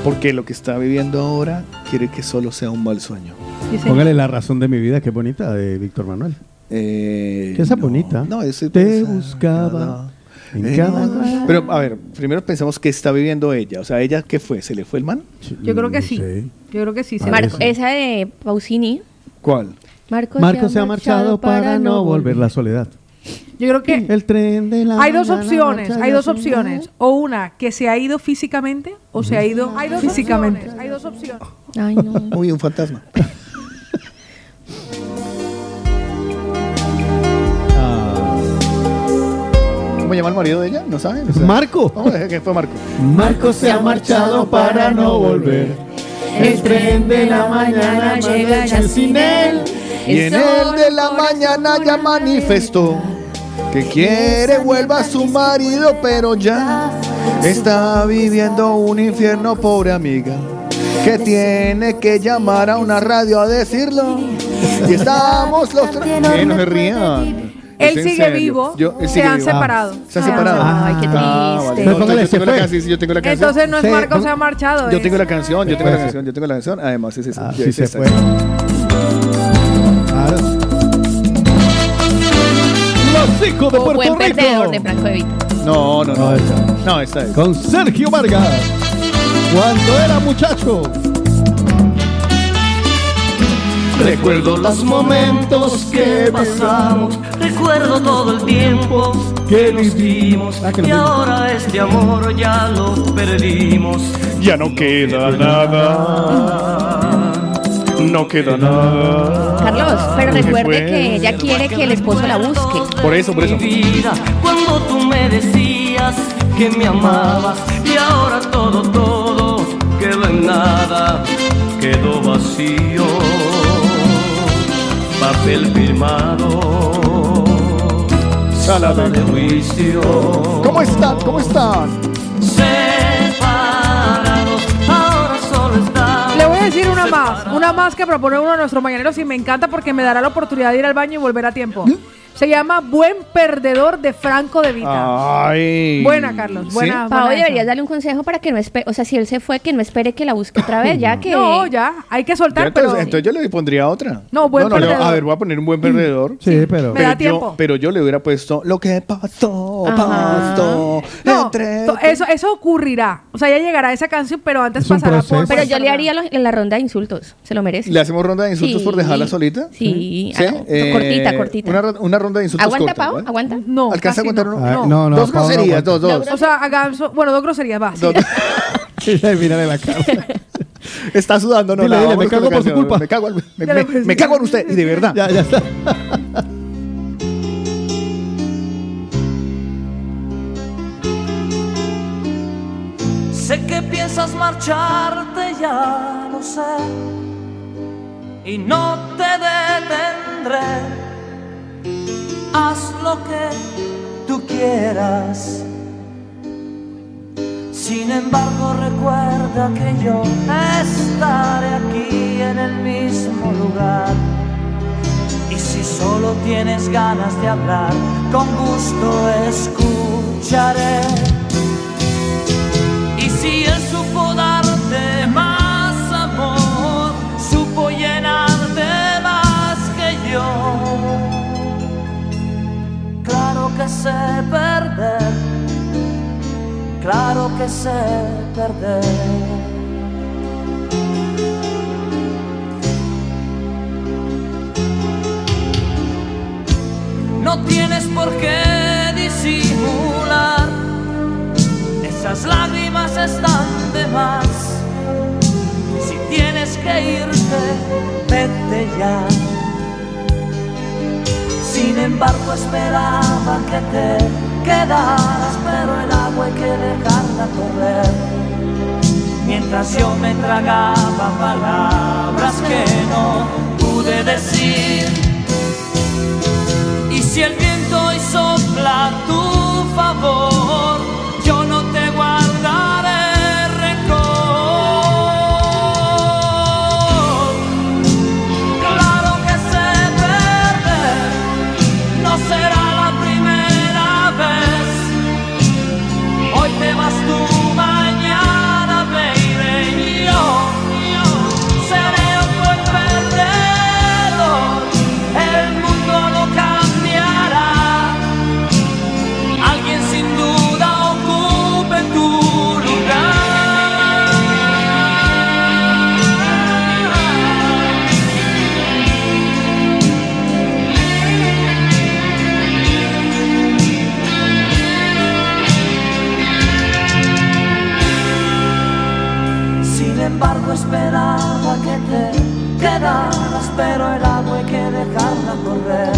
Speaker 4: Porque lo que está viviendo ahora quiere que solo sea un mal sueño.
Speaker 6: Póngale la razón de mi vida, qué bonita, de Víctor Manuel.
Speaker 4: Eh,
Speaker 6: que esa
Speaker 4: no,
Speaker 6: bonita.
Speaker 4: No, ese
Speaker 6: Te buscaba. en
Speaker 4: Eh,
Speaker 6: cada-
Speaker 4: Pero a ver, primero pensemos qué está viviendo ella. O sea, ¿ella qué fue? ¿Se le fue el man?
Speaker 5: Yo
Speaker 6: Mm,
Speaker 5: creo que sí. Yo creo que sí. se
Speaker 10: Marco,
Speaker 5: busca.
Speaker 10: esa de Pausini.
Speaker 4: ¿Cuál?
Speaker 10: Marco,
Speaker 6: Marco se ha marchado para no volver la soledad.
Speaker 5: Yo creo que
Speaker 6: el tren de la
Speaker 5: hay dos
Speaker 6: mañana
Speaker 5: opciones,
Speaker 6: marcha
Speaker 5: hay dos
Speaker 6: hacia-
Speaker 5: opciones, o una que se ha ido físicamente o se ha ido físicamente. Hay dos opciones.
Speaker 10: Ay, no.
Speaker 4: Uy, un fantasma. Ah. ¿Cómo llama el marido de ella? ¿No saben?
Speaker 6: Marco.
Speaker 4: Vamos a dejar que fue Marco.
Speaker 6: Marco se ha marchado para no volver.
Speaker 4: El tren de la
Speaker 6: mañana
Speaker 4: llega ya sin él. Y en el de la mañana ya manifestó que quiere vuelva a su marido, pero ya está viviendo un infierno, pobre amiga. Que tiene que llamar a una radio a decirlo. Y estamos los tres. Que no se rían.
Speaker 5: Él
Speaker 4: Es en
Speaker 5: sigue
Speaker 4: serio.
Speaker 5: vivo,
Speaker 4: Yo- él
Speaker 5: se
Speaker 4: sigue
Speaker 5: han
Speaker 4: vivo. Ah,
Speaker 5: separado.
Speaker 4: Se han
Speaker 5: Se han
Speaker 4: separado.
Speaker 5: separado. Ay, qué
Speaker 4: Ah, vale.
Speaker 5: triste.
Speaker 4: No,
Speaker 5: Pues póngale,
Speaker 4: yo
Speaker 6: se
Speaker 4: tengo la
Speaker 6: fue.
Speaker 4: canción, sí, yo tengo la canción.
Speaker 5: Entonces no es
Speaker 4: Sí,
Speaker 5: Marco
Speaker 4: no.
Speaker 5: se ha marchado. ¿eh?
Speaker 4: Yo
Speaker 5: es-
Speaker 4: tengo la canción, yo tengo la
Speaker 6: fue.
Speaker 4: canción, yo tengo la canción. Además, es esa.
Speaker 6: Ah,
Speaker 4: Yo-
Speaker 6: sí
Speaker 4: es
Speaker 6: se
Speaker 4: esa.
Speaker 6: fue. Claro. Los hijos de
Speaker 10: O buen
Speaker 6: Puerto
Speaker 10: perdedor de
Speaker 6: Rico.
Speaker 10: Franco Evita.
Speaker 4: No, no, no. No, esa es.
Speaker 6: Con Sergio Vargas. Cuando era muchacho.
Speaker 7: Recuerdo los momentos que pasamos, recuerdo todo el tiempo que nos dimos
Speaker 16: Ah,
Speaker 7: y ahora este amor ya lo perdimos.
Speaker 4: Ya no queda nada. Eh, No queda nada.
Speaker 10: Carlos,
Speaker 6: Ah,
Speaker 10: pero
Speaker 4: Se
Speaker 10: recuerde
Speaker 4: fue.
Speaker 10: que ella quiere que el esposo la busque.
Speaker 4: Por eso, por eso.
Speaker 7: Vida, cuando tú me decías que me amabas y ahora todo, todo quedó en nada, quedó vacío, papel firmado, sala de juicio.
Speaker 4: ¿Cómo están? ¿Cómo están?
Speaker 7: Separados, ahora solo estamos.
Speaker 5: Le voy a decir una más, una más que propone uno de nuestros mañaneros y me encanta porque me dará la oportunidad de ir al baño y volver a tiempo.
Speaker 6: ¿Eh?
Speaker 5: Se llama Buen Perdedor de Franco de Vita.
Speaker 4: Ah, Ay.
Speaker 5: Buena, Carlos, buena.
Speaker 10: Pau,
Speaker 5: buena esa.
Speaker 10: deberías darle un consejo para que no espere, o sea, si él se fue, que no espere que la busque otra vez, ya que...
Speaker 5: No, ya, hay que
Speaker 4: Ya,
Speaker 5: soltar,
Speaker 4: entonces,
Speaker 5: pero...
Speaker 4: entonces yo le pondría otra.
Speaker 5: No, buen
Speaker 4: yo-
Speaker 5: perdedor.
Speaker 4: a ver, voy a poner un buen perdedor.
Speaker 6: Sí, pero.
Speaker 5: Me da
Speaker 4: yo-
Speaker 5: tiempo.
Speaker 4: pero yo le hubiera puesto lo que
Speaker 6: Oh,
Speaker 4: pasó,
Speaker 5: Ajá.
Speaker 4: pasó.
Speaker 5: No, to- eso, eso ocurrirá. O sea, ya llegará esa canción, pero antes pasará por...
Speaker 10: Pero yo le haría los- la ronda de insultos, se lo merece.
Speaker 4: ¿Le hacemos ronda de insultos
Speaker 10: Sí.
Speaker 4: por dejarla solita?
Speaker 10: Sí,
Speaker 4: ¿Sí?
Speaker 10: ah,
Speaker 4: Eh,
Speaker 10: cortita, cortita.
Speaker 4: Una, ro- una ronda de insultos corta.
Speaker 10: ¿Aguanta, Pau?
Speaker 4: ¿vale?
Speaker 10: ¿Aguanta?
Speaker 5: Mm, No,
Speaker 4: ¿Alcanza a
Speaker 5: casi
Speaker 4: contar
Speaker 5: no.
Speaker 4: uno?
Speaker 6: Ay, no, no,
Speaker 4: dos
Speaker 6: Pau, no
Speaker 4: groserías,
Speaker 6: aguanta.
Speaker 4: dos, dos.
Speaker 5: O sea, hagan... so- Bueno, dos groserías, va. sí.
Speaker 6: Mírale la cara.
Speaker 4: Está sudando, no,
Speaker 6: Dile,
Speaker 4: no,
Speaker 6: dile,
Speaker 4: vámonos
Speaker 6: me cago
Speaker 4: con la
Speaker 6: por su
Speaker 4: canción.
Speaker 6: culpa.
Speaker 4: Me cago, al- me-
Speaker 6: Ya le
Speaker 4: me-
Speaker 6: puse.
Speaker 4: me cago en usted, y de verdad.
Speaker 6: Ya, ya está.
Speaker 7: Sé que piensas marcharte, ya lo sé. Y no te detendré. Haz lo que tú quieras. Sin embargo, recuerda que yo estaré aquí en el mismo lugar. Y si solo tienes ganas de hablar, con gusto escucharé. Y si él supo darte más amor, supo llenarte más que yo. Claro que sé perder, claro que sé perder. No tienes por qué disimular. Esas lágrimas están de más. Si tienes que irte, vete ya. Sin embargo, esperaba que te quedaras, pero el agua hay que dejarla correr. Mientras yo me tragaba palabras que no pude decir. Si el viento hoy sopla a tu favor, yo no te guardaré rencor. Claro que sé perder, no será la primera vez. Hoy te vas tú, mañana, baby, yo. Seré otro el perdedor, el mundo lo cambiará. Alguien sin duda ocupe tu lugar. Sin embargo, esperaba que te quedaras, pero el agua hay que dejarla correr.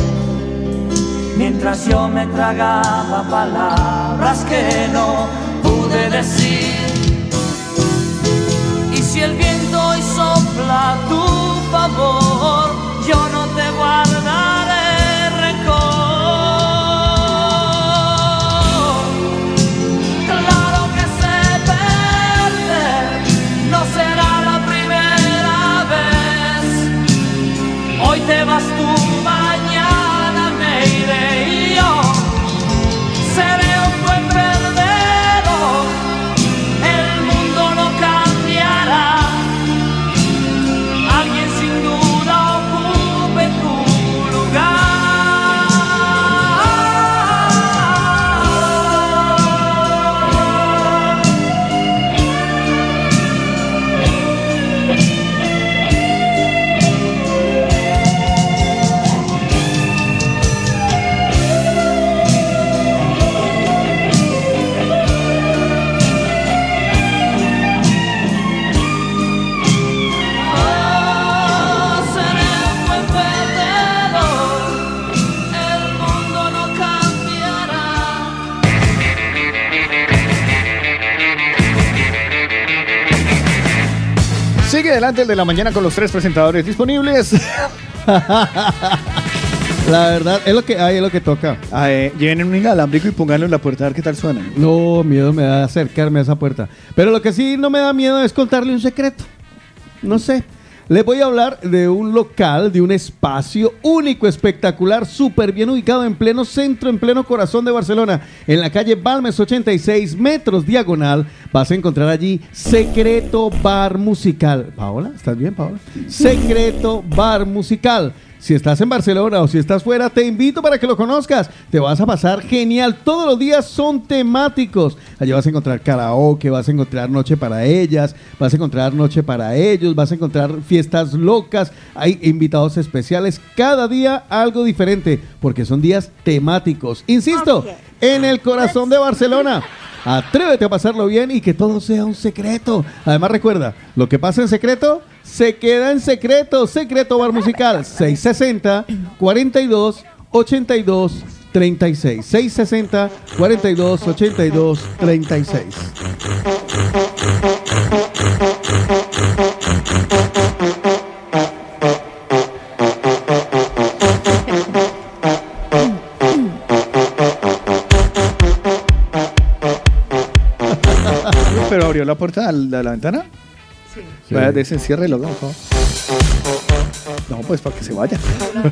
Speaker 7: Mientras yo me tragaba palabras que no pude decir. Y si el viento hoy sopla a tu favor, yo no te guardaré rencor. Claro que sé perder, no será la primera vez. Hoy te vas tú, mañana me iré y yo. Seré un buen perdedor, el mundo lo cambiará. Alguien sin duda ocupe tu Seré un buen perdedor, el mundo no cambiará.
Speaker 4: Sigue adelante el de la mañana con los tres presentadores disponibles.
Speaker 6: La verdad, es lo que hay, es lo que toca.
Speaker 4: Ah, eh, lleven un inalámbrico y pónganlo en la puerta a ver qué tal suena.
Speaker 6: No, miedo me da acercarme a esa puerta. Pero lo que sí no me da miedo es contarle un secreto. No sé. Les voy a hablar de un local, de un espacio único, espectacular, súper bien ubicado en pleno centro, en pleno corazón de Barcelona, en la calle Balmes 86 metros diagonal. Vas a encontrar allí Secreto Bar Musical. Paola, ¿estás bien, Paola? Secreto Bar Musical. Si estás en Barcelona o si estás fuera, te invito para que lo conozcas. Te vas a pasar genial. Todos los días son temáticos. Allí vas a encontrar karaoke, vas a encontrar noche para ellas, vas a encontrar noche para ellos, vas a encontrar fiestas locas. Hay invitados especiales. Cada día algo diferente, porque son días temáticos. Insisto, en el corazón de Barcelona. Atrévete a pasarlo bien y que todo sea un secreto. Además, recuerda, lo que pasa en secreto se queda en secreto. Secreto Bar Musical 660 42 82 36. 660 42 82 36.
Speaker 4: Pero abrió la puerta a la, a la ventana. Vaya, desencierre los No, pues para que se vaya.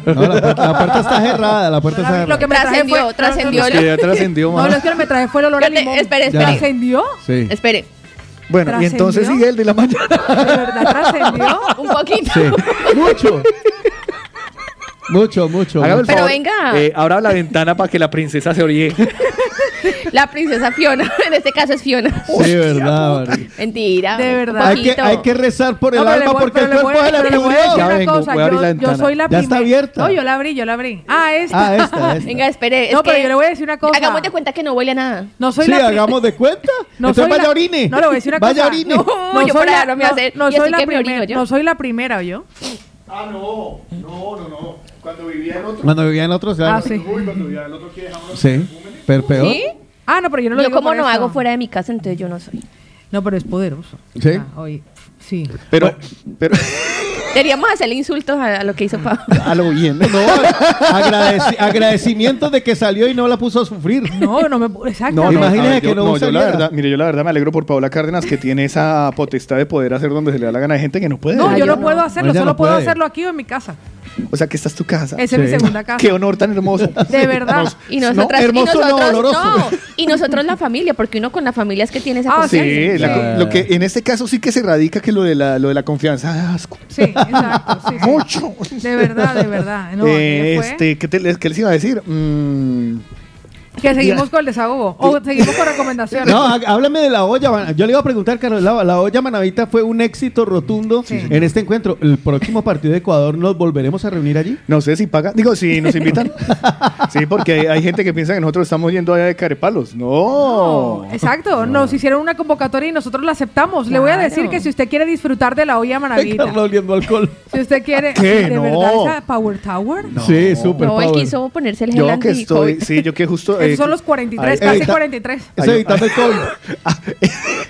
Speaker 6: No, la, pu- la puerta está cerrada, la puerta está cerrada.
Speaker 5: Lo que me traje
Speaker 10: Trascendió,
Speaker 5: fue-
Speaker 10: trascendió.
Speaker 4: Es que ya trascendió,
Speaker 5: No,
Speaker 4: ma.
Speaker 5: lo que me traje fue el olor a
Speaker 10: Yo te-
Speaker 5: limón.
Speaker 10: espere, espere.
Speaker 5: ¿Trascendió?
Speaker 6: Sí.
Speaker 10: Espere.
Speaker 4: Bueno, y entonces sigue el de la mañana.
Speaker 5: trascendió?
Speaker 10: Un poquito.
Speaker 6: Sí. Mucho. Mucho, mucho.
Speaker 4: Hágame el
Speaker 10: Pero
Speaker 4: favor,
Speaker 10: venga.
Speaker 4: eh, abra la ventana para que la princesa se oríe.
Speaker 10: La princesa Fiona. En este caso es Fiona.
Speaker 6: Sí, verdad, Mari.
Speaker 10: Mentira.
Speaker 5: De verdad.
Speaker 6: Hay que, hay que rezar por
Speaker 5: No,
Speaker 6: el
Speaker 5: pero le
Speaker 6: alma
Speaker 5: voy-
Speaker 6: porque
Speaker 5: pero
Speaker 6: el
Speaker 5: le voy-
Speaker 6: cuerpo se le
Speaker 5: pero le voy a
Speaker 6: pudrió.
Speaker 5: decir una cosa, yo- Yo soy la
Speaker 6: Ya está
Speaker 5: primer-
Speaker 6: abierta.
Speaker 5: No, yo la abrí, yo la abrí. Ah, esta.
Speaker 6: Ah, esta, esta.
Speaker 10: Venga, espere. es
Speaker 5: No, pero
Speaker 10: que
Speaker 5: yo le voy a decir una cosa.
Speaker 10: Hagamos de cuenta que no huele a nada.
Speaker 5: No soy
Speaker 6: sí,
Speaker 5: la pri-
Speaker 6: hagamos de cuenta.
Speaker 5: No
Speaker 6: Entonces
Speaker 5: soy
Speaker 6: vaya
Speaker 5: la-
Speaker 6: orine.
Speaker 5: No, le voy a decir una
Speaker 6: Vaya
Speaker 5: cosa.
Speaker 6: orine.
Speaker 5: No,
Speaker 10: No, yo por allá no me voy a hacer.
Speaker 5: no
Speaker 10: Y
Speaker 5: soy
Speaker 10: así
Speaker 5: la
Speaker 10: que me orino
Speaker 5: primera.
Speaker 10: yo.
Speaker 5: No soy la primera, yo.
Speaker 4: Ah, no. No, no, no. Cuando vivía en otro.
Speaker 6: Cuando vivía en otro,
Speaker 5: Ah,
Speaker 6: claro.
Speaker 5: sí.
Speaker 4: cuando vivía en otro, ¿qué dejaba?
Speaker 6: Sí. Pero peor.
Speaker 10: ¿Sí?
Speaker 5: Ah, no, pero yo no lo
Speaker 10: Yo
Speaker 5: digo
Speaker 10: como
Speaker 5: por
Speaker 10: no
Speaker 5: eso.
Speaker 10: hago fuera de mi casa, entonces yo no soy.
Speaker 5: No, pero es poderoso.
Speaker 6: Sí.
Speaker 5: Ah, oye. Sí.
Speaker 4: Pero, pero
Speaker 10: Deberíamos hacerle insultos a, a lo que hizo Pablo.
Speaker 4: a lo bien.
Speaker 6: No, agradeci- agradecimiento de que salió y no la puso a sufrir.
Speaker 5: No, no me. Exacto.
Speaker 4: No, no, a
Speaker 6: Imagínese
Speaker 4: ver,
Speaker 6: que
Speaker 4: yo-
Speaker 6: no,
Speaker 4: yo la
Speaker 6: saliera.
Speaker 4: verdad, mire, yo la verdad me alegro por Paola Cárdenas que tiene esa potestad de poder hacer donde se le da la gana de gente que no puede.
Speaker 5: No, yo no puedo hacerlo,
Speaker 4: Ella
Speaker 5: solo
Speaker 4: no
Speaker 5: puedo
Speaker 4: puede.
Speaker 5: hacerlo aquí o en mi casa.
Speaker 4: O sea, que esta es tu casa.
Speaker 5: Esa es mi Sí. segunda casa.
Speaker 4: Qué honor tan hermoso.
Speaker 5: De verdad.
Speaker 4: Nos-
Speaker 10: Y nosotras,
Speaker 4: no,
Speaker 10: y
Speaker 4: hermoso, no,
Speaker 10: nosotros,
Speaker 4: oloroso.
Speaker 10: no. Y nosotros la familia, porque uno con la familia es que tiene esa
Speaker 5: Ah,
Speaker 4: Pues sí,
Speaker 10: confianza.
Speaker 4: la- lo que en este caso sí que se radica que lo de la, lo de la confianza. Ah, asco.
Speaker 5: Mucho. De verdad, de verdad. No,
Speaker 4: Eh,
Speaker 5: ¿qué fue?
Speaker 4: este, ¿qué, te- qué les iba a decir? Mm,
Speaker 5: Que seguimos con el desahogo. O seguimos con recomendaciones.
Speaker 6: No, há- háblame de la olla. Van- Yo le iba a preguntar, Carlos, la, la olla manavita fue un éxito rotundo en este encuentro. El próximo partido de Ecuador nos volveremos a reunir allí.
Speaker 4: No sé si paga. Digo, si nos invitan. sí, porque hay, hay gente que piensa que nosotros estamos yendo allá de carepalos. No.
Speaker 5: Exacto, nos hicieron una convocatoria y nosotros la aceptamos. Le voy a decir que si usted quiere disfrutar de la olla maravita,
Speaker 6: Carlos oliendo alcohol.
Speaker 5: si usted quiere
Speaker 4: ¿Qué?
Speaker 5: de
Speaker 4: No.
Speaker 5: verdad esa Power Tower,
Speaker 6: Sí, súper.
Speaker 10: No, él
Speaker 6: power.
Speaker 10: quiso ponerse el gel
Speaker 4: Yo que
Speaker 10: anti-
Speaker 4: estoy, sí, yo que justo. eh,
Speaker 5: esos son los 43,
Speaker 4: Ay, eh,
Speaker 5: casi
Speaker 4: evita-
Speaker 5: 43.
Speaker 6: Es evitando el COVID.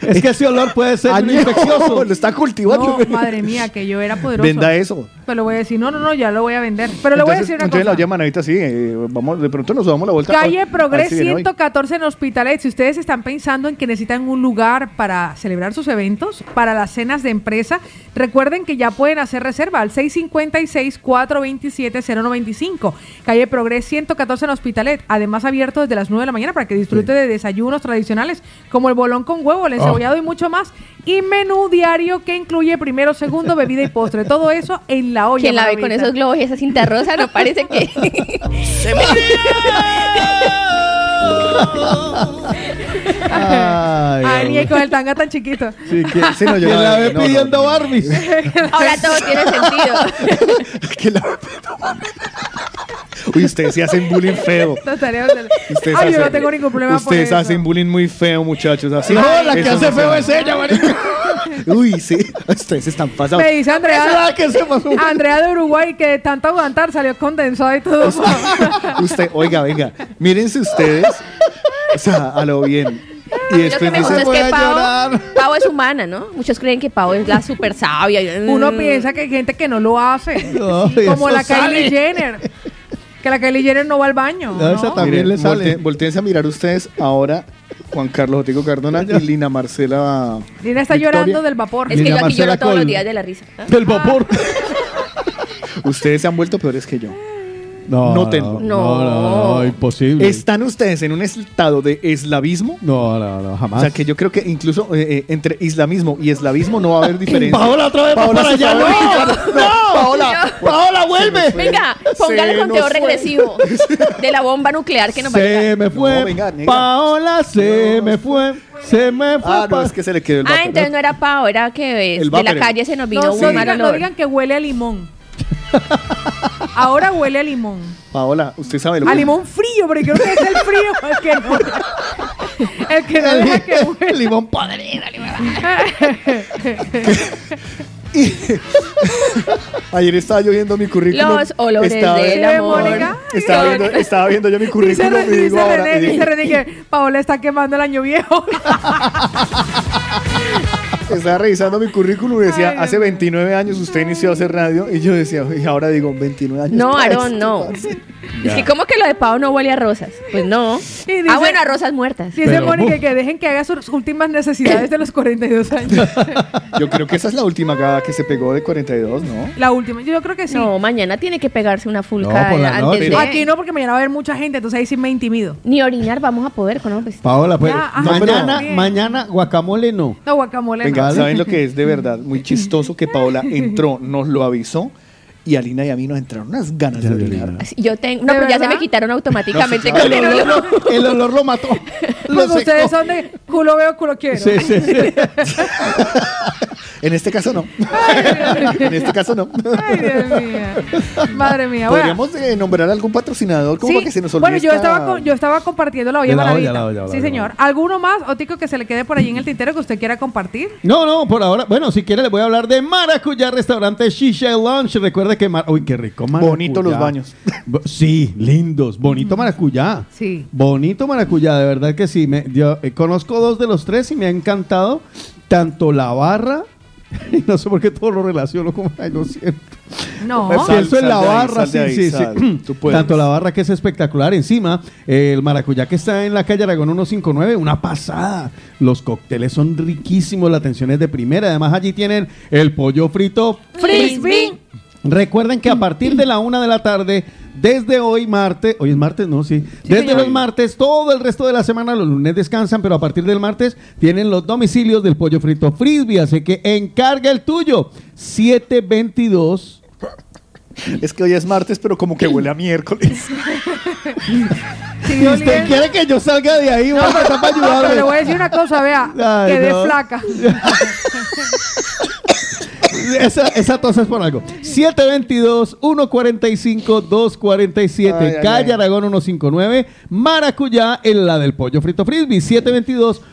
Speaker 6: es que ese olor puede ser
Speaker 4: Añejo,
Speaker 6: infeccioso.
Speaker 4: lo está cultivando.
Speaker 5: No, madre mía, que yo era poderoso.
Speaker 4: Venda eso.
Speaker 5: Pero le voy a decir, no, no, no, ya lo voy a vender. Pero le voy a
Speaker 4: Entonces-
Speaker 5: decir una
Speaker 4: entonces
Speaker 5: cosa.
Speaker 4: la llaman ahorita sí. eh, vamos, de pronto nos damos la vuelta.
Speaker 5: Calle
Speaker 4: Hoy- a ver
Speaker 5: Progres
Speaker 4: si viene hoy.
Speaker 5: 114 en Hospitalet. Si ustedes están pensando en que necesitan un lugar para celebrar sus eventos, para las cenas de empresa, recuerden que ya pueden hacer reserva al 656-427-095. Calle Progres 114 en Hospitalet. Además, abierto desde las 9 de la mañana para que disfrute de desayunos tradicionales como el bolón con huevo, el
Speaker 4: Oh.
Speaker 5: encebollado y mucho más. Y menú diario que incluye primero, segundo, bebida y postre. Todo eso en la olla.
Speaker 10: Quien la ve con
Speaker 5: maravita.
Speaker 10: esos globos y esa cinta rosa, no parece que. Se
Speaker 6: Ay,
Speaker 5: Ay, ni
Speaker 6: hombre.
Speaker 5: con el tanga tan chiquito.
Speaker 6: Sí, que,
Speaker 4: sí, no, yo
Speaker 6: que
Speaker 4: la-
Speaker 6: la ve
Speaker 4: no, no,
Speaker 6: pidiendo Barbies.
Speaker 10: Ahora todo tiene sentido.
Speaker 4: Uy, ustedes sí hacen bullying feo.
Speaker 5: Tatareos del-
Speaker 4: Ustedes
Speaker 5: Ay, yo no
Speaker 4: hacen-
Speaker 5: tengo ningún problema por
Speaker 4: Ustedes
Speaker 5: eso.
Speaker 4: hacen bullying muy feo, muchachos. Así,
Speaker 6: No, la que
Speaker 4: eso
Speaker 6: hace
Speaker 4: se
Speaker 6: feo es ella, marica.
Speaker 4: Uy, sí. Ustedes están pasados.
Speaker 5: Me dice Andrea,
Speaker 6: Nada que se pasó.
Speaker 5: Andrea de Uruguay que de tanto aguantar salió condensada y todo.
Speaker 4: Usted, oiga, venga, mírense ustedes. O sea, a lo bien. Y
Speaker 10: Lo que
Speaker 4: después
Speaker 10: me gusta
Speaker 4: dicen,
Speaker 10: es que Pau,
Speaker 4: llorar.
Speaker 10: Pau es humana, ¿no? Muchos creen que Pau es la super sabia. y-
Speaker 5: Uno piensa que hay gente que no lo hace.
Speaker 6: No, y
Speaker 5: como
Speaker 6: eso
Speaker 5: la
Speaker 6: sale.
Speaker 5: Kylie Jenner. Que la Kylie Jenner no va al baño.
Speaker 6: No, esa
Speaker 5: ¿no?
Speaker 6: también le sale.
Speaker 4: volte- volteense a mirar ustedes ahora Juan Carlos Otico Cardona y Lina Marcela.
Speaker 5: Lina está
Speaker 4: Victoria.
Speaker 5: llorando del vapor.
Speaker 10: Es que yo
Speaker 4: Lina
Speaker 10: aquí
Speaker 4: Marcela
Speaker 10: lloro todos los
Speaker 4: Col-
Speaker 10: días de la risa.
Speaker 6: Del vapor.
Speaker 4: Ustedes se han vuelto peores que yo.
Speaker 6: No,
Speaker 4: Nótenlo.
Speaker 6: no, no, no, no, imposible.
Speaker 4: ¿Están ustedes en un estado de eslavismo?
Speaker 6: No, no, no, jamás.
Speaker 4: O sea, que yo creo que incluso eh, eh, entre islamismo y eslavismo no va a haber diferencia.
Speaker 6: Paola, otra vez
Speaker 4: Paola
Speaker 6: para
Speaker 4: se
Speaker 6: allá. No,
Speaker 4: fue a Vaticano.
Speaker 6: no,
Speaker 10: Paola,
Speaker 6: Paola, vuelve.
Speaker 10: Venga, póngale el conteo regresivo de la bomba nuclear que nos va a llegar.
Speaker 6: Se me fue.
Speaker 4: No, venga, negra.
Speaker 6: Paola, se me fue. Se me fue.
Speaker 4: Ah, no,
Speaker 6: pa-
Speaker 4: es que se le quedó el
Speaker 10: Ah,
Speaker 4: vapor.
Speaker 10: entonces no era Pau, era que eh,
Speaker 4: El
Speaker 10: de la
Speaker 4: vapor.
Speaker 10: calle se nos vino
Speaker 5: No,
Speaker 10: un
Speaker 5: no
Speaker 10: mal
Speaker 5: digan, no
Speaker 10: olor.
Speaker 5: digan que huele a limón. Ahora huele a limón.
Speaker 4: Paola, usted sabe lo
Speaker 5: A
Speaker 4: que-
Speaker 5: limón frío, pero creo que es el frío el que no, el que no deja que huele.
Speaker 6: limón padre.
Speaker 4: Ayer estaba yo viendo mi currículum.
Speaker 10: Los olores
Speaker 4: estaba,
Speaker 10: del
Speaker 5: Sí,
Speaker 10: amor.
Speaker 5: Mónica.
Speaker 4: estaba viendo, estaba viendo yo mi
Speaker 5: Dice
Speaker 4: currículum
Speaker 5: René,
Speaker 4: y digo
Speaker 5: dice
Speaker 4: ahora. eh,
Speaker 5: René,
Speaker 4: y digo,
Speaker 5: dice René que Paola está quemando el año viejo.
Speaker 4: estaba revisando mi currículum y decía,
Speaker 5: Ay,
Speaker 4: hace 29 años usted inició a hacer radio. Y yo decía, y ahora digo, 29 años.
Speaker 10: No,
Speaker 4: para
Speaker 10: Aarón,
Speaker 4: esto,
Speaker 10: no.
Speaker 4: para esto".
Speaker 10: Es que como que lo de Pau no huele a rosas. Pues no.
Speaker 5: Y dice-
Speaker 10: ah, bueno, a rosas muertas.
Speaker 5: Dice
Speaker 4: Pero-
Speaker 5: Mónica que dejen que haga sus últimas necesidades de los 42 años.
Speaker 4: Yo creo que esa es la última gada que se pegó de 42, ¿no?
Speaker 5: La última, yo creo que sí.
Speaker 10: No, mañana tiene que pegarse una
Speaker 6: No,
Speaker 10: fulca
Speaker 6: por la
Speaker 10: antes
Speaker 6: noche.
Speaker 10: de...
Speaker 5: Aquí no, porque mañana va a haber mucha gente, entonces ahí sí me intimido.
Speaker 10: Ni orinar vamos a poder con hombres.
Speaker 6: Paola, pues.
Speaker 5: Ya, ajá,
Speaker 6: mañana,
Speaker 5: también.
Speaker 6: mañana, guacamole no.
Speaker 5: No, guacamole. no.
Speaker 4: Venga,
Speaker 6: Vale.
Speaker 4: ¿saben lo que es de verdad? Muy chistoso que Paola entró, nos lo avisó y a Lina y a mí nos entraron unas ganas de orinar.
Speaker 10: Así, Yo tengo... No,
Speaker 5: ¿De
Speaker 10: pero ya se
Speaker 5: verdad?
Speaker 10: me quitaron automáticamente.
Speaker 4: No, sí,
Speaker 10: con
Speaker 6: El
Speaker 10: el
Speaker 6: olor,
Speaker 10: olor.
Speaker 6: lo- el olor lo mató. Lo
Speaker 5: Pues
Speaker 6: secó.
Speaker 5: ustedes son de culo veo, culo quiero.
Speaker 6: Sí, sí, sí.
Speaker 4: En este caso no. en este caso no.
Speaker 5: Ay, Dios mío. Madre mía. bueno.
Speaker 4: Podríamos eh, nombrar algún patrocinador como
Speaker 5: Sí,
Speaker 4: para que se nos olvide.
Speaker 5: bueno, yo
Speaker 4: esta-
Speaker 5: estaba, con- yo estaba compartiendo la olla
Speaker 6: De la olla,
Speaker 5: maravita.
Speaker 6: la olla, la
Speaker 5: sí,
Speaker 6: olla,
Speaker 5: señor. ¿Alguno más, Otico, que se le quede por allí en el tintero que usted quiera compartir?
Speaker 6: No, no, por ahora. Bueno, si quiere les voy a hablar de Maracuyá Restaurante Shisha Lounge. Recuerde que Mar- Uy, qué rico Maracuyá.
Speaker 4: Bonito los baños.
Speaker 6: Bo- Sí, lindos. Bonito Maracuyá.
Speaker 5: Sí.
Speaker 6: Bonito Maracuyá, de verdad que sí. Me, yo eh, conozco dos de los tres y me ha encantado tanto la barra Y no sé por qué todo lo relaciono con. Ay, lo siento.
Speaker 5: No.
Speaker 6: Pienso en la
Speaker 5: Pues Sal de ahí,
Speaker 6: barra,
Speaker 5: sal
Speaker 6: sí,
Speaker 5: de ahí,
Speaker 6: sí,
Speaker 5: sal.
Speaker 6: sí.
Speaker 5: Tú puedes.
Speaker 6: Tanto la barra que es espectacular. Encima, el maracuyá que está en la calle Aragón 159, una pasada. Los cócteles son riquísimos, la atención es de primera. Además, allí tienen el pollo frito
Speaker 5: Frisbee.
Speaker 6: Recuerden que a partir de la una de la tarde, desde hoy martes, hoy es martes, no, sí, desde los martes, todo el resto de la semana, los lunes descansan, pero a partir del martes tienen los domicilios del pollo frito frisbee, así que encarga el tuyo, 722.
Speaker 4: Es que hoy es martes, pero como que huele a miércoles.
Speaker 6: Si usted quiere que yo salga de ahí, vamos a estar para
Speaker 5: No, pero
Speaker 6: ayudarle.
Speaker 5: le voy a decir una cosa, vea.
Speaker 6: Ay,
Speaker 5: quedé
Speaker 6: no.
Speaker 5: flaca.
Speaker 6: Esa, esa tos es por algo.
Speaker 4: Ay, ay,
Speaker 6: 722-145-247, calle
Speaker 4: ay.
Speaker 6: Aragón 159, Maracuyá en la del pollo frito frisbee,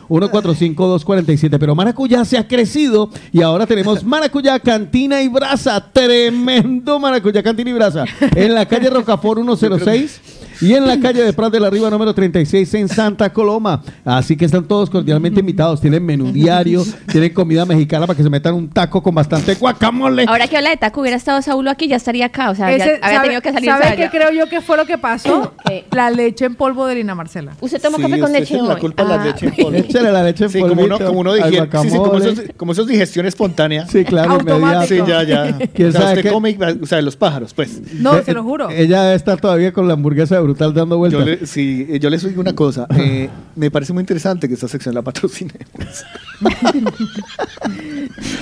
Speaker 6: 722-145-247. Pero Maracuyá se ha crecido y ahora tenemos Maracuyá Cantina y Brasa, tremendo Maracuyá Cantina y Brasa, en la calle Rocafort 106. Y en la calle de Prat de la Riva número 36 en Santa Coloma. Así que están todos cordialmente invitados. Tienen menú diario, tienen comida mexicana para que se metan un taco con bastante guacamole.
Speaker 10: Ahora que habla de taco, hubiera estado Saulo aquí, ya estaría acá. O sea, ya
Speaker 5: Ese-
Speaker 10: había
Speaker 5: ¿sabe-
Speaker 10: tenido que salir
Speaker 5: ¿sabe qué creo yo que fue lo que pasó? La leche en polvo de Lina Marcela.
Speaker 10: Usted
Speaker 5: tomó
Speaker 4: Sí, usted tiene la culpa de
Speaker 10: Ah.
Speaker 5: Ah.
Speaker 4: la leche en polvo.
Speaker 6: Échale la leche en
Speaker 4: Sí, como
Speaker 6: polvito,
Speaker 4: uno, como uno
Speaker 6: al
Speaker 4: digiere- sí, sí, como,
Speaker 6: guacamole.
Speaker 4: eso, es- como eso es digestión espontánea.
Speaker 6: Sí, claro, inmediato.
Speaker 4: Sí, ya, ya.
Speaker 6: ¿Quién
Speaker 4: O sea,
Speaker 6: sabe
Speaker 4: usted
Speaker 6: qué?
Speaker 4: come, y va- o sea, los pájaros, pues.
Speaker 5: No, se lo juro.
Speaker 6: Eh, Ella está todavía con la hamburguesa de brutal dando
Speaker 4: Yo
Speaker 6: vueltas.
Speaker 4: le, sí, eh, yo les digo una cosa. eh, me parece muy interesante que esta sección la patrocinemos.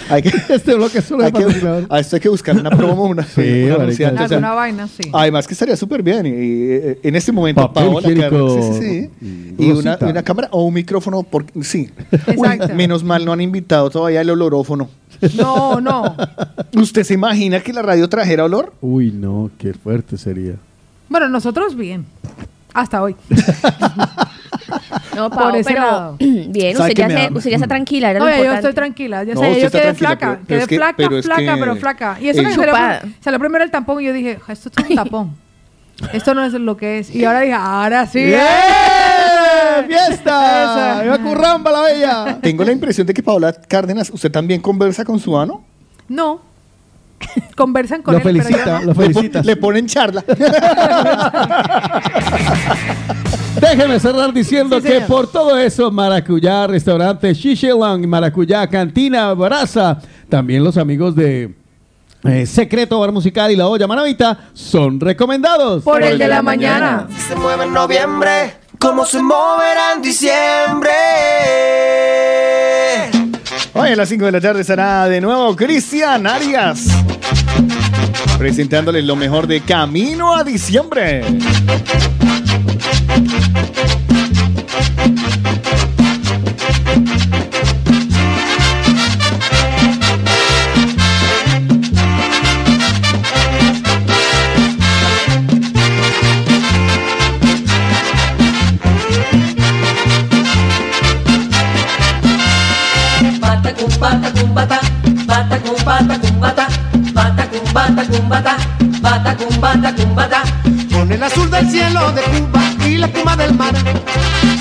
Speaker 4: hay que,
Speaker 6: este bloque es
Speaker 4: hay que, A esto hay que buscar una promo, una, un
Speaker 6: marica.
Speaker 4: anunciante, o sea, ah.
Speaker 5: Alguna vaina, sí.
Speaker 4: Además que estaría súper bien. Y, eh, en este momento,
Speaker 6: Papel
Speaker 4: Paola
Speaker 6: higiénico.
Speaker 4: Carmen, sí, sí, sí. Y una,
Speaker 6: Rosita.
Speaker 4: una cámara o un micrófono. Porque, sí. Uy, menos mal no han invitado todavía el olorófono.
Speaker 5: No, no.
Speaker 4: ¿Usted se imagina que la radio trajera olor?
Speaker 6: Uy, no, qué fuerte sería.
Speaker 5: Bueno, nosotros bien. Hasta hoy.
Speaker 10: No,
Speaker 5: Por
Speaker 10: Pau,
Speaker 5: ese
Speaker 10: pero
Speaker 5: lado.
Speaker 10: Bien,
Speaker 4: Sabe
Speaker 10: usted
Speaker 4: que
Speaker 10: ya,
Speaker 4: me
Speaker 10: se-
Speaker 4: ama.
Speaker 10: usted ya está tranquila. Era lo
Speaker 5: Oye, yo
Speaker 10: importante.
Speaker 5: estoy tranquila. Ya
Speaker 4: No,
Speaker 5: sé,
Speaker 4: usted
Speaker 5: yo
Speaker 4: está
Speaker 5: quedé
Speaker 4: tranquila,
Speaker 5: flaca.
Speaker 4: pero- pero
Speaker 5: quedé
Speaker 4: es que-
Speaker 5: flaca,
Speaker 4: pero es
Speaker 5: flaca,
Speaker 4: que-
Speaker 5: pero flaca. Y eso
Speaker 4: Eh,
Speaker 5: que salió,
Speaker 4: Chupada.
Speaker 5: salió primero el tampón y yo dije, "Ja, esto es un tapón. Esto no es lo que es. Y ahora dije, ahora sí.
Speaker 4: ¡Bien!
Speaker 6: ¡Fiesta! ¡Viva Curramba la bella!
Speaker 4: Tengo la impresión de que Paola Cárdenas, ¿usted también conversa con su ano?
Speaker 5: No. Conversan con él. pero yo no.
Speaker 6: lo felicita.
Speaker 4: Le ponen charla.
Speaker 6: Déjeme cerrar diciendo
Speaker 5: Sí,
Speaker 6: que
Speaker 5: señor.
Speaker 6: por todo eso, Maracuyá, restaurante Shishelang, Maracuyá, Cantina, Baraza, también los amigos de eh, Secreto Bar Musical y La Olla Manavita son recomendados.
Speaker 8: Si se mueve en noviembre, como se moverá en diciembre.
Speaker 4: Hoy a las 5 de la tarde estará de nuevo Cristian Arias presentándoles lo mejor de Camino a Diciembre.
Speaker 25: Bata cumbata cumbata, bata cumbata cumbata, bata cumbata cumbata, bata cumbata cumbata.
Speaker 8: Con el azul del cielo de Cuba y la espuma del mar.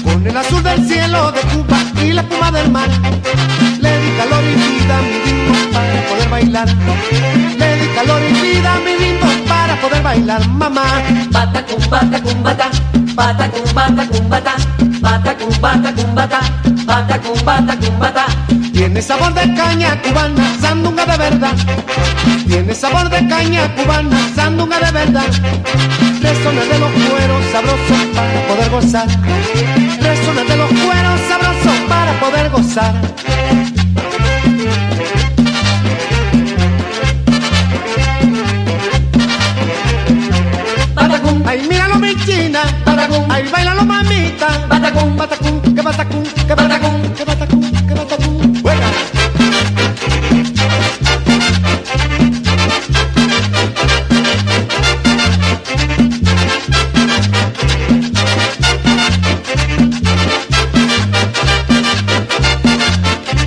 Speaker 8: Con el azul del cielo de Cuba y la espuma del mar. Le di calor y vida a mi ritmo para poder bailar. Le di calor y vida a mi ritmo para poder bailar, mamá.
Speaker 25: Bata cumbata cumbata, bata cumbata cumbata, bata cumbata cumbata, bata cumbata cumbata.
Speaker 8: Tiene sabor de caña cubana, sandunga de verdad. Tiene sabor de caña cubana, sandunga de verdad. Resona de los cueros sabrosos para poder gozar. Resona de los cueros sabrosos para poder gozar.
Speaker 25: Patacum,
Speaker 8: ay míralo mi china, patacum, ay bailalo mamita, patacum, patacum, que patacum, que patacum, que patacum, que patacum, juega.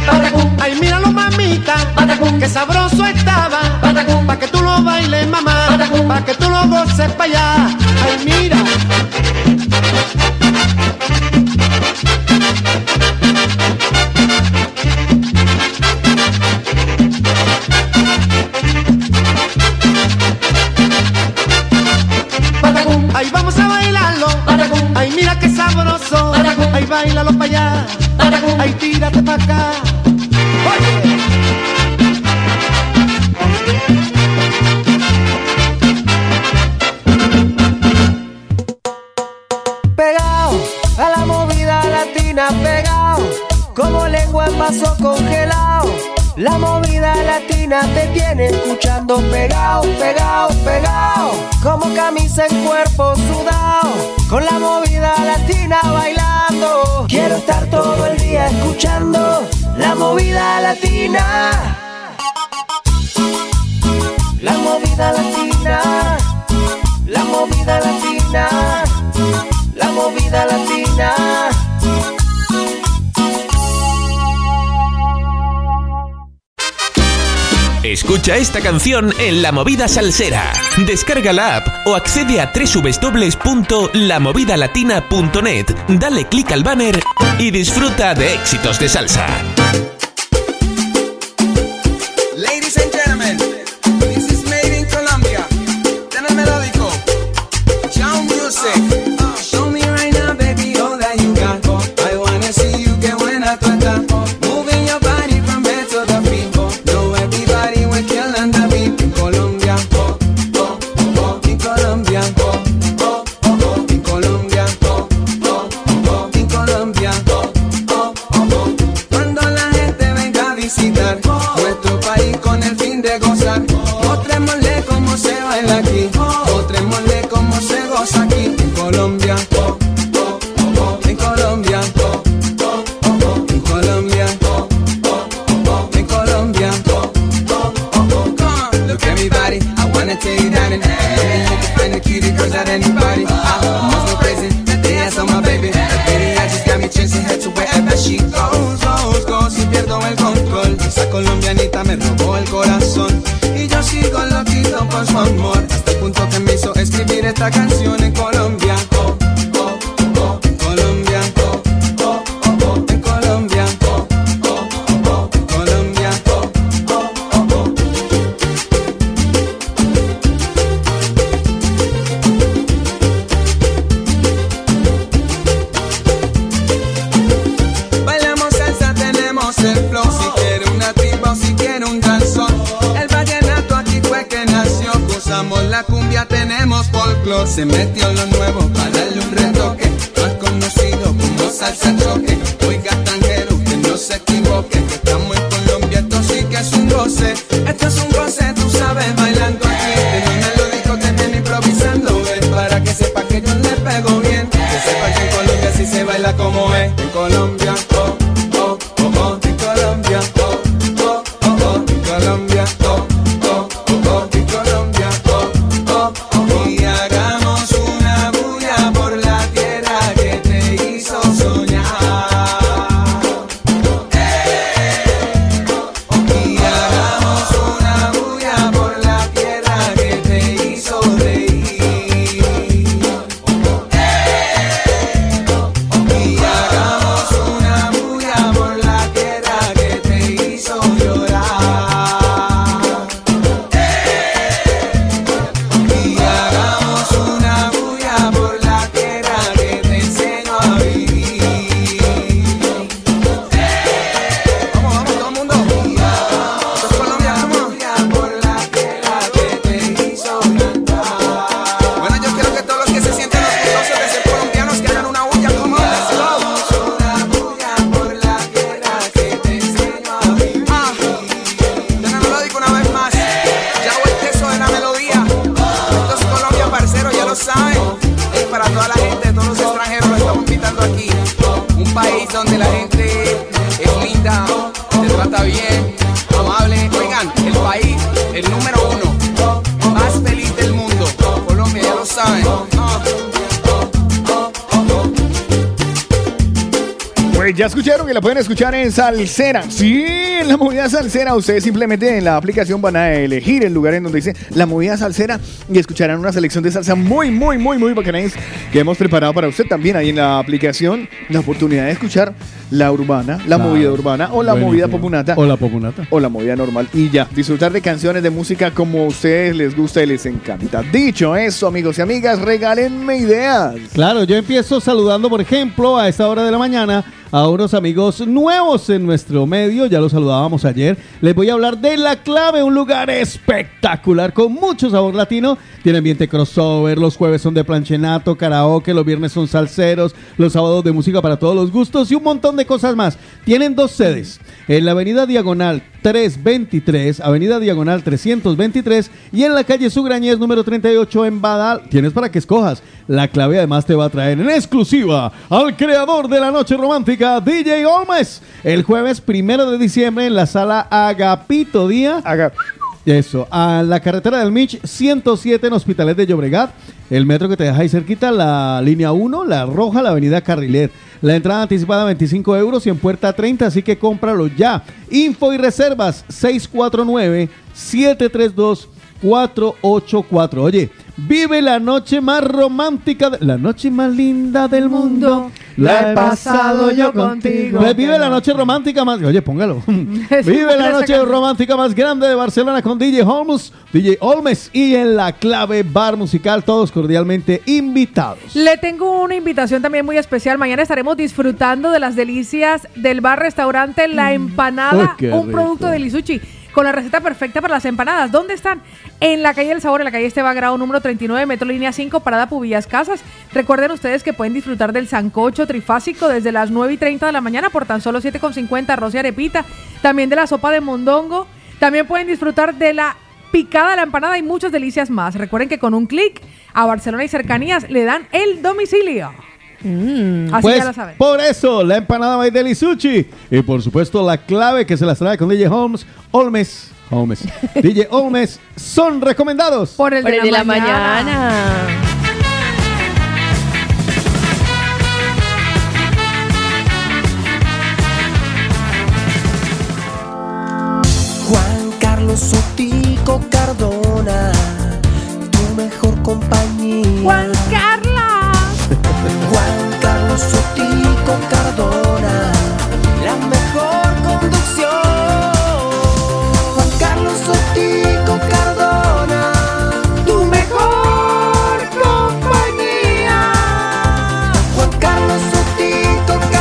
Speaker 8: Patacum, ay míralo mamita, patacum, que sabroso estaba, patacum, pa que tú lo bailes mamá, patacum, pa que tú lo goces pa allá, ay mira.
Speaker 11: allá, ay, tírate para acá. Oye.
Speaker 9: Pegado a la movida latina, pegado como lengua en vaso congelado. La movida latina te tiene escuchando pegado, pegado, pegado. Como camisa en cuerpo sudado, con la movida latina bailando. Quiero estar todo el día escuchando la movida latina. La movida latina, la movida latina, la movida latina.
Speaker 15: Escucha esta canción en La Movida Salsera. Descarga la app o accede a www.lamovidalatina.net. Dale clic al banner y disfruta de éxitos de salsa.
Speaker 11: Ladies and gentlemen, this is made in Colombia. Tema melódico. Sound music. Show me right now, baby, all that you got. I wanna see you que buena tú estás. Moving your body from head to the feet. No everybody we killing the beat in Colombia. Oh, oh, oh, in Colombia. Oh, oh, oh, oh, in Colombia. Oh, oh, oh, oh, in Colombia. Oh, oh, oh, oh. Cuando la gente venga a visitar nuestro país con el fin de gozar, mostrémosle cómo se baila aquí, mostrémosle cómo se goza aquí en Colombia. Oh, oh, oh, oh, en Colombia. Oh, oh, oh, oh, en Colombia. Oh, oh, oh, oh, en Colombia. Oh, oh, oh, oh. Come on, look at me body. I wanna take you down and maybe you can find the cutie girls at anybody. I must go crazy. That they ass on my baby. That baby, I just got me chasing her to wherever she goes, goes, goes. Y pierdo el control. Esa colombianita me robó el corazón. Y yo sigo loquito por su amor. Hasta el punto que me hizo escribir esta canción en Colombia. Oh, oh, oh, en Colombia. Oh, oh, oh, oh, en Colombia. Oh, oh, oh, oh, en Colombia. Oh, oh, oh, oh. Bailamos salsa, tenemos el flow. Si quiere una timba o si quiere un danzón. El vallenato aquí fue que nació. Usamos la cumbia, tenemos folclore. Se metió lo nuevo para darle un retoque. Más conocido como salsa choque. Oiga, tanguero, que no se equivoque. Que estamos en Colombia, esto sí que es un goce. Esto es un goce, tú sabes, bailando aquí. En un melódico que viene improvisando. eh, para que sepa que yo le pego bien. Que sepa que en Colombia sí se baila como es. En Colombia, oh, oh, oh, oh. En Colombia, oh, oh, oh, oh. En Colombia, oh, oh, oh, oh. En Colombia, oh, oh, oh, oh. Y hagamos una bulla por la tierra que te hizo soñar. Y hagamos una bulla por la tierra que te hizo reír. Y hagamos una bulla por la tierra que te hizo llorar. Y hagamos una bulla por la tierra que te enseñó a vivir. Vamos, vamos, todo el mundo. Y hagamos una bulla por la tierra que te hizo cantar. Bueno, yo quiero que todos los que se sienten orgullosos de ser colombianos que hagan una bulla como Ah, Dana melódico una vez más. Ya voy queso de la melodía. Esto es Colombia, parcero, ya lo saben. Es para toda la gente, todos los extranjeros lo estamos invitando aquí. Un país donde la gente es linda, te trata bien, amable. Oigan, el país, el número uno, más feliz del mundo. Colombia, ya lo saben. Ah.
Speaker 4: Pues ya escucharon que la pueden escuchar en Salsera. Sí, en la movida Salsera. Ustedes simplemente en la aplicación van a elegir el lugar en donde dice la movida Salsera y escucharán una selección de salsa muy, muy, muy, muy bacanáis que hemos preparado para usted también ahí en la aplicación. La oportunidad de escuchar la urbana, la
Speaker 6: Claro.
Speaker 4: movida urbana o la movida
Speaker 6: Buenísimo.
Speaker 4: popunata
Speaker 6: O la popunata.
Speaker 4: o la movida normal y ya, disfrutar de canciones de música como a ustedes les gusta y les encanta. Dicho eso, amigos y amigas, regálenme ideas.
Speaker 6: Claro, yo empiezo saludando, por ejemplo, a esta hora de la mañana a unos amigos nuevos en nuestro medio. Ya los saludábamos ayer. Les voy a hablar de La Clave, un lugar espectacular con mucho sabor latino. Tiene ambiente crossover. Los jueves son de planchenato, karaoke. Los viernes son salseros. Los sábados de música para todos los gustos y un montón de cosas más. Tienen dos sedes. En la Avenida Diagonal 323, Avenida Diagonal 323 y en la calle Sugrañez número 38 en Badal. Tienes para que escojas. La clave además te va a traer en exclusiva al creador de la noche romántica, DJ Olmes, el jueves primero de diciembre en la sala Agapito Día. Eso, a la carretera del Mich 107 en Hospitalet de Llobregat. El metro que te deja ahí cerquita, la línea 1, la roja, la avenida Carrilet. La entrada anticipada 25 euros y en puerta 30, así que cómpralo ya. Info y reservas 649-732-484. Oye, vive la noche más romántica, de- la noche más linda del mundo.
Speaker 5: La he pasado yo contigo.
Speaker 6: Pues vive la noche romántica más. Oye, póngalo. Vive la noche romántica más grande de Barcelona con DJ Holmes, DJ Olmes y en la clave bar musical, todos cordialmente invitados.
Speaker 5: Le tengo una invitación también muy especial. Mañana estaremos disfrutando de las delicias del bar-restaurante La Empanada,
Speaker 6: Mm. Uy, qué
Speaker 5: un
Speaker 6: rico.
Speaker 5: producto de Lisuchi, con la receta perfecta para las empanadas. ¿Dónde están? En la calle del Sabor, en la calle Esteban Grado número 39, metro línea 5, parada Pubillas Casas. Recuerden ustedes que pueden disfrutar del sancocho trifásico desde las 9 y 30 de la mañana por tan solo 7,50 arroz y arepita. También de la sopa de mondongo. También pueden disfrutar de la picada la empanada y muchas delicias más. Recuerden que con un clic a Barcelona y cercanías le dan el domicilio. Así
Speaker 6: pues,
Speaker 5: ya lo saben.
Speaker 6: Por eso, la empanada by Deli Sushi. Y por supuesto, la clave que se las trae con DJ Holmes, Olmes. Holmes. DJ Holmes son recomendados.
Speaker 5: Por el
Speaker 10: Por el de la
Speaker 5: Ah.
Speaker 10: mañana.
Speaker 9: Juan Carlos Sotico Cardona, tu mejor compañía. Juan
Speaker 5: Carlos.
Speaker 9: Juan Carlos Sotico Cardona, la mejor conducción. Juan Carlos Sotico Cardona, tu mejor compañía. Juan Carlos Sotico Cardona.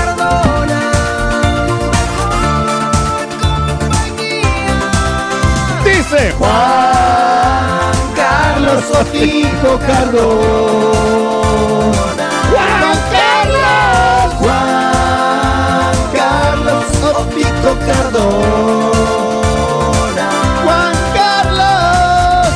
Speaker 17: Dice
Speaker 9: Juan Carlos Sotico Cardona. Juan Carlos. Juan Carlos Sotico Cardona. Juan Carlos.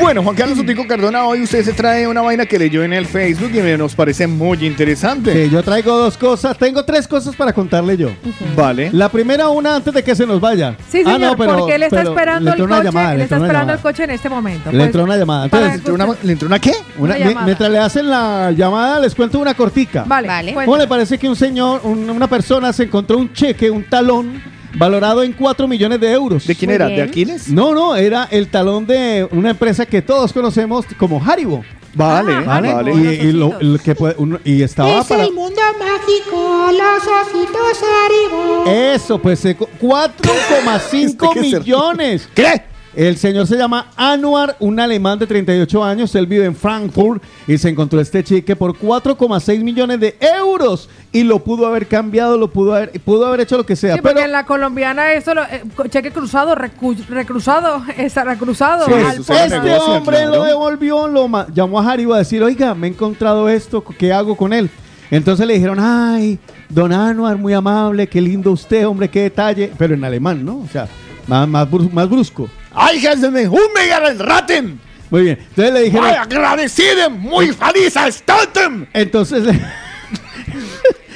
Speaker 17: Bueno, Juan Carlos Otico Cardona, hoy usted se trae una vaina que leyó en el Facebook y me- nos parece muy interesante.
Speaker 6: Sí, yo traigo dos cosas. Tengo tres cosas para contarle yo.
Speaker 17: Vale.
Speaker 6: La primera, una antes de que se nos vaya.
Speaker 5: Sí,
Speaker 6: Ah,
Speaker 5: señor,
Speaker 6: no, pero-
Speaker 5: porque él está
Speaker 6: pero
Speaker 5: esperando
Speaker 6: le
Speaker 5: el
Speaker 6: entró una
Speaker 5: coche.
Speaker 6: llamada,
Speaker 5: él
Speaker 6: le
Speaker 5: está
Speaker 6: entró una
Speaker 5: esperando
Speaker 6: llamada.
Speaker 5: el coche en este momento.
Speaker 6: Le
Speaker 5: Pues,
Speaker 6: entró una llamada. Entonces,
Speaker 5: para escuchar.
Speaker 6: ¿Le entró una qué?
Speaker 5: Una llamada.
Speaker 6: mientras le hacen la llamada, les cuento una cortica.
Speaker 5: Vale, Vale.
Speaker 6: ¿Cómo
Speaker 5: cuéntame.
Speaker 6: le parece que un señor, un- una persona se encontró un cheque, un talón, valorado en 4 millones de euros? ¿De
Speaker 17: quién Muy era? bien. ¿De Aquiles?
Speaker 6: No, no, era el talón de una empresa que todos conocemos como Haribo. Vale,
Speaker 5: Ah,
Speaker 17: vale.
Speaker 6: Y, y lo- lo que puede- uno- y estaba para...
Speaker 12: mundo mágico, los ositos arriba.
Speaker 6: Eso, pues se co- 4,5 millones. ¿Qué? El señor se llama Anuar, un alemán de 38 años. Él vive en Frankfurt y se encontró este chique por 4,6 millones de euros y lo pudo haber cambiado, lo pudo haber, pudo haber hecho lo que sea.
Speaker 5: Sí, porque
Speaker 6: pero
Speaker 5: en la colombiana esto, lo- eh, co- cheque cruzado, recu- recruzado, estará cruzado.
Speaker 6: pues,
Speaker 5: al
Speaker 6: este
Speaker 5: porte.
Speaker 6: hombre lo devolvió, lo ma- llamó a Haribo a decir, oiga, me he encontrado esto, ¿qué hago con él? Entonces le dijeron, ay, don Anuar, muy amable, qué lindo usted, hombre, qué detalle. Pero en alemán, ¿no? O sea, más, más, brus- más brusco.
Speaker 17: ¡Ay, Helseme! ¡Un mega raten!
Speaker 6: Muy bien. Entonces le dijeron.
Speaker 17: ¡Ay, agradecido! ¡Muy feliz a Stantem!
Speaker 6: Entonces le.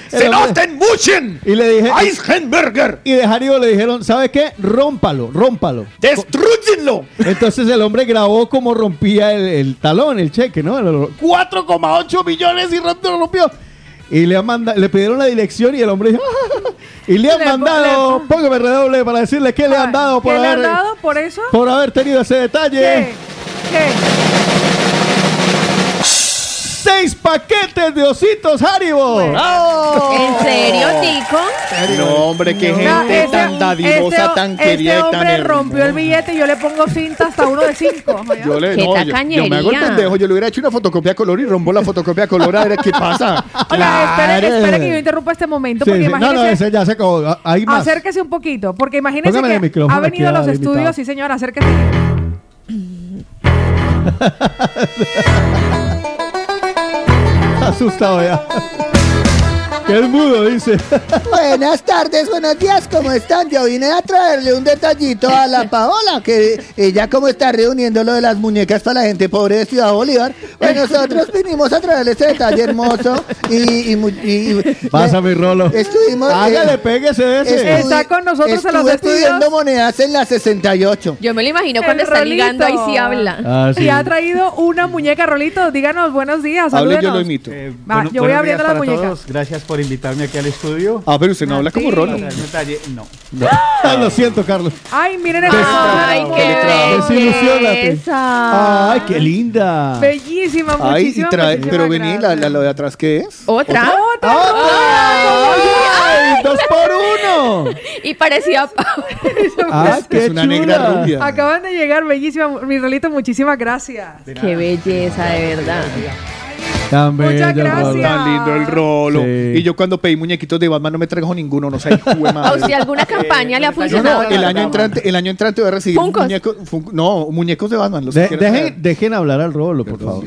Speaker 17: ¡Se noten muchen!
Speaker 6: Y le dije.
Speaker 17: ¡Eisenberger!
Speaker 6: Y de Haribo le dijeron, ¿sabe qué? Rómpalo, rómpalo.
Speaker 17: ¡Destruyenlo!
Speaker 6: Entonces el hombre grabó cómo rompía el, el talón, el cheque, ¿no? Lo- 4,8 millones y rompió, lo rompió. Y le, han manda- le pidieron la dirección y el hombre dijo, y le han mandado, póngame redoble para decirle qué le han dado por
Speaker 5: ¿Qué le han
Speaker 6: haber,
Speaker 5: dado por eso?
Speaker 6: por haber tenido ese detalle.
Speaker 5: ¿Qué? ¿Qué?
Speaker 6: seis paquetes de ositos Haribo. ¡Oh!
Speaker 10: ¿En serio, Tico?
Speaker 4: No, hombre, qué gente
Speaker 5: ese-
Speaker 4: tan dadivosa,
Speaker 5: este-
Speaker 4: tan
Speaker 5: este
Speaker 4: querida y tan
Speaker 5: hombre
Speaker 4: hermosa.
Speaker 5: rompió el billete y yo le pongo cinta hasta uno de cinco.
Speaker 4: Yo le
Speaker 5: Qué
Speaker 4: no, yo, yo me hago el
Speaker 5: tacañería.
Speaker 4: pendejo, yo le hubiera hecho una fotocopia a color y rombo la fotocopia a color a ver qué pasa.
Speaker 5: Oiga, espere,
Speaker 4: Claro.
Speaker 5: espere que yo interrumpa este momento
Speaker 6: Sí,
Speaker 5: porque
Speaker 6: sí. No,
Speaker 5: imagínese
Speaker 6: no, ese ya se acabó. Ah, Hay más.
Speaker 5: Acérquese un poquito, porque imagínese
Speaker 6: Póngame el
Speaker 5: que
Speaker 6: micrófono
Speaker 5: ha venido a
Speaker 6: aquí
Speaker 5: los
Speaker 6: al
Speaker 5: estudios,
Speaker 6: invitado.
Speaker 5: sí señor, acérquese.
Speaker 6: Asustado ya. Que es mudo, dice.
Speaker 29: Buenas tardes, buenos días, ¿cómo están? Yo vine a traerle un detallito a la Paola, que ella como está reuniendo lo de las muñecas para la gente pobre de Ciudad Bolívar, pues nosotros vinimos a traerle este detalle hermoso y... y, mu- y- y-
Speaker 6: Pasa mi rolo.
Speaker 29: Estuvimos... eh,
Speaker 6: Hágale, péguese de ese. Está
Speaker 29: con nosotros
Speaker 10: en los estudios.
Speaker 29: pidiendo monedas en la 68.
Speaker 10: Yo me lo imagino cuando está
Speaker 5: Rolito.
Speaker 10: ligando, ahí sí habla.
Speaker 29: Ah, sí.
Speaker 5: Y ha traído una muñeca, Rolito. Díganos buenos días.
Speaker 4: Hable, yo
Speaker 5: Ah, salúdenos. Eh,
Speaker 4: lo imito.
Speaker 23: Eh,
Speaker 5: Va, yo voy abriendo las muñecas.
Speaker 23: Gracias por invitarme aquí al estudio.
Speaker 4: Ah, pero usted no habla como Rolo.
Speaker 23: Para darme talle- No.
Speaker 6: Ah, Lo siento, Carlos.
Speaker 5: Ay, miren el
Speaker 6: Ay,
Speaker 5: amor.
Speaker 6: Desilusiónate. Ay, qué linda.
Speaker 5: Bellísima,
Speaker 4: Ay, y
Speaker 5: muchísima,
Speaker 4: trae,
Speaker 5: muchísima
Speaker 4: pero vení, la, la, lo de atrás, ¿qué es?
Speaker 10: ¿Otra?
Speaker 5: ¡Otra!
Speaker 6: ¡Ay, dos por uno!
Speaker 10: Y parecía a Pau.
Speaker 6: Ah, qué
Speaker 4: Es una negra
Speaker 6: chula.
Speaker 4: rubia.
Speaker 5: Acaban de llegar, bellísima. Mi Rolito, muchísimas gracias.
Speaker 10: Qué belleza, de verdad.
Speaker 6: Tan
Speaker 5: Muchas
Speaker 4: bello el rolo.
Speaker 5: gracias.
Speaker 4: Tan lindo el rolo. Y yo cuando pedí muñequitos de Batman no me trajo ninguno, no sé, hijo de
Speaker 10: ¿A
Speaker 4: madre. Eh,
Speaker 10: usted alguna campaña le ha
Speaker 4: No,
Speaker 10: funcionado?
Speaker 4: no, el año entrante, el año entrante voy a recibir
Speaker 10: Funkos.
Speaker 4: muñecos, fun- no, muñecos de Batman. Los
Speaker 6: De-
Speaker 4: que quieras traer.
Speaker 6: dejen, dejen hablar al Rolo, por favor.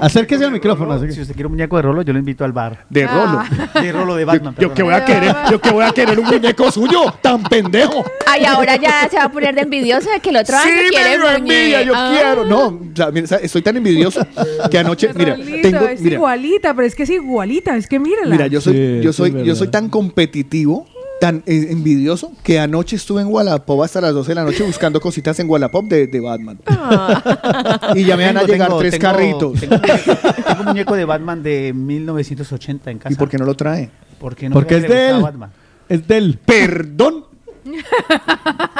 Speaker 6: Acérquese al micrófono.
Speaker 23: Si usted quiere un muñeco de Rolo, yo lo invito al bar.
Speaker 5: Ah.
Speaker 6: De
Speaker 23: Rolo. De Rolo de Batman.
Speaker 6: Yo- yo
Speaker 23: que
Speaker 6: qué voy a querer,
Speaker 23: yo que voy a querer un muñeco suyo, tan pendejo.
Speaker 10: Ay, ahora ya se va a poner de envidioso de que el otro
Speaker 4: Sí,
Speaker 10: año quiere
Speaker 4: me dio envidia, yo
Speaker 10: muñe-
Speaker 4: quiero.
Speaker 10: Ah.
Speaker 4: No, o sea, mira, estoy tan envidioso que anoche, mira,
Speaker 5: Rolito,
Speaker 4: tengo,
Speaker 5: es
Speaker 4: mira,
Speaker 5: igualita, pero es que es igualita. Es que mírala.
Speaker 4: Mira, yo soy, yo soy,
Speaker 6: es
Speaker 4: yo soy tan competitivo, tan eh, envidioso, que anoche estuve en Wallapop hasta las 12 de la noche buscando cositas en Wallapop de, de Batman.
Speaker 5: Ah.
Speaker 4: y ya me van a
Speaker 23: Tengo,
Speaker 4: llegar
Speaker 23: tengo,
Speaker 4: tres
Speaker 23: tengo-
Speaker 4: carritos.
Speaker 23: Tengo, un muñeco- tengo un muñeco de Batman de 1980 en casa.
Speaker 4: ¿Y por qué no lo trae?
Speaker 23: Porque no
Speaker 6: Porque
Speaker 23: me
Speaker 6: es
Speaker 23: le
Speaker 6: de
Speaker 23: gustaba
Speaker 6: él.
Speaker 23: Batman.
Speaker 6: Es del.
Speaker 4: Perdón.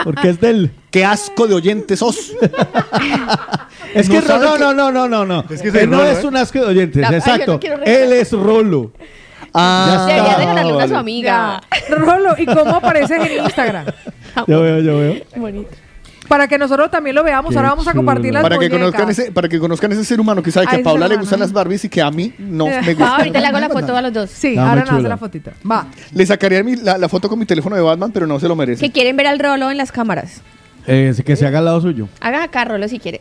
Speaker 6: Porque es del.
Speaker 4: Qué asco de oyente sos.
Speaker 6: Es que
Speaker 4: No
Speaker 6: no,
Speaker 4: sabe
Speaker 6: no,
Speaker 4: que-
Speaker 6: no, no, no, no, no.
Speaker 4: Es
Speaker 6: Es
Speaker 4: que
Speaker 6: que
Speaker 4: soy
Speaker 6: no
Speaker 4: Rolo,
Speaker 6: es
Speaker 4: ¿eh?
Speaker 6: un asco de oyentes,
Speaker 23: La- ay, yo no
Speaker 6: exacto.
Speaker 23: quiero regalar.
Speaker 6: Él es Rolo. Ah,
Speaker 10: Debería
Speaker 6: ya
Speaker 10: regalarle una a su
Speaker 6: vale.
Speaker 10: amiga.
Speaker 5: Rolo, ¿y cómo apareces en Instagram?
Speaker 6: Yo veo, yo veo.
Speaker 10: Bonito.
Speaker 5: Para que nosotros también lo veamos.
Speaker 4: Qué
Speaker 5: Ahora vamos a compartir las
Speaker 4: para que
Speaker 5: muñecas.
Speaker 4: conozcan ese para que conozcan ese ser humano que sabe
Speaker 5: A
Speaker 4: que a
Speaker 5: ese
Speaker 4: Paula le
Speaker 5: humano.
Speaker 4: gustan las Barbies y que a mí no me gustan.
Speaker 10: Ah, ahorita le hago la foto a los dos.
Speaker 5: Sí,
Speaker 4: Está muy
Speaker 5: ahora nos hace
Speaker 4: chula.
Speaker 5: la fotito. Va.
Speaker 4: Le sacaría mi- la, la foto con mi teléfono de Batman, pero no se lo merece.
Speaker 10: Que quieren ver al Rolo en las cámaras.
Speaker 6: Eh, que se haga al lado suyo.
Speaker 10: Haga acá, Rolo, si quiere.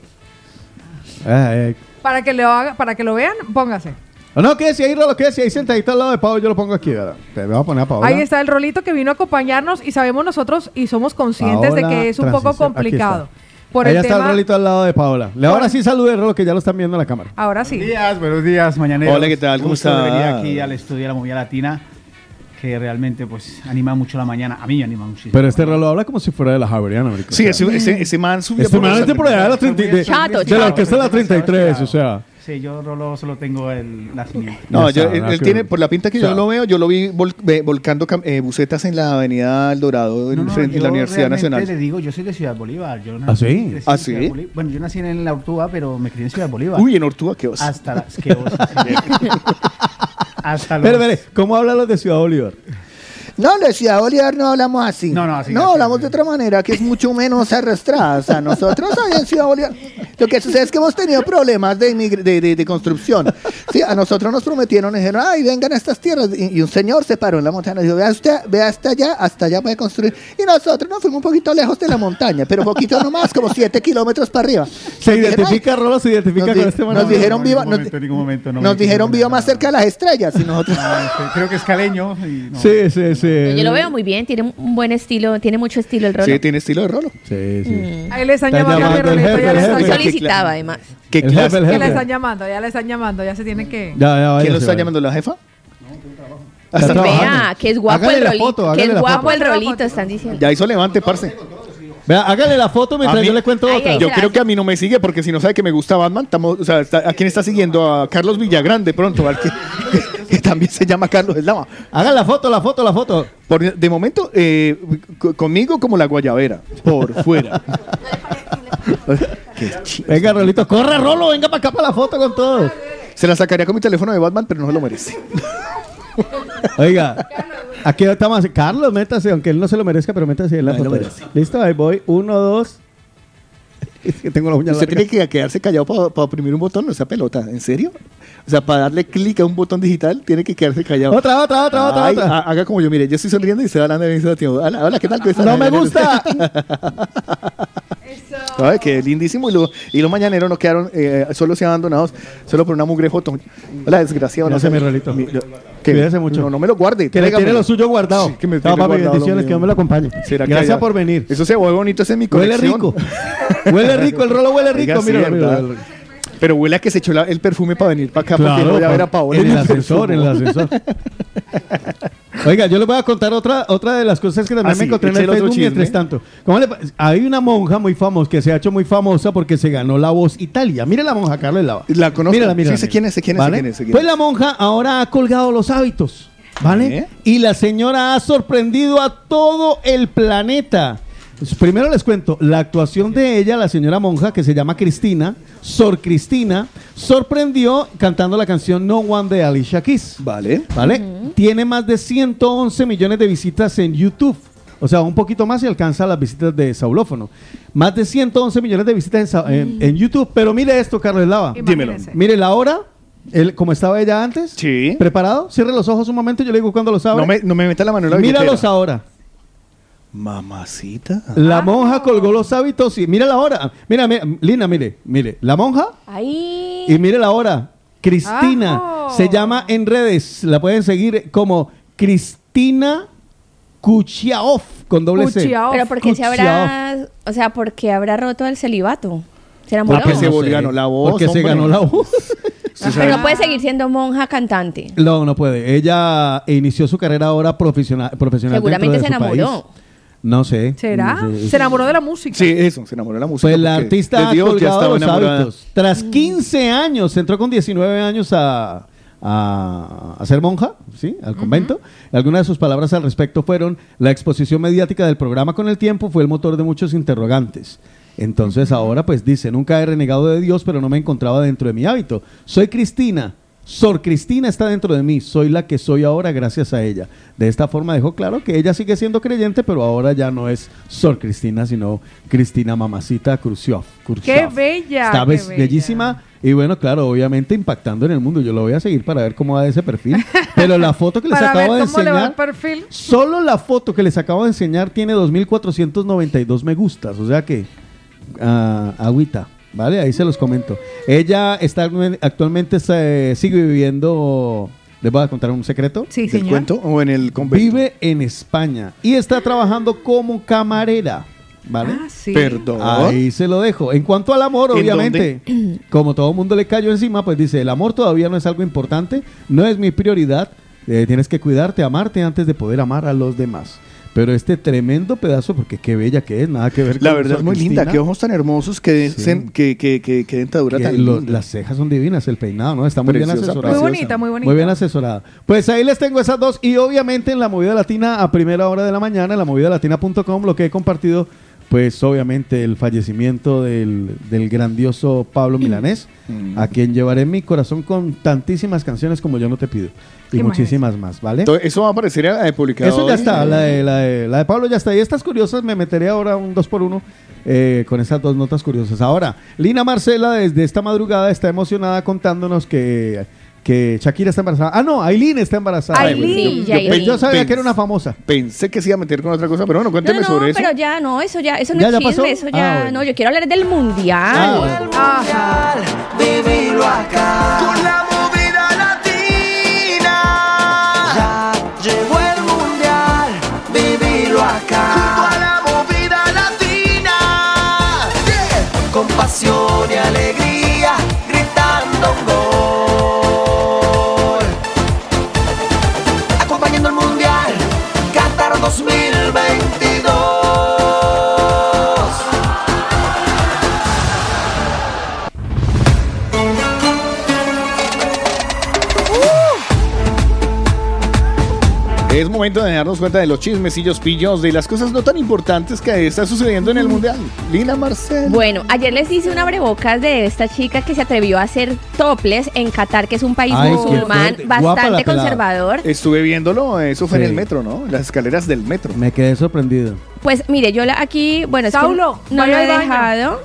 Speaker 6: Ah, eh.
Speaker 5: Para que lo haga, para que lo vean, póngase.
Speaker 6: No, no, quédese ahí, Rolo, quédese ahí sentadito al lado de Pablo. Yo lo pongo aquí. ¿verdad? Te voy a poner a Paola.
Speaker 5: Ahí está el rolito que vino a acompañarnos y sabemos nosotros y somos conscientes de
Speaker 6: Paola,
Speaker 5: que es un poco
Speaker 6: transición. Aquí
Speaker 5: complicado.
Speaker 6: está.
Speaker 5: Por
Speaker 6: Ahí
Speaker 5: el
Speaker 6: está el
Speaker 5: tema.
Speaker 6: Rolito al lado de Paola. Le ahora
Speaker 5: Por-
Speaker 6: sí salude, Rolo, que ya lo están viendo en la cámara.
Speaker 5: Ahora sí.
Speaker 23: Buenos días, mañaneros.
Speaker 6: Hola, ¿qué tal? ¿Cómo
Speaker 23: Gusto de
Speaker 6: estás?
Speaker 23: venir aquí al estudio de la movida latina, que realmente pues anima mucho la mañana. A mí me anima muchísimo.
Speaker 6: Pero este Rolo habla como si fuera de la Harvariana, marico.
Speaker 4: Sí, ese, ese, ese man subió
Speaker 6: Este man
Speaker 4: los-
Speaker 6: es de por allá de la, 30 de-
Speaker 23: Chato,
Speaker 6: de la
Speaker 23: chato.
Speaker 6: orquesta de la 33, o sea.
Speaker 23: Sí, yo Rolo solo tengo el nacimiento.
Speaker 4: No,
Speaker 6: Ya
Speaker 4: yo-
Speaker 6: está,
Speaker 4: él,
Speaker 6: nada
Speaker 4: él
Speaker 6: que
Speaker 4: tiene,
Speaker 6: ver.
Speaker 4: por la pinta que yo
Speaker 6: Ya.
Speaker 4: lo veo, yo lo vi vol- ve- volcando cam- eh, bucetas en la avenida El Dorado, en, frente de la
Speaker 23: Yo
Speaker 4: Universidad
Speaker 23: realmente
Speaker 4: Nacional.
Speaker 23: le digo, yo soy de Ciudad Bolívar. Yo
Speaker 4: ¿Ah, sí?
Speaker 23: crecí en
Speaker 4: ¿Ah,
Speaker 23: Ciudad
Speaker 4: sí?
Speaker 23: Bolí- Bueno, yo nací en la Urtúa, pero me crié en Ciudad Bolívar.
Speaker 4: Uy, en Ortúa, qué os.
Speaker 23: Hasta las que os- Hasta los...
Speaker 6: Pero, pero, ¿cómo hablan los de Ciudad Bolívar?
Speaker 29: No, la ciudad Bolívar no hablamos así. No, no, hablamos de otra manera que es mucho menos arrastrada. O sea, nosotros hoy en Ciudad Bolívar, lo que sucede es que hemos tenido problemas de, inmigr- de, de- de construcción. Sí, a nosotros nos prometieron, nos dijeron, ay, vengan a estas tierras. Y, y un señor se paró en la montaña y dijo, vea usted, vea hasta allá, hasta allá puede construir. Y nosotros nos fuimos un poquito lejos de la montaña, pero poquito nomás, como siete kilómetros para arriba.
Speaker 6: Se
Speaker 29: Nos dijeron,
Speaker 6: identifica, Rolo, se identifica
Speaker 29: nos
Speaker 6: con
Speaker 29: di-
Speaker 6: este man.
Speaker 29: nos
Speaker 6: No,
Speaker 29: dijeron
Speaker 6: no,
Speaker 29: viva-
Speaker 6: ningún
Speaker 29: nos
Speaker 6: momento,
Speaker 29: di-
Speaker 23: ningún momento,
Speaker 29: "Ay,
Speaker 23: no
Speaker 29: nos
Speaker 23: me-
Speaker 29: dijeron viva más cerca de las estrellas y nosotros...
Speaker 6: Ah.
Speaker 23: Creo que es caleño y no.
Speaker 6: Sí, sí, sí.
Speaker 10: Yo lo veo muy bien, tiene un buen estilo, tiene mucho estilo el Rolo.
Speaker 4: Eh. Sí, tiene estilo de rolo.
Speaker 6: Sí, sí.
Speaker 5: Ahí le Mm.
Speaker 6: Está
Speaker 5: están llamando, a mi
Speaker 6: llamando el
Speaker 5: rolito,
Speaker 6: jefe,
Speaker 5: ya
Speaker 6: el jefe.
Speaker 10: Muy
Speaker 5: le están llamando.
Speaker 10: solicitaba, además.
Speaker 4: ¿Qué
Speaker 6: El jefe, el
Speaker 5: Ya le
Speaker 6: jefe.
Speaker 5: están llamando, ya le están llamando, ya se tiene que.
Speaker 6: Ya, ya,
Speaker 4: ¿Quién lo
Speaker 6: váyase,
Speaker 4: está
Speaker 6: váyase.
Speaker 4: llamando la jefa?
Speaker 6: Está trabajando.
Speaker 10: Vea, que es guapo
Speaker 6: Hágale
Speaker 10: el
Speaker 6: la
Speaker 10: Rolito.
Speaker 6: foto,
Speaker 10: que
Speaker 6: hágale
Speaker 10: es
Speaker 6: la
Speaker 10: guapo
Speaker 6: foto.
Speaker 10: el Rolito, están diciendo.
Speaker 4: Ya hizo levante, parce.
Speaker 6: Vea, hágale la foto mientras
Speaker 4: A mí-
Speaker 6: yo le cuento
Speaker 10: Ahí,
Speaker 6: otra.
Speaker 10: ahí,
Speaker 4: Yo
Speaker 10: será.
Speaker 4: creo que a mí no me sigue porque si no sabe que me gusta Batman, estamos, o sea, está- ¿a quién está siguiendo? A Carlos Villagrán de pronto, al que, que también se llama Carlos Eslava.
Speaker 6: Hagan la foto, la foto, la foto.
Speaker 4: Por- de momento, eh, co- conmigo como la guayabera, por fuera.
Speaker 6: Venga, Rolito, corre, Rolo, venga para acá para la foto con todo.
Speaker 4: Se la sacaría con mi teléfono de Batman, pero no se lo merece.
Speaker 6: Oiga, aquí estamos. Carlos, métase, aunque él no se lo merezca, pero métase en la
Speaker 4: Ahí lo
Speaker 6: foto.
Speaker 4: merece.
Speaker 6: Listo, ahí voy. Uno, dos. Es que tengo la uña
Speaker 4: Usted
Speaker 6: larga.
Speaker 4: tiene que quedarse callado para oprimir un botón, no sea pelota, ¿en serio? O sea, para darle clic a un botón digital, tiene que quedarse callado.
Speaker 6: Otra, otra, otra, otra,
Speaker 4: Ay,
Speaker 6: otra.
Speaker 4: ha- Haga como yo, mire, yo estoy sonriendo y estoy hablando de mismo tiempo. Hola, hola, ¿qué tal? ¿Cómo están?
Speaker 6: ¡No me gusta!
Speaker 4: Ay, qué lindísimo. Y, lo- y los mañaneros no quedaron, eh, solo se abandonados, solo por una mugre foto. Hola, desgraciado.
Speaker 6: Gracias,
Speaker 4: no
Speaker 6: mi Rolito.
Speaker 4: que-
Speaker 6: Cuídese mucho.
Speaker 4: No, no me lo guarde.
Speaker 6: Que le
Speaker 4: tráigamelo.
Speaker 6: tiene lo suyo guardado.
Speaker 4: Sí, que me
Speaker 6: Chao,
Speaker 4: tiene
Speaker 6: papi,
Speaker 4: guardado lo
Speaker 6: bendiciones, que
Speaker 4: mío.
Speaker 6: Dios me lo acompañe.
Speaker 4: ¿Será que
Speaker 6: Gracias
Speaker 4: allá-
Speaker 6: por venir.
Speaker 4: Eso se vuelve bonito, ese es mi
Speaker 6: Huele
Speaker 4: colección.
Speaker 6: rico. Huele rico, el rolo huele rico,
Speaker 4: Oiga,
Speaker 6: mira,
Speaker 4: sí,
Speaker 6: mira,
Speaker 4: ¿verdad?
Speaker 6: mira.
Speaker 4: Pero huele a que se echó la- el perfume para venir para acá, porque
Speaker 6: Claro,
Speaker 4: no voy a ver a
Speaker 6: pa-
Speaker 4: Paola.
Speaker 6: en el
Speaker 4: mi
Speaker 6: ascensor, en el
Speaker 4: perfume.
Speaker 6: ascensor. Oiga, yo les voy a contar otra, otra de las cosas que también
Speaker 4: Ah,
Speaker 6: me
Speaker 4: sí,
Speaker 6: encontré en el
Speaker 4: eche el otro
Speaker 6: Facebook
Speaker 4: chisme.
Speaker 6: mientras tanto. ¿Cómo le pa- Hay una monja muy famosa que se ha hecho muy famosa porque se ganó la voz Italia. Mire la monja Carlos Lava.
Speaker 4: La conozco.
Speaker 6: Mírala, mírala,
Speaker 4: Sí, sé
Speaker 6: mírala.
Speaker 4: quién es, sé quién es, sé
Speaker 6: ¿Vale?
Speaker 4: quién es, sé quién
Speaker 6: Pues
Speaker 4: es.
Speaker 6: la monja ahora ha colgado los hábitos, ¿vale? Y la señora ha sorprendido a todo el planeta. Pues Primero les cuento, la actuación de ella, la señora monja, que se llama Cristina, Sor Cristina, sorprendió cantando la canción No One de Alicia Keys. Vale. Vale. Tiene más de 111 millones de visitas en YouTube. O sea, un poquito más y alcanza las visitas de Saulófono. Más de 111 millones de visitas en, Sa- en- en YouTube. Pero mire esto, Carlos Lava.
Speaker 4: Dímelo.
Speaker 6: Mire la hora, el, como estaba ella antes.
Speaker 4: Sí.
Speaker 6: ¿Preparado? Cierre los ojos un momento, yo le digo cuando los abre.
Speaker 4: No me, no me meta la mano en la
Speaker 6: Míralos
Speaker 4: billetera.
Speaker 6: ahora.
Speaker 4: Mamacita.
Speaker 6: La monja colgó los hábitos y mira la hora. Mira, mira, Lina, mire, mire. La monja
Speaker 10: Ahí.
Speaker 6: y mire la hora. Cristina. Se llama en redes, la pueden seguir como Cristina Kuchiaoff con doble C.
Speaker 10: Pero porque se
Speaker 6: Kuchiaoff.
Speaker 10: habrá, o sea, porque habrá roto el celibato. Será
Speaker 6: Porque
Speaker 10: monja.
Speaker 6: se No sé. ganó la voz, Porque se hombre. ganó la voz.
Speaker 10: Pero no puede seguir siendo monja cantante.
Speaker 6: No, no puede. Ella inició su carrera ahora profesional. profesional
Speaker 10: Seguramente
Speaker 6: dentro de
Speaker 10: se
Speaker 6: su
Speaker 10: enamoró.
Speaker 6: país. No sé.
Speaker 5: ¿Será?
Speaker 6: No sé.
Speaker 5: Se enamoró de la música.
Speaker 4: Sí, eso, se enamoró de la música.
Speaker 6: Pues la
Speaker 4: porque
Speaker 6: artista
Speaker 4: de
Speaker 6: ha
Speaker 4: Dios ya
Speaker 6: colgado
Speaker 4: estaba
Speaker 6: los
Speaker 4: enamorada.
Speaker 6: hábitos. Tras 15 años, entró con 19 años a, a, a ser monja, ¿sí? Al convento. Algunas de sus palabras al respecto fueron, la exposición mediática del programa con el tiempo fue el motor de muchos interrogantes. Entonces ahora pues dice, nunca he renegado de Dios, pero no me encontraba dentro de mi hábito. Soy Cristina. Sor Cristina está dentro de mí, soy la que soy ahora gracias a ella. De esta forma dejó claro que ella sigue siendo creyente, pero ahora ya no es Sor Cristina, sino Cristina Mamacita Khrushchev.
Speaker 5: ¡Qué
Speaker 6: Khrushchev.
Speaker 5: bella!
Speaker 6: Está
Speaker 5: qué
Speaker 6: bes-
Speaker 5: bella.
Speaker 6: bellísima. Y bueno, claro, obviamente impactando en el mundo. Yo lo voy a seguir para ver cómo va ese perfil. Pero la foto que les
Speaker 5: Para ver
Speaker 6: acabo de
Speaker 5: cómo le va el
Speaker 6: enseñar,
Speaker 5: perfil.
Speaker 6: solo la foto que les acabo de enseñar tiene 2.492 me gustas. O sea que, ah, agüita, ¿vale? Ahí se los comento. Ella está actualmente se- sigue viviendo. ¿Les voy a contar un secreto?
Speaker 5: Sí,
Speaker 6: ¿Del
Speaker 5: señor.
Speaker 6: cuento o en el convento? Vive en España y está trabajando como camarera. ¿Vale?
Speaker 5: Ah, sí.
Speaker 4: Perdón.
Speaker 6: Ahí se lo dejo. En cuanto al amor,
Speaker 4: ¿En
Speaker 6: obviamente, como todo mundo le cayó encima, pues dice, el amor todavía no es algo importante, no es mi prioridad, eh, tienes que cuidarte, amarte antes de poder amar a los demás. Pero este tremendo pedazo, porque qué bella que es, nada que ver
Speaker 4: La
Speaker 6: con
Speaker 4: verdad
Speaker 6: Sor
Speaker 4: es muy linda,
Speaker 6: Cristina,
Speaker 4: qué ojos tan hermosos, qué, sen- qué, qué, qué- qué dentadura
Speaker 6: que
Speaker 4: tan
Speaker 6: lo-
Speaker 4: linda.
Speaker 6: las cejas son divinas, el peinado, ¿no? Está muy bien
Speaker 4: Preciosa,
Speaker 6: asesorado.
Speaker 4: preciosa. Muy bonita, muy bonita.
Speaker 6: Muy bien asesorada. Pues ahí les tengo esas dos. Y obviamente en la movida latina, a primera hora de la mañana, en la movidalatina.com, lo que he compartido, pues obviamente el fallecimiento del, del grandioso Pablo Milanés,
Speaker 4: Mm.
Speaker 6: a quien llevaré en mi corazón con tantísimas canciones como yo no te pido. Y
Speaker 4: Imagínate.
Speaker 6: muchísimas más, ¿vale?
Speaker 4: Entonces, Eso va a aparecer en la de publicado.
Speaker 6: Eso ya
Speaker 4: hoy.
Speaker 6: está, la de, la, de, la de Pablo ya está. Y estas curiosas me meteré ahora un 2x1 eh, con esas dos notas curiosas. Ahora, Lina Marcela desde esta madrugada está emocionada contándonos que, que Shakira está embarazada. Ah, no, Aileen está embarazada.
Speaker 10: Aileen,
Speaker 6: Yo,
Speaker 10: ya
Speaker 6: yo-
Speaker 10: Aileen.
Speaker 6: yo sabía
Speaker 10: Pens-
Speaker 6: que era una famosa.
Speaker 4: Pensé que se iba a meter con otra cosa, pero bueno,
Speaker 10: No,
Speaker 4: cuénteme
Speaker 10: no,
Speaker 4: sobre eso.
Speaker 10: pero ya, no, eso ya, eso no
Speaker 4: ¿Ya,
Speaker 10: es
Speaker 4: ya
Speaker 10: chisme,
Speaker 4: pasó?
Speaker 10: eso
Speaker 4: Ah,
Speaker 10: ya,
Speaker 4: bueno.
Speaker 10: no, yo quiero hablar del mundial.
Speaker 4: Ah, bueno.
Speaker 10: Ajá.
Speaker 11: Vivirlo acá con la movida latina. Ya llegó el mundial, vivirlo acá junto a la movida latina. Con pasión y alegría, gritando un gol. Acompañando el mundial, Qatar 2022. Uh.
Speaker 4: Es momento de darnos cuenta de los chismecillos pillos, de las cosas no tan importantes que está sucediendo en el mundial. Lina Marcel.
Speaker 10: Bueno, ayer les hice un abrebocas de esta chica que se atrevió a hacer toples en Qatar, que es un país
Speaker 4: Ay, qué
Speaker 10: musulmán
Speaker 4: fuerte. Guapa la
Speaker 10: bastante
Speaker 4: pelada.
Speaker 10: conservador.
Speaker 4: Estuve viéndolo, eso fue en
Speaker 6: Sí.
Speaker 4: el metro, ¿no? Las escaleras del metro.
Speaker 6: Me quedé sorprendido.
Speaker 10: Pues mire, yo la, aquí, bueno, es que
Speaker 5: Saulo,
Speaker 10: no lo
Speaker 5: vaya
Speaker 10: he
Speaker 5: al baño.
Speaker 10: dejado.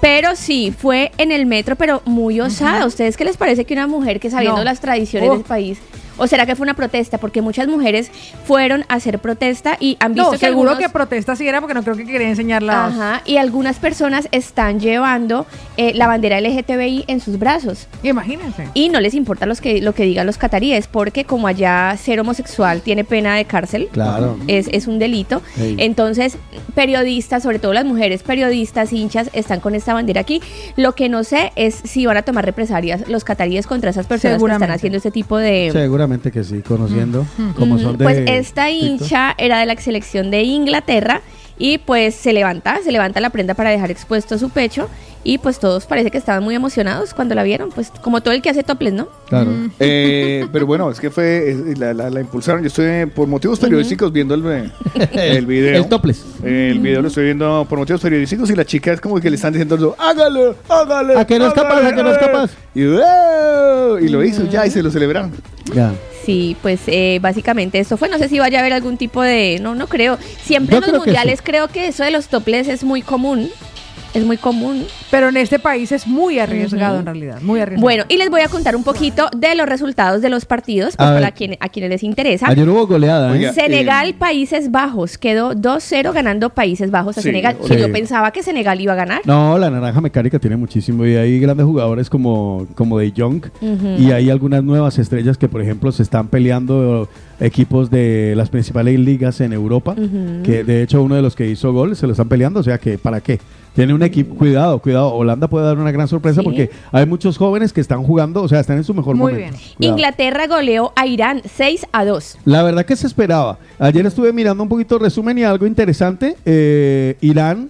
Speaker 10: Pero sí, fue en el metro, pero muy osada. ¿Ustedes qué les parece que una mujer que sabiendo
Speaker 5: No.
Speaker 10: las tradiciones
Speaker 5: Oh.
Speaker 10: del país, o será que fue una protesta? Porque muchas mujeres fueron a hacer protesta y han visto
Speaker 5: No,
Speaker 10: que
Speaker 5: seguro
Speaker 10: algunos-
Speaker 5: que protesta si era porque no creo que quería enseñarla.
Speaker 10: Ajá, y algunas personas están llevando eh, la bandera LGTBI en sus brazos.
Speaker 5: Imagínense.
Speaker 10: Y no les importa los que, lo que digan los cataríes, porque como allá ser homosexual tiene pena de cárcel,
Speaker 6: Claro.
Speaker 10: es, es un delito.
Speaker 6: Ey.
Speaker 10: Entonces, periodistas, sobre todo las mujeres periodistas, hinchas, están con esta bandera aquí. Lo que no sé es si van a tomar represalias los cataríes contra esas personas que están
Speaker 6: Seguramente.
Speaker 10: haciendo este tipo de...
Speaker 6: Seguramente que sí, conociendo como
Speaker 10: Ujú,
Speaker 6: son de.
Speaker 10: Pues esta
Speaker 6: TikTok.
Speaker 10: hincha era de la selección de Inglaterra y pues se levanta, se levanta la prenda para dejar expuesto su pecho y pues todos parece que estaban muy emocionados cuando la vieron, pues como todo el que hace toples, ¿no?
Speaker 6: Claro.
Speaker 4: Eh, pero bueno, es que fue, es- la, la- la impulsaron. Yo estoy por motivos periodísticos viendo el, eh, el video.
Speaker 6: El topless.
Speaker 4: El video lo estoy viendo por motivos periodísticos y la chica es como que le están diciendo, hágalo, hágalo.
Speaker 6: ¿A que no es capaz? ¿A que no es capaz?
Speaker 4: Y, "Wow", y lo hizo ya y se lo celebraron.
Speaker 6: Ya.
Speaker 10: Sí, pues eh, básicamente esto fue, no sé si vaya a haber algún tipo de, no, no creo, siempre
Speaker 6: Yo
Speaker 10: en los
Speaker 6: creo que
Speaker 10: mundiales creo que eso de los toples es muy común, es muy común.
Speaker 5: Pero en este país es muy arriesgado en realidad, muy arriesgado.
Speaker 10: Bueno, y les voy a contar un poquito de los resultados de los partidos, pues,
Speaker 6: A ver.
Speaker 10: para quien, a quienes les interesa.
Speaker 6: Ayer hubo goleada, ¿eh?
Speaker 10: Senegal, Países Bajos. Quedó 2-0 ganando Países Bajos a
Speaker 6: Sí,
Speaker 10: Senegal.
Speaker 6: sí.
Speaker 10: Que yo pensaba que Senegal iba a ganar.
Speaker 6: No, la naranja mecánica tiene muchísimo y hay grandes jugadores como, como De Jong
Speaker 10: Ujú.
Speaker 6: y hay algunas nuevas estrellas que por ejemplo se están peleando equipos de las principales ligas en Europa,
Speaker 10: Ujú.
Speaker 6: que de hecho uno de los que hizo gol se lo están peleando, o sea que para qué. Tiene un equipo, cuidado, cuidado, Holanda puede dar una gran sorpresa
Speaker 10: Sí.
Speaker 6: porque hay muchos jóvenes que están jugando, o sea, están en su mejor
Speaker 10: Muy
Speaker 6: momento.
Speaker 10: bien.
Speaker 6: Cuidado.
Speaker 10: Inglaterra goleó a Irán 6-2.
Speaker 6: La verdad que se esperaba. Ayer estuve mirando un poquito de resumen y algo interesante. eh, Irán,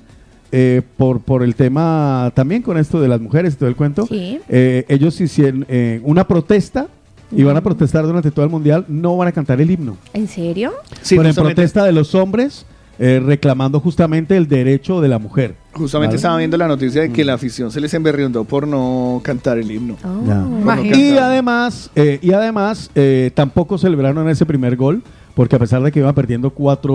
Speaker 6: eh, por, por el tema también con esto de las mujeres y todo el cuento,
Speaker 10: Sí.
Speaker 6: eh, ellos hicieron eh, una protesta y van a protestar durante todo el mundial. No van a cantar el himno.
Speaker 10: ¿En serio?
Speaker 6: Pero en protesta de los hombres, eh, reclamando justamente el derecho de la mujer.
Speaker 4: Justamente
Speaker 6: ¿Vale?
Speaker 4: estaba viendo la noticia de que la afición se les emberriondó por no cantar el himno.
Speaker 6: Mm. Ya.
Speaker 4: Por no
Speaker 6: Y
Speaker 4: cantar.
Speaker 6: además, eh, y además eh, tampoco celebraron ese primer gol, porque a pesar de que iban perdiendo 4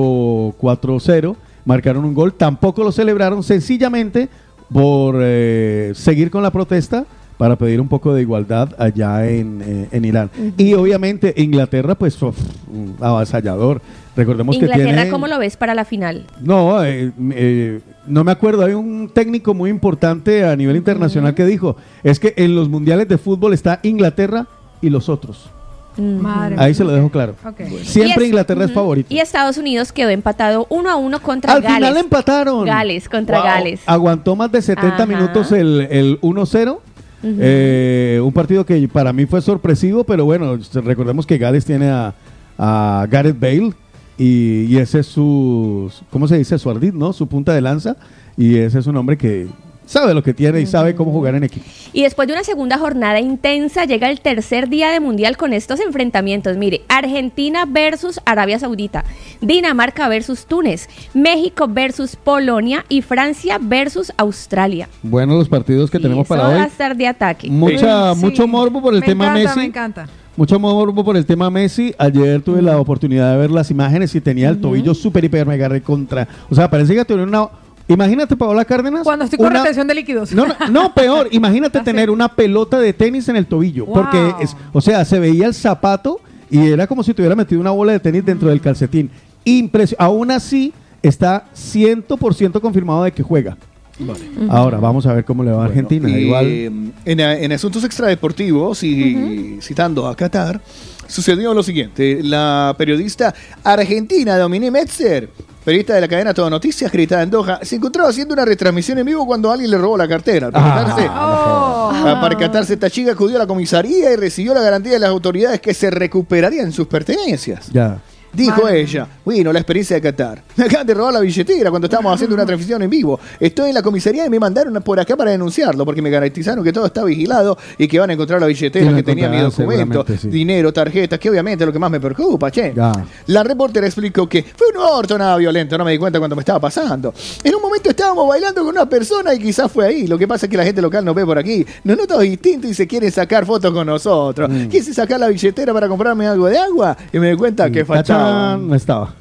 Speaker 6: 4-0, marcaron un gol, tampoco lo celebraron sencillamente por eh, seguir con la protesta para pedir un poco de igualdad allá en, eh, en Irán. Y obviamente Inglaterra, pues, uf, un avasallador. Recordemos que
Speaker 10: Inglaterra,
Speaker 6: tiene...
Speaker 10: ¿cómo lo ves para la final?
Speaker 6: No, eh, eh, no me acuerdo. Hay un técnico muy importante a nivel internacional que dijo, es que en los mundiales de fútbol está Inglaterra y los otros.
Speaker 5: Madre
Speaker 6: Ahí se lo dejo claro. Siempre
Speaker 10: Y es-
Speaker 6: Inglaterra es
Speaker 10: ujú.
Speaker 6: favorito.
Speaker 10: Y Estados Unidos quedó empatado 1 a 1 contra
Speaker 6: Al
Speaker 10: Gales.
Speaker 6: final empataron.
Speaker 10: Gales contra
Speaker 6: Wow.
Speaker 10: Gales.
Speaker 6: Aguantó más de 70
Speaker 10: Ajá.
Speaker 6: minutos el, el 1-0.
Speaker 10: Ujú.
Speaker 6: Eh, un partido que para mí fue sorpresivo, pero bueno, recordemos que Gales tiene a, a Gareth Bale y, y ese es su, ¿cómo se dice? Su ardid, ¿no? Su punta de lanza y ese es un hombre que sabe lo que tiene y sabe cómo jugar en equipo.
Speaker 10: Y después de una segunda jornada intensa, llega el tercer día de mundial con estos enfrentamientos. Mire, Argentina versus Arabia Saudita, Dinamarca versus Túnez, México versus Polonia y Francia versus Australia.
Speaker 6: Buenos los partidos que tenemos
Speaker 10: Eso
Speaker 6: para
Speaker 10: va
Speaker 6: hoy.
Speaker 10: a estar de ataque.
Speaker 6: Mucha, mucho morbo por el
Speaker 5: me
Speaker 6: tema
Speaker 5: encanta,
Speaker 6: Messi.
Speaker 5: me encanta.
Speaker 6: Mucho morbo por el tema Messi. Ayer tuve la oportunidad de ver las imágenes y tenía el tobillo súper, hiper, mega recontra. O sea, parece que tenía una. Imagínate, Paola Cárdenas.
Speaker 5: Cuando estoy con
Speaker 6: una-
Speaker 5: retención de líquidos.
Speaker 6: No, no, no, peor. Imagínate tener una pelota de tenis en el tobillo.
Speaker 5: Wow.
Speaker 6: Porque, es, o sea, se veía el zapato y era como si te hubiera metido una bola de tenis dentro del calcetín. Impresio- Aún así, está 100% confirmado de que juega.
Speaker 4: Ujú.
Speaker 6: Ahora, vamos a ver cómo le va a Argentina.
Speaker 4: Eh,
Speaker 6: Igual.
Speaker 4: En, en asuntos extradeportivos y citando a Qatar, sucedió lo siguiente. La periodista argentina Dominique Metzer, periodista de la cadena Todo Noticias, gritada en Doha, se encontraba haciendo una retransmisión en vivo cuando alguien le robó la cartera. Al percatarse- Ah, Para catarse, esta chica acudió a la comisaría y recibió la garantía de las autoridades que se recuperarían sus pertenencias.
Speaker 6: Ya.
Speaker 4: Dijo ella, bueno, la experiencia de Qatar. Me acaban de robar la billetera cuando estábamos haciendo una transmisión en vivo. Estoy en la comisaría y me mandaron por acá para denunciarlo porque me garantizaron que todo está vigilado y que van a encontrar la billetera
Speaker 6: Sí, la
Speaker 4: que tenía mi
Speaker 6: encontrarán
Speaker 4: documento,
Speaker 6: seguramente, sí.
Speaker 4: dinero, tarjetas, que obviamente es lo que más me preocupa, che.
Speaker 6: Ya.
Speaker 4: La reportera explicó que fue un orto nada violento, no me di cuenta cuando me estaba pasando. En un momento estábamos bailando con una persona y quizás fue ahí. Lo que pasa es que la gente local nos ve por aquí, nos nota distintos y se quieren sacar fotos con nosotros.
Speaker 6: Mm.
Speaker 4: Quise sacar la billetera para comprarme algo de agua y me di cuenta
Speaker 6: Mm.
Speaker 4: que fachada.
Speaker 6: Tachán, ah, no estaba.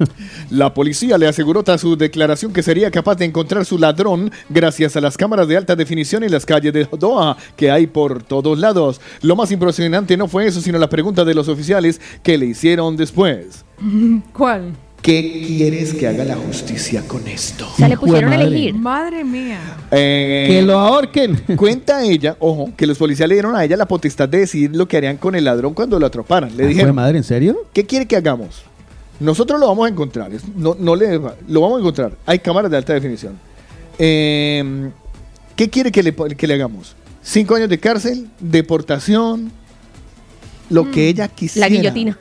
Speaker 4: La policía le aseguró tras su declaración que sería capaz de encontrar su ladrón gracias a las cámaras de alta definición en las calles de Doha que hay por todos lados. Lo más impresionante no fue eso, sino la pregunta de los oficiales que le hicieron después.
Speaker 5: ¿Cuál?
Speaker 4: ¿Qué quieres que haga la justicia con esto?
Speaker 5: O sea, le
Speaker 4: pusieron a madre. elegir.
Speaker 5: Madre mía.
Speaker 4: que lo ahorquen. Eh, Cuenta ella, ojo, que los policías le dieron a ella la potestad de decidir lo que harían con el ladrón cuando lo atroparan.
Speaker 6: Ah,
Speaker 4: Le dijeron,
Speaker 6: madre, ¿en serio?
Speaker 4: ¿Qué quiere que hagamos? Nosotros lo vamos a encontrar. es- No, no le, lo vamos a encontrar. Hay cámaras de alta definición. Eh, ¿Qué quiere que le, que le hagamos? Cinco años de cárcel, deportación, lo que ella quisiera.
Speaker 10: Mm, La guillotina.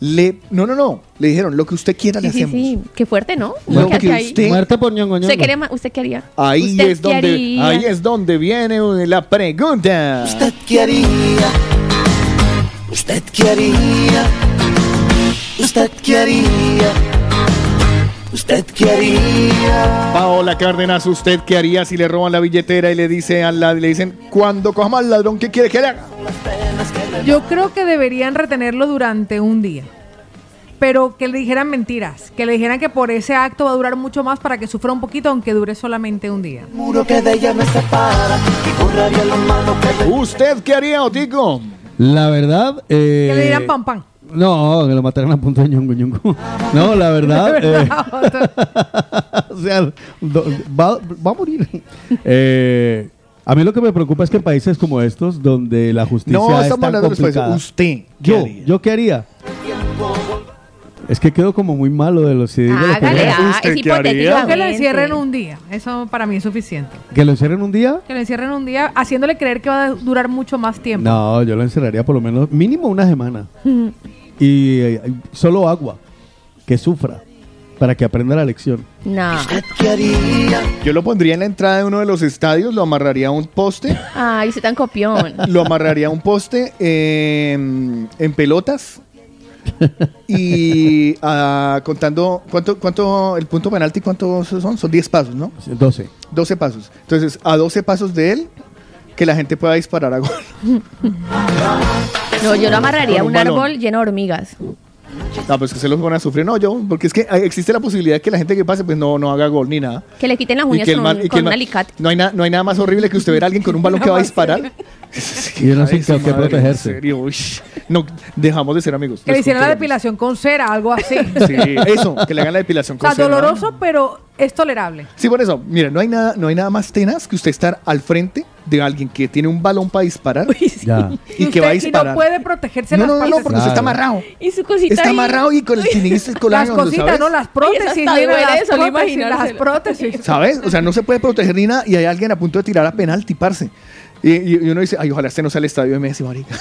Speaker 4: Le, no, no, no. Le dijeron, lo que usted quiera le
Speaker 10: Sí, sí,
Speaker 4: hacemos.
Speaker 10: sí. Qué fuerte, ¿no?
Speaker 4: Lo
Speaker 10: Fíjate
Speaker 4: que
Speaker 10: ahí.
Speaker 4: usted- Muerte por ñongo,
Speaker 10: ¿Usted,
Speaker 4: ñongo.
Speaker 10: quiere ma- ¿Usted qué haría?
Speaker 4: Ahí
Speaker 10: ¿Usted
Speaker 4: es,
Speaker 10: qué
Speaker 4: donde,
Speaker 10: haría?
Speaker 4: ahí es donde viene la pregunta.
Speaker 3: ¿Qué haría? ¿Usted qué haría? ¿Usted qué haría? ¿Usted qué haría?
Speaker 4: Paola Cárdenas, ¿usted qué haría si le roban la billetera y le, dice a la- le dicen, cuando cojamos al ladrón, ¿qué quiere que le haga?
Speaker 5: Yo creo que deberían retenerlo durante un día. Pero que le dijeran mentiras, que le dijeran que por ese acto va a durar mucho más para que sufra un poquito, aunque dure solamente un día.
Speaker 3: Juro que de ella me separa y borraría lo malo que
Speaker 4: ¿Usted qué haría, Otico?
Speaker 6: La verdad. Eh,
Speaker 5: Que le dieran pan pan.
Speaker 6: No, que lo mataran a punto de ñongo, ñongo. No, la verdad. eh, o sea, do- va, va a morir. Eh, a mí lo que me preocupa es que en países como estos, donde la justicia
Speaker 4: No,
Speaker 6: es
Speaker 4: estamos
Speaker 6: tan
Speaker 4: hablando de los países.
Speaker 6: complicada.
Speaker 4: Usted, ¿qué
Speaker 6: yo,
Speaker 4: haría?
Speaker 6: ¿yo qué haría? Es que quedo como muy malo de los si digo lo que voy a
Speaker 5: Hágale,
Speaker 6: hacer.
Speaker 5: ah, es hipotético. Que lo encierren un día. Eso para mí es suficiente.
Speaker 6: ¿Que lo encierren un día?
Speaker 5: Que lo encierren un día haciéndole creer que va a durar mucho más tiempo.
Speaker 6: No, yo lo encerraría por lo menos mínimo una semana. Y eh, solo agua, que sufra, para que aprenda la lección.
Speaker 10: No.
Speaker 4: Yo lo pondría en la entrada de uno de los estadios, lo amarraría a un poste,
Speaker 10: Ay, soy tan copión.
Speaker 4: lo amarraría a un poste eh, en pelotas y ah, contando cuánto, cuánto, el punto penalti, cuántos son, son 10 pasos, ¿no?
Speaker 6: 12.
Speaker 4: 12 pasos. Entonces, a 12 pasos de él, que la gente pueda disparar a gol.
Speaker 10: No, yo lo amarraría a
Speaker 4: Con un
Speaker 10: un,
Speaker 4: balón.
Speaker 10: árbol lleno de hormigas.
Speaker 4: No, pues que se los van a sufrir. No, yo, porque es que hay- existe la posibilidad de que la gente que pase, pues no, no haga gol ni nada.
Speaker 10: Que le quiten las
Speaker 4: Y
Speaker 10: uñas
Speaker 4: que el
Speaker 10: con,
Speaker 4: man- y que
Speaker 10: un- con
Speaker 4: el
Speaker 10: un
Speaker 4: man-
Speaker 10: alicate.
Speaker 4: No hay, na- no hay nada más horrible que usted ver a alguien con un balón que va a disparar.
Speaker 6: Y uno sin con qué
Speaker 4: Madre, En
Speaker 6: protegerse.
Speaker 4: serio, uy, no, dejamos de ser amigos.
Speaker 5: Que le hicieran la
Speaker 4: Descontrol.
Speaker 5: depilación con cera, algo así.
Speaker 4: Sí, eso, que le hagan la depilación
Speaker 5: O sea,
Speaker 4: con cera.
Speaker 5: doloroso, pero es tolerable.
Speaker 4: Sí, por eso, mira, no hay nada, no hay nada más tenaz que usted estar al frente de alguien que tiene un balón para disparar y que va a
Speaker 5: Usted-
Speaker 4: disparar.
Speaker 5: no puede protegerse
Speaker 4: No, no, no,
Speaker 5: las
Speaker 4: no,
Speaker 5: partes.
Speaker 4: porque usted está amarrado.
Speaker 10: Y su cosita
Speaker 4: Está
Speaker 10: ahí.
Speaker 4: amarrado y con el tiringuista
Speaker 5: Las
Speaker 4: colgando,
Speaker 5: cositas,
Speaker 4: ¿sabes?
Speaker 5: no, las prótesis,
Speaker 10: Ay, eso está
Speaker 5: mira,
Speaker 10: duele
Speaker 5: las
Speaker 10: solo
Speaker 5: prótesis, las
Speaker 10: imaginárselo.
Speaker 5: prótesis.
Speaker 4: ¿Sabes? O sea, no se puede proteger ni nada y hay alguien a punto de tirar a penalti, parce. Y, y- y uno dice, ay, ojalá este no sea el estadio de Messi, marica.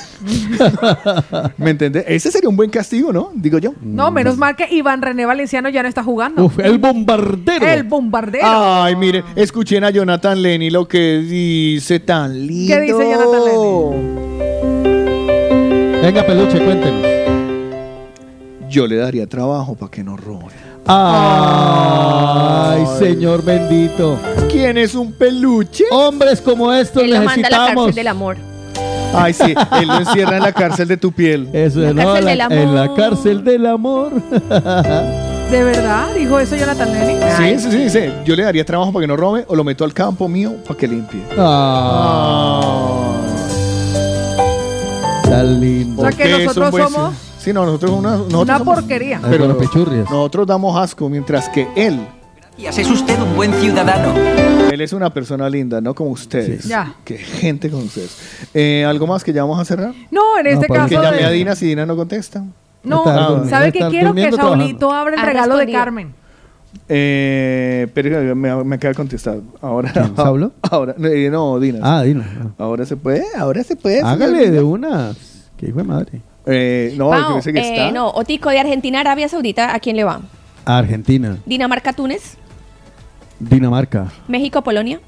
Speaker 4: ¿Me entiendes? Ese sería un buen castigo, ¿no? Digo yo.
Speaker 5: No, menos mal que Iván René Valenciano ya no está jugando.
Speaker 4: Uf, el bombardero.
Speaker 5: El bombardero.
Speaker 4: Ay, mire, escuchen a Jonathan Lenny lo que dice tan lindo.
Speaker 5: ¿Qué dice Jonathan
Speaker 6: Venga, peluche, cuéntenos.
Speaker 4: Yo le daría trabajo para que no robe.
Speaker 6: Ay, señor bendito.
Speaker 4: ¿Quién es un peluche?
Speaker 6: Hombres como este. estos
Speaker 10: Él lo manda a la cárcel
Speaker 6: necesitamos.
Speaker 10: del amor.
Speaker 4: Ay, sí, él lo encierra en la cárcel de tu piel.
Speaker 6: Eso
Speaker 10: La
Speaker 6: es, no,
Speaker 10: cárcel
Speaker 6: la-
Speaker 10: del amor.
Speaker 6: en la cárcel del amor.
Speaker 5: ¿De verdad? ¿Dijo eso Jonathan Lenny?
Speaker 4: Sí, sí, sí, sí. Yo le daría trabajo para que no robe o lo meto al campo mío para que limpie.
Speaker 6: Ah. Tan lindo.
Speaker 5: Ah. O sea, que
Speaker 4: Porque es
Speaker 5: nosotros
Speaker 4: un buen-
Speaker 5: somos
Speaker 4: Sí, no, nosotros una, nosotros
Speaker 5: una
Speaker 4: somos-
Speaker 5: porquería.
Speaker 4: Pero
Speaker 6: Con los pichurrias.
Speaker 4: nosotros damos asco mientras que él,
Speaker 3: Es usted un buen ciudadano.
Speaker 4: él es una persona linda, no como ustedes.
Speaker 5: Sí. Ya.
Speaker 4: Qué gente con ustedes. Eh, ¿Algo más que ya vamos a cerrar?
Speaker 5: No, en
Speaker 6: pues,
Speaker 5: este
Speaker 4: Porque
Speaker 5: caso.
Speaker 4: llamé
Speaker 5: de-
Speaker 4: a Dina si Dina no contesta.
Speaker 5: No,
Speaker 4: Está durmiendo,
Speaker 5: ¿sabe qué
Speaker 4: está
Speaker 5: quiero? Que
Speaker 4: durmiendo,
Speaker 5: Saulito abra el
Speaker 10: Ha
Speaker 5: regalo de
Speaker 10: respondido.
Speaker 5: Carmen.
Speaker 4: Eh, pero me, me acaba de contestar. Ahora.
Speaker 6: ¿Saulo?
Speaker 4: Ahora. eh, No, Dina.
Speaker 6: Ah, Dina.
Speaker 4: Ahora se puede, ahora se puede. señor
Speaker 6: Hágale
Speaker 4: Dina.
Speaker 6: de una. Qué hijo de madre.
Speaker 4: Eh, no,
Speaker 10: Pau,
Speaker 4: yo sé que
Speaker 10: eh,
Speaker 4: está.
Speaker 10: no, Otico de Argentina, Arabia Saudita, ¿a quién le va?
Speaker 6: Argentina,
Speaker 10: Dinamarca, Túnez,
Speaker 6: Dinamarca.
Speaker 10: México, Polonia.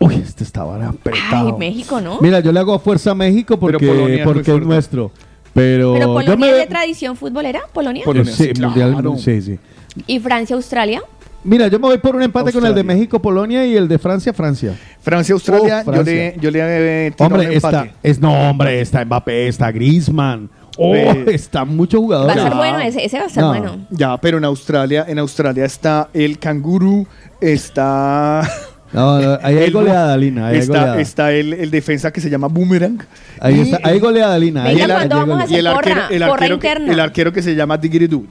Speaker 6: Uy, este estaba apretado.
Speaker 10: Ay, México, ¿no?
Speaker 6: Mira, yo le hago a fuerza a México porque,
Speaker 4: Polonia es muy
Speaker 6: porque es
Speaker 4: fuerte.
Speaker 6: nuestro. Pero,
Speaker 10: Pero Polonia
Speaker 6: yo me
Speaker 10: es
Speaker 6: veo-
Speaker 10: de tradición futbolera, Polonia.
Speaker 6: Eh, sí, mundial, sí, sí.
Speaker 10: Y Francia, Australia.
Speaker 6: Mira, yo me voy por un empate con el de México, Polonia y el de Francia, Francia.
Speaker 4: Francia, Australia,
Speaker 6: Oh, Francia.
Speaker 4: yo le, yo le eh, tiro un
Speaker 6: Hombre,
Speaker 4: empate.
Speaker 6: está, es, no, hombre, está Mbappé, está Griezmann. Oh,
Speaker 4: Eh,
Speaker 6: está mucho jugador.
Speaker 10: Va a ser bueno ese, ese va a ser bueno.
Speaker 4: Ya, pero en Australia, en Australia está el canguro, está.
Speaker 6: No, no, ahí hay goleada, Lina, ahí hay
Speaker 4: está
Speaker 6: goleada.
Speaker 4: está el, el defensa que se llama Boomerang.
Speaker 6: Ahí
Speaker 4: Y-
Speaker 6: está, ahí goleada, Lina. ahí
Speaker 4: y el,
Speaker 6: goleada,
Speaker 4: ar-
Speaker 6: ahí goleada.
Speaker 4: y el arquero, el arquero que, el arquero que se llama Digiridu.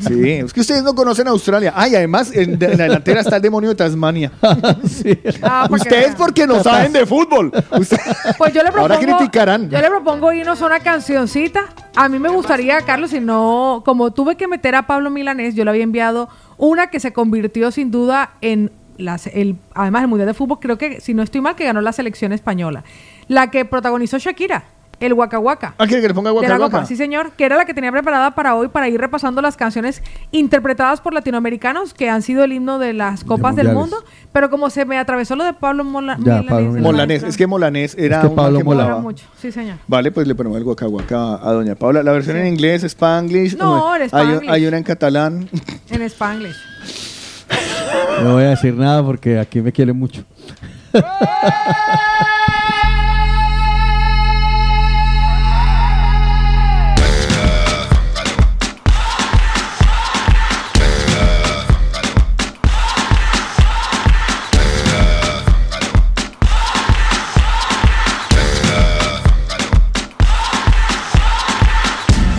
Speaker 4: Sí, es que ustedes no conocen a Australia. Ay, además, en, de- en la delantera está el demonio de Tasmania.
Speaker 5: Ah, porque-
Speaker 4: Ustedes porque no saben de fútbol. Usted-
Speaker 5: Pues yo le propongo.
Speaker 4: Ahora criticarán.
Speaker 5: Yo le propongo irnos a una cancioncita. A mí me gustaría, Carlos, si no. Como tuve que meter a Pablo Milanés, yo le había enviado una que se convirtió sin duda en. Las, el, además, el Mundial de Fútbol, creo que, si no estoy mal, que ganó la selección española. La que protagonizó Shakira, el Waka Waka.
Speaker 4: Ah, ¿quiere que le ponga
Speaker 5: de la
Speaker 4: guaca,
Speaker 5: Copa,
Speaker 4: guaca?
Speaker 5: sí señor, que era la que tenía preparada para hoy para ir repasando las canciones interpretadas por latinoamericanos que han sido el himno de las copas del
Speaker 4: mundiales.
Speaker 5: mundo, pero como se me atravesó lo de Pablo Mola,
Speaker 4: Ya,
Speaker 5: Milanés,
Speaker 4: Pablo
Speaker 5: el
Speaker 4: Molanés,
Speaker 5: maestro.
Speaker 4: es que Molanés era
Speaker 6: que
Speaker 4: un
Speaker 6: Pablo
Speaker 4: que
Speaker 6: molaba.
Speaker 4: molaba.
Speaker 5: mucho, sí señor.
Speaker 4: Vale, pues le ponemos el guaca guaca a Doña Paula. La versión en inglés, Spanglish.
Speaker 5: No, en
Speaker 4: hay- Hay,
Speaker 5: Spanglish.
Speaker 4: una en catalán.
Speaker 5: En Spanglish.
Speaker 6: No voy a decir nada porque aquí me quiere mucho.
Speaker 4: ¡Eh!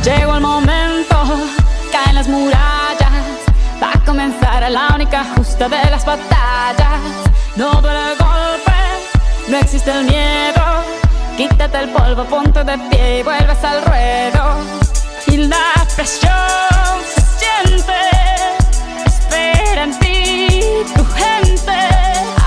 Speaker 1: Llegó el momento, caen las murallas, va a comenzar la única justa de las batallas. No duele el golpe, no existe el miedo. Quítate el polvo, ponte de pie y vuelves al ruedo. Y la presión se siente, espera en ti tu gente.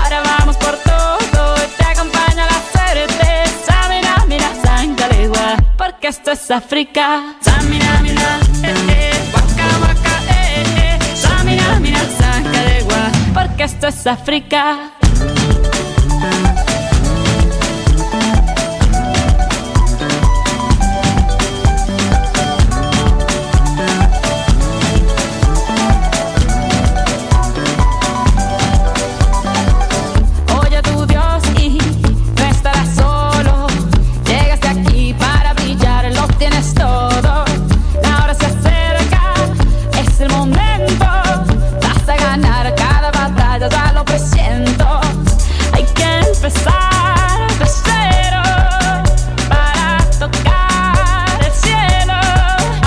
Speaker 1: Ahora vamos por todo y te acompaña la certeza. Mira, mira, sangre legua, porque esto es África. Samina, mira, eh, eh, waka, waka, eh, eh. Samina, mira, sangre legua, porque esto es África. Oye a tu Dios y no estarás solo. Llegaste aquí para brillar, lo tienes todo. La hora se acerca, es el momento. Vas a ganar cada batalla, ya lo presiento. Hay que empezar de cero para tocar el cielo.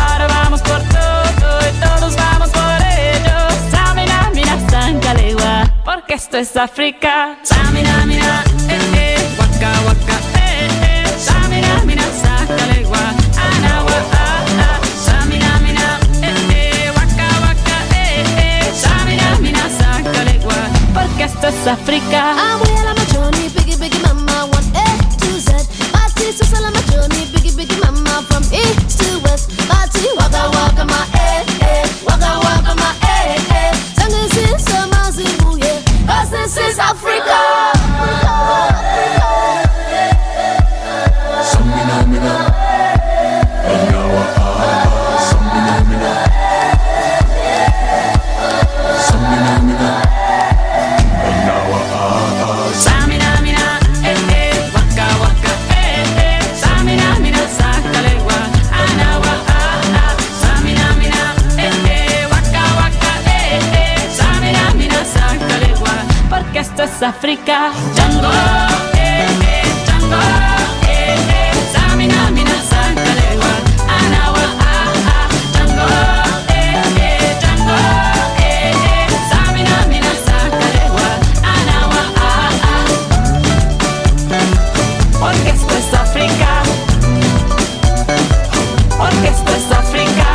Speaker 1: Ahora vamos por todo y todos vamos por ello. Samina, mira, Sankalewa, porque esto es África. Samina, mira, eh, eh, waka, waka, eh, eh. Samina, mira, Sankalewa, anawa, ah, ah. Samina, mira, eh, eh, waka, waka, eh, eh. Samina, mira, Sankalewa, porque esto es África.
Speaker 19: I will on my journey, biggie, biggie, mama, one A to Z. My sister's on my journey, biggie, biggie, mama, from east to west. My tea, waka, waka, my eh, eh, waka, waka, my eh, eh. Tango is so mazimu, oh, yeah. 'Cause this is Africa.
Speaker 1: Samina, mina, eh, eh, waka, waka, eh, eh. Samina, mina, sakalegua, anawa, ah, ah. Samina, mina, eh, eh, waka, waka, eh, eh. Samina, mina, sakalegua, porque esto es África. Django, eh, eh, Django, eh, eh. Samina, mina, sakalegua, anawa, ah, ah. Django, eh, eh, Django, eh, eh. Samina, mina, sakalegua, anawa, ah, ah. Porque esto es África. Porque esto es África.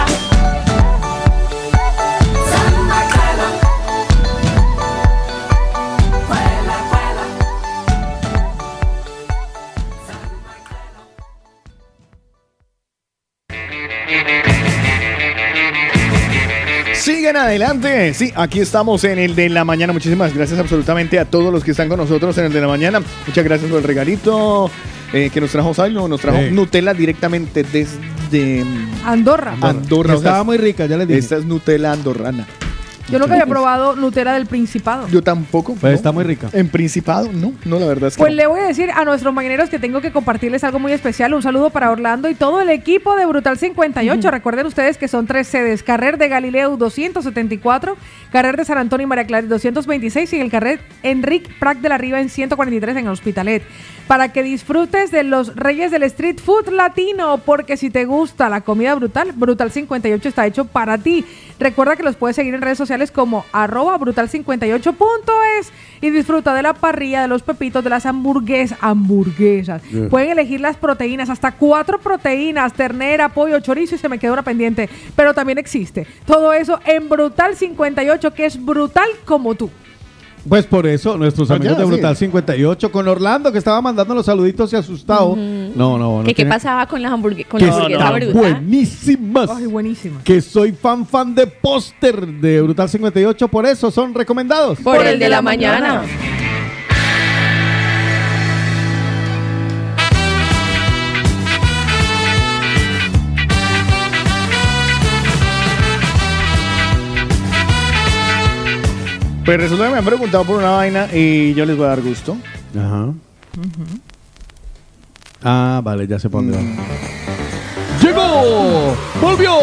Speaker 1: Samba, claro. Vuela, vuela.
Speaker 4: en adelante. Sí, aquí estamos en el de la mañana. Muchísimas gracias absolutamente a todos los que están con nosotros en el de la mañana. Muchas gracias por el regalito eh, que nos trajo Zailo. Nos trajo
Speaker 6: Sí.
Speaker 4: Nutella directamente desde mm,
Speaker 5: Andorra.
Speaker 4: Andorra.
Speaker 6: Estaba
Speaker 4: muy rica, ya les dije. Esta es Nutella andorrana.
Speaker 5: Yo nunca había probado Nutella del Principado.
Speaker 4: Yo tampoco.
Speaker 6: Pues está muy rica.
Speaker 4: En Principado, no. No, la verdad es que
Speaker 5: Pues
Speaker 4: no.
Speaker 5: le voy a decir a nuestros mañaneros que tengo que compartirles algo muy especial. Un saludo para Orlando y todo el equipo de Brutal 58. Recuerden ustedes que son tres sedes: Carrer de Galileo 274, Carrer de San Antonio y María Clara 226 y el Carrer Enric Prat de la Riva en 143 en Hospitalet. Para que disfrutes de los reyes del street food latino, porque si te gusta la comida brutal, Brutal 58 está hecho para ti. Recuerda que los puedes seguir en redes sociales como arroba brutal58.es y disfruta de la parrilla, de los pepitos, de las hamburguesas. Hamburguesas.
Speaker 21: Yeah.
Speaker 5: Pueden elegir las proteínas, hasta cuatro proteínas, ternera, pollo, chorizo y se me queda una pendiente. Pero también existe. Todo eso en Brutal58, que es brutal como tú.
Speaker 6: Pues por eso, nuestros
Speaker 5: Ah,
Speaker 6: amigos
Speaker 5: ya,
Speaker 6: de
Speaker 5: sí.
Speaker 6: Brutal 58, con Orlando, que estaba mandando los saluditos y asustado. No, no, no.
Speaker 10: ¿Qué, qué
Speaker 6: tiene-
Speaker 10: pasaba con las hamburguesas? Con
Speaker 6: que
Speaker 10: la hamburguesa
Speaker 6: están
Speaker 10: bruta.
Speaker 6: buenísimas.
Speaker 5: Ay, buenísima.
Speaker 6: Que soy fan fan de póster de Brutal 58, por eso son recomendados.
Speaker 10: Por el de la mañana.
Speaker 4: Pues resulta que me han preguntado por una vaina y yo les voy a dar gusto.
Speaker 6: Ajá. Ah, vale, ya se pone.
Speaker 10: Mm.
Speaker 3: Llegó, volvió,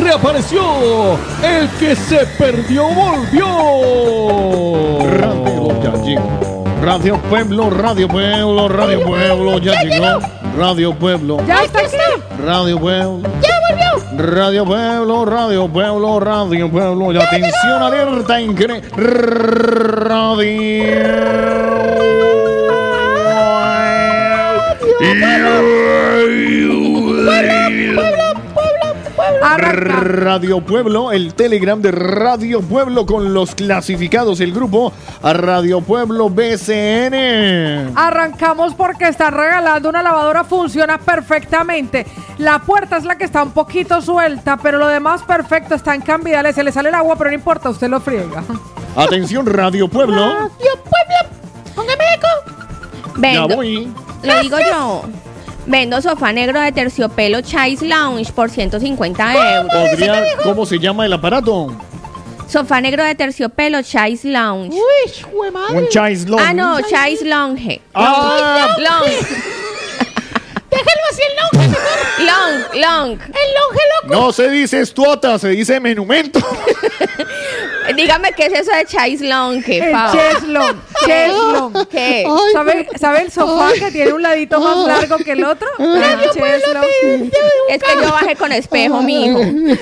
Speaker 3: reapareció, el que se perdió volvió. Radio ya llegó. Radio Pueblo, Radio Pueblo, Radio Pueblo ya llegó. Radio Pueblo,
Speaker 5: ¡Ya está aquí!
Speaker 3: Radio Pueblo.
Speaker 5: ¡Ya volvió!
Speaker 3: Radio Pueblo, Radio Pueblo, Radio Pueblo, y atención, alerta incre...
Speaker 4: Radio Pueblo, el Telegram de Radio Pueblo con los clasificados, el grupo a Radio Pueblo BCN.
Speaker 5: Ah. Arrancamos porque están regalando una lavadora, funciona perfectamente. La puerta es la que está un poquito suelta, pero lo demás perfecto, está en cambiales, se le sale el agua, pero no importa, usted lo friega.
Speaker 4: Atención, Radio Pueblo.
Speaker 10: Póngame eco.
Speaker 4: Ya
Speaker 10: Vendo.
Speaker 4: voy.
Speaker 10: Lo digo yo. Vendo sofá negro de terciopelo Chase Lounge por
Speaker 5: Ah,
Speaker 10: 150
Speaker 5: eh,
Speaker 10: euros.
Speaker 4: Podría- ¿Cómo se llama el aparato?
Speaker 10: Sofá negro de terciopelo Chase Lounge. Uy,
Speaker 4: Un chais lounge.
Speaker 10: Ah, no, Chase Lounge.
Speaker 4: Ah.
Speaker 10: Lounge. Déjalo así el lounge. Long, long. El longe
Speaker 4: No se dice estuota, se dice menumento.
Speaker 10: Eh, Dígame qué es eso de Chase Lounge,
Speaker 5: El
Speaker 10: Pau?
Speaker 5: cheslong, cheslong.
Speaker 10: ¿Qué?
Speaker 5: ¿Sabe, sabe el sofá que tiene un ladito más largo que el otro?
Speaker 10: Radio
Speaker 5: Pueblo
Speaker 10: Es que yo bajé con espejo, mi hijo.
Speaker 5: Radio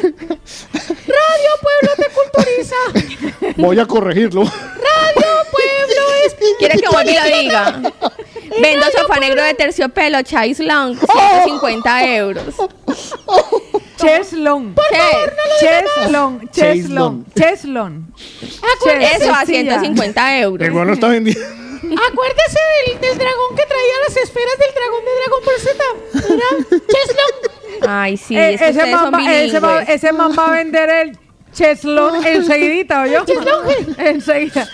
Speaker 5: Pueblo te culturiza.
Speaker 4: Voy a corregirlo.
Speaker 10: Radio Pueblo es. ¿Quiere que vuelva y lo diga? Vendo sofá negro de terciopelo, Chase Long,
Speaker 5: ¡Oh!
Speaker 10: 150 euros.
Speaker 5: Cheslong. Cheslong, cheslong, cheslong.
Speaker 10: Eso a
Speaker 5: Sencilla.
Speaker 10: 150 euros.
Speaker 4: Igual lo está vendiendo.
Speaker 30: Acuérdese del, del dragón que traía las esferas del dragón de Dragon Ball Z. Era Cheslong.
Speaker 10: Ay, sí,
Speaker 5: Eh,
Speaker 10: es que
Speaker 5: ese,
Speaker 10: ustedes
Speaker 5: man
Speaker 10: son
Speaker 5: va, ese, man-
Speaker 10: bilingües.
Speaker 5: ese man va a vender el cheslón enseguidita, ¿oyó? Enseguida.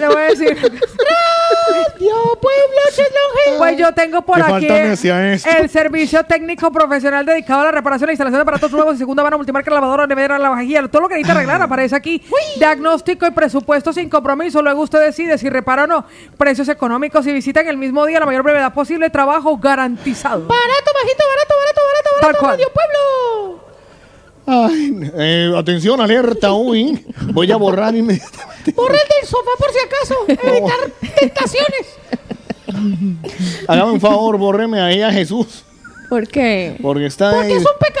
Speaker 5: Le voy a decir. Radio Pueblo Cheslón. Pues yo tengo por
Speaker 4: Qué
Speaker 5: aquí
Speaker 4: falta me hacía esto.
Speaker 5: el servicio técnico profesional dedicado a la reparación, la instalación de aparatos nuevos y segunda mano, multimarca, lavadora, nevera, lavajilla, todo lo que necesita arreglar aparece aquí. Diagnóstico y presupuesto sin compromiso. Luego usted decide si repara o no. Precios económicos y visitan el mismo día a la mayor brevedad posible. Trabajo garantizado.
Speaker 30: Barato, bajito, barato, barato, barato,
Speaker 5: Tal
Speaker 30: barato.
Speaker 5: cual.
Speaker 30: Radio Pueblo.
Speaker 4: Ay, eh, atención, alerta, uy. Voy a borrar inmediatamente.
Speaker 30: Borra el del sofá por si acaso. Evitar tentaciones.
Speaker 4: Hágame un favor, borreme ahí a Jesús.
Speaker 10: ¿Por qué?
Speaker 4: Porque está ahí.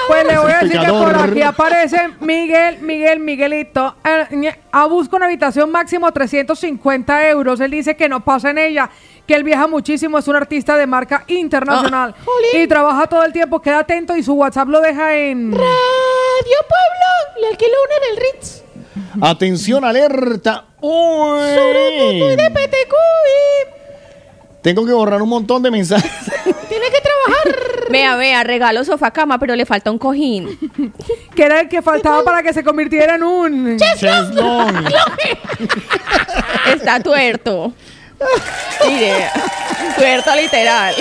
Speaker 5: Pues le voy a decir que por
Speaker 4: Pecador.
Speaker 5: aquí aparece Miguel, Miguel, Miguelito. Eh, ñe, ah, busca una habitación máximo 350 euros. Él dice que no pasa en ella, que él viaja muchísimo, es un artista de marca internacional
Speaker 30: Ah,
Speaker 5: y trabaja todo el tiempo. Queda atento y su WhatsApp lo deja en.
Speaker 30: Radio Pueblo. Le alquiló una en el Ritz.
Speaker 4: Atención, alerta.
Speaker 30: Muy de
Speaker 4: Uy.
Speaker 30: PTQ y
Speaker 4: Tengo que borrar un montón de mensajes.
Speaker 30: tiene que trabajar.
Speaker 10: Vea, vea, regalo sofá cama, pero le falta un cojín.
Speaker 5: que era el que faltaba para que se convirtiera en un
Speaker 10: Cheslong. Está tuerto. Mire, tuerto literal.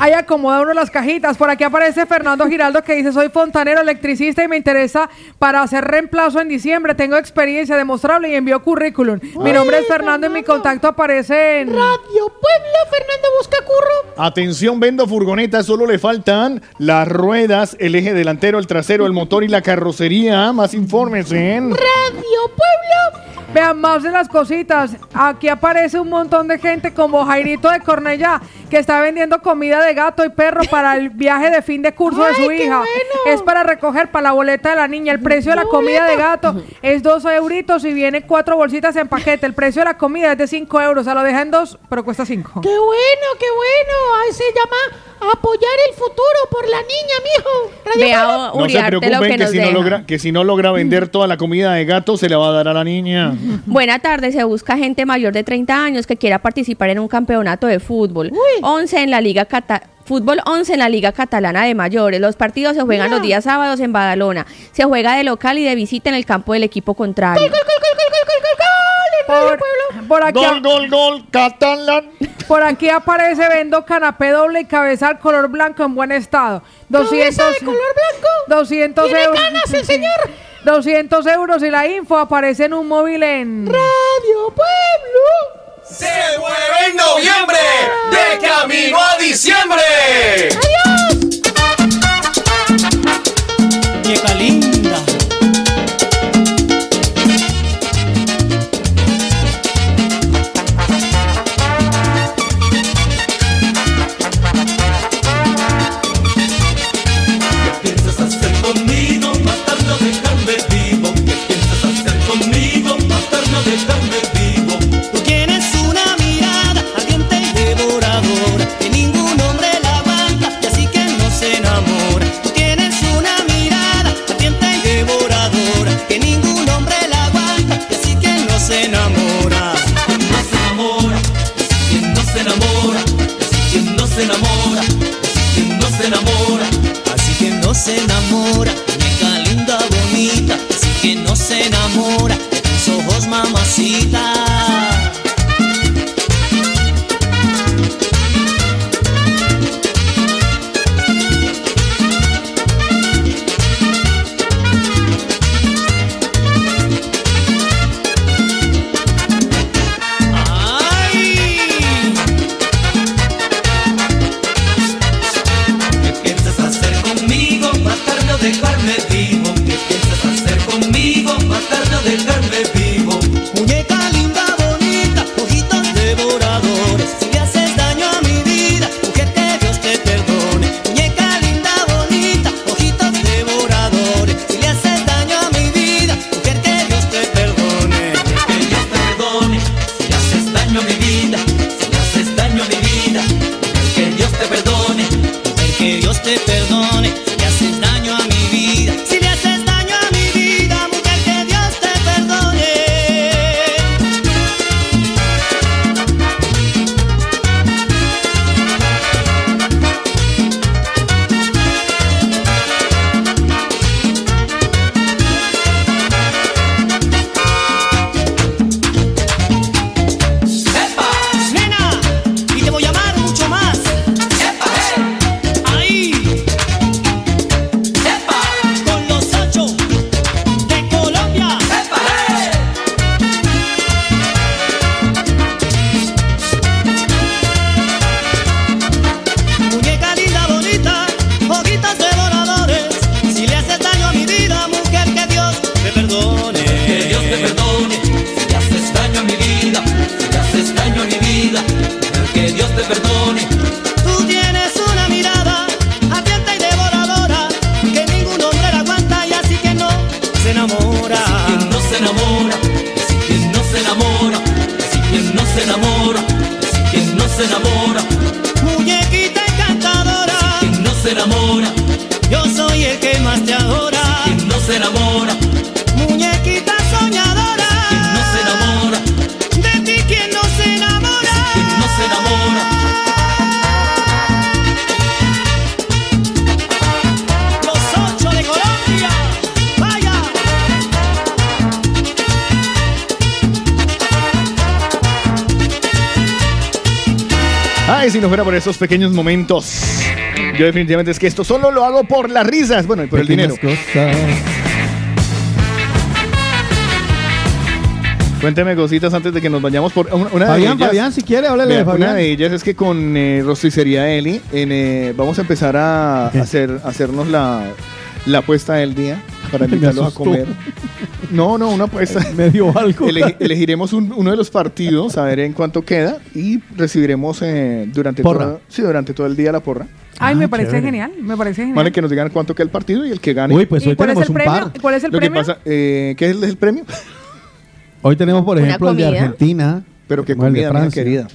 Speaker 5: Ahí acomoda uno las cajitas. Por aquí aparece Fernando Giraldo que dice, soy fontanero, electricista y me interesa para hacer reemplazo en diciembre. Tengo experiencia demostrable y envío currículum. Mi
Speaker 17: Ay,
Speaker 5: nombre es Fernando y mi contacto aparece en...
Speaker 30: Radio Puebla, Fernando busca curro.
Speaker 17: Atención, vendo furgonetas, solo le faltan las ruedas, el eje delantero, el trasero, el motor y la carrocería. Más informes en...
Speaker 5: Radio Pueblo. Vean más de las cositas. Aquí aparece un montón de gente como Jairito de Cornella, que está vendiendo comida de gato y perro para el viaje de fin de curso de su hija. Es para recoger para la boleta de la niña. El precio de la comida de gato es 2 euritos y viene cuatro bolsitas en paquete. El precio de la comida es de 5 euros. O sea, lo deja en 2, pero cuesta 5.
Speaker 30: Qué bueno, qué bueno. Ahí se llama apoyar el futuro por la niña, mijo. Radio Puebla.
Speaker 17: No se preocupen que, si no logra, que si no logra vender toda la comida de gato, se la va a dar a la niña.
Speaker 10: Buena tarde, se busca gente mayor de 30 años que quiera participar en un campeonato de fútbol. 11 en la Liga Cata- Fútbol 11 en la Liga Catalana de Mayores. Los partidos se juegan los días sábados en Badalona. Se juega de local y de visita en el campo del equipo contrario.
Speaker 5: Por, por aquí
Speaker 17: Gol, gol, gol, catalán.
Speaker 5: Por aquí aparece vendo canapé doble y cabezal color blanco en buen estado. 200
Speaker 30: ¿Cabeza de color blanco?
Speaker 5: 200
Speaker 30: ¿Tiene
Speaker 5: euros.
Speaker 30: canas el señor?
Speaker 5: 200 euros y la info aparece en un móvil en
Speaker 30: Radio Pueblo.
Speaker 11: Se mueve en noviembre, de camino a diciembre.
Speaker 21: Muñeca linda.
Speaker 11: piensas hacer conmigo? Matarlo, dejarme vivo. ¿Qué piensas hacer conmigo? Matarlo, dejarme vivo.
Speaker 21: Tú tienes una mirada ardiente y devoradora que ningún hombre la aguanta y así que no se enamora. Tú tienes una mirada ardiente y devoradora que ningún hombre la aguanta y así que no se enamora.
Speaker 11: No se enamora, quien no se enamora, quien no se enamora, quien no se enamora.
Speaker 21: Así que no se enamora, muñeca linda, bonita. Así que no se enamora de tus ojos, mamacita.
Speaker 11: piensas hacer conmigo? Matarme o dejarme vivo. ¿Qué piensas hacer conmigo? Matarme o dejarme vivo.
Speaker 21: Muñeca linda, bonita, ojitos devoradores. Si le haces daño a mi vida, mujer que Dios te perdone. Muñeca linda, bonita, ojitos devoradores. Si le haces daño a mi vida, mujer que Dios te perdone.
Speaker 11: Que Dios perdone si le haces daño a mi vida. Si le haces daño a mi vida. Que Dios te perdone.
Speaker 21: Mujer que Dios te perdone. Si le haces daño a mi vida, si le haces daño a mi vida, mujer que Dios te perdone. Nena, y te voy a amar mucho más. Ahí. Con los ocho de Colombia. Muñeca linda, bonita, ojitas devoradores. Si le haces daño a mi vida, mujer, que Dios te perdone.
Speaker 11: Que Dios te perdone si le haces daño a mi vida. Si le haces daño a mi vida. Que Dios te perdone.
Speaker 21: Tú tienes una mirada atenta y devoradora que ningún hombre la aguanta y así que no se enamora.
Speaker 11: Quien no se enamora, si quien no se enamora, si quien no se enamora, si quien no se enamora,
Speaker 21: Muñequita encantadora,
Speaker 11: quien no se enamora,
Speaker 21: yo soy el que más te adora.
Speaker 11: quien no se enamora,
Speaker 21: Muñequita soñadora,
Speaker 11: no se enamora,
Speaker 21: de ti quien no se enamora.
Speaker 11: quien no se enamora.
Speaker 4: Ay, si no fuera por esos pequeños momentos. Yo definitivamente es que esto solo lo hago por las risas, bueno, y por el dinero.
Speaker 6: Pequeñas cosas.
Speaker 4: Cuénteme cositas antes de que nos vayamos por una, una de
Speaker 6: Fabián,
Speaker 4: ellas-
Speaker 6: Fabián, si quiere, háblale de
Speaker 4: Vea,
Speaker 6: Fabián.
Speaker 4: Una de ellas es que con eh, Rosticería Eli en, eh, vamos a empezar a hacer, hacernos la, la apuesta del día para
Speaker 6: Me
Speaker 4: invitarlos a
Speaker 6: asustó.
Speaker 4: comer. No, no, una apuesta.
Speaker 6: Medio algo.
Speaker 4: Ele- elegiremos un- uno de los partidos, a ver en cuánto queda, y recibiremos eh, durante,
Speaker 6: Porra. Ah,
Speaker 4: Todo, sí, durante todo el día la porra.
Speaker 5: Ay, me parece
Speaker 4: Ah, chévere.
Speaker 5: genial, me parece genial.
Speaker 4: Vale, que nos digan cuánto queda el partido y el que gane.
Speaker 6: Uy, pues ¿Y hoy cuál es tenemos el un
Speaker 5: premio? par. ¿Cuál es el
Speaker 4: Lo
Speaker 5: premio?
Speaker 4: Que pasa, eh, ¿Qué es el premio?
Speaker 6: Hoy tenemos, por
Speaker 10: Una
Speaker 6: ejemplo, el de
Speaker 10: comida.
Speaker 6: Argentina.
Speaker 4: Pero qué
Speaker 6: tenemos el de
Speaker 4: comida, mija
Speaker 6: Francia.
Speaker 4: querida.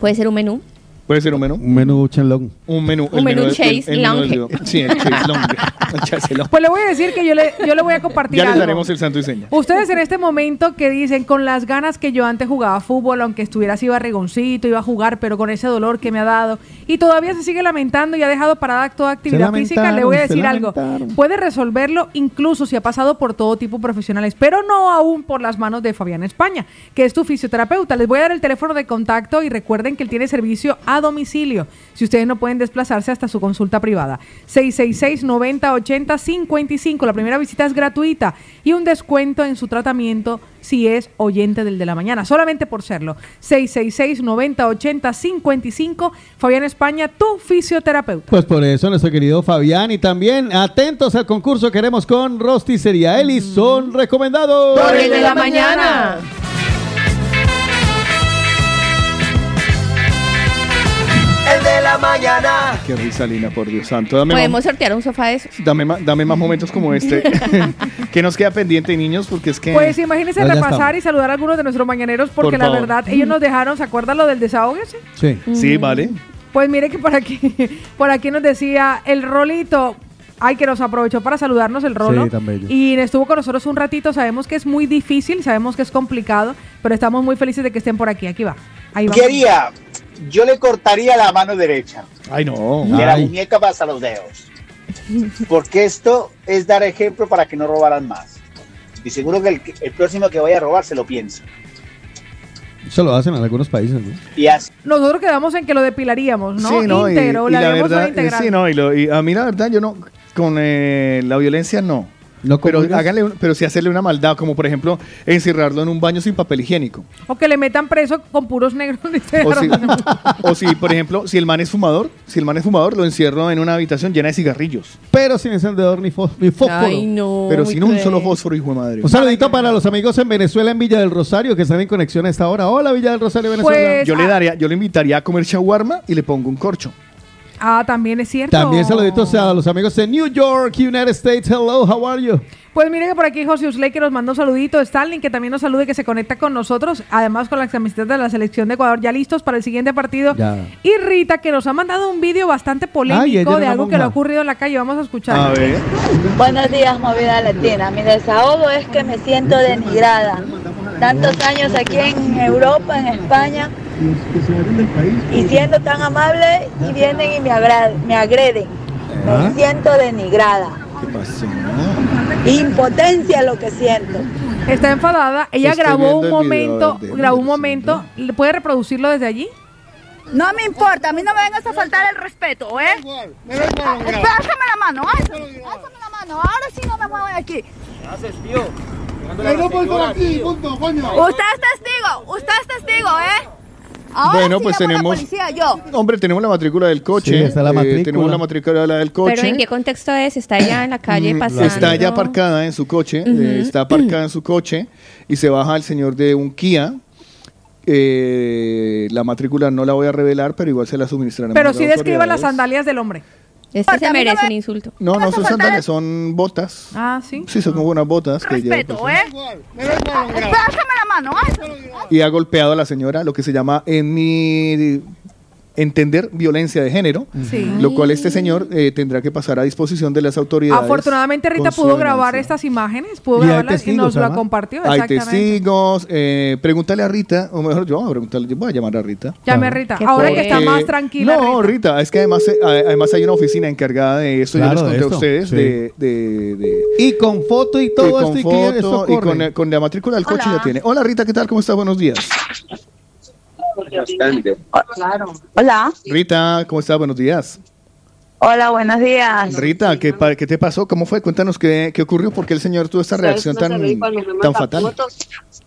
Speaker 10: Puede ser un menú.
Speaker 4: Puede ser un menú.
Speaker 6: Un menú chenlong.
Speaker 4: Un menú.
Speaker 10: Un menú
Speaker 4: del-
Speaker 10: Chase
Speaker 4: el menú del
Speaker 10: Lounge.
Speaker 4: día. Sí, el Chase Lounge. El Chase Lounge.
Speaker 5: Pues le voy a decir que yo le, yo le voy a compartir
Speaker 4: Ya les
Speaker 5: algo.
Speaker 4: daremos el santo y seña.
Speaker 5: Ustedes en este momento que dicen con las ganas que yo antes jugaba fútbol, aunque estuviera así barrigoncito, iba a jugar, pero con ese dolor que me ha dado y todavía se sigue lamentando y ha dejado parada toda actividad física, le voy a
Speaker 6: lamentaron, se
Speaker 5: decir algo.
Speaker 6: lamentaron.
Speaker 5: Puede resolverlo incluso si ha pasado por todo tipo de profesionales, pero no aún por las manos de Fabián España, que es tu fisioterapeuta. Les voy a dar el teléfono de contacto y recuerden que él tiene servicio a domicilio, si ustedes no pueden desplazarse hasta su consulta privada. 666-9080-55. La primera visita es gratuita y un descuento en su tratamiento si es oyente del de la mañana, solamente por serlo. 666-9080-55. Fabián España, tu fisioterapeuta.
Speaker 6: Pues por eso, nuestro querido Fabián. Y también atentos al concurso que haremos con Rosticería Eli.
Speaker 10: Mm.
Speaker 6: Son recomendados.
Speaker 3: El de la mañana.
Speaker 4: Qué risa, Lina, por Dios santo. Dame,
Speaker 10: Podemos
Speaker 4: más,
Speaker 10: sortear un sofá de esos.
Speaker 4: dame, ma- dame más momentos como este. que nos queda pendiente, niños, porque es que...
Speaker 5: Pues imagínense
Speaker 4: No, ya
Speaker 5: repasar
Speaker 4: estamos.
Speaker 5: y saludar a algunos de nuestros mañaneros porque
Speaker 4: Por
Speaker 5: la
Speaker 4: favor.
Speaker 5: verdad ellos nos dejaron, ¿se acuerdan lo del desahógese?
Speaker 6: Sí.
Speaker 4: Sí, vale.
Speaker 5: Pues mire que por aquí, por aquí nos decía el rolito. Ay, que nos aprovechó para saludarnos el rolo.
Speaker 6: Sí, tan bello.
Speaker 5: Y estuvo con nosotros un ratito. Sabemos que es muy difícil, sabemos que es complicado, pero estamos muy felices de que estén por aquí. Aquí va. Ahí va.
Speaker 23: Quería, yo le cortaría la mano derecha
Speaker 4: Ay, no.
Speaker 23: de la
Speaker 4: Ay.
Speaker 23: muñeca pasa los dedos. Porque esto es dar ejemplo para que no robaran más. Y seguro que el, el próximo que vaya a robar se lo piensa.
Speaker 6: Eso lo hacen en algunos países, ¿no?
Speaker 23: Y así.
Speaker 5: Nosotros quedamos en que lo depilaríamos, ¿no?
Speaker 4: Sí, no, y-
Speaker 5: Íntegro,
Speaker 4: y
Speaker 5: la
Speaker 4: la
Speaker 5: haríamos
Speaker 4: verdad, eh,
Speaker 5: una integral.
Speaker 4: sí, no, y, lo- y a mí la verdad yo no, con eh, la violencia no. pero
Speaker 6: comulgas.
Speaker 4: háganle, un- pero sí hacerle una maldad, como por ejemplo encerrarlo en un baño sin papel higiénico.
Speaker 5: O que le metan preso con puros negros. dice
Speaker 4: O si,
Speaker 5: Aaron.
Speaker 4: o si, por ejemplo, si el man es fumador, si el man es fumador, lo encierro en una habitación llena de cigarrillos.
Speaker 6: Pero sin encendedor ni, fó- ni fósforo.
Speaker 4: Ay,
Speaker 10: no.
Speaker 4: pero sin un solo fósforo, hijo de madre.
Speaker 6: Un saludito para los amigos en Venezuela, en Villa del Rosario, que están en conexión a esta hora. Hola, Villa del Rosario, Venezuela.
Speaker 5: Pues,
Speaker 10: ah.
Speaker 4: yo le daría, yo le invitaría a comer shawarma y le pongo un corcho.
Speaker 5: Ah, también es cierto.
Speaker 6: También saluditos a los amigos en New York, United States. Hello, how are you?
Speaker 5: Pues miren que por aquí José Usley que nos mandó un saludito, Stalin que también nos salude, que se conecta con nosotros, además con las camisetas de la selección de Ecuador, ya listos para el siguiente partido.
Speaker 6: Ya.
Speaker 5: Y Rita que nos ha mandado un vídeo bastante
Speaker 6: Ay, ella
Speaker 5: polémico
Speaker 6: era
Speaker 5: de
Speaker 6: una
Speaker 5: algo que le ha
Speaker 6: monja.
Speaker 5: ocurrido en la calle, vamos a escuchar.
Speaker 4: A ver.
Speaker 31: Buenos días, movida latina. Mi desahogo es que me siento denigrada. Tantos años aquí en Europa, en España, y siendo tan amable, y vienen y me, agra- me agreden.
Speaker 4: Ah.
Speaker 31: Me siento denigrada.
Speaker 4: ¿Qué pasó?
Speaker 31: Impotencia lo que siento.
Speaker 5: Está enfadada, ella
Speaker 31: Estoy viendo
Speaker 5: grabó un
Speaker 31: el
Speaker 5: momento,
Speaker 31: video de-
Speaker 5: grabó un momento, ¿le ¿puede reproducirlo desde allí?
Speaker 1: No me importa, a mí no me vengas a faltar el respeto, ¿eh? Me da igual, me la mano, álzame, álzame la mano, ahora sí no me muevo de aquí.
Speaker 32: haces, tío?
Speaker 4: pues,
Speaker 1: Usted es testigo, usted es testigo, ¿eh? Ahora
Speaker 4: Bueno,
Speaker 1: sí
Speaker 4: pues
Speaker 1: llamo a
Speaker 4: tenemos-
Speaker 1: la policía, yo.
Speaker 4: Hombre, tenemos la matrícula del coche.
Speaker 6: Sí, está la
Speaker 4: eh,
Speaker 6: matrícula.
Speaker 4: tenemos la matrícula del coche. Mm,
Speaker 10: Pero ¿en qué contexto es? Está allá en la calle pasando.
Speaker 4: Está ya aparcada en su coche, eh,
Speaker 10: Ujú.
Speaker 4: está aparcada en su coche y se baja el señor de un Kia. Eh, la matrícula no la voy a revelar, pero igual se la suministrarán.
Speaker 5: Pero
Speaker 4: las
Speaker 5: sí describa las
Speaker 4: autoridades.
Speaker 5: sandalias del hombre.
Speaker 10: Este
Speaker 31: se merece un
Speaker 10: insulto.
Speaker 4: No, no son sandalias, son botas.
Speaker 5: Ah, sí.
Speaker 4: Sí, son como unas botas que lleva
Speaker 1: Respeto, ¿eh?
Speaker 31: ¿eh?
Speaker 1: Álzame la mano, álzame.
Speaker 5: eh.
Speaker 4: y ha golpeado a la señora, lo que se llama en mi entender violencia de género,
Speaker 5: Sí.
Speaker 4: lo cual este señor eh, tendrá que pasar a disposición de las autoridades.
Speaker 5: Afortunadamente Rita
Speaker 4: con su
Speaker 5: pudo
Speaker 4: venganza.
Speaker 5: grabar estas imágenes, pudo
Speaker 4: Y hay
Speaker 5: grabarlas y
Speaker 4: testigos,
Speaker 5: nos la
Speaker 4: además.
Speaker 5: compartió,
Speaker 4: Hay
Speaker 5: exactamente.
Speaker 4: testigos, eh, pregúntale a Rita, o mejor yo voy a preguntarle, yo voy a llamar a Rita.
Speaker 5: Llame a Rita, ahora que está
Speaker 4: Porque-
Speaker 5: más tranquila.
Speaker 4: No, Rita. es que además, eh, a- además hay una oficina encargada de esto,
Speaker 6: Claro,
Speaker 4: yo
Speaker 6: de
Speaker 4: les conté
Speaker 6: esto,
Speaker 4: a ustedes,
Speaker 6: sí.
Speaker 4: de, de- de-
Speaker 6: Y con foto y
Speaker 4: y
Speaker 6: todo
Speaker 4: con
Speaker 6: esto y que esto
Speaker 4: foto, y
Speaker 6: corre.
Speaker 4: con, eh, con la matrícula del coche
Speaker 6: Hola.
Speaker 4: ya tiene. Hola Rita, ¿qué tal? ¿Cómo estás? Buenos días.
Speaker 31: Claro. Hola.
Speaker 4: Rita, ¿cómo estás? Buenos días.
Speaker 31: Hola, buenos días.
Speaker 4: Rita, ¿qué, pa- qué te pasó? ¿Cómo fue? Cuéntanos qué, qué ocurrió, por qué el señor tuvo
Speaker 31: Pues,
Speaker 4: esta reacción tan, tan fatal.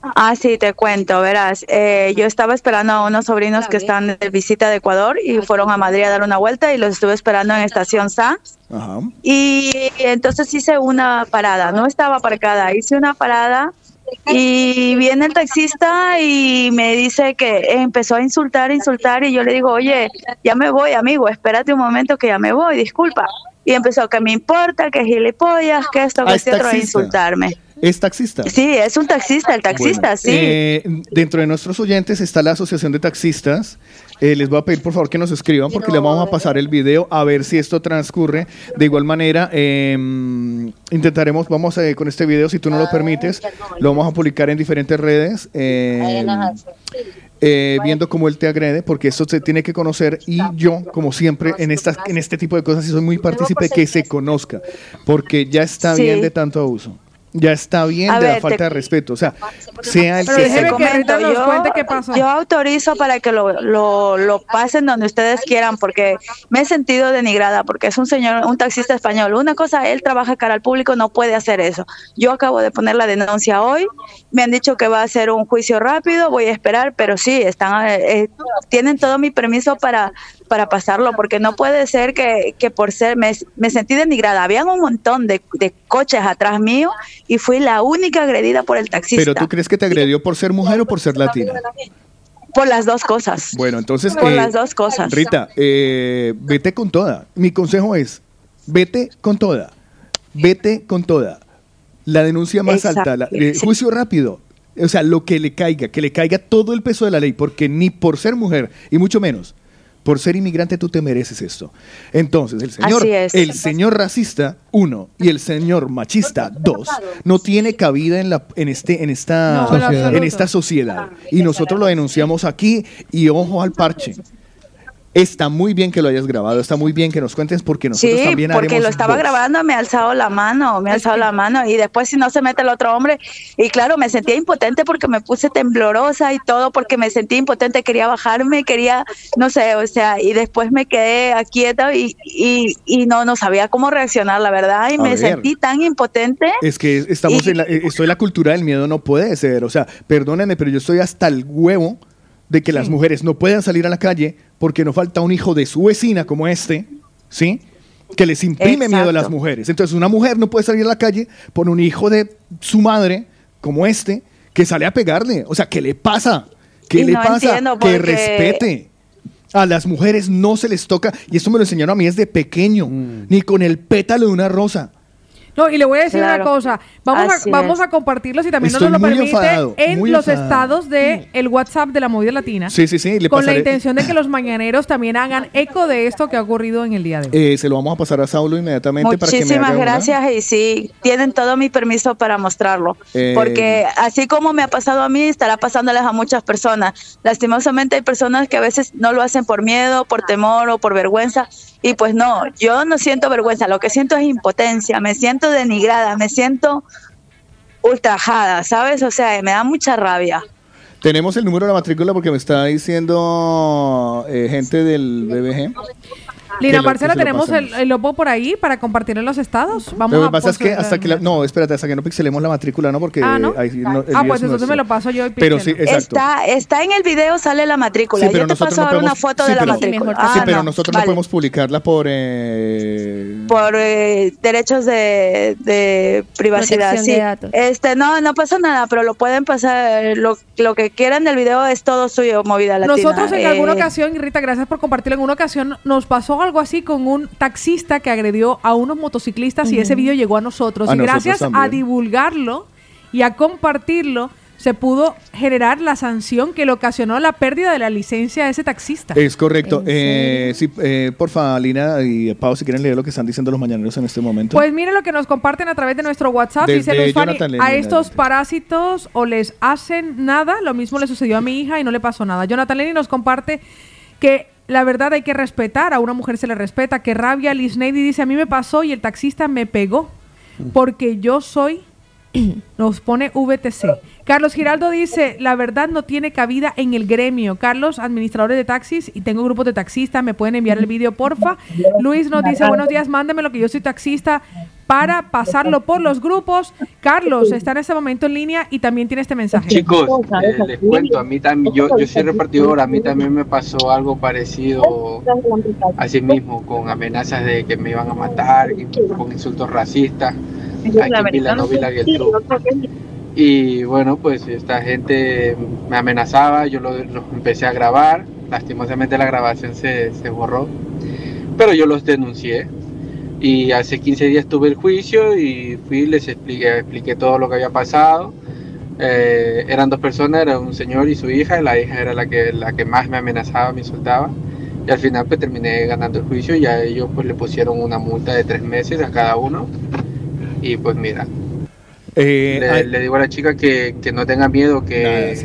Speaker 31: Ah, sí, te cuento, verás. eh, yo estaba esperando a unos sobrinos que están de visita de Ecuador y fueron a Madrid a dar una vuelta y los estuve esperando en Estación Sa.
Speaker 4: Ajá.
Speaker 31: Y entonces hice una parada, no estaba aparcada, hice una parada y viene el taxista y me dice que empezó a insultar, insultar y yo le digo, oye, ya me voy, amigo, espérate un momento que ya me voy, disculpa. Y empezó que me importa, que gilipollas, que esto, que
Speaker 4: Ah, es
Speaker 31: este otro, a
Speaker 4: taxista.
Speaker 31: insultarme.
Speaker 4: ¿Es taxista?
Speaker 31: Sí, es un taxista, el taxista,
Speaker 4: Bueno,
Speaker 31: sí.
Speaker 4: eh, dentro de nuestros oyentes está la Asociación de Taxistas. Eh, les voy a pedir por favor que nos escriban porque les vamos a pasar el video a ver si esto transcurre. De igual manera, eh, intentaremos, vamos a, con este video, si tú no lo permites, lo vamos a publicar en diferentes redes. eh, eh, viendo cómo él te agrede, porque eso se tiene que conocer y yo, como siempre, en, estas, en este tipo de cosas, sí soy muy partícipe que se conozca, porque ya está
Speaker 31: Sí.
Speaker 4: bien de tanto abuso, ya está bien
Speaker 31: A
Speaker 4: de la
Speaker 31: ver,
Speaker 4: falta
Speaker 31: te-
Speaker 4: de respeto, o sea, sea el
Speaker 31: Pero
Speaker 4: que
Speaker 31: déjeme
Speaker 4: sea.
Speaker 31: que Rita nos cuente qué pasó. Yo autorizo para que lo, lo, lo pasen donde ustedes quieran, porque me he sentido denigrada, porque es un señor, un taxista español. Una cosa, él trabaja cara al público, no puede hacer eso. Yo acabo de poner la denuncia hoy, me han dicho que va a ser un juicio rápido, voy a esperar, pero sí, están, eh, eh, tienen todo mi permiso para para pasarlo, porque no puede ser que, que por ser, me, me sentí denigrada. Habían un montón de, de coches atrás mío y fui la única agredida por el taxista.
Speaker 4: Pero tú crees que te agredió por ser mujer o por ser latina.
Speaker 31: Por las dos cosas.
Speaker 4: Bueno, entonces...
Speaker 31: Por
Speaker 4: eh,
Speaker 31: las dos cosas.
Speaker 4: Rita, eh, vete con toda. Mi consejo es, vete con toda. Vete con toda. La denuncia más
Speaker 31: Exacto.
Speaker 4: alta, la- eh,
Speaker 31: Sí.
Speaker 4: juicio rápido. O sea, lo que le caiga, que le caiga todo el peso de la ley, porque ni por ser mujer, y mucho menos por ser inmigrante, tú te mereces esto. Entonces, el señor,
Speaker 31: Así es.
Speaker 4: el señor racista, uno, y el señor machista, dos, no tiene cabida en, la, en, este, en, esta,
Speaker 6: No, en absoluto.
Speaker 4: en esta sociedad. Y nosotros lo denunciamos aquí, y ojo al parche. Está muy bien que lo hayas grabado, está muy bien que nos cuentes porque nosotros
Speaker 31: Sí,
Speaker 4: también
Speaker 31: porque
Speaker 4: haremos
Speaker 31: lo estaba
Speaker 4: voz.
Speaker 31: grabando, me ha alzado la mano, me ha alzado la mano y después si no se mete el otro hombre y claro, me sentía impotente porque me puse temblorosa y todo porque me sentía impotente, quería bajarme, quería, no sé, o sea, y después me quedé quieta y, y, y no, no sabía cómo reaccionar, la verdad, y
Speaker 4: A
Speaker 31: me
Speaker 4: ver.
Speaker 31: sentí tan impotente.
Speaker 4: Es que estamos
Speaker 31: Y-
Speaker 4: en la, eh, esto de la cultura del miedo no puede ser. O sea, perdónenme, pero yo estoy hasta el huevo de que las mujeres no puedan salir a la calle porque no falta un hijo de su vecina como este, ¿sí? Que les imprime miedo a las
Speaker 31: Exacto.
Speaker 4: mujeres. Entonces, una mujer no puede salir a la calle por un hijo de su madre como este que sale a pegarle. O sea, ¿qué le pasa? ¿Qué
Speaker 31: Y
Speaker 4: le
Speaker 31: no
Speaker 4: pasa?
Speaker 31: entiendo
Speaker 4: Que
Speaker 31: porque-
Speaker 4: respete. A las mujeres no se les toca, y esto me lo enseñaron a mí desde pequeño,
Speaker 31: Mm.
Speaker 4: ni con el pétalo de una rosa.
Speaker 5: No, y le voy a decir
Speaker 4: Claro.
Speaker 5: una cosa. Vamos
Speaker 4: Así
Speaker 5: a, vamos
Speaker 4: es.
Speaker 5: a compartirlo, si también
Speaker 4: Estoy
Speaker 5: nos lo
Speaker 4: muy
Speaker 5: permite,
Speaker 4: enfadado,
Speaker 5: en
Speaker 4: muy
Speaker 5: los
Speaker 4: enfadado.
Speaker 5: estados de el WhatsApp de la movida latina.
Speaker 4: Sí, sí, sí. Le
Speaker 5: con la
Speaker 4: pasaré-
Speaker 5: intención de que los mañaneros también hagan eco de esto que ha ocurrido en el día de hoy.
Speaker 4: Eh, se lo vamos a pasar a Saulo inmediatamente para que me
Speaker 31: Muchísimas
Speaker 4: haga una.
Speaker 31: gracias y sí, tienen todo mi permiso para mostrarlo,
Speaker 4: Eh,
Speaker 31: porque así como me ha pasado a mí, estará pasándoles a muchas personas. Lastimosamente hay personas que a veces no lo hacen por miedo, por temor o por vergüenza, y pues no, yo no siento vergüenza, lo que siento es impotencia, me siento denigrada, me siento ultrajada, ¿sabes? O sea, me da mucha rabia.
Speaker 4: Tenemos el número de la matrícula porque me está diciendo eh, gente del BBG.
Speaker 5: Lina
Speaker 4: que lo-
Speaker 5: Marcela,
Speaker 4: que se lo
Speaker 5: tenemos el,
Speaker 4: pasemos.
Speaker 5: el lobo por ahí para compartir en los estados. Vamos
Speaker 4: Lo
Speaker 5: a
Speaker 4: que pasa es que
Speaker 5: postear-
Speaker 4: hasta que la- no, espérate, hasta que no pixelemos la matrícula, ¿no? Porque
Speaker 31: Ah, ¿no?
Speaker 4: ahí no- el
Speaker 5: Ah,
Speaker 4: día
Speaker 5: pues
Speaker 4: es nuestro.
Speaker 5: entonces me lo paso yo y
Speaker 4: Pero sí,
Speaker 5: Cristiano.
Speaker 4: exacto.
Speaker 31: Está, está en el video, sale la matrícula.
Speaker 4: Sí, pero
Speaker 31: yo te
Speaker 4: nosotros
Speaker 31: paso
Speaker 4: no
Speaker 31: ahora una
Speaker 4: podemos-
Speaker 31: foto
Speaker 4: sí,
Speaker 31: de la
Speaker 4: pero-
Speaker 31: matrícula.
Speaker 4: sí,
Speaker 31: Ah,
Speaker 4: pero
Speaker 31: no,
Speaker 4: nosotros
Speaker 31: vale.
Speaker 4: no podemos publicarla por. eh,
Speaker 31: por eh, derechos de, de privacidad.
Speaker 33: Protección
Speaker 31: Sí.
Speaker 33: de datos.
Speaker 31: Este, no, no pasa nada, pero lo pueden pasar, lo, lo que quieran del video es todo suyo, movida latina.
Speaker 5: Nosotros en alguna
Speaker 31: Eh,
Speaker 5: ocasión, y Rita, gracias por compartirlo, en una ocasión nos pasó algo así con un taxista que agredió a unos motociclistas y ese video llegó a nosotros.
Speaker 31: A
Speaker 5: y
Speaker 31: nosotros
Speaker 5: gracias a
Speaker 31: también.
Speaker 5: divulgarlo y a compartirlo, se pudo generar la sanción que le ocasionó la pérdida de la licencia de ese taxista.
Speaker 4: Es correcto. Eh, sí, eh, porfa, Lina y Pau, si quieren leer lo que están diciendo los mañaneros en este momento.
Speaker 5: Pues miren lo que nos comparten a través de nuestro WhatsApp.
Speaker 4: Desde
Speaker 5: Dice Luis Fanny,
Speaker 4: Jonathan Lenin,
Speaker 5: a estos parásitos o les hacen nada. Lo mismo le sucedió a mi hija y no le pasó nada. Jonathan Lenny nos comparte que la verdad hay que respetar. A una mujer se le respeta. Que rabia. Liz Nady dice, a mí me pasó y el taxista me pegó porque yo soy Nos pone VTC. Carlos Giraldo dice, la verdad no tiene cabida en el gremio. Carlos, administradores de taxis, y tengo grupos de taxistas, me pueden enviar el vídeo, porfa. Luis nos dice, buenos días, mándamelo que yo soy taxista para pasarlo por los grupos. Carlos, está en este momento en línea y también tiene este mensaje.
Speaker 17: Chicos, eh, les cuento, a mí también, yo, yo soy repartidor, a mí también me pasó algo parecido así mismo, con amenazas de que me iban a matar, y con insultos racistas, aquí en Villanovila y el truco. Y bueno, pues esta gente me amenazaba, yo lo- los empecé a grabar, lastimosamente la grabación se, se borró, pero yo los denuncié. Y hace 15 días tuve el juicio y fui, les expliqué, expliqué todo lo que había pasado. Eh, eran dos personas, era un señor y su hija, la hija era la que, la que más me amenazaba, me insultaba. Y al final pues terminé ganando el juicio y a ellos pues le pusieron una multa de tres meses a cada uno. Y pues mira,
Speaker 4: Eh,
Speaker 17: le, le digo a la chica que, que no tenga miedo, que,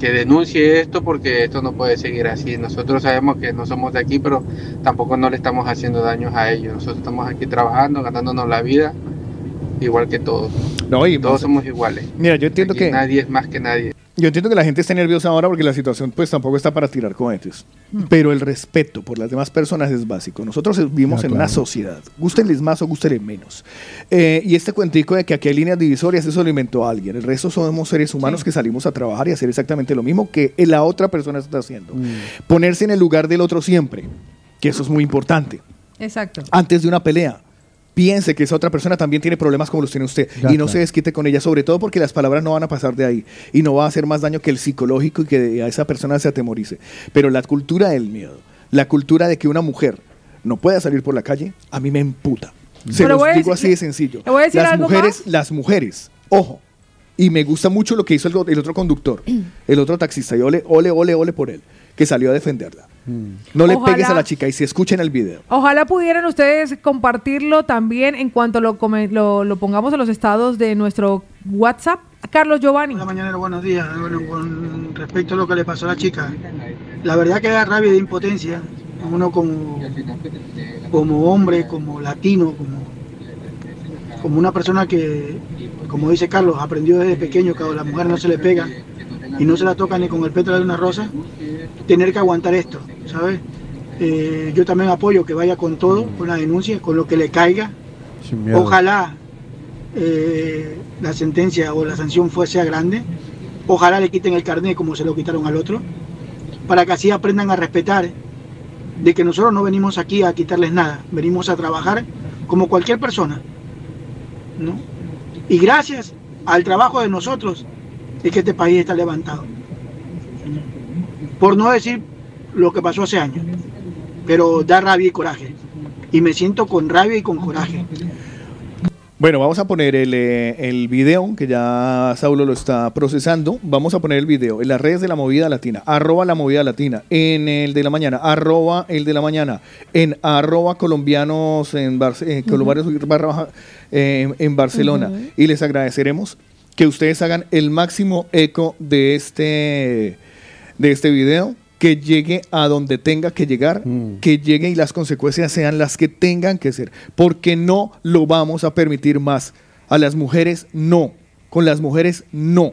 Speaker 17: que denuncie esto porque esto no puede seguir así. Nosotros sabemos que no somos de aquí, pero tampoco no le estamos haciendo daños a ellos. Nosotros estamos aquí trabajando, ganándonos la vida, igual que todos.
Speaker 4: No, y
Speaker 17: todos somos iguales.
Speaker 4: Mira, yo entiendo
Speaker 17: Aquí
Speaker 4: que...
Speaker 17: Nadie es más que nadie.
Speaker 4: Yo entiendo que la gente está nerviosa ahora porque la situación pues tampoco está para tirar cohetes. Pero el respeto por las demás personas es básico. Nosotros vivimos
Speaker 6: Ah,
Speaker 4: en
Speaker 6: claro.
Speaker 4: una sociedad. Gústenles más o gústenles menos. Eh, y este cuentico de que aquí hay líneas divisorias, eso lo inventó alguien. El resto somos seres humanos que salimos a trabajar y hacer exactamente lo mismo que la otra persona está haciendo.
Speaker 5: Mm.
Speaker 4: Ponerse en el lugar del otro siempre, que eso es muy importante
Speaker 5: Exacto.
Speaker 4: antes de una pelea. Piense que esa otra persona también tiene problemas como los tiene usted y no
Speaker 6: claro.
Speaker 4: se desquite con ella, sobre todo porque las palabras no van a pasar de ahí y no va a hacer más daño que el psicológico y que a esa persona se atemorice. Pero la cultura del miedo, la cultura de que una mujer no pueda salir por la calle, a mí me emputa. Se
Speaker 5: Pero
Speaker 4: los
Speaker 5: voy a
Speaker 4: digo así
Speaker 5: decir-
Speaker 4: de sencillo.
Speaker 5: le voy a decir
Speaker 4: las
Speaker 5: algo
Speaker 4: mujeres, las mujeres, ojo. Y me gusta mucho lo que hizo el, go- el otro conductor, el otro taxista, y ole, ole, ole, ole por él, que salió a defenderla. No le
Speaker 5: Ojalá-
Speaker 4: pegues a la chica y si escuchen el video.
Speaker 5: Ojalá pudieran ustedes compartirlo también en cuanto lo, come- lo, lo pongamos en los estados de nuestro WhatsApp. Carlos Giovanni.
Speaker 23: Mañanero, buenos días. Bueno, con respecto a lo que le pasó a la chica, la verdad que da rabia de impotencia. a Uno como, como hombre, como latino, como, como una persona que, como dice Carlos, aprendió desde pequeño que a la mujer no se le pega y no se la toca ni con el pétalo de una rosa, tener que aguantar esto, ¿sabes? Eh, yo también apoyo que vaya con todo, con la denuncia, con lo que le caiga,
Speaker 11: Sin miedo.
Speaker 23: Ojalá eh, la sentencia o la sanción fuese grande. Ojalá le quiten el carnet como se lo quitaron al otro. Para que así aprendan a respetar de que nosotros no venimos aquí a quitarles nada. Venimos a trabajar como cualquier persona. ¿no? Y gracias al trabajo de nosotros es que este país está levantado. Por no decir lo que pasó hace años. Pero da rabia y coraje. Y me siento con rabia y con coraje.
Speaker 4: Bueno, vamos a poner el, eh, el video, que ya Saulo lo está procesando. Vamos a poner el video en las redes de la movida latina, arroba la movida latina, en el de la mañana, arroba el de la mañana, en arroba colombianos en, Barce- eh, colombianos barra baja, eh, en Barcelona.
Speaker 6: Ujú.
Speaker 4: Y les agradeceremos que ustedes hagan el máximo eco de este, de este video, que llegue a donde tenga que llegar, que llegue y las consecuencias sean las que tengan que ser, porque no lo vamos a permitir más. A las mujeres no, con las mujeres no.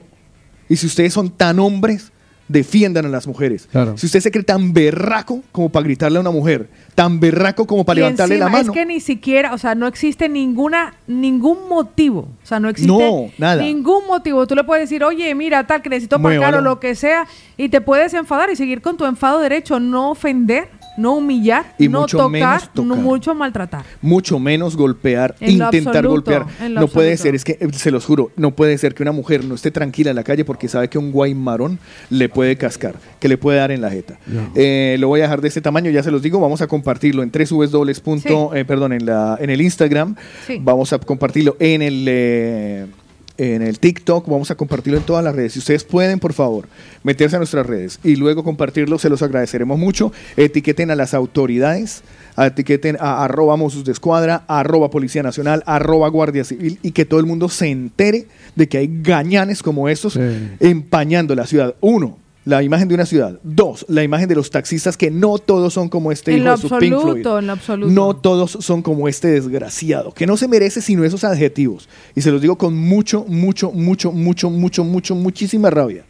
Speaker 4: Y si ustedes son tan hombres, defiendan a las mujeres. Si usted se cree tan berraco como para gritarle a una mujer, tan berraco como para
Speaker 5: Y
Speaker 4: levantarle la
Speaker 5: encima
Speaker 4: mano.
Speaker 5: Es que ni siquiera, o sea, no existe ninguna, ningún motivo. O sea, no existe
Speaker 4: No, nada.
Speaker 5: ningún motivo. Tú le puedes decir, oye, mira, tal, que necesito pagar
Speaker 4: Muévalo.
Speaker 5: o lo que sea, y te puedes enfadar y seguir con tu enfado derecho, no ofender, no humillar,
Speaker 4: Y
Speaker 5: no
Speaker 4: mucho
Speaker 5: tocar,
Speaker 4: menos tocar.
Speaker 5: no mucho maltratar.
Speaker 4: mucho menos golpear,
Speaker 5: En lo
Speaker 4: intentar
Speaker 5: absoluto,
Speaker 4: golpear.
Speaker 5: en lo
Speaker 4: No puede
Speaker 5: absoluto.
Speaker 4: ser, es que eh, se los juro, no puede ser que una mujer no esté tranquila en la calle porque sabe que un guaymarón le puede cascar, que le puede dar en la jeta. Eh, lo voy a dejar de este tamaño, ya se los digo, vamos a compartirlo en tres dobles punto, eh, perdón, en la en el Instagram,
Speaker 5: Sí.
Speaker 4: vamos a compartirlo en el eh, en el TikTok, vamos a compartirlo en todas las redes. Si ustedes pueden, por favor, meterse a nuestras redes y luego compartirlo, se los agradeceremos mucho. Etiqueten a las autoridades, etiqueten a arroba Mossos de Escuadra, arroba Policía Nacional, arroba Guardia Civil y que todo el mundo se entere de que hay gañanes como estos empañando la ciudad. Uno, La imagen de una ciudad. Dos, la imagen de los taxistas que no todos son como este
Speaker 5: en
Speaker 4: hijo de
Speaker 5: lo
Speaker 4: su Pink Floyd.
Speaker 5: absoluto, en lo absoluto.
Speaker 4: No todos son como este desgraciado, que no se merece sino esos adjetivos. Y se los digo con mucho, mucho, mucho, mucho, mucho, mucho, muchísima rabia.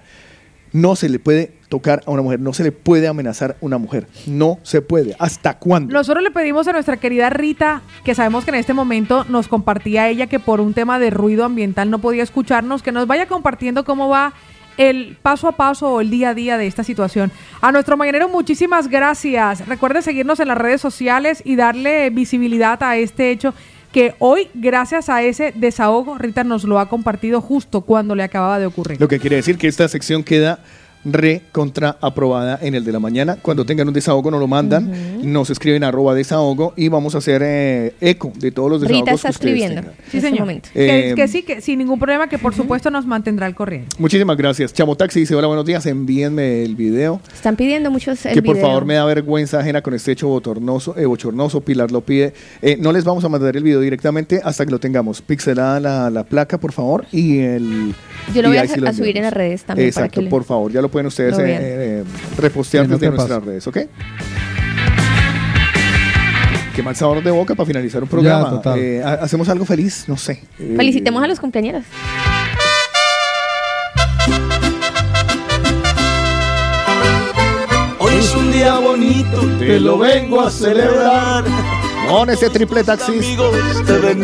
Speaker 4: No se le puede tocar a una mujer, no se le puede amenazar a una mujer. No se puede. ¿Hasta cuándo?
Speaker 5: Nosotros le pedimos a nuestra querida Rita, que sabemos que en este momento nos compartía ella que por un tema de ruido ambiental no podía escucharnos, que nos vaya compartiendo cómo va el paso a paso o el día a día de esta situación. A nuestro mañanero, muchísimas gracias. Recuerde seguirnos en las redes sociales y darle visibilidad a este hecho que hoy, gracias a ese desahogo, Rita nos lo ha compartido justo cuando le acababa de ocurrir.
Speaker 4: Lo que quiere decir que esta sección queda re contra aprobada en el de la mañana. Cuando tengan un desahogo nos lo mandan, nos escriben arroba desahogo y vamos a hacer eh, eco de todos los desahogos
Speaker 10: Rita está
Speaker 4: que ustedes
Speaker 10: escribiendo.
Speaker 4: tengan.
Speaker 10: Sí, señor. momento.
Speaker 5: Que,
Speaker 4: Eh,
Speaker 5: que sí, que sin ningún problema, que por supuesto nos mantendrá al corriente.
Speaker 4: Muchísimas gracias. Chamo Taxi dice, hola, buenos días, envíenme el video.
Speaker 10: Están pidiendo muchos el
Speaker 4: que por
Speaker 10: video.
Speaker 4: favor me da vergüenza ajena con este hecho botornoso, eh, bochornoso. Pilar lo pide. Eh, no les vamos a mandar el video directamente hasta que lo tengamos. Pixelada la, la placa, por favor. Y el.
Speaker 10: Yo lo
Speaker 4: y
Speaker 10: voy a,
Speaker 4: ahí sí lo
Speaker 10: a subir en las
Speaker 4: enviamos.
Speaker 10: redes también. para
Speaker 4: Exacto,
Speaker 10: que le-
Speaker 4: por favor. Ya lo pueden ustedes
Speaker 10: lo
Speaker 4: eh,
Speaker 10: vean.
Speaker 4: eh, repostear
Speaker 6: Que no
Speaker 4: desde
Speaker 6: te
Speaker 4: nuestras
Speaker 6: pase.
Speaker 4: redes, ¿ok? Qué mal sabor de boca para finalizar un
Speaker 6: Ya,
Speaker 4: programa.
Speaker 6: total.
Speaker 4: Eh, ha- Hacemos algo feliz, no sé. Eh,
Speaker 10: Felicitemos a los compañeros.
Speaker 3: Hoy es un día bonito,
Speaker 4: te lo vengo a celebrar. Con ese este triple taxista.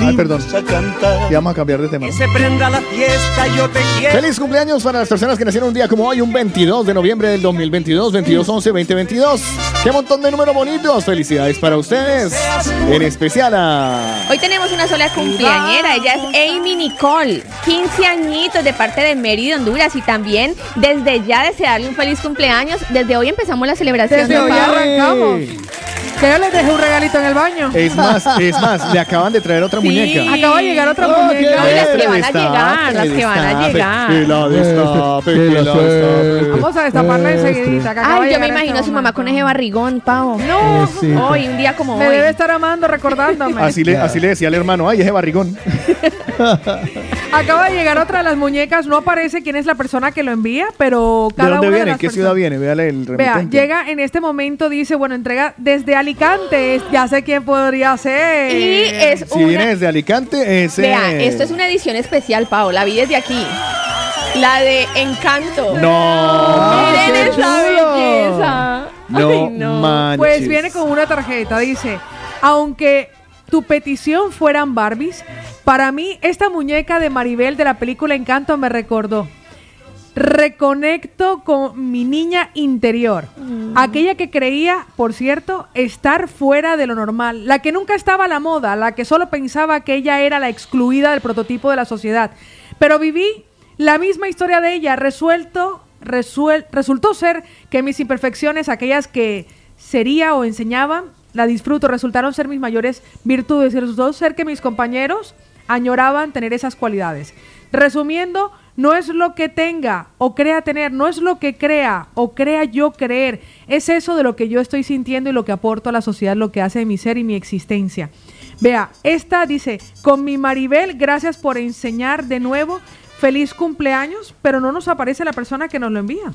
Speaker 4: Ay, perdón. Ya vamos a cambiar de tema.
Speaker 3: se prenda la fiesta, yo te quiero.
Speaker 4: Feliz cumpleaños para las personas que nacieron un día como hoy, un 22 de noviembre del 2022, 22-11-2022. ¡Qué montón de números bonitos! ¡Felicidades para ustedes! En especial a...
Speaker 10: Hoy tenemos una sola cumpleañera, ella es Amy Nicole, 15 añitos de parte de Mérida, Honduras y también desde ya desearle un feliz cumpleaños. Desde hoy empezamos la celebración.
Speaker 5: Desde
Speaker 10: ¿no,
Speaker 5: hoy
Speaker 10: Pau?
Speaker 5: arrancamos. Que yo les dejé un regalito en el baño.
Speaker 4: Es más, es más, le acaban de traer otra
Speaker 5: Sí.
Speaker 4: muñeca.
Speaker 5: Acaba de llegar
Speaker 10: Oh,
Speaker 5: otra
Speaker 4: Ah,
Speaker 5: muñeca.
Speaker 4: qué
Speaker 5: No, y las que
Speaker 4: bien.
Speaker 5: van a
Speaker 4: Destape,
Speaker 5: llegar, las que van a
Speaker 4: destape,
Speaker 5: llegar.
Speaker 4: Que la destape,
Speaker 6: Que
Speaker 4: que
Speaker 6: la
Speaker 4: la destape.
Speaker 5: Vamos a destaparla
Speaker 4: Este.
Speaker 5: enseguidita. que acaba
Speaker 10: Ay,
Speaker 5: de
Speaker 10: yo me
Speaker 5: llegar este
Speaker 10: imagino a su mamá con ese barrigón, Pavo.
Speaker 5: No,
Speaker 4: Eh, sí.
Speaker 10: hoy, un día como
Speaker 5: Me
Speaker 10: hoy.
Speaker 5: debe estar amando, recordándome.
Speaker 4: Así le, así le decía al hermano, ay, ese barrigón.
Speaker 5: Acaba de llegar otra de las muñecas. No aparece quién es la persona que lo envía, pero
Speaker 4: ¿De
Speaker 5: cada
Speaker 4: dónde
Speaker 5: una de
Speaker 4: viene?
Speaker 5: las
Speaker 4: ¿Qué ciudad viene? Véale el
Speaker 5: personas- Vea,
Speaker 4: remitente.
Speaker 5: llega en este momento, dice, bueno, entrega desde Alicante. Es- Ya sé quién podría ser.
Speaker 10: Y es
Speaker 4: Si viene desde Alicante, es...
Speaker 10: Vea,
Speaker 4: eh,
Speaker 10: esto es una edición especial, Pau. La vi desde aquí. La de Encanto.
Speaker 4: No.
Speaker 10: Miren
Speaker 5: ¡Qué
Speaker 10: esa
Speaker 5: chulo!
Speaker 10: belleza.
Speaker 4: No,
Speaker 10: Ay,
Speaker 4: manches.
Speaker 5: Pues viene con una tarjeta, dice, aunque tu petición fueran Barbies, para mí esta muñeca de Maribel de la película Encanto me recordó. Reconecto con mi niña interior, aquella que creía, por cierto, estar fuera de lo normal, la que nunca estaba a la moda, la que solo pensaba que ella era la excluida del prototipo de la sociedad. Pero viví la misma historia de ella, resuelto, resuel- resultó ser que mis imperfecciones, aquellas que sería o enseñaba, la disfruto, resultaron ser mis mayores virtudes y resultó ser que mis compañeros añoraban tener esas cualidades. Resumiendo, no es lo que tenga o crea tener, no es lo que crea o crea yo creer, es eso de lo que yo estoy sintiendo y lo que aporto a la sociedad, lo que hace de mi ser y mi existencia. Vea, esta dice, con mi Maribel, gracias por enseñar de nuevo, feliz cumpleaños, pero no nos aparece la persona que nos lo envía.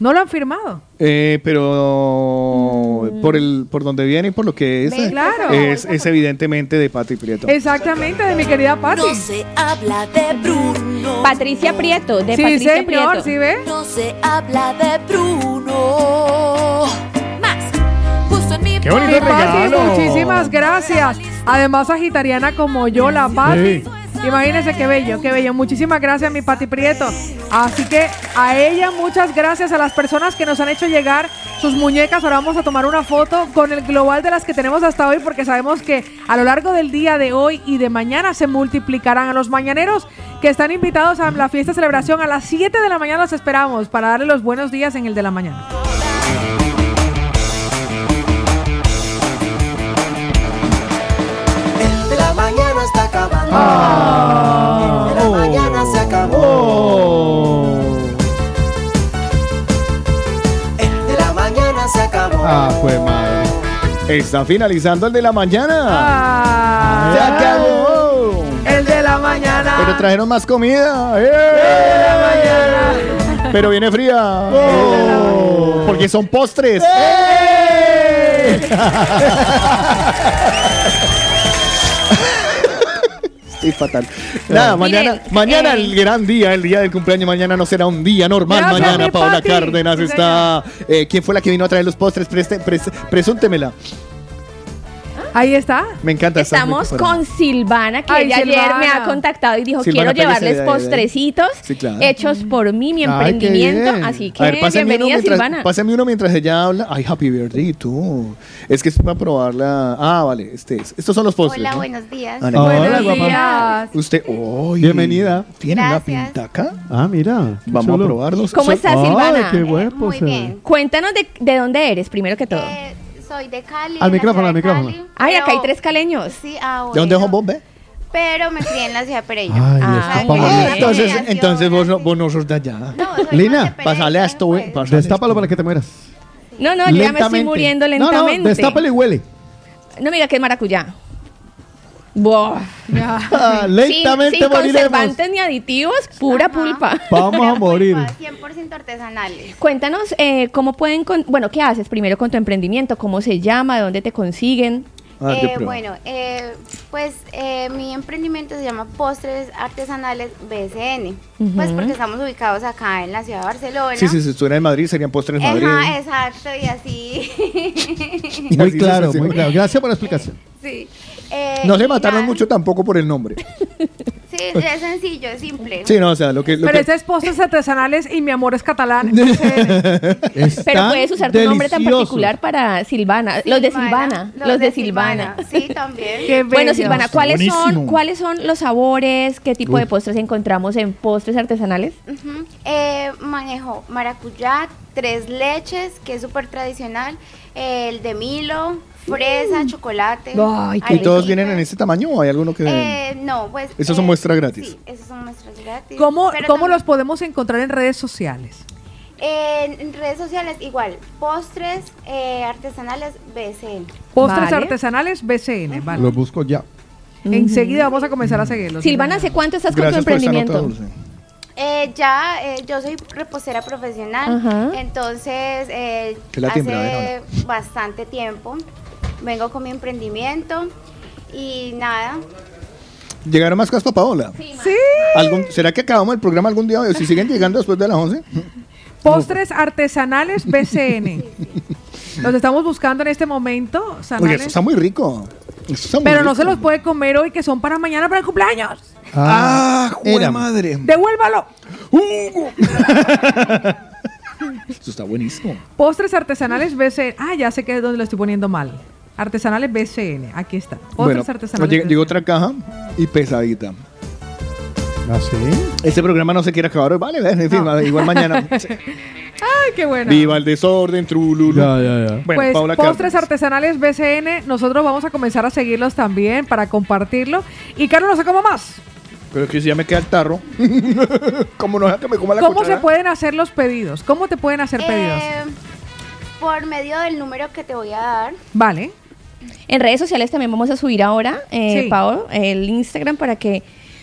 Speaker 5: No lo han firmado.
Speaker 4: Eh, pero por el por donde viene y por lo que es,
Speaker 5: Ve,
Speaker 4: eh,
Speaker 5: claro.
Speaker 4: es, es evidentemente de Pati Prieto.
Speaker 5: Exactamente, de mi querida Patti.
Speaker 10: No se habla de Bruno. Patricia Prieto, de
Speaker 5: Sí,
Speaker 10: Patricia
Speaker 5: señor,
Speaker 10: Prieto.
Speaker 5: ¿sí ve?
Speaker 10: No se habla de Bruno.
Speaker 34: Puso en mi
Speaker 4: Qué bonito
Speaker 5: Mi Patti,
Speaker 4: regalo.
Speaker 5: muchísimas gracias. Además, sagitariana como yo, la Patti. Imagínense qué bello, qué bello. Muchísimas gracias, mi Pati Prieto. Así que a ella muchas gracias a las personas que nos han hecho llegar sus muñecas. Ahora vamos a tomar una foto con el global de las que tenemos hasta hoy porque sabemos que a lo largo del día de hoy y de mañana se multiplicarán a los mañaneros que están invitados a la fiesta de celebración. A las 7 de la mañana los esperamos para darle los buenos días en el de la mañana.
Speaker 3: El de la mañana está acabando.
Speaker 6: Ah.
Speaker 3: El de la mañana se acabó. El de la mañana se acabó.
Speaker 4: Ah, fue madre. Está finalizando el de la mañana. ¡Se acabó!
Speaker 5: El de la mañana.
Speaker 4: Pero trajeron más comida. ¡Eh!
Speaker 5: mañana.
Speaker 4: Pero viene fría. Porque son postres.
Speaker 3: ¡Eh!
Speaker 4: Estoy fatal. Nada, mañana,
Speaker 35: Miren,
Speaker 4: mañana
Speaker 35: eh,
Speaker 4: el gran día, el día del cumpleaños. Mañana no será un día normal.
Speaker 35: Gracias,
Speaker 4: mañana
Speaker 35: mi
Speaker 4: Paola
Speaker 35: Pati.
Speaker 4: Cárdenas
Speaker 35: Sí,
Speaker 4: está. eh, ¿Quién fue la que vino a traer los postres? Preste, pres- presúntemela.
Speaker 5: Ahí está.
Speaker 4: Me encanta. estar muy
Speaker 10: Estamos
Speaker 4: preparado.
Speaker 10: con Silvana, que
Speaker 5: Ay,
Speaker 10: ella ayer
Speaker 5: Silvana.
Speaker 10: me ha contactado y dijo,
Speaker 4: Silvana
Speaker 10: quiero
Speaker 4: Pérez, eh,
Speaker 10: llevarles
Speaker 4: eh, eh.
Speaker 10: postrecitos
Speaker 4: Sí, claro.
Speaker 10: hechos por mí, mi
Speaker 4: Ay, qué
Speaker 10: emprendimiento.
Speaker 4: bien.
Speaker 10: Así que
Speaker 4: A ver, pásame uno
Speaker 10: bienvenida,
Speaker 4: mientras-
Speaker 10: Silvana.
Speaker 4: Pásame uno mientras ella habla. Ay, happy birthday, tú. Es que es para probarla. Ah, vale. Este es. Estos son los postres.
Speaker 36: Hola,
Speaker 4: ¿no?
Speaker 36: buenos días.
Speaker 4: Vale.
Speaker 36: Buenos
Speaker 5: días.
Speaker 4: Usted, hoy.
Speaker 6: Bienvenida.
Speaker 4: Tiene una
Speaker 36: Gracias.
Speaker 4: pintaca.
Speaker 6: Ah, mira.
Speaker 4: Vamos a probarlos.
Speaker 10: ¿Cómo estás,
Speaker 6: Ay,
Speaker 10: Silvana?
Speaker 6: qué pues, eh. guapo se ve.
Speaker 10: Cuéntanos de, de dónde eres, primero que todo.
Speaker 36: Soy de Cali.
Speaker 6: Al
Speaker 36: de la
Speaker 6: micrófono, al
Speaker 36: ciudad de
Speaker 6: micrófono.
Speaker 36: Cali,
Speaker 10: Ay,
Speaker 36: pero-
Speaker 10: acá hay tres caleños.
Speaker 36: Sí, ah,
Speaker 4: ¿De dónde es
Speaker 36: bueno,
Speaker 4: vos, ve?
Speaker 36: Pero me crié en la ciudad de Pereira.
Speaker 4: Ay,
Speaker 36: Ah,
Speaker 4: esto
Speaker 36: me
Speaker 4: para-
Speaker 36: crié en la
Speaker 4: entonces,
Speaker 36: ciudad.
Speaker 4: entonces vos, no, vos no sos de allá.
Speaker 6: Lina,
Speaker 4: Pásale a esto, güey.
Speaker 6: destápalo para que te mueras.
Speaker 10: No, no, yo ya me estoy
Speaker 6: Lentamente.
Speaker 10: muriendo
Speaker 6: No, no,
Speaker 10: lentamente.
Speaker 6: destápalo y huele.
Speaker 10: No me diga que es maracuyá. Buah.
Speaker 6: Ah, lentamente
Speaker 10: sin, sin
Speaker 6: moriremos.
Speaker 10: conservantes ni aditivos, pura pulpa.
Speaker 6: Vamos a morir.
Speaker 36: 100% artesanales.
Speaker 10: Cuéntanos eh, cómo pueden, con- bueno, ¿qué haces primero con tu emprendimiento? ¿Cómo se llama? ¿De dónde te consiguen?
Speaker 4: ah,
Speaker 36: Eh, bueno, eh, pues eh, mi emprendimiento se llama Postres Artesanales BCN. Pues
Speaker 4: Ujú.
Speaker 36: porque estamos ubicados acá en la ciudad de Barcelona.
Speaker 4: Sí, sí, si estuviera en Madrid serían postres Madrid.
Speaker 36: Ajá, exacto, y así.
Speaker 6: Muy
Speaker 4: Así
Speaker 6: claro,
Speaker 4: se hace.
Speaker 6: muy claro. Gracias por la explicación.
Speaker 36: sí. Eh,
Speaker 4: No
Speaker 36: y
Speaker 4: se mataron
Speaker 36: nada,
Speaker 4: mucho tampoco por el nombre.
Speaker 36: Sí, es sencillo, es simple.
Speaker 4: Sí, no, o sea, lo que. Lo
Speaker 5: Pero
Speaker 4: que-
Speaker 5: este es postres artesanales y mi amor es catalán.
Speaker 10: Pero puedes usar tu nombre tan particular para Silvana, los de Silvana, los, de Silvana.
Speaker 36: Sí, también.
Speaker 5: Qué
Speaker 10: Bueno,
Speaker 5: bello.
Speaker 10: Silvana,
Speaker 5: Está
Speaker 10: ¿cuáles son,
Speaker 5: buenísimo.
Speaker 10: ¿cuáles son los sabores? ¿Qué tipo de
Speaker 36: Uf.
Speaker 10: postres encontramos en postres artesanales?
Speaker 36: Ujú. Eh, manejo maracuyá, tres leches, que es súper tradicional, eh, el de Milo, fresa, chocolate.
Speaker 4: Mm. Ay, ¿Y
Speaker 36: arequipe.
Speaker 4: todos vienen en este tamaño o hay alguno que.?
Speaker 36: Eh, no, pues.
Speaker 4: Esas son
Speaker 36: eh,
Speaker 4: muestras gratis.
Speaker 36: Sí, esas son muestras gratis.
Speaker 5: ¿Cómo,
Speaker 36: Pero
Speaker 5: cómo
Speaker 36: también,
Speaker 5: los podemos encontrar en redes sociales?
Speaker 36: eh, en, redes sociales, igual, postres eh, artesanales BCN.
Speaker 5: Postres
Speaker 10: Vale.
Speaker 5: artesanales BCN, vale.
Speaker 6: Lo busco ya.
Speaker 5: Enseguida vamos a comenzar a seguirlos.
Speaker 10: Silvana, ¿hace cuánto estás con tu
Speaker 6: Gracias por esta nota
Speaker 10: emprendimiento?
Speaker 36: Eh, ya, eh, yo soy repostera profesional,
Speaker 10: Ajá.
Speaker 36: entonces eh,
Speaker 10: Que la
Speaker 36: hace
Speaker 10: tiembla, a ver,
Speaker 36: bastante tiempo vengo con mi emprendimiento y nada.
Speaker 4: ¿Llegaron más cosas para Paola?
Speaker 36: Sí.
Speaker 4: ¿Algún- ¿Será que acabamos el programa algún día? O si siguen llegando después de las 11.
Speaker 5: Postres artesanales BCN. Los estamos buscando en este momento.
Speaker 4: Oye,
Speaker 5: sanales.
Speaker 4: eso está muy rico. Eso está muy
Speaker 5: Pero no
Speaker 4: rico.
Speaker 5: se los puede comer hoy, que son para mañana, para el cumpleaños.
Speaker 4: Ah, jue
Speaker 5: Era.
Speaker 4: madre.
Speaker 5: Devuélvalo.
Speaker 4: Eso está buenísimo.
Speaker 5: Postres artesanales BCN. Ah, ya sé que es donde lo estoy poniendo mal. Artesanales BCN. Aquí está. Postres
Speaker 4: Bueno,
Speaker 5: artesanales.
Speaker 4: llega-
Speaker 5: BCN.
Speaker 4: llegó otra caja y pesadita.
Speaker 6: ¿Ah, sí?
Speaker 4: Este programa no se quiere acabar hoy. Vale, en fin, Ah, igual mañana.
Speaker 5: Ay, qué bueno.
Speaker 4: Viva el desorden, trululu. Ya,
Speaker 6: ya, ya.
Speaker 4: Bueno,
Speaker 5: pues
Speaker 4: Paola
Speaker 5: postres
Speaker 4: Cárdenas.
Speaker 5: artesanales BCN, nosotros vamos a comenzar a seguirlos también para compartirlo. Y Carlos, no sé cómo más.
Speaker 4: Pero es que si ya me queda el tarro. Como no deja que me coma la
Speaker 5: ¿Cómo se
Speaker 4: cuchara?
Speaker 5: pueden hacer los pedidos? ¿Cómo te pueden hacer pedidos?
Speaker 36: Eh, por medio del número que te voy a dar.
Speaker 5: Vale.
Speaker 10: En redes sociales también vamos a subir ahora, eh,
Speaker 36: Sí.
Speaker 10: Pao, el Instagram para que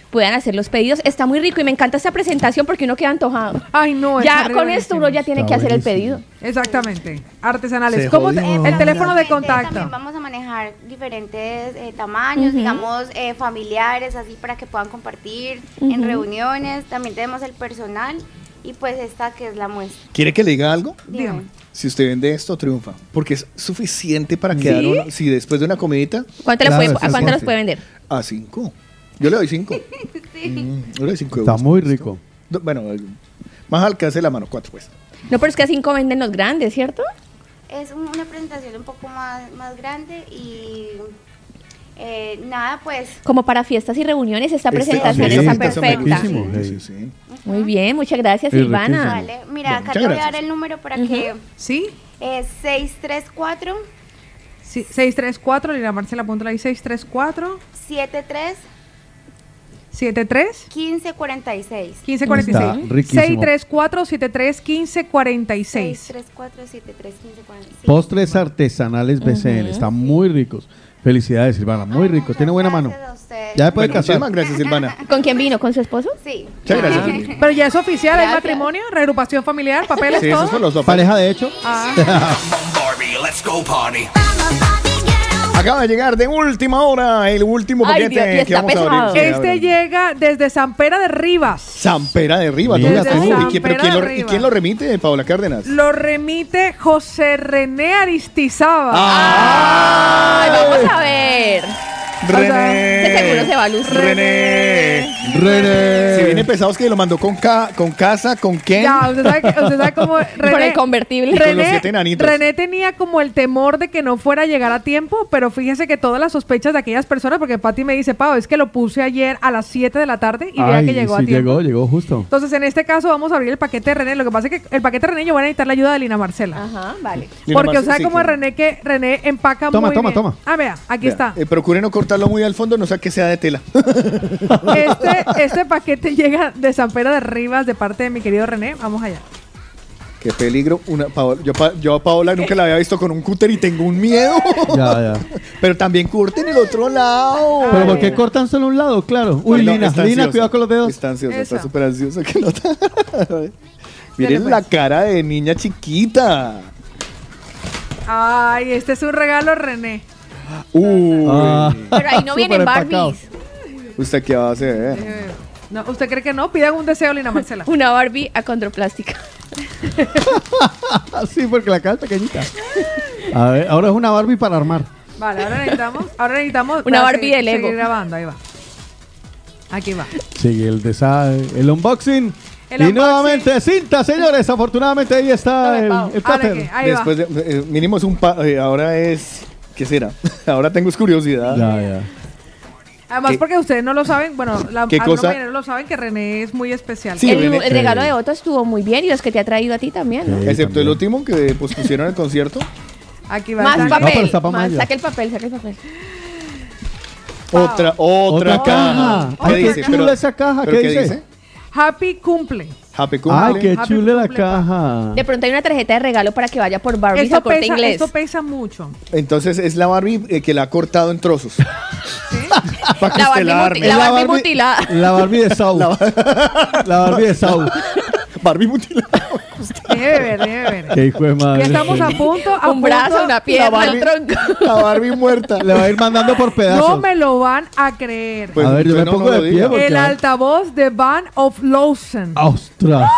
Speaker 10: puedan hacer los pedidos. Está muy rico y me encanta esta presentación porque uno queda antojado.
Speaker 5: Ay, no.
Speaker 10: Ya
Speaker 5: está
Speaker 10: con
Speaker 5: re
Speaker 10: esto uno ya tiene
Speaker 5: buenísimo.
Speaker 10: que hacer el pedido.
Speaker 5: Exactamente. Artesanales.
Speaker 10: Se
Speaker 5: ¿Cómo te-
Speaker 10: jodió.
Speaker 5: el teléfono de
Speaker 36: También
Speaker 5: contacto.
Speaker 36: vamos a manejar diferentes eh, tamaños,
Speaker 10: Ujú.
Speaker 36: digamos, eh, familiares, así para que puedan compartir en
Speaker 10: Ujú.
Speaker 36: reuniones. También tenemos el personal y pues esta que es la muestra.
Speaker 4: ¿Quiere que le diga algo?
Speaker 36: Dígame.
Speaker 4: Si usted vende esto, triunfa. Porque es suficiente para quedar
Speaker 10: ¿Sí?
Speaker 4: uno. Si después de una comidita.
Speaker 10: ¿Cuánto le puede- ¿A cuánto
Speaker 4: los
Speaker 10: los puede vender?
Speaker 4: A cinco. Yo le doy cinco. Mm, yo le doy cinco
Speaker 6: Está
Speaker 4: euros.
Speaker 6: muy rico.
Speaker 4: Do- Bueno, eh, más alcance la mano, cuatro pues.
Speaker 10: No, pero es que a cinco venden los grandes, ¿cierto?
Speaker 36: Es un- una presentación un poco más, más grande y eh, nada, pues
Speaker 10: Como para fiestas y reuniones,
Speaker 4: ah,
Speaker 10: esta
Speaker 36: Este-
Speaker 10: presentación
Speaker 36: sí,
Speaker 10: está
Speaker 36: esta está
Speaker 10: perfecta.
Speaker 36: riquísimo,
Speaker 4: Sí, sí, sí.
Speaker 10: Muy bien, muchas gracias,
Speaker 4: Es riquísimo.
Speaker 10: Silvana.
Speaker 36: Vale, mira,
Speaker 4: Bueno,
Speaker 36: acá
Speaker 4: muchas
Speaker 36: te voy a
Speaker 4: gracias.
Speaker 36: dar el número para
Speaker 5: Ujú.
Speaker 36: que...
Speaker 5: ¿Sí?
Speaker 10: Eh,
Speaker 36: Es 634
Speaker 5: Sí, 634, Lina Marcela, apúntala ahí, 634
Speaker 36: 73
Speaker 5: 73
Speaker 36: 1546.
Speaker 5: 1546.
Speaker 6: Está riquísimo.
Speaker 5: 634 73 1546.
Speaker 36: 634 73 1546.
Speaker 6: Postres artesanales BCN,
Speaker 36: Ujú.
Speaker 6: están muy ricos. Felicidades, Silvana. Muy rico. Tiene buena mano. Ya puede casar. gracias, Silvana.
Speaker 10: ¿Con quién vino? ¿Con su esposo?
Speaker 37: Sí.
Speaker 6: Muchas gracias.
Speaker 5: Pero ya es oficial, hay matrimonio, reagrupación familiar, papeles,
Speaker 6: Sí,
Speaker 5: todo.
Speaker 6: esos son los dos. Pareja de hecho.
Speaker 5: Ah.
Speaker 3: Barbie, let's go party.
Speaker 4: Acaba de llegar de última hora el último
Speaker 5: Ay,
Speaker 4: paquete
Speaker 5: Dios, y
Speaker 4: que
Speaker 5: está
Speaker 4: vamos a abrir. Sí,
Speaker 5: Este
Speaker 4: abrimos.
Speaker 5: llega desde San Pera de Rivas.
Speaker 4: Sampera de Rivas.
Speaker 5: Mira
Speaker 4: ¿dónde
Speaker 5: tú.
Speaker 4: está?
Speaker 5: Desde
Speaker 4: ¿Y quién, pero
Speaker 5: Sampera
Speaker 4: quién
Speaker 5: de
Speaker 4: lo, y
Speaker 5: Rivas.
Speaker 4: quién lo remite, Paola Cárdenas?
Speaker 5: Lo remite José René Aristizábal.
Speaker 4: Ah.
Speaker 10: Ay, vamos a ver. Este seguro se va a lucir.
Speaker 4: René. Si viene pesados que lo mandó con, ca- con casa, con Ken.
Speaker 5: Ya, usted sabe, que- usted sabe cómo René,
Speaker 10: el convertible.
Speaker 4: Y con los
Speaker 5: René,
Speaker 4: siete enanitos.
Speaker 5: René tenía como el temor de que no fuera a llegar a tiempo, pero fíjese que todas las sospechas de aquellas personas, porque Patti me dice, Pau, es que lo puse ayer a las 7 de la tarde y vea
Speaker 6: Ay,
Speaker 5: que llegó
Speaker 6: sí,
Speaker 5: a tiempo.
Speaker 6: llegó, llegó justo.
Speaker 5: Entonces, en este caso, vamos a abrir el paquete de René. Lo que pasa es que el paquete de René yo voy a necesitar la ayuda de Lina Marcela.
Speaker 10: Ajá, vale.
Speaker 4: Lina
Speaker 5: Porque
Speaker 4: Marcela,
Speaker 5: usted sabe
Speaker 4: sí,
Speaker 5: cómo
Speaker 4: claro.
Speaker 5: René que René empaca
Speaker 4: Toma,
Speaker 5: muy
Speaker 4: toma,
Speaker 5: bien.
Speaker 4: toma.
Speaker 5: Ah, vea, aquí
Speaker 4: Vea,
Speaker 5: está.
Speaker 4: eh, procure no cortarlo muy al fondo, no sea que sea de tela.
Speaker 5: Este, este paquete llega de San Pedro de Rivas de parte de mi querido René. Vamos allá.
Speaker 4: Qué peligro. Una, Paola- yo, pa- yo a Paola nunca la había visto con un cúter y tengo un miedo.
Speaker 6: Ya, ya.
Speaker 4: Pero también curten el otro lado.
Speaker 6: Pero ¿por qué cortan solo un lado? Claro. Uy,
Speaker 4: No,
Speaker 6: Lina,
Speaker 4: está
Speaker 6: Lina,
Speaker 4: ansiosa.
Speaker 6: cuidado con los dedos.
Speaker 4: Está ansiosa, está
Speaker 6: Esa.
Speaker 4: súper ansiosa. que no-
Speaker 5: Dele,
Speaker 4: Miren la cara de niña chiquita.
Speaker 5: Ay, este es un regalo, René.
Speaker 4: Uy.
Speaker 6: Ah.
Speaker 5: Pero ahí no vienen Súper empacado. Barbies.
Speaker 4: ¿Usted qué va a hacer?
Speaker 5: Eh, no, ¿Usted cree que no? Pidan un deseo, Lina Marcela.
Speaker 10: Una Barbie a condroplástica.
Speaker 6: Ah, sí, porque la cara es pequeñita. A ver, ahora es una Barbie para armar.
Speaker 5: Vale, ahora necesitamos, ahora necesitamos
Speaker 10: Una
Speaker 5: para
Speaker 10: Barbie
Speaker 5: seguir-
Speaker 10: de Lego.
Speaker 5: seguir grabando, ahí va. Aquí va.
Speaker 6: Sí, el desa el unboxing.
Speaker 5: El
Speaker 6: y
Speaker 5: unboxing.
Speaker 6: nuevamente cinta, señores. Afortunadamente ahí está el, el
Speaker 5: Ale,
Speaker 6: cóctel.
Speaker 5: que ahí va.
Speaker 4: Después de, eh, mínimo es un pa- eh, ahora es ¿qué será? ahora tengo es curiosidad.
Speaker 5: Además,
Speaker 4: ¿Qué-
Speaker 5: porque ustedes no lo saben, bueno, la,
Speaker 4: qué
Speaker 5: algunos
Speaker 4: cosa?
Speaker 5: mañaneros lo saben que René es muy especial.
Speaker 4: Sí,
Speaker 10: el,
Speaker 4: René.
Speaker 10: el regalo de Otto estuvo muy bien y los que te ha traído a ti también, ¿no?
Speaker 4: Excepto el último que pospusieron el concierto.
Speaker 5: Aquí va.
Speaker 10: Más
Speaker 5: el tanque.
Speaker 10: papel.
Speaker 4: está pa'
Speaker 10: más-
Speaker 4: mayo.
Speaker 10: saca el papel, saca el papel.
Speaker 4: Otra, otra,
Speaker 6: Otra
Speaker 4: caja.
Speaker 6: caja. Ay, qué chula
Speaker 4: Pero-
Speaker 6: esa caja,
Speaker 4: ¿pero
Speaker 6: ¿qué dice?
Speaker 5: Happy cumple.
Speaker 4: Happy cumple.
Speaker 6: Ay, qué
Speaker 5: Happy
Speaker 6: chula la caja.
Speaker 10: De pronto hay una tarjeta de regalo para que vaya por Barbie
Speaker 5: Esto
Speaker 10: a corte
Speaker 5: pesa,
Speaker 10: inglés.
Speaker 5: esto pesa mucho.
Speaker 4: Entonces es la Barbie eh, que la ha cortado en trozos. Para que
Speaker 10: La
Speaker 4: usted
Speaker 10: Barbie
Speaker 4: la
Speaker 10: muti-
Speaker 4: arme.
Speaker 10: la Es la Barbie Barbie- mutilada.
Speaker 6: La Barbie de Saul. La, Barbie de Saul.
Speaker 4: Barbie mutilada.
Speaker 5: Debe ver, debe ver.
Speaker 6: Qué hijo de madre.
Speaker 5: Ya estamos a punto. A
Speaker 10: Un brazo,
Speaker 5: punto.
Speaker 10: una pierna, La Barbie- un
Speaker 4: tronco. La Barbie muerta.
Speaker 6: Le va a ir mandando por pedazos.
Speaker 5: No me lo van a creer.
Speaker 6: a ver, yo me
Speaker 4: entonces Pues, no,
Speaker 6: pongo
Speaker 4: no lo
Speaker 6: de
Speaker 4: diga.
Speaker 6: pie porque.
Speaker 5: el altavoz de Van of Lawson.
Speaker 6: ¡Ostras!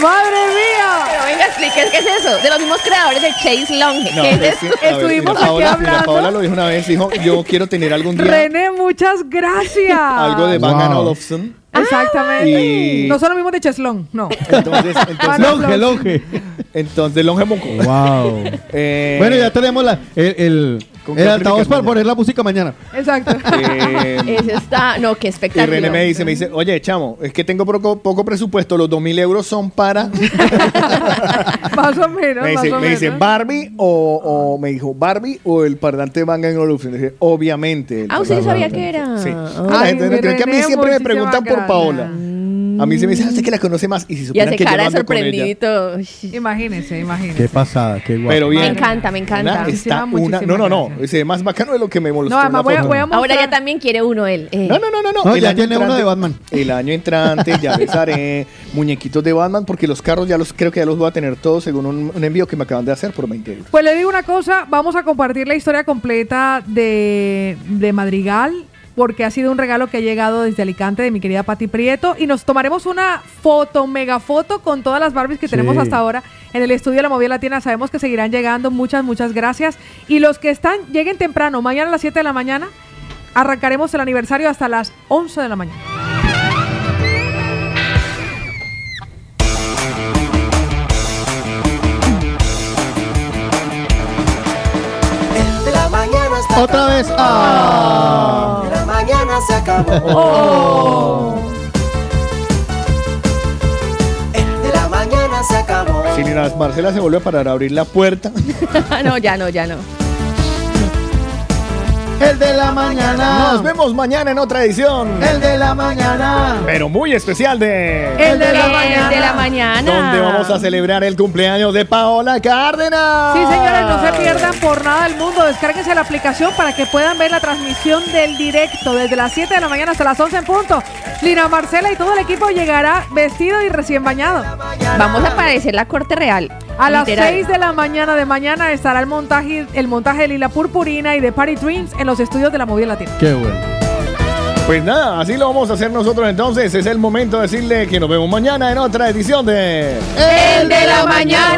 Speaker 5: ¡Madre mía!
Speaker 10: Pero venga, explique, ¿qué es eso? De los mismos creadores de Chase Long.
Speaker 4: No,
Speaker 10: ¿Qué es
Speaker 4: es
Speaker 10: esto?
Speaker 4: que, a ver, mira, Paola, mira, Paola lo dijo una vez, dijo, yo quiero tener algún día
Speaker 5: René, muchas gracias.
Speaker 4: algo de Bang Olufsen.
Speaker 5: Exactamente.
Speaker 4: Y-
Speaker 5: No son los mismos de Cheslón, no.
Speaker 4: Entonces, entonces
Speaker 6: Longe, longe.
Speaker 4: Entonces, longe moco.
Speaker 6: Wow.
Speaker 4: Eh,
Speaker 6: Bueno, ya tenemos la, el, el,
Speaker 4: ¿Con
Speaker 6: el
Speaker 4: qué
Speaker 6: altavoz para
Speaker 4: aplicas mañana?
Speaker 6: poner la música mañana.
Speaker 5: Exacto.
Speaker 4: Eh,
Speaker 10: Eso está. No, qué
Speaker 4: Y
Speaker 10: espectáculo.
Speaker 4: René me dice, me dice, oye, chamo, es que tengo poco, poco presupuesto, los 2.000 euros son para...
Speaker 5: Más o menos.
Speaker 4: me
Speaker 5: más
Speaker 4: dice,
Speaker 5: o
Speaker 4: me
Speaker 5: menos.
Speaker 4: dice, Barbie o, o- me dijo, Barbie o el parlante Bang Olufsen. Le dije, obviamente. el
Speaker 10: Ah, usted
Speaker 4: parlante.
Speaker 10: sabía que era.
Speaker 4: Sí.
Speaker 10: Ah.
Speaker 4: La
Speaker 10: Ay,
Speaker 4: gente no cree que a mí
Speaker 10: René,
Speaker 4: siempre me
Speaker 10: muchísimas
Speaker 4: preguntan por
Speaker 10: gracias.
Speaker 4: Paola. A mí se me dice, ah, usted que la conoce más. Y si
Speaker 10: Y
Speaker 4: supieran
Speaker 10: hace
Speaker 4: que yo
Speaker 10: cara de
Speaker 4: ando con ella.
Speaker 10: sorprendidito.
Speaker 5: Imagínense, imagínense.
Speaker 6: Qué pasada, qué guapo.
Speaker 4: Pero bien.
Speaker 10: Me encanta, me encanta.
Speaker 4: Una, está una, no, no, no. Dice, más bacano de lo que me molestó.
Speaker 10: No,
Speaker 4: en la
Speaker 10: además voy a-
Speaker 4: foto".
Speaker 10: voy a Ahora ya también quiere uno él. eh.
Speaker 4: No, no, no,
Speaker 6: No, ya tiene uno de
Speaker 4: Batman. El año entrante ya les haré muñequitos de Batman porque los carros ya los creo que ya los voy a tener todos según un, un envío que me acaban de hacer por 20 euros.
Speaker 5: Pues le digo una cosa, vamos a compartir la historia completa de, de Madrigal, porque ha sido un regalo que ha llegado desde Alicante de mi querida Pati Prieto, y nos tomaremos una foto, mega foto, con todas las Barbies que
Speaker 6: Sí.
Speaker 5: tenemos hasta ahora en el estudio de la Movida Latina. Sabemos que seguirán llegando, muchas, muchas gracias. Y los que están, lleguen temprano, mañana a las 7 de la mañana, arrancaremos el aniversario hasta las 11 de la mañana.
Speaker 9: De la mañana hasta
Speaker 6: Otra vez. Ah. Oh.
Speaker 9: De la mañana se acabó. El de la mañana se acabó.
Speaker 4: Si ni las Marcela se vuelve a parar a abrir la puerta.
Speaker 10: no, ya no, ya no.
Speaker 4: El de la mañana. Nos vemos mañana en otra edición. El de la mañana. Pero muy especial de.
Speaker 10: El de la mañana. de la mañana.
Speaker 4: Donde vamos a celebrar el cumpleaños de Paola Cárdenas.
Speaker 5: Sí, señores, no se pierdan por nada del mundo. Descárguense la aplicación para que puedan ver la transmisión del directo desde las 7 de la mañana hasta las 11 en punto. Lina Marcela y todo el equipo llegará vestido y recién bañado.
Speaker 10: Vamos a aparecer la corte real.
Speaker 5: A las
Speaker 10: Literal.
Speaker 5: 6 de la mañana de mañana estará el montaje, el montaje de Lila Purpurina y de Party Dreams en los estudios de la Movida Latina.
Speaker 38: Qué bueno.
Speaker 4: Pues nada, así lo vamos a hacer nosotros entonces. Es el momento de decirle que nos vemos mañana en otra edición de.
Speaker 5: El de la mañana.